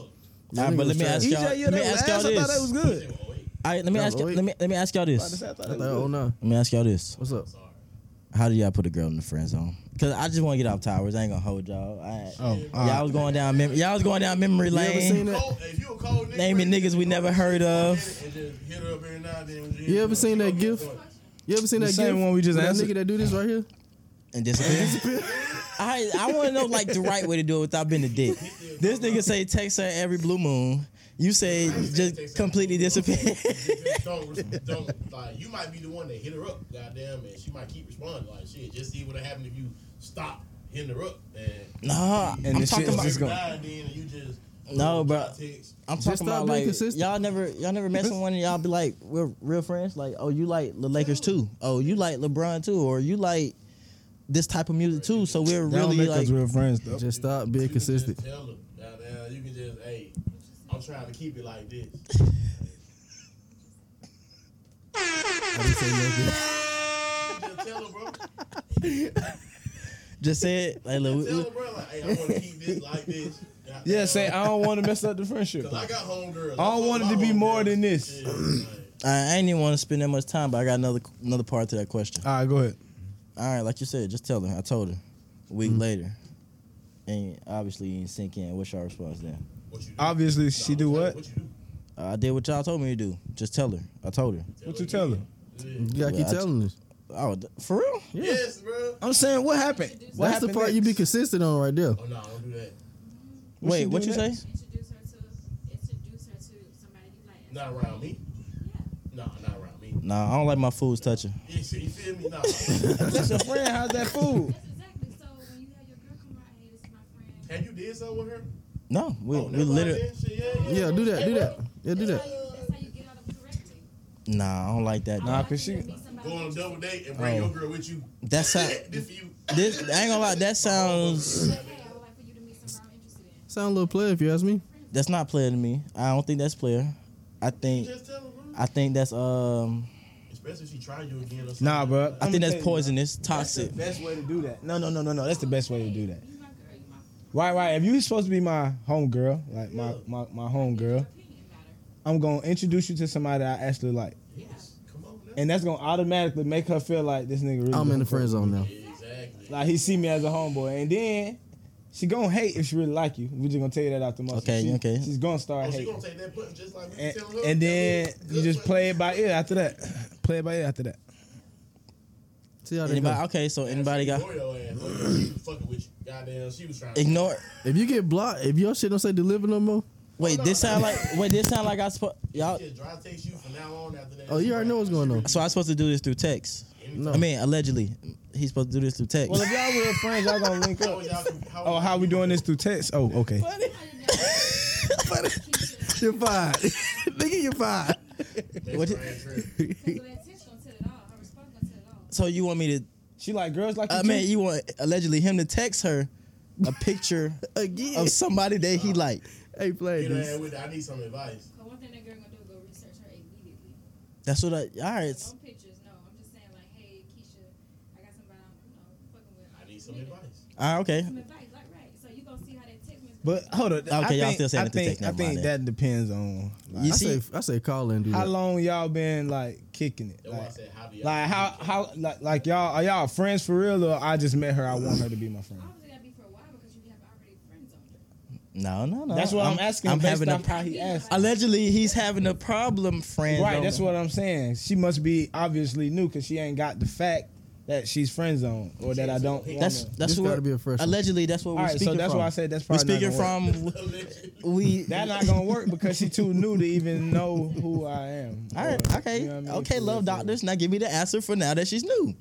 [SPEAKER 3] Nah, but let me ask y'all.
[SPEAKER 4] EJ, E yeah,
[SPEAKER 3] Let me
[SPEAKER 4] that was
[SPEAKER 3] ask y'all
[SPEAKER 4] ass. I thought that was
[SPEAKER 3] this. All
[SPEAKER 1] They
[SPEAKER 4] good.
[SPEAKER 1] were, oh, eight.
[SPEAKER 3] right, let me
[SPEAKER 2] Y'all
[SPEAKER 3] ask. y'all-
[SPEAKER 2] wait.
[SPEAKER 3] Let me let me ask y'all this.
[SPEAKER 4] I thought
[SPEAKER 2] I
[SPEAKER 4] that
[SPEAKER 2] thought, oh
[SPEAKER 4] was
[SPEAKER 2] no,
[SPEAKER 3] Let me ask y'all this.
[SPEAKER 2] what's up?
[SPEAKER 1] Sorry.
[SPEAKER 3] How do y'all put a girl in the friend zone? Cause I just want to get off towers. I ain't gonna hold y'all. I,
[SPEAKER 4] Oh, all
[SPEAKER 3] y'all
[SPEAKER 4] right.
[SPEAKER 3] was going down. Mem- y'all was going down memory
[SPEAKER 2] You ever seen
[SPEAKER 3] lane.
[SPEAKER 2] that?
[SPEAKER 1] Cold, if you a cold nigga,
[SPEAKER 3] Naming
[SPEAKER 1] bro,
[SPEAKER 3] niggas we never heard of.
[SPEAKER 1] And just hit her up every now and then. when
[SPEAKER 2] You ever seen that
[SPEAKER 1] Okay,
[SPEAKER 2] gif?
[SPEAKER 1] boy.
[SPEAKER 2] You ever seen
[SPEAKER 4] The
[SPEAKER 2] that
[SPEAKER 4] same
[SPEAKER 2] gif
[SPEAKER 4] one we just
[SPEAKER 2] with that
[SPEAKER 4] answered.
[SPEAKER 2] nigga that do this right here?
[SPEAKER 3] and disappear. I I want to know like the right way to do it without being a dick. This nigga say text her every blue moon. You say just completely disappear.
[SPEAKER 1] Just don't, don't like. You might be the one that hit her up, goddamn, and she might keep responding like shit. Just see what happened if you stop hitting her up and.
[SPEAKER 3] nah,
[SPEAKER 4] And
[SPEAKER 3] I'm
[SPEAKER 4] the shit
[SPEAKER 3] talking
[SPEAKER 4] is
[SPEAKER 3] about
[SPEAKER 4] just
[SPEAKER 1] Every
[SPEAKER 4] gonna-
[SPEAKER 1] now and then, you just
[SPEAKER 3] No, bro.
[SPEAKER 1] Text.
[SPEAKER 3] I'm
[SPEAKER 2] Just
[SPEAKER 3] talking
[SPEAKER 2] stop
[SPEAKER 3] about
[SPEAKER 2] being
[SPEAKER 3] like
[SPEAKER 2] consistent.
[SPEAKER 3] y'all never y'all never met someone and y'all be like we're real friends. Like oh you like the Lakers too. Oh you like LeBron too. Or you like this type of music too. So we're really like
[SPEAKER 4] real friends though.
[SPEAKER 2] Just stop being
[SPEAKER 1] You can just
[SPEAKER 2] consistent.
[SPEAKER 1] tell them, goddamn, you can just, hey, I'm trying to keep it like this. Just tell them, bro.
[SPEAKER 3] just said like look,
[SPEAKER 1] Tell
[SPEAKER 3] we-
[SPEAKER 1] them, bro. Like, hey, I want to keep this like this. Goddamn.
[SPEAKER 4] Yeah, say I don't want to mess up the friendship.
[SPEAKER 1] 'Cause I got homegirls.
[SPEAKER 4] I don't want it to be more than this.
[SPEAKER 1] Yeah, like,
[SPEAKER 3] I I ain't even want to spend that much time. But I got another another part to that question.
[SPEAKER 4] All right, go ahead.
[SPEAKER 3] All right, like you said, just tell her. I told her. A week
[SPEAKER 4] Mm-hmm.
[SPEAKER 3] later, and obviously you didn't sink in. What's your response then?
[SPEAKER 1] what you do?
[SPEAKER 4] Obviously,
[SPEAKER 1] Nah,
[SPEAKER 4] she
[SPEAKER 1] I'm
[SPEAKER 4] do
[SPEAKER 1] saying,
[SPEAKER 4] what?
[SPEAKER 1] What you do?
[SPEAKER 3] Uh, I did what y'all told me to do. Just tell her. I told her.
[SPEAKER 4] What you tell her?
[SPEAKER 1] Yeah.
[SPEAKER 2] You gotta
[SPEAKER 3] Well,
[SPEAKER 2] keep
[SPEAKER 3] I-
[SPEAKER 2] telling this.
[SPEAKER 3] Oh, th- for real?
[SPEAKER 1] Yes, bro.
[SPEAKER 4] I'm saying what happened. What
[SPEAKER 2] That's the
[SPEAKER 4] happened
[SPEAKER 2] part you
[SPEAKER 4] next?
[SPEAKER 2] be consistent on right
[SPEAKER 1] Oh,
[SPEAKER 2] there.
[SPEAKER 1] no, don't do that.
[SPEAKER 4] What
[SPEAKER 3] Wait,
[SPEAKER 4] she
[SPEAKER 3] what
[SPEAKER 4] do
[SPEAKER 3] you say?
[SPEAKER 4] next?
[SPEAKER 7] Introduce her to introduce her to somebody you like.
[SPEAKER 1] Not around me.
[SPEAKER 7] Yeah.
[SPEAKER 1] No, not around me.
[SPEAKER 3] Nah, I don't like my fools touching.
[SPEAKER 1] You see- you feel me? Nah.
[SPEAKER 4] That's your friend. How's that food?
[SPEAKER 7] That's exactly. So when you have your girl come around, hey, this is my friend.
[SPEAKER 1] Have you did something with her?
[SPEAKER 3] No, we
[SPEAKER 1] Oh,
[SPEAKER 3] we
[SPEAKER 1] never mind
[SPEAKER 3] literally.
[SPEAKER 1] then. Shit, yeah, yeah.
[SPEAKER 2] Yeah, do that, do that. Yeah, do
[SPEAKER 7] That's
[SPEAKER 2] that.
[SPEAKER 7] how you- That's how you get out of correcting.
[SPEAKER 3] Nah, I don't like that.
[SPEAKER 4] Nah,
[SPEAKER 3] Nah,
[SPEAKER 4] 'cause she-
[SPEAKER 1] Go on a double date and bring
[SPEAKER 3] Oh.
[SPEAKER 1] your girl with you.
[SPEAKER 3] that's how.
[SPEAKER 1] this for you.
[SPEAKER 3] This I ain't gonna lie. That sounds.
[SPEAKER 2] Sound a little play if you ask me.
[SPEAKER 3] That's not player to me. I don't think that's player. I think.
[SPEAKER 1] Just tell her, bro.
[SPEAKER 3] I think that's um.
[SPEAKER 1] Especially if she tried you again or something.
[SPEAKER 4] Nah, bro.
[SPEAKER 3] I think that's poisonous, toxic.
[SPEAKER 4] best way to do that. No, no, no, no, no. That's the best way to do that. Right, right. If you supposed to be my home girl, like my my my home girl, I'm gonna introduce you to somebody I actually like,
[SPEAKER 1] Yes. Come on now.
[SPEAKER 4] and that's gonna automatically make her feel like this nigga. Really
[SPEAKER 2] I'm in the
[SPEAKER 4] good for her.
[SPEAKER 2] friend zone now.
[SPEAKER 1] Exactly.
[SPEAKER 4] Like he see me as a homeboy, and then she gonna hate if she really like you. We just gonna tell you that out the muscle.
[SPEAKER 3] Okay,
[SPEAKER 4] she,
[SPEAKER 3] okay.
[SPEAKER 4] She's gonna start
[SPEAKER 1] Oh, she
[SPEAKER 4] hating,
[SPEAKER 1] gonna take that punch just like we
[SPEAKER 4] and,
[SPEAKER 1] tell her.
[SPEAKER 4] and then
[SPEAKER 1] Good
[SPEAKER 4] you just
[SPEAKER 1] punch.
[SPEAKER 4] play it by ear after that. Play it by ear after that.
[SPEAKER 2] See how they
[SPEAKER 3] Anybody?
[SPEAKER 2] go.
[SPEAKER 3] Okay, so
[SPEAKER 1] Yeah,
[SPEAKER 3] anybody
[SPEAKER 1] she
[SPEAKER 3] got?
[SPEAKER 1] ignore your ass. Oh, yeah, she was fucking with you. Goddamn, she was trying. to
[SPEAKER 3] Ignore.
[SPEAKER 2] If you get blocked, if your shit don't say deliver no more,
[SPEAKER 3] Wait, this sound like. Wait, this sound like I supposed. Y'all.
[SPEAKER 1] Just dry text you from now on after that.
[SPEAKER 2] oh, you already know what's going on.
[SPEAKER 3] So I supposed to do this through text.
[SPEAKER 2] No.
[SPEAKER 3] I mean, allegedly, he's supposed to do this through text.
[SPEAKER 4] Well, if y'all real friends, y'all gonna link
[SPEAKER 1] How
[SPEAKER 4] up.
[SPEAKER 1] was y'all, how
[SPEAKER 4] Oh, how we doing this through text? Oh, okay.
[SPEAKER 2] You're fine. Nigga, you're fine.
[SPEAKER 1] What did,
[SPEAKER 3] so you want me to?
[SPEAKER 4] She like girls like you.
[SPEAKER 3] I
[SPEAKER 4] too?
[SPEAKER 3] mean, Uh, you want allegedly him to text her a picture
[SPEAKER 2] Again.
[SPEAKER 3] of somebody that he like.
[SPEAKER 2] Hey, play
[SPEAKER 1] you know,
[SPEAKER 2] this.
[SPEAKER 1] with, I need some advice.
[SPEAKER 7] One thing that girl gonna do go research her immediately.
[SPEAKER 3] That's what I. All right.
[SPEAKER 7] No pictures, no. I'm just saying like, hey, Keisha, I got somebody I'm, you know, fucking with.
[SPEAKER 1] I need some advice.
[SPEAKER 3] All right. Okay.
[SPEAKER 7] Some advice, like right. So you gonna see how that text message
[SPEAKER 4] But hold on. Okay, I
[SPEAKER 3] y'all
[SPEAKER 4] think,
[SPEAKER 3] still saying
[SPEAKER 4] I
[SPEAKER 3] it to
[SPEAKER 4] think,
[SPEAKER 3] take
[SPEAKER 4] I
[SPEAKER 3] that
[SPEAKER 4] think
[SPEAKER 3] money.
[SPEAKER 4] that depends on like,
[SPEAKER 3] You
[SPEAKER 2] I
[SPEAKER 3] see-
[SPEAKER 2] say, I say call in, dude.
[SPEAKER 4] how long y'all been like kicking it.
[SPEAKER 1] That's why I
[SPEAKER 4] Like,
[SPEAKER 1] said Javier.
[SPEAKER 4] like, how how like, like y'all are y'all friends for real or I just met her? I want her to be my friend.
[SPEAKER 7] Obviously, that'd be for a while because you have already friends on there.
[SPEAKER 3] No, no, no.
[SPEAKER 4] That's what I'm, asking.
[SPEAKER 3] I'm
[SPEAKER 4] based
[SPEAKER 3] having
[SPEAKER 4] off
[SPEAKER 3] a.
[SPEAKER 4] how he asked.
[SPEAKER 3] Allegedly, he's having a problem, friend.
[SPEAKER 4] Right, that's what I'm saying. She must be obviously new because she ain't got the fact that she's friend zone or that I don't. wanna-
[SPEAKER 3] That's that's
[SPEAKER 2] This
[SPEAKER 3] what.
[SPEAKER 2] gotta be a fresh one.
[SPEAKER 3] allegedly, that's what
[SPEAKER 4] all
[SPEAKER 3] we're
[SPEAKER 4] right.
[SPEAKER 3] speaking
[SPEAKER 4] So that's
[SPEAKER 3] from.
[SPEAKER 4] why I said that's
[SPEAKER 3] we're
[SPEAKER 4] probably
[SPEAKER 3] speaking
[SPEAKER 4] not gonna work.
[SPEAKER 3] from. We
[SPEAKER 4] That not gonna work because she too new to even know who I am.
[SPEAKER 3] All right,
[SPEAKER 4] Or,
[SPEAKER 3] okay,
[SPEAKER 4] you know what I mean?
[SPEAKER 3] okay,
[SPEAKER 4] For real,
[SPEAKER 3] love
[SPEAKER 4] for real.
[SPEAKER 3] doctors. Now give me the answer for now that she's new.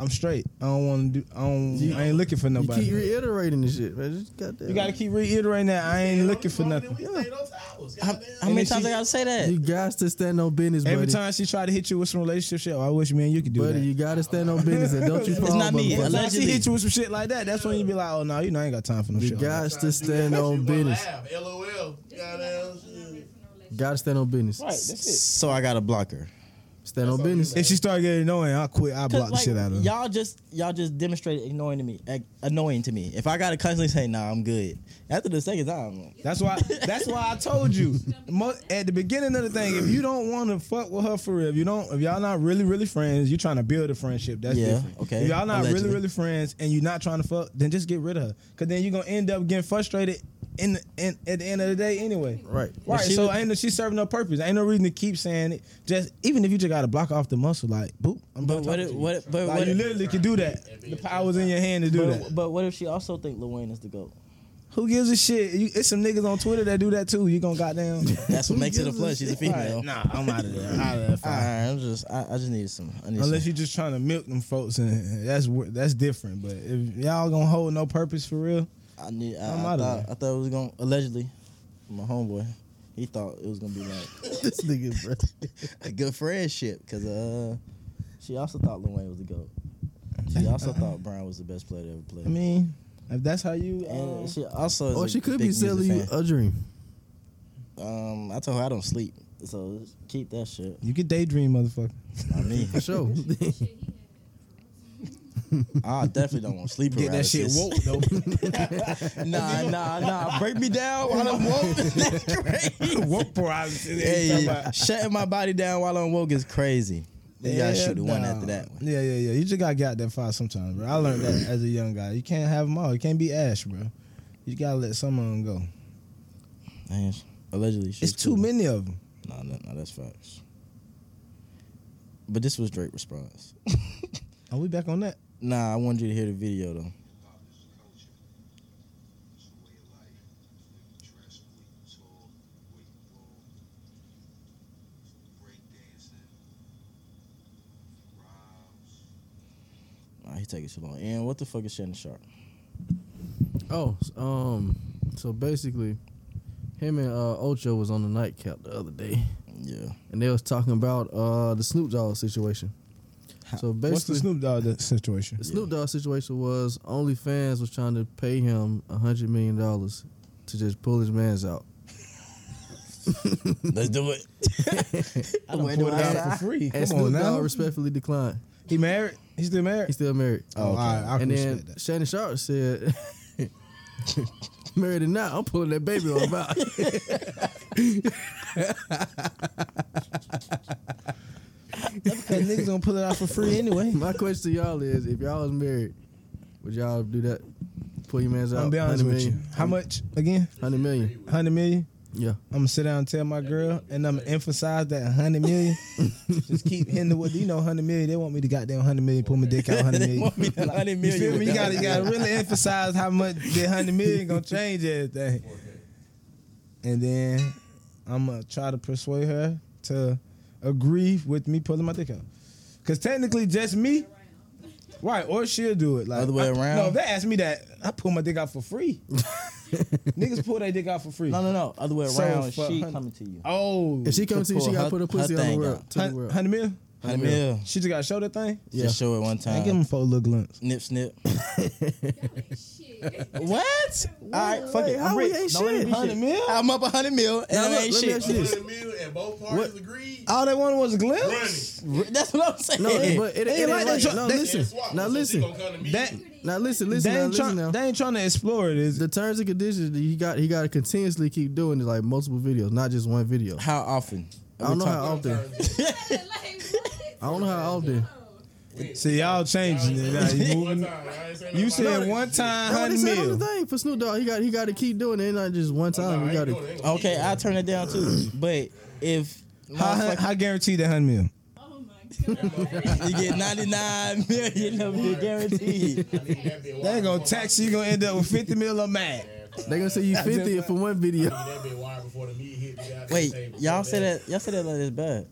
[SPEAKER 4] I'm straight. I don't want to do. I don't. I ain't looking for
[SPEAKER 2] you keep
[SPEAKER 4] nobody.
[SPEAKER 2] reiterating this shit, man. Just goddamn.
[SPEAKER 4] You gotta keep reiterating that I ain't looking for nothing.
[SPEAKER 1] We stayed on towels.
[SPEAKER 3] How,
[SPEAKER 1] goddamn.
[SPEAKER 3] how many
[SPEAKER 4] then
[SPEAKER 3] times
[SPEAKER 4] she-
[SPEAKER 3] I gotta say that?
[SPEAKER 2] You got to stand on business, buddy.
[SPEAKER 4] Every time she try to hit you with some relationship shit, oh, I wish me and you could do
[SPEAKER 2] buddy,
[SPEAKER 4] that.
[SPEAKER 2] you got to stand on business, and don't you
[SPEAKER 4] It's
[SPEAKER 2] fall.
[SPEAKER 3] not me,
[SPEAKER 2] motherfucker.
[SPEAKER 4] Every time she
[SPEAKER 3] Allegedly.
[SPEAKER 4] hit you with some shit like that, that's when you be like, oh no, you know I ain't got time for no
[SPEAKER 2] You
[SPEAKER 4] shit. like that.
[SPEAKER 1] Trying
[SPEAKER 2] got to
[SPEAKER 1] do that,
[SPEAKER 2] stand
[SPEAKER 1] you
[SPEAKER 2] on
[SPEAKER 1] wanna
[SPEAKER 2] business.
[SPEAKER 1] laugh. LOL. Goddamn. shit.
[SPEAKER 2] Got to stand on business.
[SPEAKER 4] Right, that's it.
[SPEAKER 3] So I gotta block her.
[SPEAKER 2] Stand on business.
[SPEAKER 4] If she start getting annoying, I quit. I block the
[SPEAKER 3] like,
[SPEAKER 4] shit out of her.
[SPEAKER 3] y'all just y'all just demonstrated ignoring to me, ag- annoying to me. If I gotta constantly say, "Nah, I'm good," after the second time,
[SPEAKER 4] That's why. That's why I told you Mo- at the beginning of the thing. If you don't want to fuck with her for real, if you don't, if y'all not really really friends, you trying to build a friendship. That's
[SPEAKER 3] Yeah,
[SPEAKER 4] different.
[SPEAKER 3] okay,
[SPEAKER 4] If y'all not
[SPEAKER 3] allegedly.
[SPEAKER 4] really really friends and you not trying to fuck, then just get rid of her. Cause then you are gonna end up getting frustrated in, the, in at the end of the day anyway.
[SPEAKER 2] Right.
[SPEAKER 4] Right.
[SPEAKER 3] she
[SPEAKER 4] so
[SPEAKER 3] was-
[SPEAKER 4] ain't no, she's serving no purpose. Ain't no reason to keep saying it. Just even if you just gotta block off the muscle, like boop. I'm
[SPEAKER 3] but what?
[SPEAKER 4] done talking
[SPEAKER 3] If,
[SPEAKER 4] to you.
[SPEAKER 3] what? If, but
[SPEAKER 4] Like,
[SPEAKER 3] what?
[SPEAKER 4] you
[SPEAKER 3] If,
[SPEAKER 4] literally can do that. The power's in your hand to do that.
[SPEAKER 3] but, but what if she also think Lil Wayne is the goat?
[SPEAKER 4] Who gives a shit? You, it's some niggas on Twitter that do that too. You gonna goddamn.
[SPEAKER 3] That's what makes it a plus. She's a female.
[SPEAKER 4] Nah, I'm out of there. Out of
[SPEAKER 3] All right, I'm just I, I just needed some. I need
[SPEAKER 4] Unless
[SPEAKER 3] some.
[SPEAKER 4] you're just trying to milk them folks, and that's wor- that's different. But if y'all gonna hold no purpose for real,
[SPEAKER 3] I need. I,
[SPEAKER 4] I'm
[SPEAKER 3] I
[SPEAKER 4] outta
[SPEAKER 3] thought
[SPEAKER 4] there.
[SPEAKER 3] I thought it was gonna allegedly. My homeboy, he thought it was gonna be like
[SPEAKER 2] this nigga, bro.
[SPEAKER 3] a good friendship because uh, she also thought Lil Wayne was the goat. She also thought Brown was the best player to ever play.
[SPEAKER 4] I mean, if that's how you,
[SPEAKER 3] and
[SPEAKER 4] uh,
[SPEAKER 3] she also. Is
[SPEAKER 2] Or
[SPEAKER 3] a
[SPEAKER 2] she could
[SPEAKER 3] big
[SPEAKER 2] be selling you
[SPEAKER 3] music
[SPEAKER 2] a dream.
[SPEAKER 3] fan.
[SPEAKER 4] uh,
[SPEAKER 3] Um, I told her I don't sleep, so keep that shit.
[SPEAKER 4] you could daydream, motherfucker.
[SPEAKER 3] I mean,
[SPEAKER 2] For sure.
[SPEAKER 7] Shit, he had
[SPEAKER 3] I definitely don't want sleep
[SPEAKER 4] Get that shit
[SPEAKER 3] paralysis.
[SPEAKER 4] woke though.
[SPEAKER 3] Nah, nah, nah. Break me down while I'm woke. That's crazy.
[SPEAKER 4] woke paralysis.
[SPEAKER 3] Hey, shutting my body down while I'm woke is crazy. You gotta shoot the one
[SPEAKER 4] nah.
[SPEAKER 3] after that one.
[SPEAKER 4] Yeah, yeah, yeah. You just gotta get out that fire sometimes, bro. I learned that as a young guy. You can't have them all. You can't be Ash, bro. You gotta let some of them go.
[SPEAKER 3] Man, sh- allegedly, she
[SPEAKER 4] It's
[SPEAKER 3] was
[SPEAKER 4] too
[SPEAKER 3] cool.
[SPEAKER 4] many of them.
[SPEAKER 3] Nah, nah, nah, that's facts. But this was Drake's response.
[SPEAKER 4] Are we back on that?
[SPEAKER 3] Nah, I wanted you to hear the video though. Nah, he taking too long. And what the fuck is Shannon Sharp?
[SPEAKER 2] Oh, s- um, so basically, him and uh, Ocho was on the nightcap the other day,
[SPEAKER 3] Yeah.
[SPEAKER 2] and they was talking about uh the Snoop Dogg situation. So basically,
[SPEAKER 4] What's the Snoop Dogg that situation?
[SPEAKER 2] The Snoop Dogg situation was OnlyFans was trying to pay him a hundred million dollars to just pull his man's out.
[SPEAKER 3] Let's do it.
[SPEAKER 4] I done
[SPEAKER 3] When do
[SPEAKER 4] pulled
[SPEAKER 3] I
[SPEAKER 4] it out
[SPEAKER 3] sign?
[SPEAKER 4] for free.
[SPEAKER 2] And
[SPEAKER 4] Come on
[SPEAKER 2] Snoop Dogg
[SPEAKER 4] now.
[SPEAKER 2] respectfully declined.
[SPEAKER 4] He married. He's still married.
[SPEAKER 2] He's still married.
[SPEAKER 4] Oh, okay. I, I
[SPEAKER 2] and
[SPEAKER 4] appreciate
[SPEAKER 2] then
[SPEAKER 4] that.
[SPEAKER 2] Shannon Sharp said, "Married or not, I'm pulling that baby on out."
[SPEAKER 4] Because niggas gonna pull it out for free anyway.
[SPEAKER 2] My question to y'all is: If y'all was married, would y'all do that? Pull your man's out.
[SPEAKER 4] I'm be honest
[SPEAKER 2] 100
[SPEAKER 4] with you.
[SPEAKER 2] million?
[SPEAKER 4] How much again?
[SPEAKER 2] Hundred million.
[SPEAKER 4] Hundred million.
[SPEAKER 2] Yeah.
[SPEAKER 4] I'm gonna sit down and tell my girl, and I'm gonna emphasize that 100 million. Just keep hitting the with you know 100 million. They want me to goddamn 100 million, pull my dick out 100
[SPEAKER 3] they
[SPEAKER 4] million.
[SPEAKER 3] want me to 100
[SPEAKER 4] You
[SPEAKER 3] million.
[SPEAKER 4] feel me? You
[SPEAKER 3] with
[SPEAKER 4] gotta,
[SPEAKER 3] that.
[SPEAKER 4] you gotta really emphasize how much the 100 million gonna change everything. And then I'm gonna try to persuade her to agree with me pulling my dick out. Cause technically, just me, right? Or she'll do it. Like
[SPEAKER 3] Other way
[SPEAKER 4] I-
[SPEAKER 3] around?
[SPEAKER 4] No, if they ask me that, I pull my dick out for free. Niggas pull their dick out for free.
[SPEAKER 3] No, no, no. Other way
[SPEAKER 4] So,
[SPEAKER 3] around,
[SPEAKER 4] fuck,
[SPEAKER 3] she
[SPEAKER 4] hun-
[SPEAKER 3] coming to you.
[SPEAKER 4] Oh,
[SPEAKER 2] If she comes to you, she
[SPEAKER 3] pull
[SPEAKER 2] gotta
[SPEAKER 3] her-
[SPEAKER 2] put her
[SPEAKER 3] her
[SPEAKER 2] pussy on the
[SPEAKER 3] thing
[SPEAKER 2] world.
[SPEAKER 3] out.
[SPEAKER 2] To the world.
[SPEAKER 4] hundred mil.
[SPEAKER 3] Hundred mil.
[SPEAKER 4] She just got to show that thing.
[SPEAKER 2] Yeah.
[SPEAKER 3] Just show it one time.
[SPEAKER 4] I give him four little glimpse.
[SPEAKER 3] Nip, snip.
[SPEAKER 7] Shit.
[SPEAKER 3] what? All right, fuck
[SPEAKER 2] Wait,
[SPEAKER 3] it.
[SPEAKER 2] how
[SPEAKER 3] I'm
[SPEAKER 2] we
[SPEAKER 3] rich.
[SPEAKER 2] ain't
[SPEAKER 3] Don't let me
[SPEAKER 2] shit?
[SPEAKER 3] be
[SPEAKER 4] 100 mil?
[SPEAKER 3] I'm up 100 mil, and
[SPEAKER 2] Now,
[SPEAKER 3] I
[SPEAKER 2] look,
[SPEAKER 3] ain't
[SPEAKER 2] let me
[SPEAKER 3] shit.
[SPEAKER 2] ask you this.
[SPEAKER 1] 100 million and both parties agreed.
[SPEAKER 4] All they wanted was a
[SPEAKER 1] Run
[SPEAKER 4] glimpse.
[SPEAKER 1] it.
[SPEAKER 3] That's what I'm saying.
[SPEAKER 2] No, but it, it ain't
[SPEAKER 4] like
[SPEAKER 2] like that.
[SPEAKER 4] they try-
[SPEAKER 2] No,
[SPEAKER 4] they-
[SPEAKER 1] Can't
[SPEAKER 2] listen.
[SPEAKER 1] swap,
[SPEAKER 2] Now
[SPEAKER 1] so she
[SPEAKER 2] listen.
[SPEAKER 1] gonna come to me.
[SPEAKER 4] That
[SPEAKER 2] Now listen, listen,
[SPEAKER 4] they,
[SPEAKER 2] now,
[SPEAKER 4] ain't
[SPEAKER 2] listen
[SPEAKER 4] try-
[SPEAKER 2] now.
[SPEAKER 4] they ain't trying to explore it. Is
[SPEAKER 2] the terms and conditions that he got, he got to continuously keep doing is like multiple videos, not just one video.
[SPEAKER 3] How often?
[SPEAKER 2] I don't know how often.
[SPEAKER 7] like,
[SPEAKER 2] I don't know how often.
[SPEAKER 4] See, y'all changing it. Now. You, moving- you said one time
[SPEAKER 2] Bro,
[SPEAKER 4] hundred
[SPEAKER 2] this is
[SPEAKER 4] mil. Oh,
[SPEAKER 2] the thing for Snoop Dogg. He got he got to keep doing it, not just one time. he got to.
[SPEAKER 3] Okay, I turn it down too. But if
[SPEAKER 4] How,
[SPEAKER 3] motherfucker-
[SPEAKER 4] how guaranteed that hundred mil?
[SPEAKER 7] Oh my god.
[SPEAKER 3] you get 99 million of it guaranteed.
[SPEAKER 4] They ain't gonna tax you. You gonna end up with fifty mil or mad.
[SPEAKER 2] They gonna say you fifty for one video.
[SPEAKER 1] That bit wide before the meat hit the goddamn
[SPEAKER 3] Wait,
[SPEAKER 1] table.
[SPEAKER 3] y'all say that y'all say that like it's bad.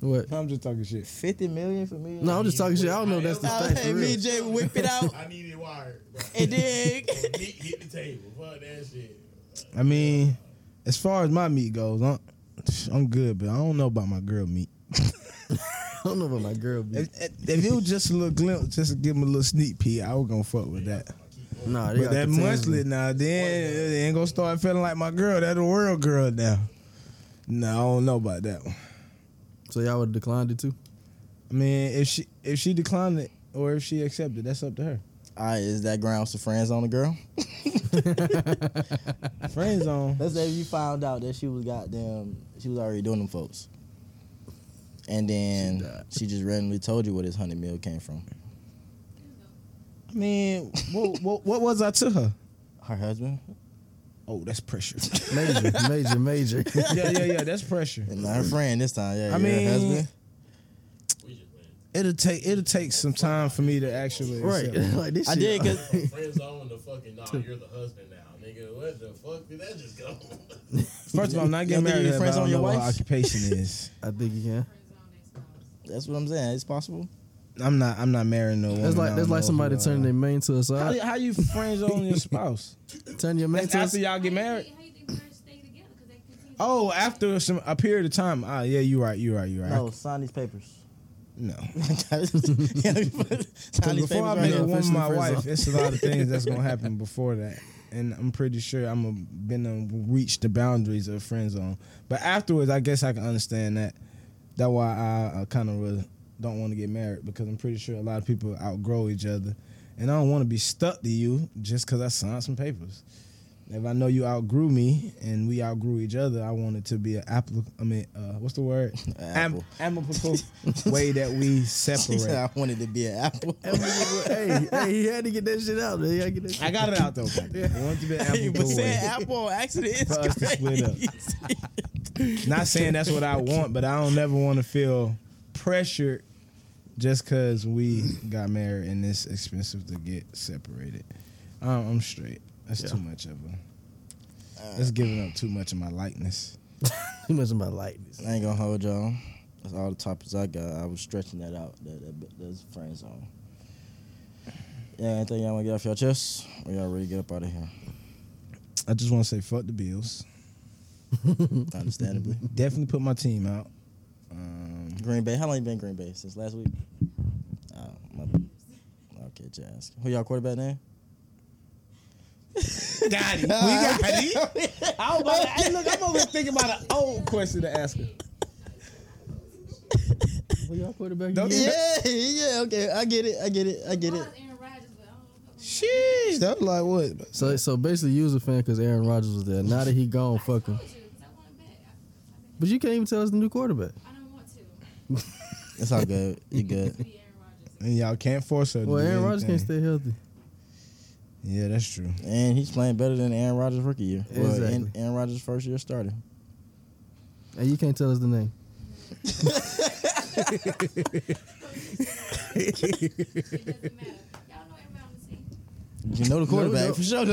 [SPEAKER 2] What?
[SPEAKER 6] I'm just talking shit.
[SPEAKER 3] 50 million for me.
[SPEAKER 2] No, I'm just talking shit. I don't know if that's the
[SPEAKER 3] I
[SPEAKER 2] stat
[SPEAKER 3] hey,
[SPEAKER 2] for
[SPEAKER 3] me
[SPEAKER 2] real.
[SPEAKER 3] and Jay whip it out
[SPEAKER 1] I need it wired. Bro.
[SPEAKER 3] and then
[SPEAKER 1] The meat hit the table. Fuck that shit.
[SPEAKER 4] I mean, as far as my meat goes, I'm, I'm good, but I don't know about my girl meat.
[SPEAKER 2] I don't know about my girl. Be.
[SPEAKER 4] If, if if it was just a little glimpse, just to give him a little sneak peek, I was gonna fuck with that.
[SPEAKER 2] Nah, they
[SPEAKER 4] But
[SPEAKER 2] got
[SPEAKER 4] that
[SPEAKER 2] continuously-
[SPEAKER 4] monthly now, then it ain't gonna start feeling like my girl. That a world girl now. No, I don't know about that one.
[SPEAKER 2] So y'all would declined it too.
[SPEAKER 4] I mean, if she if she declined it or if she accepted, that's up to her.
[SPEAKER 3] Alright, is that grounds to friends on the girl?
[SPEAKER 4] Friend zone.
[SPEAKER 3] Let's say if you found out that she was goddamn she was already doing them folks. And
[SPEAKER 2] She
[SPEAKER 3] then
[SPEAKER 2] died.
[SPEAKER 3] she, just randomly told you where this hundred mil came from.
[SPEAKER 4] I mean, what, what what was I to her?
[SPEAKER 3] Her husband?
[SPEAKER 4] Oh, that's pressure.
[SPEAKER 2] Major, major, major.
[SPEAKER 4] yeah, yeah, yeah. That's pressure.
[SPEAKER 3] And not her friend this time, yeah. yeah,
[SPEAKER 4] I mean-
[SPEAKER 3] her husband.
[SPEAKER 1] We just went.
[SPEAKER 4] It'll take it'll take some time for me to actually
[SPEAKER 2] right.
[SPEAKER 4] accept it.
[SPEAKER 2] like this.
[SPEAKER 3] I
[SPEAKER 2] shit-
[SPEAKER 3] did cause
[SPEAKER 1] Friend zone the fucking nah, you're the husband now, nigga. What the fuck did that just go?
[SPEAKER 4] First of all, I'm not getting
[SPEAKER 3] Y'all think
[SPEAKER 4] married.
[SPEAKER 3] you
[SPEAKER 4] to her, but I
[SPEAKER 3] friends
[SPEAKER 4] don't
[SPEAKER 3] on
[SPEAKER 4] know
[SPEAKER 3] your
[SPEAKER 4] what her
[SPEAKER 3] wife?
[SPEAKER 4] occupation is.
[SPEAKER 2] I think you can.
[SPEAKER 3] that's what I'm saying. It's possible.
[SPEAKER 4] I'm not. I'm not marrying no one.
[SPEAKER 2] That's like that's like somebody turning their main to a
[SPEAKER 4] uh, How,
[SPEAKER 2] side.
[SPEAKER 4] how you friends on your spouse?
[SPEAKER 2] Turn your main
[SPEAKER 4] That's
[SPEAKER 2] to a
[SPEAKER 4] after
[SPEAKER 2] side.
[SPEAKER 4] y'all get married.
[SPEAKER 7] How you think marriage stay together? 'Cause they continue to-
[SPEAKER 4] Oh, after some a period of time. Ah, yeah, you right, you right, you right.
[SPEAKER 3] No, sign these papers.
[SPEAKER 4] No.
[SPEAKER 3] Sign these
[SPEAKER 4] Before I
[SPEAKER 3] papers
[SPEAKER 4] make
[SPEAKER 3] right
[SPEAKER 4] a
[SPEAKER 3] now.
[SPEAKER 4] woman my
[SPEAKER 2] Officially
[SPEAKER 4] wife,
[SPEAKER 2] friends
[SPEAKER 4] it's a lot of things that's gonna happen before that, and I'm pretty sure I'm a, been um, reach the boundaries of friend zone. But afterwards, I guess I can understand that. That's why I, I kind of really don't want to get married because I'm pretty sure a lot of people outgrow each other, and I don't want to be stuck to you just because I signed some papers. If I know you outgrew me and we outgrew each other, I want it to be an apple. I mean, uh, what's the word?
[SPEAKER 3] Apple.
[SPEAKER 4] Am- amicable way that we
[SPEAKER 3] She said
[SPEAKER 4] separate.
[SPEAKER 3] I wanted to be an apple.
[SPEAKER 2] hey, hey, he had to get that shit out. Man. He had to get that shit.
[SPEAKER 4] I got it out though. I want to be
[SPEAKER 3] Hey,
[SPEAKER 4] an
[SPEAKER 3] but
[SPEAKER 4] amicable way.
[SPEAKER 3] saying apple on accident is
[SPEAKER 4] For us to split up.
[SPEAKER 3] crazy.
[SPEAKER 4] Not saying that's what I want, but I don't never want to feel pressured just because we got married and it's expensive to get separated. Um, I'm straight. That's too much of a. That's giving up too much of my likeness.
[SPEAKER 2] Too much of my lightness.
[SPEAKER 3] I ain't gonna hold y'all. That's all the topics I got. I was stretching that out. That, that, that's friend zone. Yeah, anything y'all wanna get off your chest? Or y'all ready to get up out of here?
[SPEAKER 4] I just want to say fuck the bills.
[SPEAKER 3] Understandably.
[SPEAKER 4] Definitely put my team out. Um,
[SPEAKER 3] Green Bay. How long you been in Green Bay? Since last week? Oh, my Okay, Jazz. Who y'all quarterback name?
[SPEAKER 4] got it. We got it. I was about to, hey, look, I'm over here thinking about an old question to ask her.
[SPEAKER 2] Well, y'all quarterback.
[SPEAKER 4] Don't
[SPEAKER 2] again?
[SPEAKER 3] Yeah, yeah, okay. I get it. I get it. I get
[SPEAKER 7] I
[SPEAKER 3] it.
[SPEAKER 7] was Aaron Rodgers, but I don't know if
[SPEAKER 4] Sheesh, that was like what?
[SPEAKER 2] So, so basically, you was a fan because Aaron Rodgers was there. Now that he gone, fuck
[SPEAKER 7] I
[SPEAKER 2] him.
[SPEAKER 7] told you, 'cause I want him back. I-
[SPEAKER 2] But you can't even tell us the new quarterback.
[SPEAKER 7] I don't want to
[SPEAKER 3] It's all good. You good.
[SPEAKER 7] be Aaron Rodgers.
[SPEAKER 4] And y'all can't force her. To
[SPEAKER 2] Well,
[SPEAKER 4] do
[SPEAKER 2] Aaron Rodgers can't
[SPEAKER 4] anything.
[SPEAKER 2] stay healthy.
[SPEAKER 4] Yeah, that's true.
[SPEAKER 3] And he's playing better than Aaron Rodgers' rookie year. Well,
[SPEAKER 2] Exactly.
[SPEAKER 3] Aaron, Aaron Rodgers' first year starter.
[SPEAKER 2] And you can't tell us the name.
[SPEAKER 7] It doesn't matter. Y'all
[SPEAKER 3] You
[SPEAKER 7] know Aaron Rodgers. ain't-
[SPEAKER 3] know the quarterback for sure,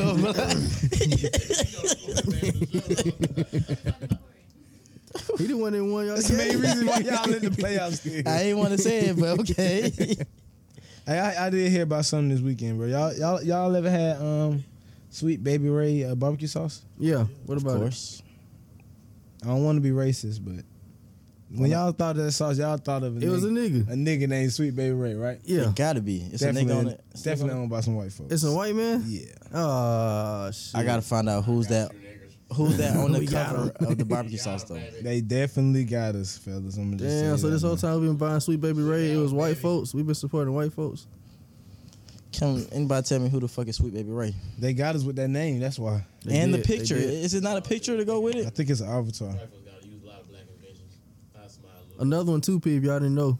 [SPEAKER 3] though.
[SPEAKER 2] He the one that won y'all
[SPEAKER 4] That's the main
[SPEAKER 2] game.
[SPEAKER 4] reason why y'all in the playoffs. dude.
[SPEAKER 3] I ain't want to say it, but okay.
[SPEAKER 4] Hey, I, I did hear about something this weekend, bro. Y'all, y'all, y'all ever had um, sweet baby Ray uh, barbecue sauce?
[SPEAKER 2] Yeah. What about it?
[SPEAKER 4] I don't want to be racist, but when y'all thought of that sauce, y'all thought of a
[SPEAKER 2] It was a
[SPEAKER 4] nigga,
[SPEAKER 2] nigga.
[SPEAKER 4] a nigga named Sweet Baby Ray, right?
[SPEAKER 2] Yeah.
[SPEAKER 3] It gotta be. It's
[SPEAKER 4] definitely,
[SPEAKER 3] a nigga on it. It's a nigga
[SPEAKER 4] definitely
[SPEAKER 3] on it.
[SPEAKER 4] owned by some white folks.
[SPEAKER 2] It's a white man.
[SPEAKER 4] Yeah,
[SPEAKER 2] Oh shit.
[SPEAKER 3] I gotta find out who's that. Who's that on the cover of the barbecue sauce though?
[SPEAKER 4] they definitely got us, fellas. I'm just
[SPEAKER 2] Damn.
[SPEAKER 4] saying
[SPEAKER 2] So
[SPEAKER 4] that,
[SPEAKER 2] this whole
[SPEAKER 4] man.
[SPEAKER 2] time we've been buying Sweet Baby Ray, it was white folks. We've been supporting white folks.
[SPEAKER 3] Can anybody tell me who the fuck is Sweet Baby Ray?
[SPEAKER 4] They got us with that name. That's why.
[SPEAKER 2] They
[SPEAKER 3] and
[SPEAKER 2] did,
[SPEAKER 3] the
[SPEAKER 2] they
[SPEAKER 3] picture.
[SPEAKER 2] did.
[SPEAKER 3] Is it not a picture to go with
[SPEAKER 4] I
[SPEAKER 3] it?
[SPEAKER 4] think it's an avatar.
[SPEAKER 1] Rifles gotta use a lot of black inventions. I smile a little.
[SPEAKER 2] Another one too, P. If y'all didn't know,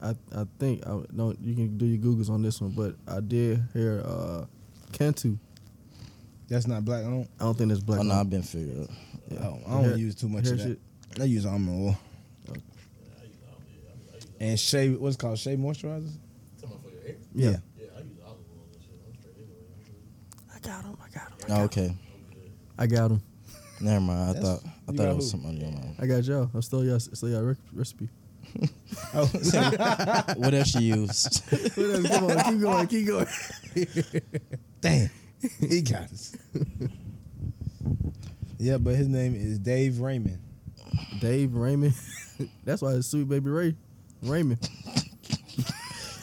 [SPEAKER 2] I I think I don't. You can do your googles on this one, but I did hear uh, Cantu.
[SPEAKER 4] That's not black. I don't.
[SPEAKER 2] I don't think that's black.
[SPEAKER 3] Oh no, I've been figured out.
[SPEAKER 4] I don't, I don't
[SPEAKER 2] Hair-
[SPEAKER 4] use too much
[SPEAKER 2] hair
[SPEAKER 4] of that.
[SPEAKER 2] shit.
[SPEAKER 4] I use almond oil. And shea, what's it called shea moisturizers?
[SPEAKER 1] Talking about for your hair?
[SPEAKER 2] Yeah.
[SPEAKER 1] Yeah, I use olive oil and shit. I'm straight anyway. I'm good.
[SPEAKER 2] I got him. I got him.
[SPEAKER 3] Oh, okay,
[SPEAKER 1] I'm good.
[SPEAKER 2] I got him.
[SPEAKER 3] never mind. I
[SPEAKER 4] That's-
[SPEAKER 3] thought I
[SPEAKER 4] you
[SPEAKER 3] thought
[SPEAKER 4] got
[SPEAKER 3] it was
[SPEAKER 4] who?
[SPEAKER 3] something under your mind.
[SPEAKER 2] I got y'all. I stole y'all. Stole y'all rec- recipe.
[SPEAKER 4] Oh,
[SPEAKER 3] What else you used?
[SPEAKER 2] Come on, keep going. Keep going.
[SPEAKER 4] damn, he got us. yeah, but his name is Dave Raymond.
[SPEAKER 2] Dave Raymond. That's why it's Sweet Baby Ray. Raymond.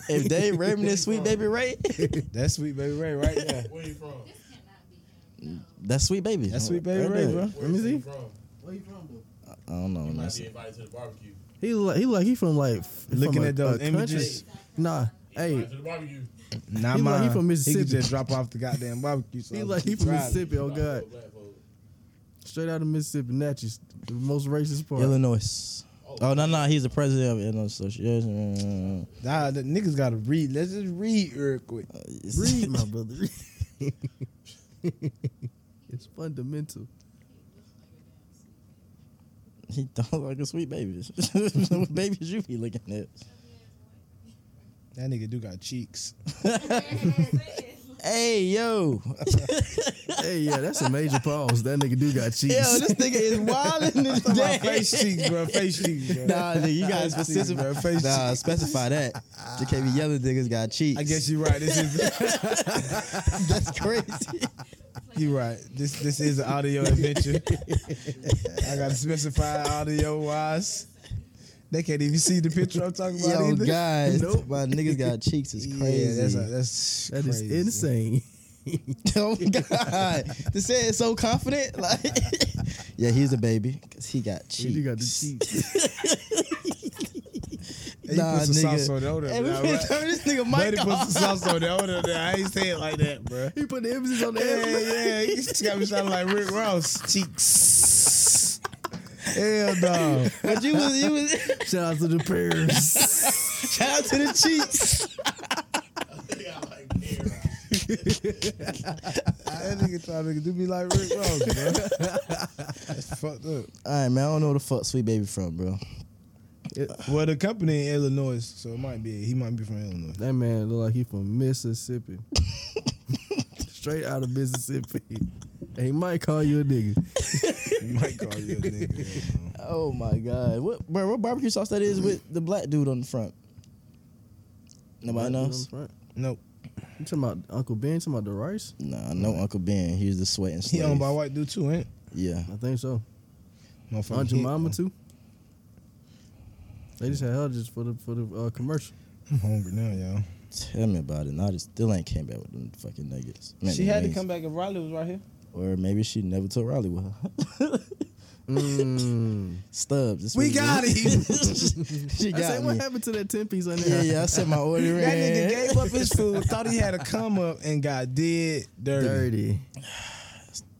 [SPEAKER 3] if Dave Raymond is Sweet Baby Ray,
[SPEAKER 4] That's Sweet Baby Ray right there.
[SPEAKER 1] Where you from?
[SPEAKER 7] This cannot be him. No.
[SPEAKER 3] that's Sweet Baby.
[SPEAKER 4] That's Sweet Baby
[SPEAKER 3] Right
[SPEAKER 4] Ray,
[SPEAKER 3] there.
[SPEAKER 4] bro.
[SPEAKER 1] Where
[SPEAKER 2] me
[SPEAKER 1] is he
[SPEAKER 2] see.
[SPEAKER 1] from?
[SPEAKER 2] Where you from, though?
[SPEAKER 3] I don't know.
[SPEAKER 1] He might
[SPEAKER 3] That's-
[SPEAKER 1] be invited to the barbecue.
[SPEAKER 2] He like he like he from like f-
[SPEAKER 4] Looking
[SPEAKER 2] from a-
[SPEAKER 4] at those
[SPEAKER 2] a country-
[SPEAKER 4] images.
[SPEAKER 2] Nah, hey,
[SPEAKER 1] Invited to the barbecue.
[SPEAKER 4] Not
[SPEAKER 2] He like-
[SPEAKER 4] mine.
[SPEAKER 2] he from
[SPEAKER 4] He
[SPEAKER 2] Mississippi.
[SPEAKER 4] could just drop off the goddamn barbecue.
[SPEAKER 2] he
[SPEAKER 4] sauce.
[SPEAKER 2] like he from
[SPEAKER 4] Fried.
[SPEAKER 2] Mississippi. Oh
[SPEAKER 1] Black
[SPEAKER 2] God,
[SPEAKER 1] folk, black folk.
[SPEAKER 2] straight out of Mississippi, Natchez, the most racist part.
[SPEAKER 3] Illinois.
[SPEAKER 1] Oh,
[SPEAKER 3] Oh no, no, he's the president of the Illinois Association.
[SPEAKER 4] Nah, the niggas gotta read. Let's just read real quick.
[SPEAKER 2] Read my brother. it's fundamental.
[SPEAKER 3] He don't like a sweet baby. what babies you be looking at?
[SPEAKER 4] That nigga do got cheeks.
[SPEAKER 3] Hey yo,
[SPEAKER 2] Hey, yeah, that's a major pause. That nigga do got cheeks.
[SPEAKER 3] yo, this nigga is wilding this
[SPEAKER 4] Talking about
[SPEAKER 3] day.
[SPEAKER 4] face cheeks, bro. Face cheeks, bro.
[SPEAKER 3] Nah, nigga, you gotta
[SPEAKER 4] Face cheeks,
[SPEAKER 3] specify.
[SPEAKER 4] bro. Face
[SPEAKER 3] Nah,
[SPEAKER 4] cheeks.
[SPEAKER 3] specify that. You can't be yelling. Niggas got cheeks.
[SPEAKER 4] I guess you're right. This is
[SPEAKER 3] that's crazy.
[SPEAKER 4] you right. This this is an audio adventure. I gotta specify audio wise. They can't even see the picture I'm talking about
[SPEAKER 3] yo,
[SPEAKER 4] either.
[SPEAKER 3] guys,
[SPEAKER 2] Nope.
[SPEAKER 3] my niggas got cheeks is crazy.
[SPEAKER 4] Yeah, that's a, that's
[SPEAKER 2] That is
[SPEAKER 4] crazy.
[SPEAKER 2] insane.
[SPEAKER 3] oh my god, to say it so confident, like, yeah, he's a baby because he got cheeks.
[SPEAKER 2] He do got the cheeks.
[SPEAKER 4] Hey,
[SPEAKER 3] Nah,
[SPEAKER 4] you put some
[SPEAKER 3] nigga.
[SPEAKER 4] sauce on the odor.
[SPEAKER 3] Hey, we
[SPEAKER 4] bro.
[SPEAKER 3] finna turn this nigga
[SPEAKER 4] Buddy
[SPEAKER 3] mic
[SPEAKER 4] put
[SPEAKER 3] off.
[SPEAKER 4] some sauce on the odor. there. I ain't say it like that, bro.
[SPEAKER 2] he put the emphasis on the
[SPEAKER 4] Yeah,
[SPEAKER 2] end.
[SPEAKER 4] yeah, he just got me sounding like Rick Ross cheeks. Hell no.
[SPEAKER 3] But you was, you was.
[SPEAKER 2] Shout out to the prayers.
[SPEAKER 3] Shout out to the cheeks.
[SPEAKER 1] I think I like hair.
[SPEAKER 4] That nigga try to do me like Rick Ross, bro. That's fucked up.
[SPEAKER 3] All right, man. I don't know where the fuck Sweet Baby from, bro.
[SPEAKER 4] Well, the company in Illinois, so it might be. He might be from Illinois.
[SPEAKER 2] That man look like he from Mississippi. Straight out of Mississippi. He might call you a nigga.
[SPEAKER 4] He might call you a nigga.
[SPEAKER 3] Oh my god, what, bro? What barbecue sauce that is with the black dude on the front? Nobody knows.
[SPEAKER 2] You
[SPEAKER 4] Nope.
[SPEAKER 2] talking about Uncle Ben? You talking about the rice?
[SPEAKER 3] Nah, no Uncle Ben. He's the sweat and
[SPEAKER 4] He
[SPEAKER 3] slave.
[SPEAKER 4] owned by a white dude too, ain't?
[SPEAKER 3] Yeah,
[SPEAKER 2] I think so.
[SPEAKER 4] Motherfucker
[SPEAKER 2] Aunt your
[SPEAKER 4] hit.
[SPEAKER 2] mama too. They just had her just for the for the uh, commercial.
[SPEAKER 4] I'm hungry now, y'all.
[SPEAKER 3] tell me about it. Nah, just still ain't came back with them fucking nuggets. Man,
[SPEAKER 4] She
[SPEAKER 3] them
[SPEAKER 4] had to
[SPEAKER 3] wings.
[SPEAKER 4] come back if Riley was right here.
[SPEAKER 3] or maybe she never took Riley with her.
[SPEAKER 2] Mm.
[SPEAKER 3] Stubbs. that's
[SPEAKER 4] We
[SPEAKER 3] what
[SPEAKER 4] got
[SPEAKER 3] is. she
[SPEAKER 2] I
[SPEAKER 3] got
[SPEAKER 2] said, what
[SPEAKER 3] me.
[SPEAKER 2] happened to that ten piece on
[SPEAKER 3] Yeah,
[SPEAKER 2] there?
[SPEAKER 3] yeah. I said my order in.
[SPEAKER 4] That nigga gave up his food, thought he had a come up, and got dead dirty.
[SPEAKER 2] Dirty.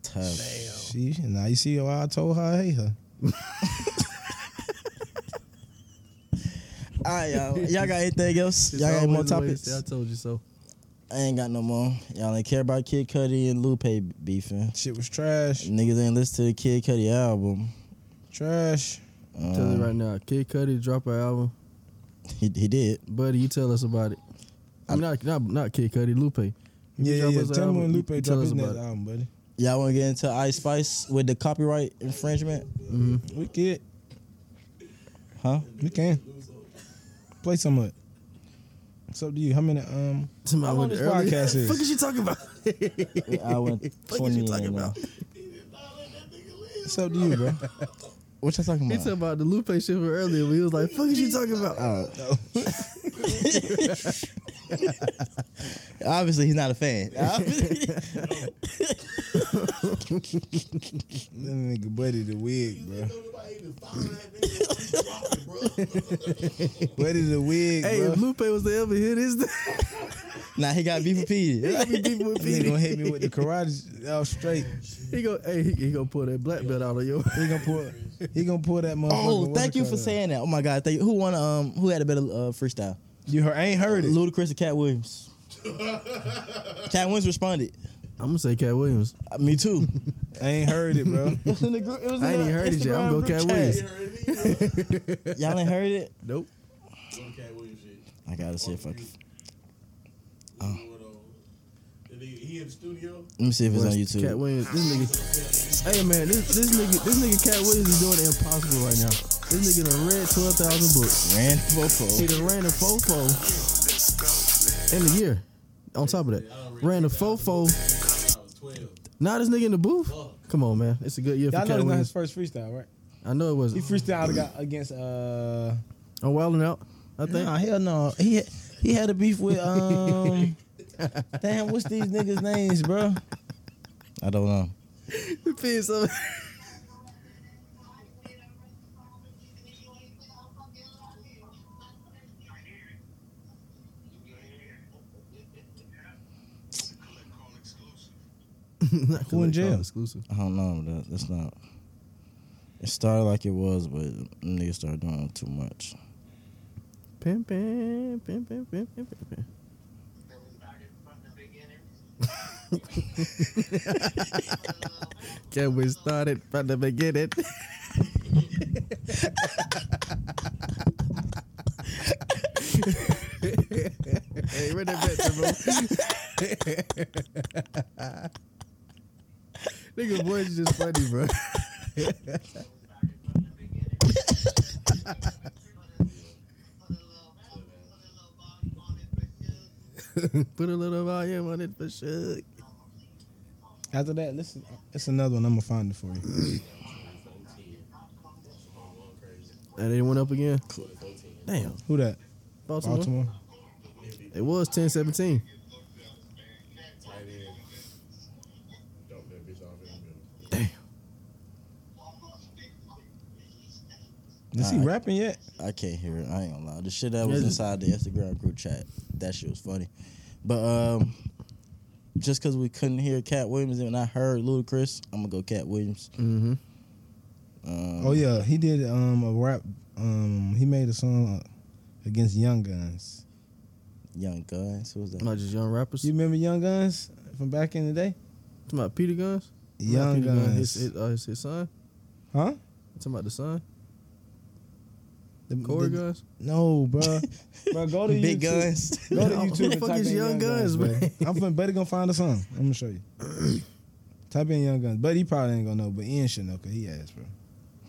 [SPEAKER 3] Tough.
[SPEAKER 4] She, now you see why I told her I hate her.
[SPEAKER 3] All right, y'all. Y'all got anything else?
[SPEAKER 2] It's
[SPEAKER 3] Y'all got any more
[SPEAKER 2] always the way to
[SPEAKER 3] topics?
[SPEAKER 2] say, I told you so.
[SPEAKER 3] I ain't got no more. Y'all ain't care about Kid Cudi and Lupe beefing.
[SPEAKER 4] Shit was trash.
[SPEAKER 3] Niggas ain't listen to the Kid Cudi album.
[SPEAKER 4] Trash.
[SPEAKER 3] Um,
[SPEAKER 2] Tell you right now, Kid Cudi drop an album.
[SPEAKER 3] he, he did.
[SPEAKER 2] Buddy, you tell us about it. I'm not not not Kid Cudi, Lupe.
[SPEAKER 4] Yeah, yeah,
[SPEAKER 2] drop
[SPEAKER 4] yeah.
[SPEAKER 2] us an
[SPEAKER 4] Tell me
[SPEAKER 2] album,
[SPEAKER 4] when
[SPEAKER 2] you-
[SPEAKER 4] Lupe
[SPEAKER 2] you tell
[SPEAKER 4] dropped
[SPEAKER 2] us
[SPEAKER 4] his next
[SPEAKER 2] about it.
[SPEAKER 4] album, buddy.
[SPEAKER 3] Y'all want to get into Ice Spice with the copyright infringement?
[SPEAKER 2] Mm-hmm.
[SPEAKER 4] We can.
[SPEAKER 3] Huh?
[SPEAKER 4] We can. Play some of it. It's up to you. How many? Um,
[SPEAKER 2] Somebody
[SPEAKER 4] long
[SPEAKER 2] went
[SPEAKER 4] this
[SPEAKER 2] earlier.
[SPEAKER 4] podcast is?
[SPEAKER 2] Fuck is you talking about?
[SPEAKER 3] An hour and
[SPEAKER 2] Fuck is you
[SPEAKER 3] 20
[SPEAKER 2] talking
[SPEAKER 3] and, uh,
[SPEAKER 2] about?
[SPEAKER 4] it's up to you, bro.
[SPEAKER 3] What y'all talking
[SPEAKER 2] He
[SPEAKER 3] about?
[SPEAKER 2] talking about the Lupe shit from earlier. But he was like, "Fuck is you talking about?"
[SPEAKER 3] Obviously, he's not a fan.
[SPEAKER 4] That nigga buddy the wig, bro.
[SPEAKER 1] Nobody even found that nigga. Drop it, bro.
[SPEAKER 4] Buddy the wig,
[SPEAKER 2] hey,
[SPEAKER 4] bro.
[SPEAKER 2] if Lupe was to ever hit his,
[SPEAKER 3] Nah, he got beef with Petey.
[SPEAKER 2] He gonna be beefing with
[SPEAKER 4] He gonna
[SPEAKER 2] Petey.
[SPEAKER 4] hit me with the karate all straight.
[SPEAKER 2] He go, hey, he, he gonna pull that black belt out of you.
[SPEAKER 4] He gonna pull. He gonna pull that motherfucker.
[SPEAKER 3] Oh,
[SPEAKER 4] what
[SPEAKER 3] thank
[SPEAKER 4] it
[SPEAKER 3] you for
[SPEAKER 4] called?
[SPEAKER 3] saying that. Oh my God, thank you. Who won? Um, who had a better uh, freestyle?
[SPEAKER 4] You heard, ain't heard it.
[SPEAKER 3] Ludacris or Cat Williams? Cat Williams responded.
[SPEAKER 2] I'm gonna say Cat Williams.
[SPEAKER 3] Uh, me too.
[SPEAKER 4] I ain't heard it, bro.
[SPEAKER 8] It's in the group. It was
[SPEAKER 2] I
[SPEAKER 8] in
[SPEAKER 2] ain't
[SPEAKER 8] the
[SPEAKER 2] even heard it yet.
[SPEAKER 8] Instagram
[SPEAKER 2] I'm gonna go
[SPEAKER 8] group
[SPEAKER 2] Cat
[SPEAKER 8] chat.
[SPEAKER 2] Williams.
[SPEAKER 3] Y'all ain't heard it?
[SPEAKER 2] Nope.
[SPEAKER 1] Cat Williams shit.
[SPEAKER 3] I gotta see if I can. Oh.
[SPEAKER 1] Did he, he in the studio?
[SPEAKER 3] Let me see if it's on
[SPEAKER 2] Cat
[SPEAKER 3] YouTube.
[SPEAKER 2] Williams. This nigga. Hey man, this this nigga this nigga Cat Williams is doing the impossible right now. This nigga done read twelve thousand books.
[SPEAKER 3] Ran Fofo.
[SPEAKER 2] He done ran a fofo in the year. On top of that, ran a fofo.
[SPEAKER 1] I was 12.
[SPEAKER 2] Now this nigga in the booth. Come on, man. It's a good year for
[SPEAKER 4] Y'all
[SPEAKER 2] Cat
[SPEAKER 4] know that's not his
[SPEAKER 2] Williams.
[SPEAKER 4] first freestyle, right?
[SPEAKER 2] I know it
[SPEAKER 4] He
[SPEAKER 2] wasn't.
[SPEAKER 4] freestyled ag- against uh.
[SPEAKER 2] I'm wilding out. I think.
[SPEAKER 3] Nah, Oh, hell no. He he had a beef with um. damn, what's these niggas' names, bro? I don't know.
[SPEAKER 2] Piss off.
[SPEAKER 4] Who in jail?
[SPEAKER 2] Exclusive.
[SPEAKER 3] I don't know. That, that's not. It started like it was, but niggas started doing too much.
[SPEAKER 2] Pim, pim, pim, pim, pim, pim, pim, pim. Can we start it from the beginning? hey, where that bitch, bro? Nigga, boys is just funny, bro. Put a little volume on it for sure.
[SPEAKER 4] After that, listen, it's another one. I'm gonna find it for you.
[SPEAKER 2] And they went up again. Damn,
[SPEAKER 4] Who that?
[SPEAKER 2] Baltimore.
[SPEAKER 4] Baltimore.
[SPEAKER 2] It was 10-17.
[SPEAKER 1] Tight end. Dump that bitch off in the middle.
[SPEAKER 4] Is he
[SPEAKER 3] Nah, I-
[SPEAKER 4] rapping yet?
[SPEAKER 3] I can't hear it. I ain't gonna lie. The shit that was
[SPEAKER 2] Yeah, just-
[SPEAKER 3] inside the Instagram group chat, that shit was funny. But um, just because we couldn't hear Cat Williams and I heard Ludacris, I'm gonna go Cat Williams.
[SPEAKER 2] Mm-hmm.
[SPEAKER 3] Um,
[SPEAKER 4] Oh yeah, he did um a rap. Um, he made a song against Young Guns.
[SPEAKER 3] Young Guns. Who was that?
[SPEAKER 2] Not just young rappers.
[SPEAKER 4] You remember Young Guns from back in the day?
[SPEAKER 2] talking about Peter Guns?
[SPEAKER 4] Young
[SPEAKER 2] Peter Gunn,
[SPEAKER 4] Guns,
[SPEAKER 2] His, his, uh, his, his son?
[SPEAKER 4] huh?
[SPEAKER 2] talking about the son?
[SPEAKER 4] The,
[SPEAKER 2] Corey
[SPEAKER 4] the-
[SPEAKER 2] Guns?
[SPEAKER 4] No, bro. bro, go to
[SPEAKER 3] Big
[SPEAKER 4] YouTube.
[SPEAKER 3] Guns.
[SPEAKER 4] Go to
[SPEAKER 2] Who
[SPEAKER 4] YouTube.
[SPEAKER 2] the
[SPEAKER 4] and
[SPEAKER 2] fuck
[SPEAKER 4] type
[SPEAKER 2] is
[SPEAKER 4] in
[SPEAKER 2] Young Guns,
[SPEAKER 4] bruh.
[SPEAKER 2] man?
[SPEAKER 4] I'm fin- better gonna find a song. I'm gonna show you. type in Young Guns, but he probably ain't gonna know. But Ian should know because he asked, bro.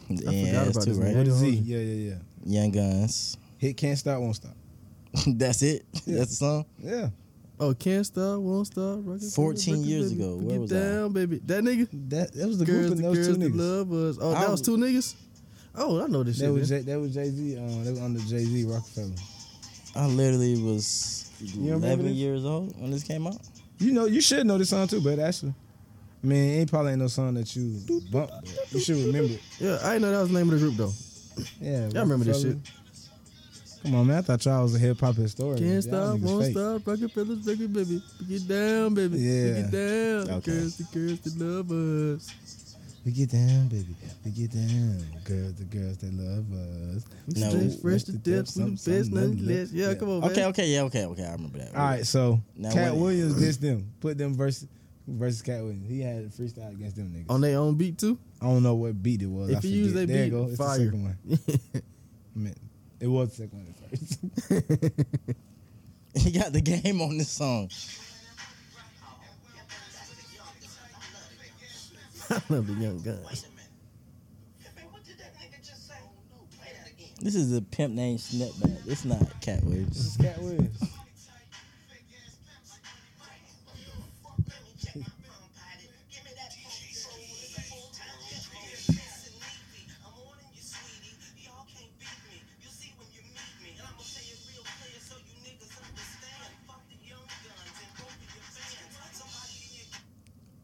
[SPEAKER 3] Yeah,
[SPEAKER 2] forgot
[SPEAKER 3] that's
[SPEAKER 2] about
[SPEAKER 3] two,
[SPEAKER 2] this
[SPEAKER 3] right?
[SPEAKER 2] nigga.
[SPEAKER 4] With a Z.
[SPEAKER 2] Hold on.
[SPEAKER 4] Yeah, yeah, yeah.
[SPEAKER 3] Young Guns.
[SPEAKER 4] Hit can't stop, won't stop.
[SPEAKER 3] that's it. That's the song.
[SPEAKER 4] Yeah,
[SPEAKER 2] Oh, can't stop, won't stop. rock it,
[SPEAKER 3] 14
[SPEAKER 2] rock it,
[SPEAKER 3] years
[SPEAKER 2] baby,
[SPEAKER 3] ago, where
[SPEAKER 2] get
[SPEAKER 3] was I?
[SPEAKER 2] down, baby. That nigga?
[SPEAKER 4] that that was the
[SPEAKER 2] girls,
[SPEAKER 4] group
[SPEAKER 2] the
[SPEAKER 4] and those two
[SPEAKER 2] girls that
[SPEAKER 4] niggas.
[SPEAKER 2] love us. Oh,
[SPEAKER 3] I
[SPEAKER 2] that was two niggas? Oh, I know this
[SPEAKER 4] That
[SPEAKER 2] shit.
[SPEAKER 4] was
[SPEAKER 2] man.
[SPEAKER 4] Jay, that was Jay Z. Uh, they were under Jay Z Rockefeller.
[SPEAKER 3] I literally was
[SPEAKER 4] remember
[SPEAKER 3] 11
[SPEAKER 4] this?
[SPEAKER 3] years old when this came out.
[SPEAKER 4] You know, you should know this song too, but actually, I mean, it probably ain't no song that you bump. But you should remember it.
[SPEAKER 2] yeah, I didn't know that was the name of the group, though.
[SPEAKER 4] Yeah,
[SPEAKER 2] Y'all remember this
[SPEAKER 4] Rockefeller. Come on, man! I thought y'all was a hip hop historian.
[SPEAKER 2] Can't
[SPEAKER 4] Y'all
[SPEAKER 2] stop,
[SPEAKER 4] niggas
[SPEAKER 2] won't
[SPEAKER 4] fake.
[SPEAKER 2] stop, Rockefeller's baby, baby. Get down, baby.
[SPEAKER 4] Yeah.
[SPEAKER 2] Get down.
[SPEAKER 3] Okay.
[SPEAKER 2] Girls, the girls, that love us.
[SPEAKER 4] We get down, baby. We get down. Girls, the girls, they love us.
[SPEAKER 2] We
[SPEAKER 3] No,
[SPEAKER 2] straight fresh to death, we the
[SPEAKER 4] some-
[SPEAKER 2] best,
[SPEAKER 4] some
[SPEAKER 2] nothing
[SPEAKER 4] nothing
[SPEAKER 2] less.
[SPEAKER 4] less.
[SPEAKER 2] Yeah,
[SPEAKER 4] Yeah.
[SPEAKER 2] come on, man.
[SPEAKER 3] Okay, okay, yeah, okay, okay. I remember that.
[SPEAKER 4] Oh, All right, so
[SPEAKER 3] Now
[SPEAKER 4] Cat
[SPEAKER 3] what-
[SPEAKER 4] Williams dissed them. Put them versus versus Cat Williams. He had a freestyle against them niggas.
[SPEAKER 2] On their own beat, too?
[SPEAKER 4] I don't know what beat it was.
[SPEAKER 2] If
[SPEAKER 4] I
[SPEAKER 2] you use
[SPEAKER 4] forget.
[SPEAKER 2] that beat,
[SPEAKER 4] there you go. It's
[SPEAKER 2] fire.
[SPEAKER 4] the second one. I mean, it was the second one at first.
[SPEAKER 3] He got the game on this song.
[SPEAKER 2] I love the young guns.
[SPEAKER 3] This is a pimp named Snapback. It's not Cat Williams.
[SPEAKER 4] This is Cat Williams.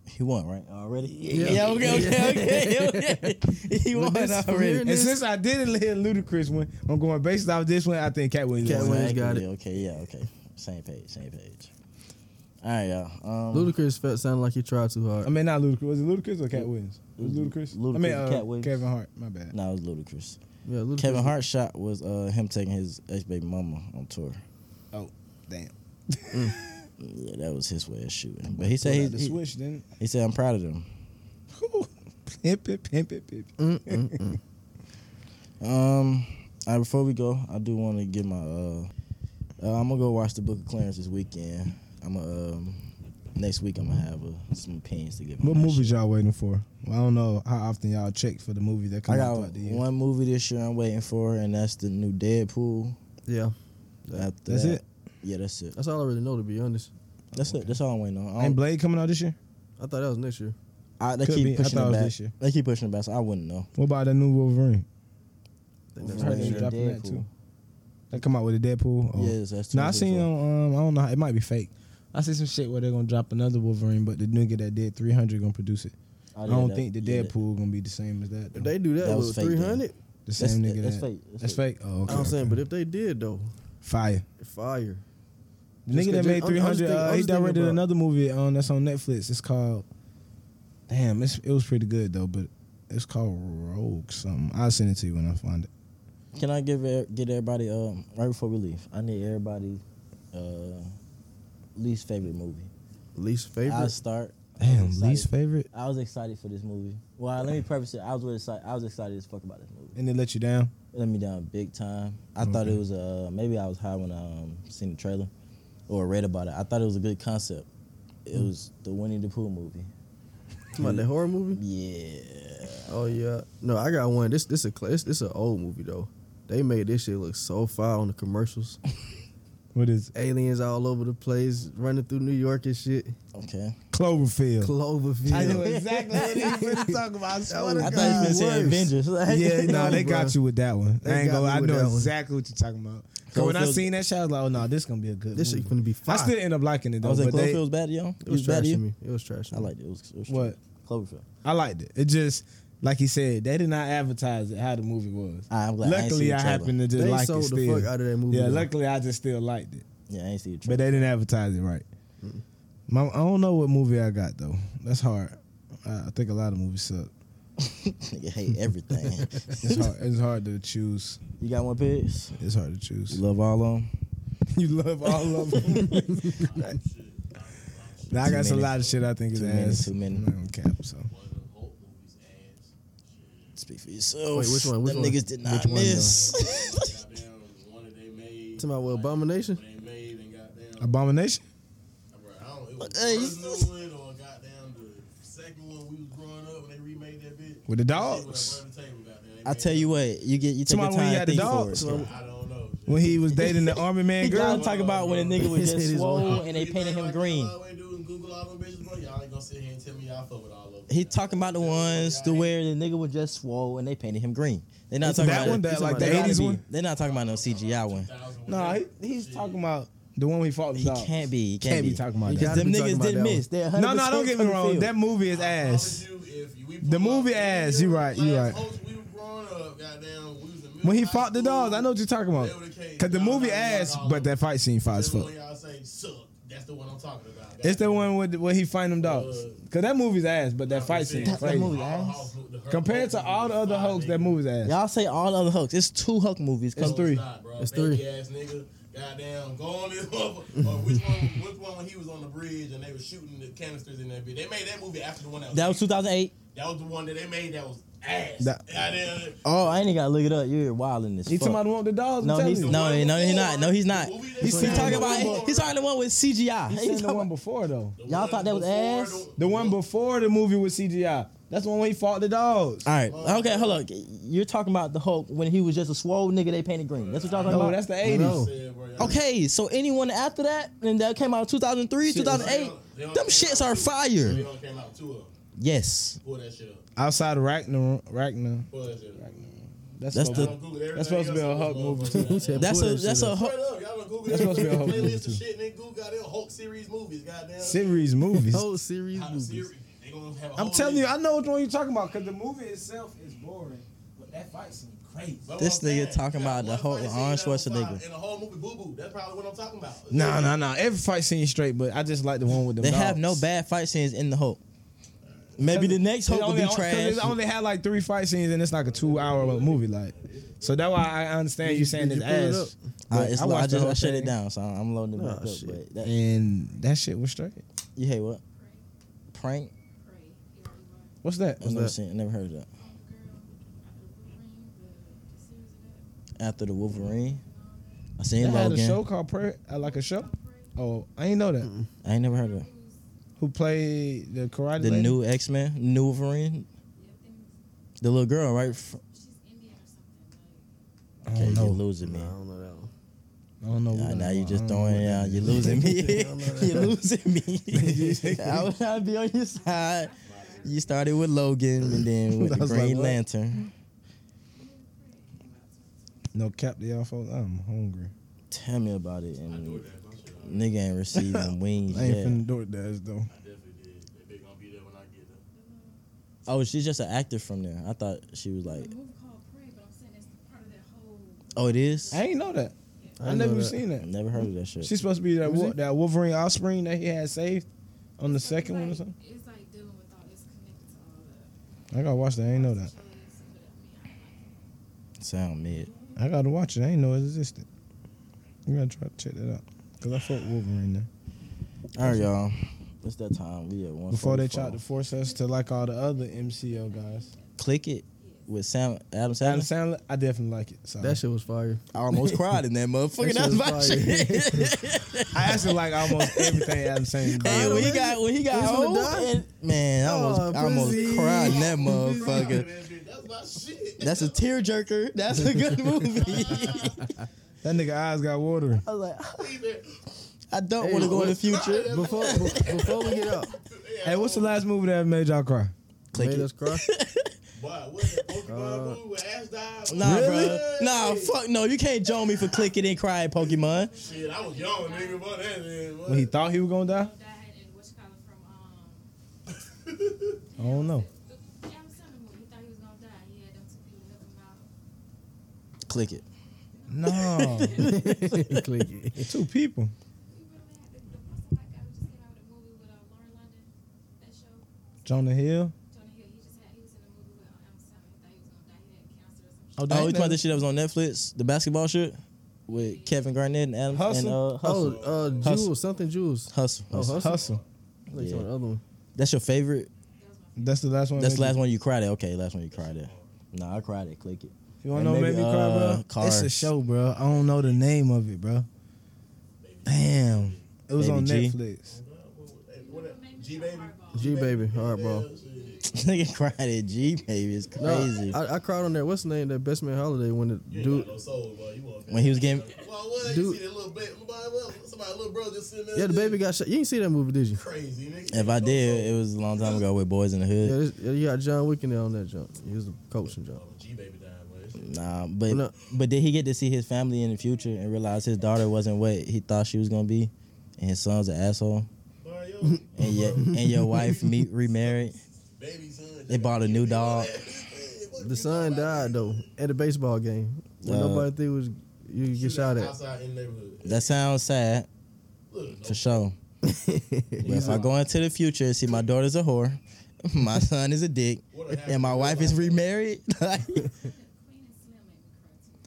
[SPEAKER 3] He won, right? Already?
[SPEAKER 2] Yeah.
[SPEAKER 3] okay, okay, okay, okay. He won
[SPEAKER 2] this is
[SPEAKER 3] already.
[SPEAKER 2] weird.
[SPEAKER 4] And since I didn't hear Ludacris one, I'm going based off this one. I think Cat Williams.
[SPEAKER 2] Cat
[SPEAKER 4] won.
[SPEAKER 2] Williams. got
[SPEAKER 3] Exactly,
[SPEAKER 2] it.
[SPEAKER 3] Okay, yeah, okay. Same page, same page. All right, y'all. Um,
[SPEAKER 2] Ludacris felt sounded like he tried too
[SPEAKER 4] I
[SPEAKER 2] hard.
[SPEAKER 4] mean, not Ludacris. Was it Ludacris or Cat Williams? It was Ludacris.
[SPEAKER 3] Ludacris
[SPEAKER 4] I mean, uh,
[SPEAKER 3] and Cat Williams.
[SPEAKER 4] Kevin Hart. My bad.
[SPEAKER 3] No, it was ludicrous.
[SPEAKER 2] Yeah, Ludacris
[SPEAKER 3] Kevin Hart's shot was uh, him taking his ex baby mama on tour.
[SPEAKER 4] Oh, damn.
[SPEAKER 3] Yeah, that was his way of shooting. But he
[SPEAKER 4] Pulled
[SPEAKER 3] said
[SPEAKER 4] out the
[SPEAKER 3] he, he,
[SPEAKER 4] switch then.
[SPEAKER 3] he said I'm proud of them.
[SPEAKER 4] Pimp it, pimp it, pimp it.
[SPEAKER 2] Mm,
[SPEAKER 3] Um, all right, before we go, I do want to give my. Uh, uh, I'm gonna go watch the Book of Clarence this weekend. I'm gonna um, next week. I'm gonna have uh, some opinions to give. on
[SPEAKER 4] What
[SPEAKER 3] that
[SPEAKER 4] movies
[SPEAKER 3] shit.
[SPEAKER 4] y'all waiting for? Well, I don't know how often y'all check for the movie that
[SPEAKER 3] I
[SPEAKER 4] comes
[SPEAKER 3] got
[SPEAKER 4] out throughout the year.
[SPEAKER 3] one movie this year I'm waiting for, and that's the new Deadpool.
[SPEAKER 2] Yeah,
[SPEAKER 3] After
[SPEAKER 4] That's
[SPEAKER 3] that-
[SPEAKER 4] it?
[SPEAKER 3] Yeah, that's it.
[SPEAKER 2] that's all I really know to be honest.
[SPEAKER 3] That's it. That's all I'm waiting on. I,
[SPEAKER 4] Ain't
[SPEAKER 3] don't-
[SPEAKER 4] Blade coming out this year?
[SPEAKER 2] I thought that was next year.
[SPEAKER 3] I- they
[SPEAKER 4] Could
[SPEAKER 3] keep
[SPEAKER 4] be. I
[SPEAKER 3] pushing
[SPEAKER 4] thought it
[SPEAKER 3] it
[SPEAKER 4] was
[SPEAKER 3] back.
[SPEAKER 4] this year.
[SPEAKER 3] They keep pushing it back, so I wouldn't know.
[SPEAKER 4] What about the new Wolverine?
[SPEAKER 2] I think that's
[SPEAKER 4] I heard they
[SPEAKER 2] next year.
[SPEAKER 3] Wolverine.
[SPEAKER 4] was dropping that
[SPEAKER 3] Deadpool.
[SPEAKER 4] too. They come out with a Deadpool. Oh.
[SPEAKER 3] Yes, that's
[SPEAKER 4] No, I seen
[SPEAKER 3] 2024.
[SPEAKER 4] um, um, I don't know. It might be fake. I see some shit where they're gonna drop another Wolverine, but the nigga that did 300 gonna produce it.
[SPEAKER 3] Oh,
[SPEAKER 4] I
[SPEAKER 3] yeah,
[SPEAKER 4] don't
[SPEAKER 3] that-
[SPEAKER 4] think the
[SPEAKER 3] yeah, that-
[SPEAKER 4] Deadpool gonna be the same as that. though.
[SPEAKER 2] If they do that,
[SPEAKER 3] That was
[SPEAKER 2] with
[SPEAKER 3] fake,
[SPEAKER 2] three hundred.
[SPEAKER 4] the
[SPEAKER 3] That's-
[SPEAKER 4] same nigga.
[SPEAKER 3] that's
[SPEAKER 4] that-
[SPEAKER 3] fake, that's
[SPEAKER 4] That's fake.
[SPEAKER 3] fake.
[SPEAKER 4] Oh, okay.
[SPEAKER 2] I'm saying,
[SPEAKER 4] okay.
[SPEAKER 2] but if they did though,
[SPEAKER 4] fire.
[SPEAKER 2] fire.
[SPEAKER 4] The
[SPEAKER 2] Just
[SPEAKER 4] nigga that
[SPEAKER 2] 'cause
[SPEAKER 4] made
[SPEAKER 2] I'm- I'm just
[SPEAKER 4] 300,
[SPEAKER 2] thinking-
[SPEAKER 4] uh,
[SPEAKER 2] I'm
[SPEAKER 4] he
[SPEAKER 2] just thinking
[SPEAKER 4] directed
[SPEAKER 2] about-
[SPEAKER 4] another movie on that's on Netflix. It's called, damn, it's, it was pretty good though, but it's called Rogue something. I'll send it to you when I find it.
[SPEAKER 3] Can I give e- get everybody um right before we leave? I need everybody uh least favorite movie.
[SPEAKER 2] Least
[SPEAKER 3] I
[SPEAKER 2] favorite.
[SPEAKER 3] start. I was
[SPEAKER 4] Damn,
[SPEAKER 3] excited-
[SPEAKER 4] least favorite?
[SPEAKER 3] I was excited for this movie. Well, let me preface it. I was really excited. I was excited as fuck about this movie.
[SPEAKER 4] And they let you down?
[SPEAKER 3] It let me down big time. I thought it was uh maybe I was high when I um, seen the trailer or read about it. I thought it was a good concept. It
[SPEAKER 4] Hmm.
[SPEAKER 3] was the Winnie the Pooh movie.
[SPEAKER 2] Talking about that horror movie.
[SPEAKER 3] Yeah.
[SPEAKER 2] Oh yeah. No, I got one. This this a cla- this, this an old movie though. They made this shit look so fire on the commercials.
[SPEAKER 4] What is it?
[SPEAKER 2] Aliens all over the place, running through New York and shit.
[SPEAKER 3] Okay.
[SPEAKER 4] Cloverfield?
[SPEAKER 2] Cloverfield.
[SPEAKER 4] exactly what he was talking about. I swear
[SPEAKER 3] I thought you were gonna say
[SPEAKER 2] worse.
[SPEAKER 3] Avengers. Like-
[SPEAKER 4] Yeah, no,
[SPEAKER 2] No,
[SPEAKER 4] they got
[SPEAKER 2] bruh.
[SPEAKER 4] you with that one.
[SPEAKER 2] They
[SPEAKER 4] I ain't
[SPEAKER 2] got
[SPEAKER 4] gonna,
[SPEAKER 2] me
[SPEAKER 4] I
[SPEAKER 2] with
[SPEAKER 4] know
[SPEAKER 2] that one.
[SPEAKER 4] exactly what you're talking about. 'Cause when I
[SPEAKER 3] Cloverfield-
[SPEAKER 4] seen that shit, I was like, oh, no, this gonna be a good
[SPEAKER 2] This shit
[SPEAKER 4] movie.
[SPEAKER 2] gonna be
[SPEAKER 4] I
[SPEAKER 2] fire.
[SPEAKER 4] still end up liking it
[SPEAKER 3] I
[SPEAKER 4] though.
[SPEAKER 3] was like
[SPEAKER 4] but they-
[SPEAKER 3] Cloverfield's bad, yo.
[SPEAKER 2] it was
[SPEAKER 3] bad
[SPEAKER 2] trash
[SPEAKER 3] to
[SPEAKER 2] to
[SPEAKER 3] you.
[SPEAKER 2] me. It was trash. To
[SPEAKER 3] I
[SPEAKER 2] me.
[SPEAKER 3] liked it. It was, it was
[SPEAKER 4] What?
[SPEAKER 3] trash. Cloverfield.
[SPEAKER 4] I liked it. It just, like he said, they did not advertise it how the movie was.
[SPEAKER 3] Ah, I'm glad I ain't seen
[SPEAKER 4] luckily,
[SPEAKER 3] the
[SPEAKER 4] I,
[SPEAKER 3] trailer.
[SPEAKER 4] happened to just
[SPEAKER 2] They
[SPEAKER 4] like
[SPEAKER 2] sold
[SPEAKER 4] it
[SPEAKER 2] the
[SPEAKER 4] still.
[SPEAKER 2] fuck out of that movie,
[SPEAKER 4] Yeah,
[SPEAKER 2] though.
[SPEAKER 4] luckily I just still liked it,
[SPEAKER 3] Yeah, I ain't see the trailer.
[SPEAKER 4] but they didn't advertise it right. My, I don't know what movie I got though. That's hard. I, I think a lot of movies suck.
[SPEAKER 3] Nigga hate everything.
[SPEAKER 4] It's hard. it's hard to choose.
[SPEAKER 3] you got one pigs?
[SPEAKER 4] It's hard to choose.
[SPEAKER 3] Love all of them.
[SPEAKER 4] you love all of them. now I
[SPEAKER 3] Too
[SPEAKER 4] got some
[SPEAKER 3] many.
[SPEAKER 4] lot of shit I think is
[SPEAKER 3] Too many,
[SPEAKER 4] ass.
[SPEAKER 3] too many.
[SPEAKER 4] I'm not gonna cap. So
[SPEAKER 3] Speak for yourself.
[SPEAKER 2] Wait, which one? Which
[SPEAKER 3] Them
[SPEAKER 2] one?
[SPEAKER 3] niggas did not
[SPEAKER 2] Which one,
[SPEAKER 3] miss.
[SPEAKER 1] Goddamn, one that they made.
[SPEAKER 2] Talking about what abomination?
[SPEAKER 1] They made and goddamn.
[SPEAKER 4] abomination.
[SPEAKER 1] Bro, I don't. It was
[SPEAKER 3] Hey.
[SPEAKER 1] the first new one or goddamn the second one we was growing up when they remade that bitch.
[SPEAKER 4] With the
[SPEAKER 1] That shit
[SPEAKER 4] dogs.
[SPEAKER 1] was up on the table, goddamn. They
[SPEAKER 3] I
[SPEAKER 1] made
[SPEAKER 3] tell
[SPEAKER 1] it.
[SPEAKER 3] you what, you get you take
[SPEAKER 4] Somebody
[SPEAKER 3] your
[SPEAKER 4] when
[SPEAKER 3] time
[SPEAKER 4] he
[SPEAKER 3] to
[SPEAKER 4] had the
[SPEAKER 3] think
[SPEAKER 4] dog,
[SPEAKER 3] for it.
[SPEAKER 4] somebody-
[SPEAKER 1] I don't know.
[SPEAKER 4] When he was dating the army man
[SPEAKER 3] Y'all
[SPEAKER 4] girl.
[SPEAKER 3] talk about when a nigga was
[SPEAKER 2] His head
[SPEAKER 3] just
[SPEAKER 2] is
[SPEAKER 3] swole
[SPEAKER 2] on.
[SPEAKER 3] and they painted him
[SPEAKER 1] Like,
[SPEAKER 3] green.
[SPEAKER 1] All I do is Google all them bitches, bro. Y'all ain't gonna sit here and tell me y'all fuck with all of them.
[SPEAKER 3] He talking about the ones to where the nigga was just swole and they painted him green. They not talking
[SPEAKER 4] That
[SPEAKER 3] about
[SPEAKER 4] one, that, like,
[SPEAKER 3] they
[SPEAKER 4] the
[SPEAKER 3] gotta
[SPEAKER 4] 80s
[SPEAKER 3] be-
[SPEAKER 4] one?
[SPEAKER 3] They not talking about no CGI one.
[SPEAKER 4] No, he, he's talking about the one we fought the
[SPEAKER 3] He
[SPEAKER 4] dog.
[SPEAKER 3] can't be. He can't,
[SPEAKER 4] Can't be talking about that.
[SPEAKER 3] Because them
[SPEAKER 2] Gotta be talking
[SPEAKER 3] niggas
[SPEAKER 2] about
[SPEAKER 3] didn't
[SPEAKER 2] that one.
[SPEAKER 3] miss. They're 100%
[SPEAKER 4] No, no, don't get me wrong.
[SPEAKER 3] fulfilled.
[SPEAKER 4] That movie is
[SPEAKER 1] I
[SPEAKER 4] ass.
[SPEAKER 1] promise you, if you- we
[SPEAKER 4] The
[SPEAKER 1] pull
[SPEAKER 4] movie
[SPEAKER 1] up-
[SPEAKER 4] ass, you right, you
[SPEAKER 1] Last
[SPEAKER 4] right.
[SPEAKER 1] host We were growing up, goddamn. We was in middle
[SPEAKER 4] When he
[SPEAKER 1] high
[SPEAKER 4] fought the
[SPEAKER 1] school.
[SPEAKER 4] dogs, I know what you're talking about. Cause the movie ass, but that fight scene fire as
[SPEAKER 1] That's
[SPEAKER 4] fuck.
[SPEAKER 1] what y'all say suck. That's the one I'm talking about.
[SPEAKER 4] It's the one with where he find them dogs. Cause that movie's ass, but that fight scene
[SPEAKER 1] That- that
[SPEAKER 4] crazy.
[SPEAKER 3] movie- ass.
[SPEAKER 4] Compared to all the other hoax, that movie's ass.
[SPEAKER 3] Y'all say all the other Hulks. It's two Hulk movies. Come
[SPEAKER 1] three.
[SPEAKER 3] three.
[SPEAKER 1] It's
[SPEAKER 2] three.
[SPEAKER 1] three. Ass nigga. Goddamn, go on this motherfucker. Or which one? Which one when he was on the bridge and they were shooting the canisters in that bitch? They made that movie after the one that was.
[SPEAKER 3] That was 2008.
[SPEAKER 1] that was the one that they made that was ass.
[SPEAKER 4] That-
[SPEAKER 1] Goddamn.
[SPEAKER 3] Oh, I ain't even gotta look it up. You're wild in this.
[SPEAKER 4] He
[SPEAKER 3] fuck.
[SPEAKER 4] talking about want the dogs.
[SPEAKER 3] No,
[SPEAKER 4] I'm
[SPEAKER 3] he's
[SPEAKER 4] telling you.
[SPEAKER 3] no,
[SPEAKER 1] one
[SPEAKER 3] no, he's not. No, he's not.
[SPEAKER 1] The movie that-
[SPEAKER 3] He's,
[SPEAKER 1] The one
[SPEAKER 3] talking about.
[SPEAKER 1] before.
[SPEAKER 3] He's talking the one with CGI.
[SPEAKER 4] He
[SPEAKER 3] He's
[SPEAKER 4] said the
[SPEAKER 3] talking
[SPEAKER 4] one
[SPEAKER 3] about-
[SPEAKER 4] before though.
[SPEAKER 1] The
[SPEAKER 3] Y'all
[SPEAKER 1] one
[SPEAKER 3] thought that was
[SPEAKER 1] before
[SPEAKER 3] ass?
[SPEAKER 1] the-
[SPEAKER 4] The one before the movie with CGI. That's the one where he fought the dogs.
[SPEAKER 3] all right, okay, hold on. You're talking about the Hulk when he was just a swole nigga. They painted green. That's what y'all talking
[SPEAKER 4] No,
[SPEAKER 3] about.
[SPEAKER 4] that's the '80s.
[SPEAKER 1] said, bro, y'all-
[SPEAKER 3] Okay, so anyone after that, and that came out in 2003, 2008.
[SPEAKER 1] They don't-
[SPEAKER 3] Them shits are
[SPEAKER 1] They
[SPEAKER 3] fire.
[SPEAKER 1] only came out two of them.
[SPEAKER 3] Yes,
[SPEAKER 1] Pull that shit up.
[SPEAKER 4] Outside of Ragnar, Ragnar.
[SPEAKER 1] Pull that shit uh, up.
[SPEAKER 4] That's,
[SPEAKER 3] That's
[SPEAKER 4] supposed
[SPEAKER 3] the-
[SPEAKER 4] to-
[SPEAKER 1] Y'all done Googled
[SPEAKER 4] That's supposed to be a
[SPEAKER 1] everything else
[SPEAKER 4] Hulk
[SPEAKER 1] on
[SPEAKER 4] movie.
[SPEAKER 1] this motherfucker.
[SPEAKER 3] that's a that's a
[SPEAKER 1] Straight up,
[SPEAKER 3] Hulk.
[SPEAKER 1] y'all done Googled
[SPEAKER 4] That's supposed to be a Hulk
[SPEAKER 1] everything.
[SPEAKER 4] movie,
[SPEAKER 1] Playlist
[SPEAKER 4] too.
[SPEAKER 1] and shit, nigga. Google goddamn Hulk series movies, goddamn.
[SPEAKER 4] series movies.
[SPEAKER 2] Whole series
[SPEAKER 1] How the
[SPEAKER 2] movies.
[SPEAKER 1] series- they gonna have a
[SPEAKER 4] I'm
[SPEAKER 1] whole
[SPEAKER 4] telling you,
[SPEAKER 1] list.
[SPEAKER 4] I know which one you're talking about because the movie itself is boring, but that fight scene
[SPEAKER 1] crazy. But
[SPEAKER 3] This
[SPEAKER 1] what I'm
[SPEAKER 3] nigga
[SPEAKER 1] saying,
[SPEAKER 3] talking
[SPEAKER 1] that
[SPEAKER 3] about the
[SPEAKER 1] one
[SPEAKER 3] whole-
[SPEAKER 1] fight scene
[SPEAKER 3] Arnold
[SPEAKER 1] that was
[SPEAKER 3] Schwarzenegger.
[SPEAKER 1] fire In the whole movie, Boo Boo. That's probably what I'm talking about.
[SPEAKER 4] No, no, no. Every fight scene straight, but I just like the one with them.
[SPEAKER 3] They have no
[SPEAKER 4] dogs.
[SPEAKER 3] bad fight scenes in the Hulk. Maybe the next
[SPEAKER 4] It
[SPEAKER 3] Hulk will
[SPEAKER 4] only-
[SPEAKER 3] be
[SPEAKER 4] 'cause
[SPEAKER 3] trash.
[SPEAKER 4] It only had like three fight scenes, and it's like a two-hour movie. Like, so that's why I understand you saying
[SPEAKER 2] did
[SPEAKER 4] this
[SPEAKER 2] you pull it
[SPEAKER 4] ass.
[SPEAKER 3] I,
[SPEAKER 4] But
[SPEAKER 3] it's
[SPEAKER 4] I
[SPEAKER 3] low, I
[SPEAKER 4] watched the
[SPEAKER 3] just I
[SPEAKER 4] whole
[SPEAKER 3] shut it
[SPEAKER 4] thing.
[SPEAKER 3] down, so I'm loading it
[SPEAKER 2] Nah,
[SPEAKER 3] back up.
[SPEAKER 2] shit.
[SPEAKER 3] But that,
[SPEAKER 4] and that shit was straight.
[SPEAKER 3] you hate what?
[SPEAKER 7] Pray,
[SPEAKER 3] Prank?
[SPEAKER 7] pray, here I am.
[SPEAKER 4] What's that?
[SPEAKER 3] I've never
[SPEAKER 2] that?
[SPEAKER 3] seen, I never heard of that.
[SPEAKER 7] Oh, girl, after the Wolverine, the,
[SPEAKER 3] After the Wolverine, I
[SPEAKER 7] the series of that.
[SPEAKER 3] seen
[SPEAKER 4] They had a
[SPEAKER 3] Logan.
[SPEAKER 4] show called Prayer, uh, like a show. Oh, I ain't know that.
[SPEAKER 3] I ain't never heard of it.
[SPEAKER 4] Who played the karate?
[SPEAKER 3] the
[SPEAKER 4] lady?
[SPEAKER 3] new X Men, new Wolverine, the little girl, right? F-
[SPEAKER 7] She's Indian or something. Like,
[SPEAKER 4] I
[SPEAKER 3] Okay,
[SPEAKER 4] don't
[SPEAKER 3] you're
[SPEAKER 4] know.
[SPEAKER 3] losing me.
[SPEAKER 2] I don't know that one.
[SPEAKER 4] I don't know.
[SPEAKER 3] Nah,
[SPEAKER 4] what-
[SPEAKER 3] now you
[SPEAKER 4] I
[SPEAKER 3] just
[SPEAKER 4] don't know
[SPEAKER 3] throwing
[SPEAKER 4] what
[SPEAKER 3] it
[SPEAKER 4] that
[SPEAKER 3] out.
[SPEAKER 4] is.
[SPEAKER 3] You're losing me.
[SPEAKER 2] don't know that.
[SPEAKER 3] You're losing me. I would not be on your side. You started with Logan and then with
[SPEAKER 4] I
[SPEAKER 3] the
[SPEAKER 4] was like,
[SPEAKER 3] Green
[SPEAKER 4] what?
[SPEAKER 3] Lantern.
[SPEAKER 4] No cap to y'all folks. I'm hungry.
[SPEAKER 3] Tell me about it. And
[SPEAKER 1] DoorDash, my shit.
[SPEAKER 3] nigga ain't receiving wings
[SPEAKER 4] I ain't
[SPEAKER 3] yet.
[SPEAKER 4] finna do it, dash
[SPEAKER 1] I
[SPEAKER 4] though.
[SPEAKER 1] definitely did. They- They gonna be there when I get there.
[SPEAKER 3] Oh, she's just an actor from there. I thought she was like,
[SPEAKER 7] the movie called Pray, but I'm saying that's part of that whole.
[SPEAKER 3] oh, it is.
[SPEAKER 4] I ain't know that. I,
[SPEAKER 2] I know
[SPEAKER 4] never
[SPEAKER 2] that.
[SPEAKER 4] seen that.
[SPEAKER 3] Never heard of that shit.
[SPEAKER 4] She's supposed to be that
[SPEAKER 3] Who's
[SPEAKER 4] wo-
[SPEAKER 3] it?
[SPEAKER 4] that Wolverine offspring that he had saved on the
[SPEAKER 7] So it's
[SPEAKER 4] second one or
[SPEAKER 7] like-
[SPEAKER 4] something.
[SPEAKER 7] It's like dealing with all this connected to all that.
[SPEAKER 4] I gotta watch that. I ain't know that.
[SPEAKER 3] Sound mid.
[SPEAKER 4] I gotta watch it. I ain't know it existed. I'm gonna try to check that out because I fuck Wolverine now.
[SPEAKER 3] All right, y'all. It's that time. We at one.
[SPEAKER 4] Before they tried to force us to like all the other MCO guys.
[SPEAKER 3] click it with Sam Adam
[SPEAKER 4] Adam
[SPEAKER 3] Sandler.
[SPEAKER 4] Sandler, I definitely like it. So
[SPEAKER 2] That shit was fire.
[SPEAKER 3] I almost cried in that motherfucker. That's
[SPEAKER 2] That
[SPEAKER 3] my shit.
[SPEAKER 4] I actually like almost everything Adam Sandler.
[SPEAKER 3] Hey,
[SPEAKER 4] does.
[SPEAKER 3] when he got when he got
[SPEAKER 2] He's gonna
[SPEAKER 3] old,
[SPEAKER 2] die?
[SPEAKER 3] and- man, I almost,
[SPEAKER 2] Oh,
[SPEAKER 3] I almost
[SPEAKER 2] pussy.
[SPEAKER 3] cried in that motherfucker.
[SPEAKER 1] That's my shit.
[SPEAKER 3] That's a tearjerker. That's a good movie.
[SPEAKER 4] that nigga eyes got watery.
[SPEAKER 3] I was like,
[SPEAKER 1] Even-
[SPEAKER 3] I don't
[SPEAKER 2] Hey,
[SPEAKER 3] want to go in the
[SPEAKER 2] what-
[SPEAKER 3] future.
[SPEAKER 2] Before be- before we get out,
[SPEAKER 4] Hey, what's the last movie that made y'all cry?
[SPEAKER 3] Click
[SPEAKER 2] made
[SPEAKER 3] it.
[SPEAKER 2] us cry.
[SPEAKER 1] Boy, what the
[SPEAKER 4] Uh,
[SPEAKER 1] Pokemon movie with Ash died?
[SPEAKER 3] Nah,
[SPEAKER 4] Really?
[SPEAKER 3] bro. Nah, fuck no. You can't join me for click it and cry at Pokemon.
[SPEAKER 1] Shit, I was young, nigga. What that is?
[SPEAKER 4] When he thought he was gonna die?
[SPEAKER 7] Oh, died in which color from um.
[SPEAKER 4] I don't know.
[SPEAKER 7] The, yeah, I'm telling you, he thought he was gonna die. He had them two people help him out.
[SPEAKER 3] Click it. Oh,
[SPEAKER 4] No,
[SPEAKER 2] Click it.
[SPEAKER 4] two people.
[SPEAKER 7] We really had the, the person like I just came out with a movie with uh, Lauren London. That show.
[SPEAKER 4] Jonah Hill.
[SPEAKER 7] Jonah Hill. He just had. He was in a movie with um, Sam. He thought he was gonna die. He had cancer or some shit.
[SPEAKER 4] Oh,
[SPEAKER 3] Oh, you talking about that shit that was on Netflix? The basketball shit with Kevin Garnett and Adam
[SPEAKER 4] Hustle?
[SPEAKER 3] and uh,
[SPEAKER 2] Oh,
[SPEAKER 3] Hustle.
[SPEAKER 2] uh,
[SPEAKER 3] Hustle.
[SPEAKER 2] Jules, something Jules.
[SPEAKER 3] Hustle.
[SPEAKER 2] Oh, Hustle.
[SPEAKER 4] Hustle.
[SPEAKER 2] I thought you were talking about the other one.
[SPEAKER 3] That's your favorite.
[SPEAKER 4] That's the last one.
[SPEAKER 3] That's
[SPEAKER 4] that
[SPEAKER 3] the last one you cried at. Okay, last one you cried at. Nah, I cried at. Click it.
[SPEAKER 4] You wanna
[SPEAKER 3] And
[SPEAKER 4] know what made
[SPEAKER 3] maybe,
[SPEAKER 4] me cry,
[SPEAKER 3] uh,
[SPEAKER 4] bro? It's a
[SPEAKER 3] Cars.
[SPEAKER 4] show, bro. I don't know the name of it, bro. Damn. It was
[SPEAKER 3] Baby
[SPEAKER 4] on
[SPEAKER 3] G.
[SPEAKER 4] Netflix.
[SPEAKER 1] G baby.
[SPEAKER 2] G baby. All right, bro.
[SPEAKER 3] Nigga cried at G baby. It's
[SPEAKER 2] No,
[SPEAKER 3] crazy.
[SPEAKER 2] I, I cried on that. What's the name? That best man holiday when the
[SPEAKER 1] You ain't
[SPEAKER 2] dude.
[SPEAKER 1] got no soul, boy. You want
[SPEAKER 3] when he was getting
[SPEAKER 1] Well, what? You
[SPEAKER 2] Dude.
[SPEAKER 1] see that little baby? Somebody, little bro, just sitting there.
[SPEAKER 2] Yeah, the baby got shot. You ain't see that movie, did you?
[SPEAKER 1] Crazy, nigga.
[SPEAKER 3] if I did, it was a long time ago with Boys in the
[SPEAKER 2] Yeah,
[SPEAKER 3] Hood.
[SPEAKER 2] this, yeah, you got John Wick in there on that jump. He was the coach and jump.
[SPEAKER 1] Oh, G baby died, boy. That shit-
[SPEAKER 3] Nah, but
[SPEAKER 2] No.
[SPEAKER 3] but did he get to see his family in the future and realize his daughter wasn't what he thought she was gonna be, and his son's an asshole,
[SPEAKER 1] Boy, yo,
[SPEAKER 3] and your and your wife meet remarried.
[SPEAKER 1] baby son.
[SPEAKER 3] They bought a new dog.
[SPEAKER 2] The son died though at a baseball game when
[SPEAKER 3] Uh,
[SPEAKER 2] nobody think was you could get shot at.
[SPEAKER 1] Outside in the neighborhood.
[SPEAKER 3] That sounds sad
[SPEAKER 1] Look, no
[SPEAKER 3] for sure. But if I go into the future and see my daughter's a whore, my son is a dick, and my wife is remarried, like,
[SPEAKER 7] Queen and Slim made me cry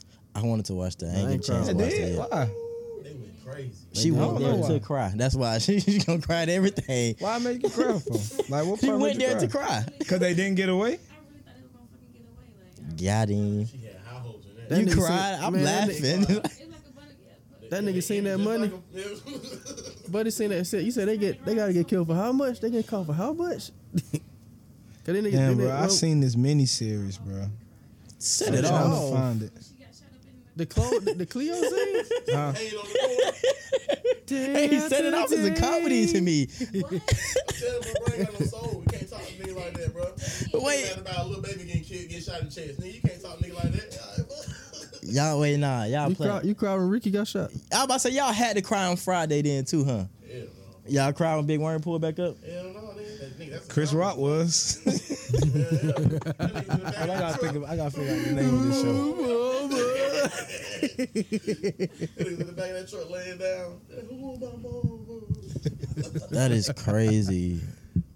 [SPEAKER 7] too.
[SPEAKER 3] I wanted to watch
[SPEAKER 2] I
[SPEAKER 3] that. I ain't get a
[SPEAKER 2] ain't
[SPEAKER 3] chance
[SPEAKER 2] I
[SPEAKER 3] to
[SPEAKER 4] It
[SPEAKER 2] cried.
[SPEAKER 3] watch that.
[SPEAKER 4] did?
[SPEAKER 3] yet.
[SPEAKER 4] Why?
[SPEAKER 1] They went crazy.
[SPEAKER 3] She
[SPEAKER 4] I don't
[SPEAKER 3] went
[SPEAKER 4] know
[SPEAKER 3] there
[SPEAKER 4] why.
[SPEAKER 3] to cry. That's why she, she's gonna cry at everything.
[SPEAKER 4] Why make you cry for? Like what
[SPEAKER 3] She
[SPEAKER 4] part
[SPEAKER 3] went
[SPEAKER 4] made you
[SPEAKER 3] there
[SPEAKER 4] cry?
[SPEAKER 3] to cry.
[SPEAKER 4] Cause they didn't get away.
[SPEAKER 7] I really thought they were gonna fucking get away. Like,
[SPEAKER 3] Got him.
[SPEAKER 1] She had high hopes in that.
[SPEAKER 2] That
[SPEAKER 3] you
[SPEAKER 2] nigga
[SPEAKER 3] cried.
[SPEAKER 2] said-
[SPEAKER 3] I'm
[SPEAKER 2] man, that
[SPEAKER 3] laughing.
[SPEAKER 7] it's like a bunny. Yeah, but
[SPEAKER 2] That nigga seen that money. Buddy seen that shit. You said they get they gotta get killed for how much? They get caught for how much? 'Cause they niggas
[SPEAKER 4] Damn,
[SPEAKER 2] do
[SPEAKER 4] bro.
[SPEAKER 2] that,
[SPEAKER 4] I seen this miniseries, bro.
[SPEAKER 3] Set
[SPEAKER 4] I'm
[SPEAKER 3] it
[SPEAKER 4] trying
[SPEAKER 3] off.
[SPEAKER 4] to find it.
[SPEAKER 7] she got shot up in
[SPEAKER 2] the
[SPEAKER 7] the.
[SPEAKER 2] Clo the, the Cleo scene.
[SPEAKER 4] Huh?
[SPEAKER 1] Hey, on the door.
[SPEAKER 3] Hey, he set it off as a comedy to me.
[SPEAKER 1] Tell him my brain got no soul. We can't talk to nigga like that, bro. You
[SPEAKER 3] Wait.
[SPEAKER 1] mad about a little baby getting killed, getting shot in the chest. Nigga, you can't talk to nigga like that. All right, bro.
[SPEAKER 3] Y'all wait, nah, y'all
[SPEAKER 2] You
[SPEAKER 3] play.
[SPEAKER 2] cried, you cried when Ricky got shot.
[SPEAKER 3] I about to say y'all had to cry on Friday then too, huh?
[SPEAKER 1] Hell no.
[SPEAKER 3] Y'all cry when Big Worm pulled back up.
[SPEAKER 1] Hell no, nigga. That nigga, that's a
[SPEAKER 4] Chris
[SPEAKER 1] comedy.
[SPEAKER 4] Rock was. I gotta think of, I gotta figure out the name of this show.
[SPEAKER 3] Oh,
[SPEAKER 1] in the back of that truck laying down. Who on my mom?
[SPEAKER 3] That is crazy.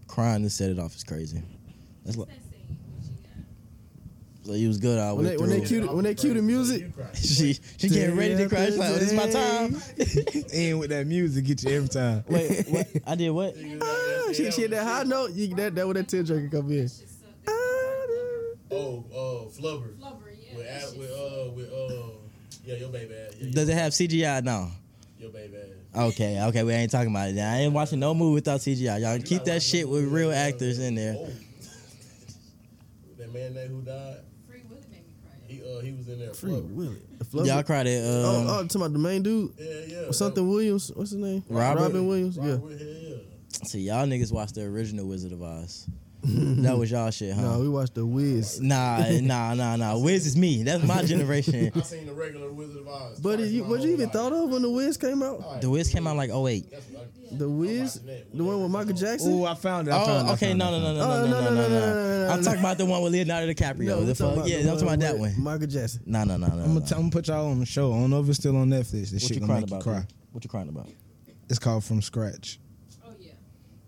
[SPEAKER 3] Crying to set it off is crazy. That's like,
[SPEAKER 7] That scene when she got
[SPEAKER 3] so you was good all the
[SPEAKER 2] When
[SPEAKER 3] way
[SPEAKER 2] they when they
[SPEAKER 3] through.
[SPEAKER 2] cue the- when they cue the music,
[SPEAKER 1] You cry.
[SPEAKER 3] she she getting ready to cry. She's like, oh, "This is my time."
[SPEAKER 4] And with that music, get you every time.
[SPEAKER 3] Wait, what? I did what?
[SPEAKER 2] ah, she she hit that high note. You, that that when that teardrop can come in.
[SPEAKER 7] shit sucked.
[SPEAKER 2] Ah,
[SPEAKER 7] That
[SPEAKER 1] Oh, uh, Flubber.
[SPEAKER 7] flubber, yeah.
[SPEAKER 1] With,
[SPEAKER 7] that
[SPEAKER 1] Ad-
[SPEAKER 7] shit
[SPEAKER 1] with,
[SPEAKER 7] sucked.
[SPEAKER 1] uh, with, uh, yeah, your baby ass. Yeah,
[SPEAKER 3] Does it have CGI now?
[SPEAKER 1] Your baby ass.
[SPEAKER 3] Okay, okay, we ain't talking about it. I ain't watching no movie without CGI. Y'all keep that shit with real actors in there.
[SPEAKER 1] Oh. that man that who died,
[SPEAKER 7] Free Willy made me cry.
[SPEAKER 1] he, uh, he was in there.
[SPEAKER 2] Free
[SPEAKER 1] Flubber.
[SPEAKER 2] Willy.
[SPEAKER 3] Y'all cried at
[SPEAKER 2] Oh,
[SPEAKER 3] uh,
[SPEAKER 2] oh, talking about the main dude,
[SPEAKER 1] Yeah, yeah.
[SPEAKER 2] something Williams. What's his name?
[SPEAKER 3] Robert-
[SPEAKER 2] Robin Williams.
[SPEAKER 1] Yeah.
[SPEAKER 2] Yeah.
[SPEAKER 1] yeah.
[SPEAKER 3] see y'all niggas watched the original Wizard of Oz. that was y'all shit, huh?
[SPEAKER 2] No, we watched The Wiz.
[SPEAKER 3] Nah, nah, nah, nah. Wiz is me. That's my generation.
[SPEAKER 1] I seen the regular Wizard of Oz.
[SPEAKER 2] But
[SPEAKER 1] twice
[SPEAKER 2] you,
[SPEAKER 1] my
[SPEAKER 2] what you
[SPEAKER 1] whole
[SPEAKER 2] even
[SPEAKER 1] life.
[SPEAKER 2] thought of when The Wiz came out?
[SPEAKER 1] All right,
[SPEAKER 3] The Wiz came out like oh, 08.
[SPEAKER 1] that's what I-
[SPEAKER 2] The Wiz,
[SPEAKER 1] watching that.
[SPEAKER 2] the one with Michael Jackson.
[SPEAKER 4] Ooh, I found it. I found it,
[SPEAKER 3] Oh,
[SPEAKER 4] I
[SPEAKER 3] okay.
[SPEAKER 4] found it, I
[SPEAKER 3] No, no, no,
[SPEAKER 4] found it.
[SPEAKER 3] no, no, no, no, no, no,
[SPEAKER 2] no,
[SPEAKER 3] I'm
[SPEAKER 2] no.
[SPEAKER 3] talking about the one with Leonardo DiCaprio.
[SPEAKER 2] we
[SPEAKER 3] The
[SPEAKER 2] talking
[SPEAKER 3] fuck,
[SPEAKER 2] about
[SPEAKER 3] yeah,
[SPEAKER 2] the
[SPEAKER 3] I'm talking about that
[SPEAKER 2] with
[SPEAKER 3] one.
[SPEAKER 2] Michael Jackson.
[SPEAKER 3] No, no, no, no.
[SPEAKER 4] I'm
[SPEAKER 3] no.
[SPEAKER 4] gonna, t- I'm gonna put y'all on the show. I don't know if it's still on Netflix. This
[SPEAKER 3] What
[SPEAKER 4] shit
[SPEAKER 3] you
[SPEAKER 4] gonna
[SPEAKER 3] crying
[SPEAKER 4] make you
[SPEAKER 3] about?
[SPEAKER 4] cry.
[SPEAKER 3] bro? What you crying about?
[SPEAKER 4] It's called From Scratch.
[SPEAKER 7] Oh, yeah.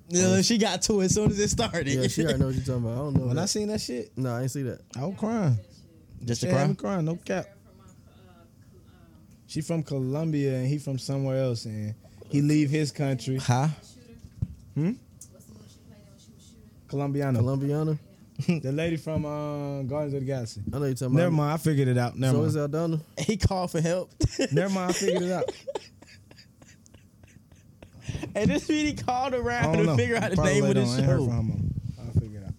[SPEAKER 3] Yeah, she got to it as soon as it started.
[SPEAKER 2] Yeah, she already know what you're talking about. I don't know.
[SPEAKER 4] When I
[SPEAKER 2] that.
[SPEAKER 4] seen that shit,
[SPEAKER 2] no, I ain't see that.
[SPEAKER 4] I was crying.
[SPEAKER 3] Just to
[SPEAKER 4] She had me
[SPEAKER 3] cry.
[SPEAKER 4] crying, no
[SPEAKER 7] That's the
[SPEAKER 4] cap.
[SPEAKER 7] girl from my, uh, cl- um,
[SPEAKER 4] She from Colombia and he from somewhere else, and he leave his country.
[SPEAKER 3] Huh?
[SPEAKER 7] shooter.
[SPEAKER 4] Hmm?
[SPEAKER 7] What's the movie she played in when she was shooting?
[SPEAKER 4] Colombiana.
[SPEAKER 2] Columbiana.
[SPEAKER 4] The lady from uh, Guardians of the Galaxy.
[SPEAKER 2] I know you're talking about.
[SPEAKER 4] Never mind, I figured it out. Never
[SPEAKER 2] so
[SPEAKER 4] mind.
[SPEAKER 2] is Aldana.
[SPEAKER 3] He called for help.
[SPEAKER 4] Never mind, I figured it out.
[SPEAKER 3] and this really called
[SPEAKER 4] I
[SPEAKER 3] around
[SPEAKER 4] don't
[SPEAKER 3] to
[SPEAKER 4] know.
[SPEAKER 3] figure out the
[SPEAKER 4] Probably
[SPEAKER 3] name of
[SPEAKER 4] later
[SPEAKER 3] the
[SPEAKER 4] on, I ain't heard from
[SPEAKER 3] show.
[SPEAKER 4] her mom. I'll figure it out.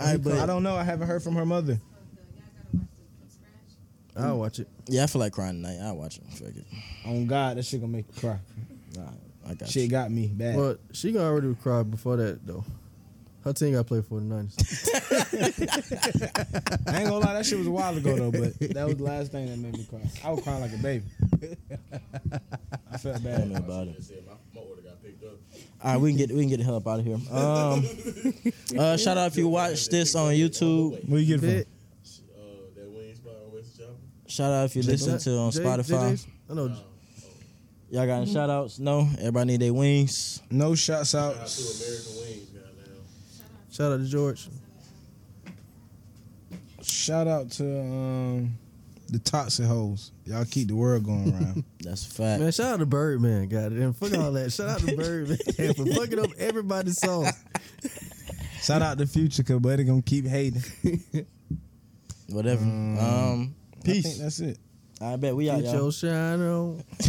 [SPEAKER 3] All right,
[SPEAKER 4] I
[SPEAKER 3] but
[SPEAKER 4] don't know. I haven't heard from her mother.
[SPEAKER 7] From the- y'all gotta watch the From Scratch.
[SPEAKER 2] I'll watch it.
[SPEAKER 3] yeah, I feel like crying tonight. I watch it. Fuck it.
[SPEAKER 4] On God, that shit gonna make you cry.
[SPEAKER 3] Nah, I got
[SPEAKER 4] Shit
[SPEAKER 3] you.
[SPEAKER 4] got me bad.
[SPEAKER 2] But she gonna already cry before that though. Her team got played for the Niners.
[SPEAKER 4] I ain't gonna lie, that shit was a while ago though, but that was the last thing that made me cry. I was crying like a baby. I felt
[SPEAKER 3] Tell me
[SPEAKER 4] bad.
[SPEAKER 3] about it.
[SPEAKER 1] Just said my- my order got picked up.
[SPEAKER 3] All right, we can get we can get the hell up out of here. Um, uh, shout out if you watch this on YouTube.
[SPEAKER 4] Where you get it
[SPEAKER 2] Did-
[SPEAKER 1] Uh, that wings spot on West Chapel.
[SPEAKER 3] Shout out if you listen to on
[SPEAKER 2] J-
[SPEAKER 3] Spotify.
[SPEAKER 2] JJ's? I know.
[SPEAKER 3] Y'all got any shout outs? No? Everybody need their wings.
[SPEAKER 4] from? No shots
[SPEAKER 1] Shout out
[SPEAKER 4] out.
[SPEAKER 1] to American Wings, goddamn.
[SPEAKER 2] Shout out to George.
[SPEAKER 4] Shout out to um, the toxic hoes. Y'all keep the world going around.
[SPEAKER 3] That's a fact.
[SPEAKER 2] Man, shout out to Birdman. God damn, fuck all that. Shout out to Birdman for fucking up everybody's songs.
[SPEAKER 4] Shout out to Future, cause buddy gonna keep hating.
[SPEAKER 3] Whatever. Um, Mm.
[SPEAKER 4] Peace. I think that's it.
[SPEAKER 3] I bet we out,
[SPEAKER 2] Get
[SPEAKER 3] y'all.
[SPEAKER 2] your shine on.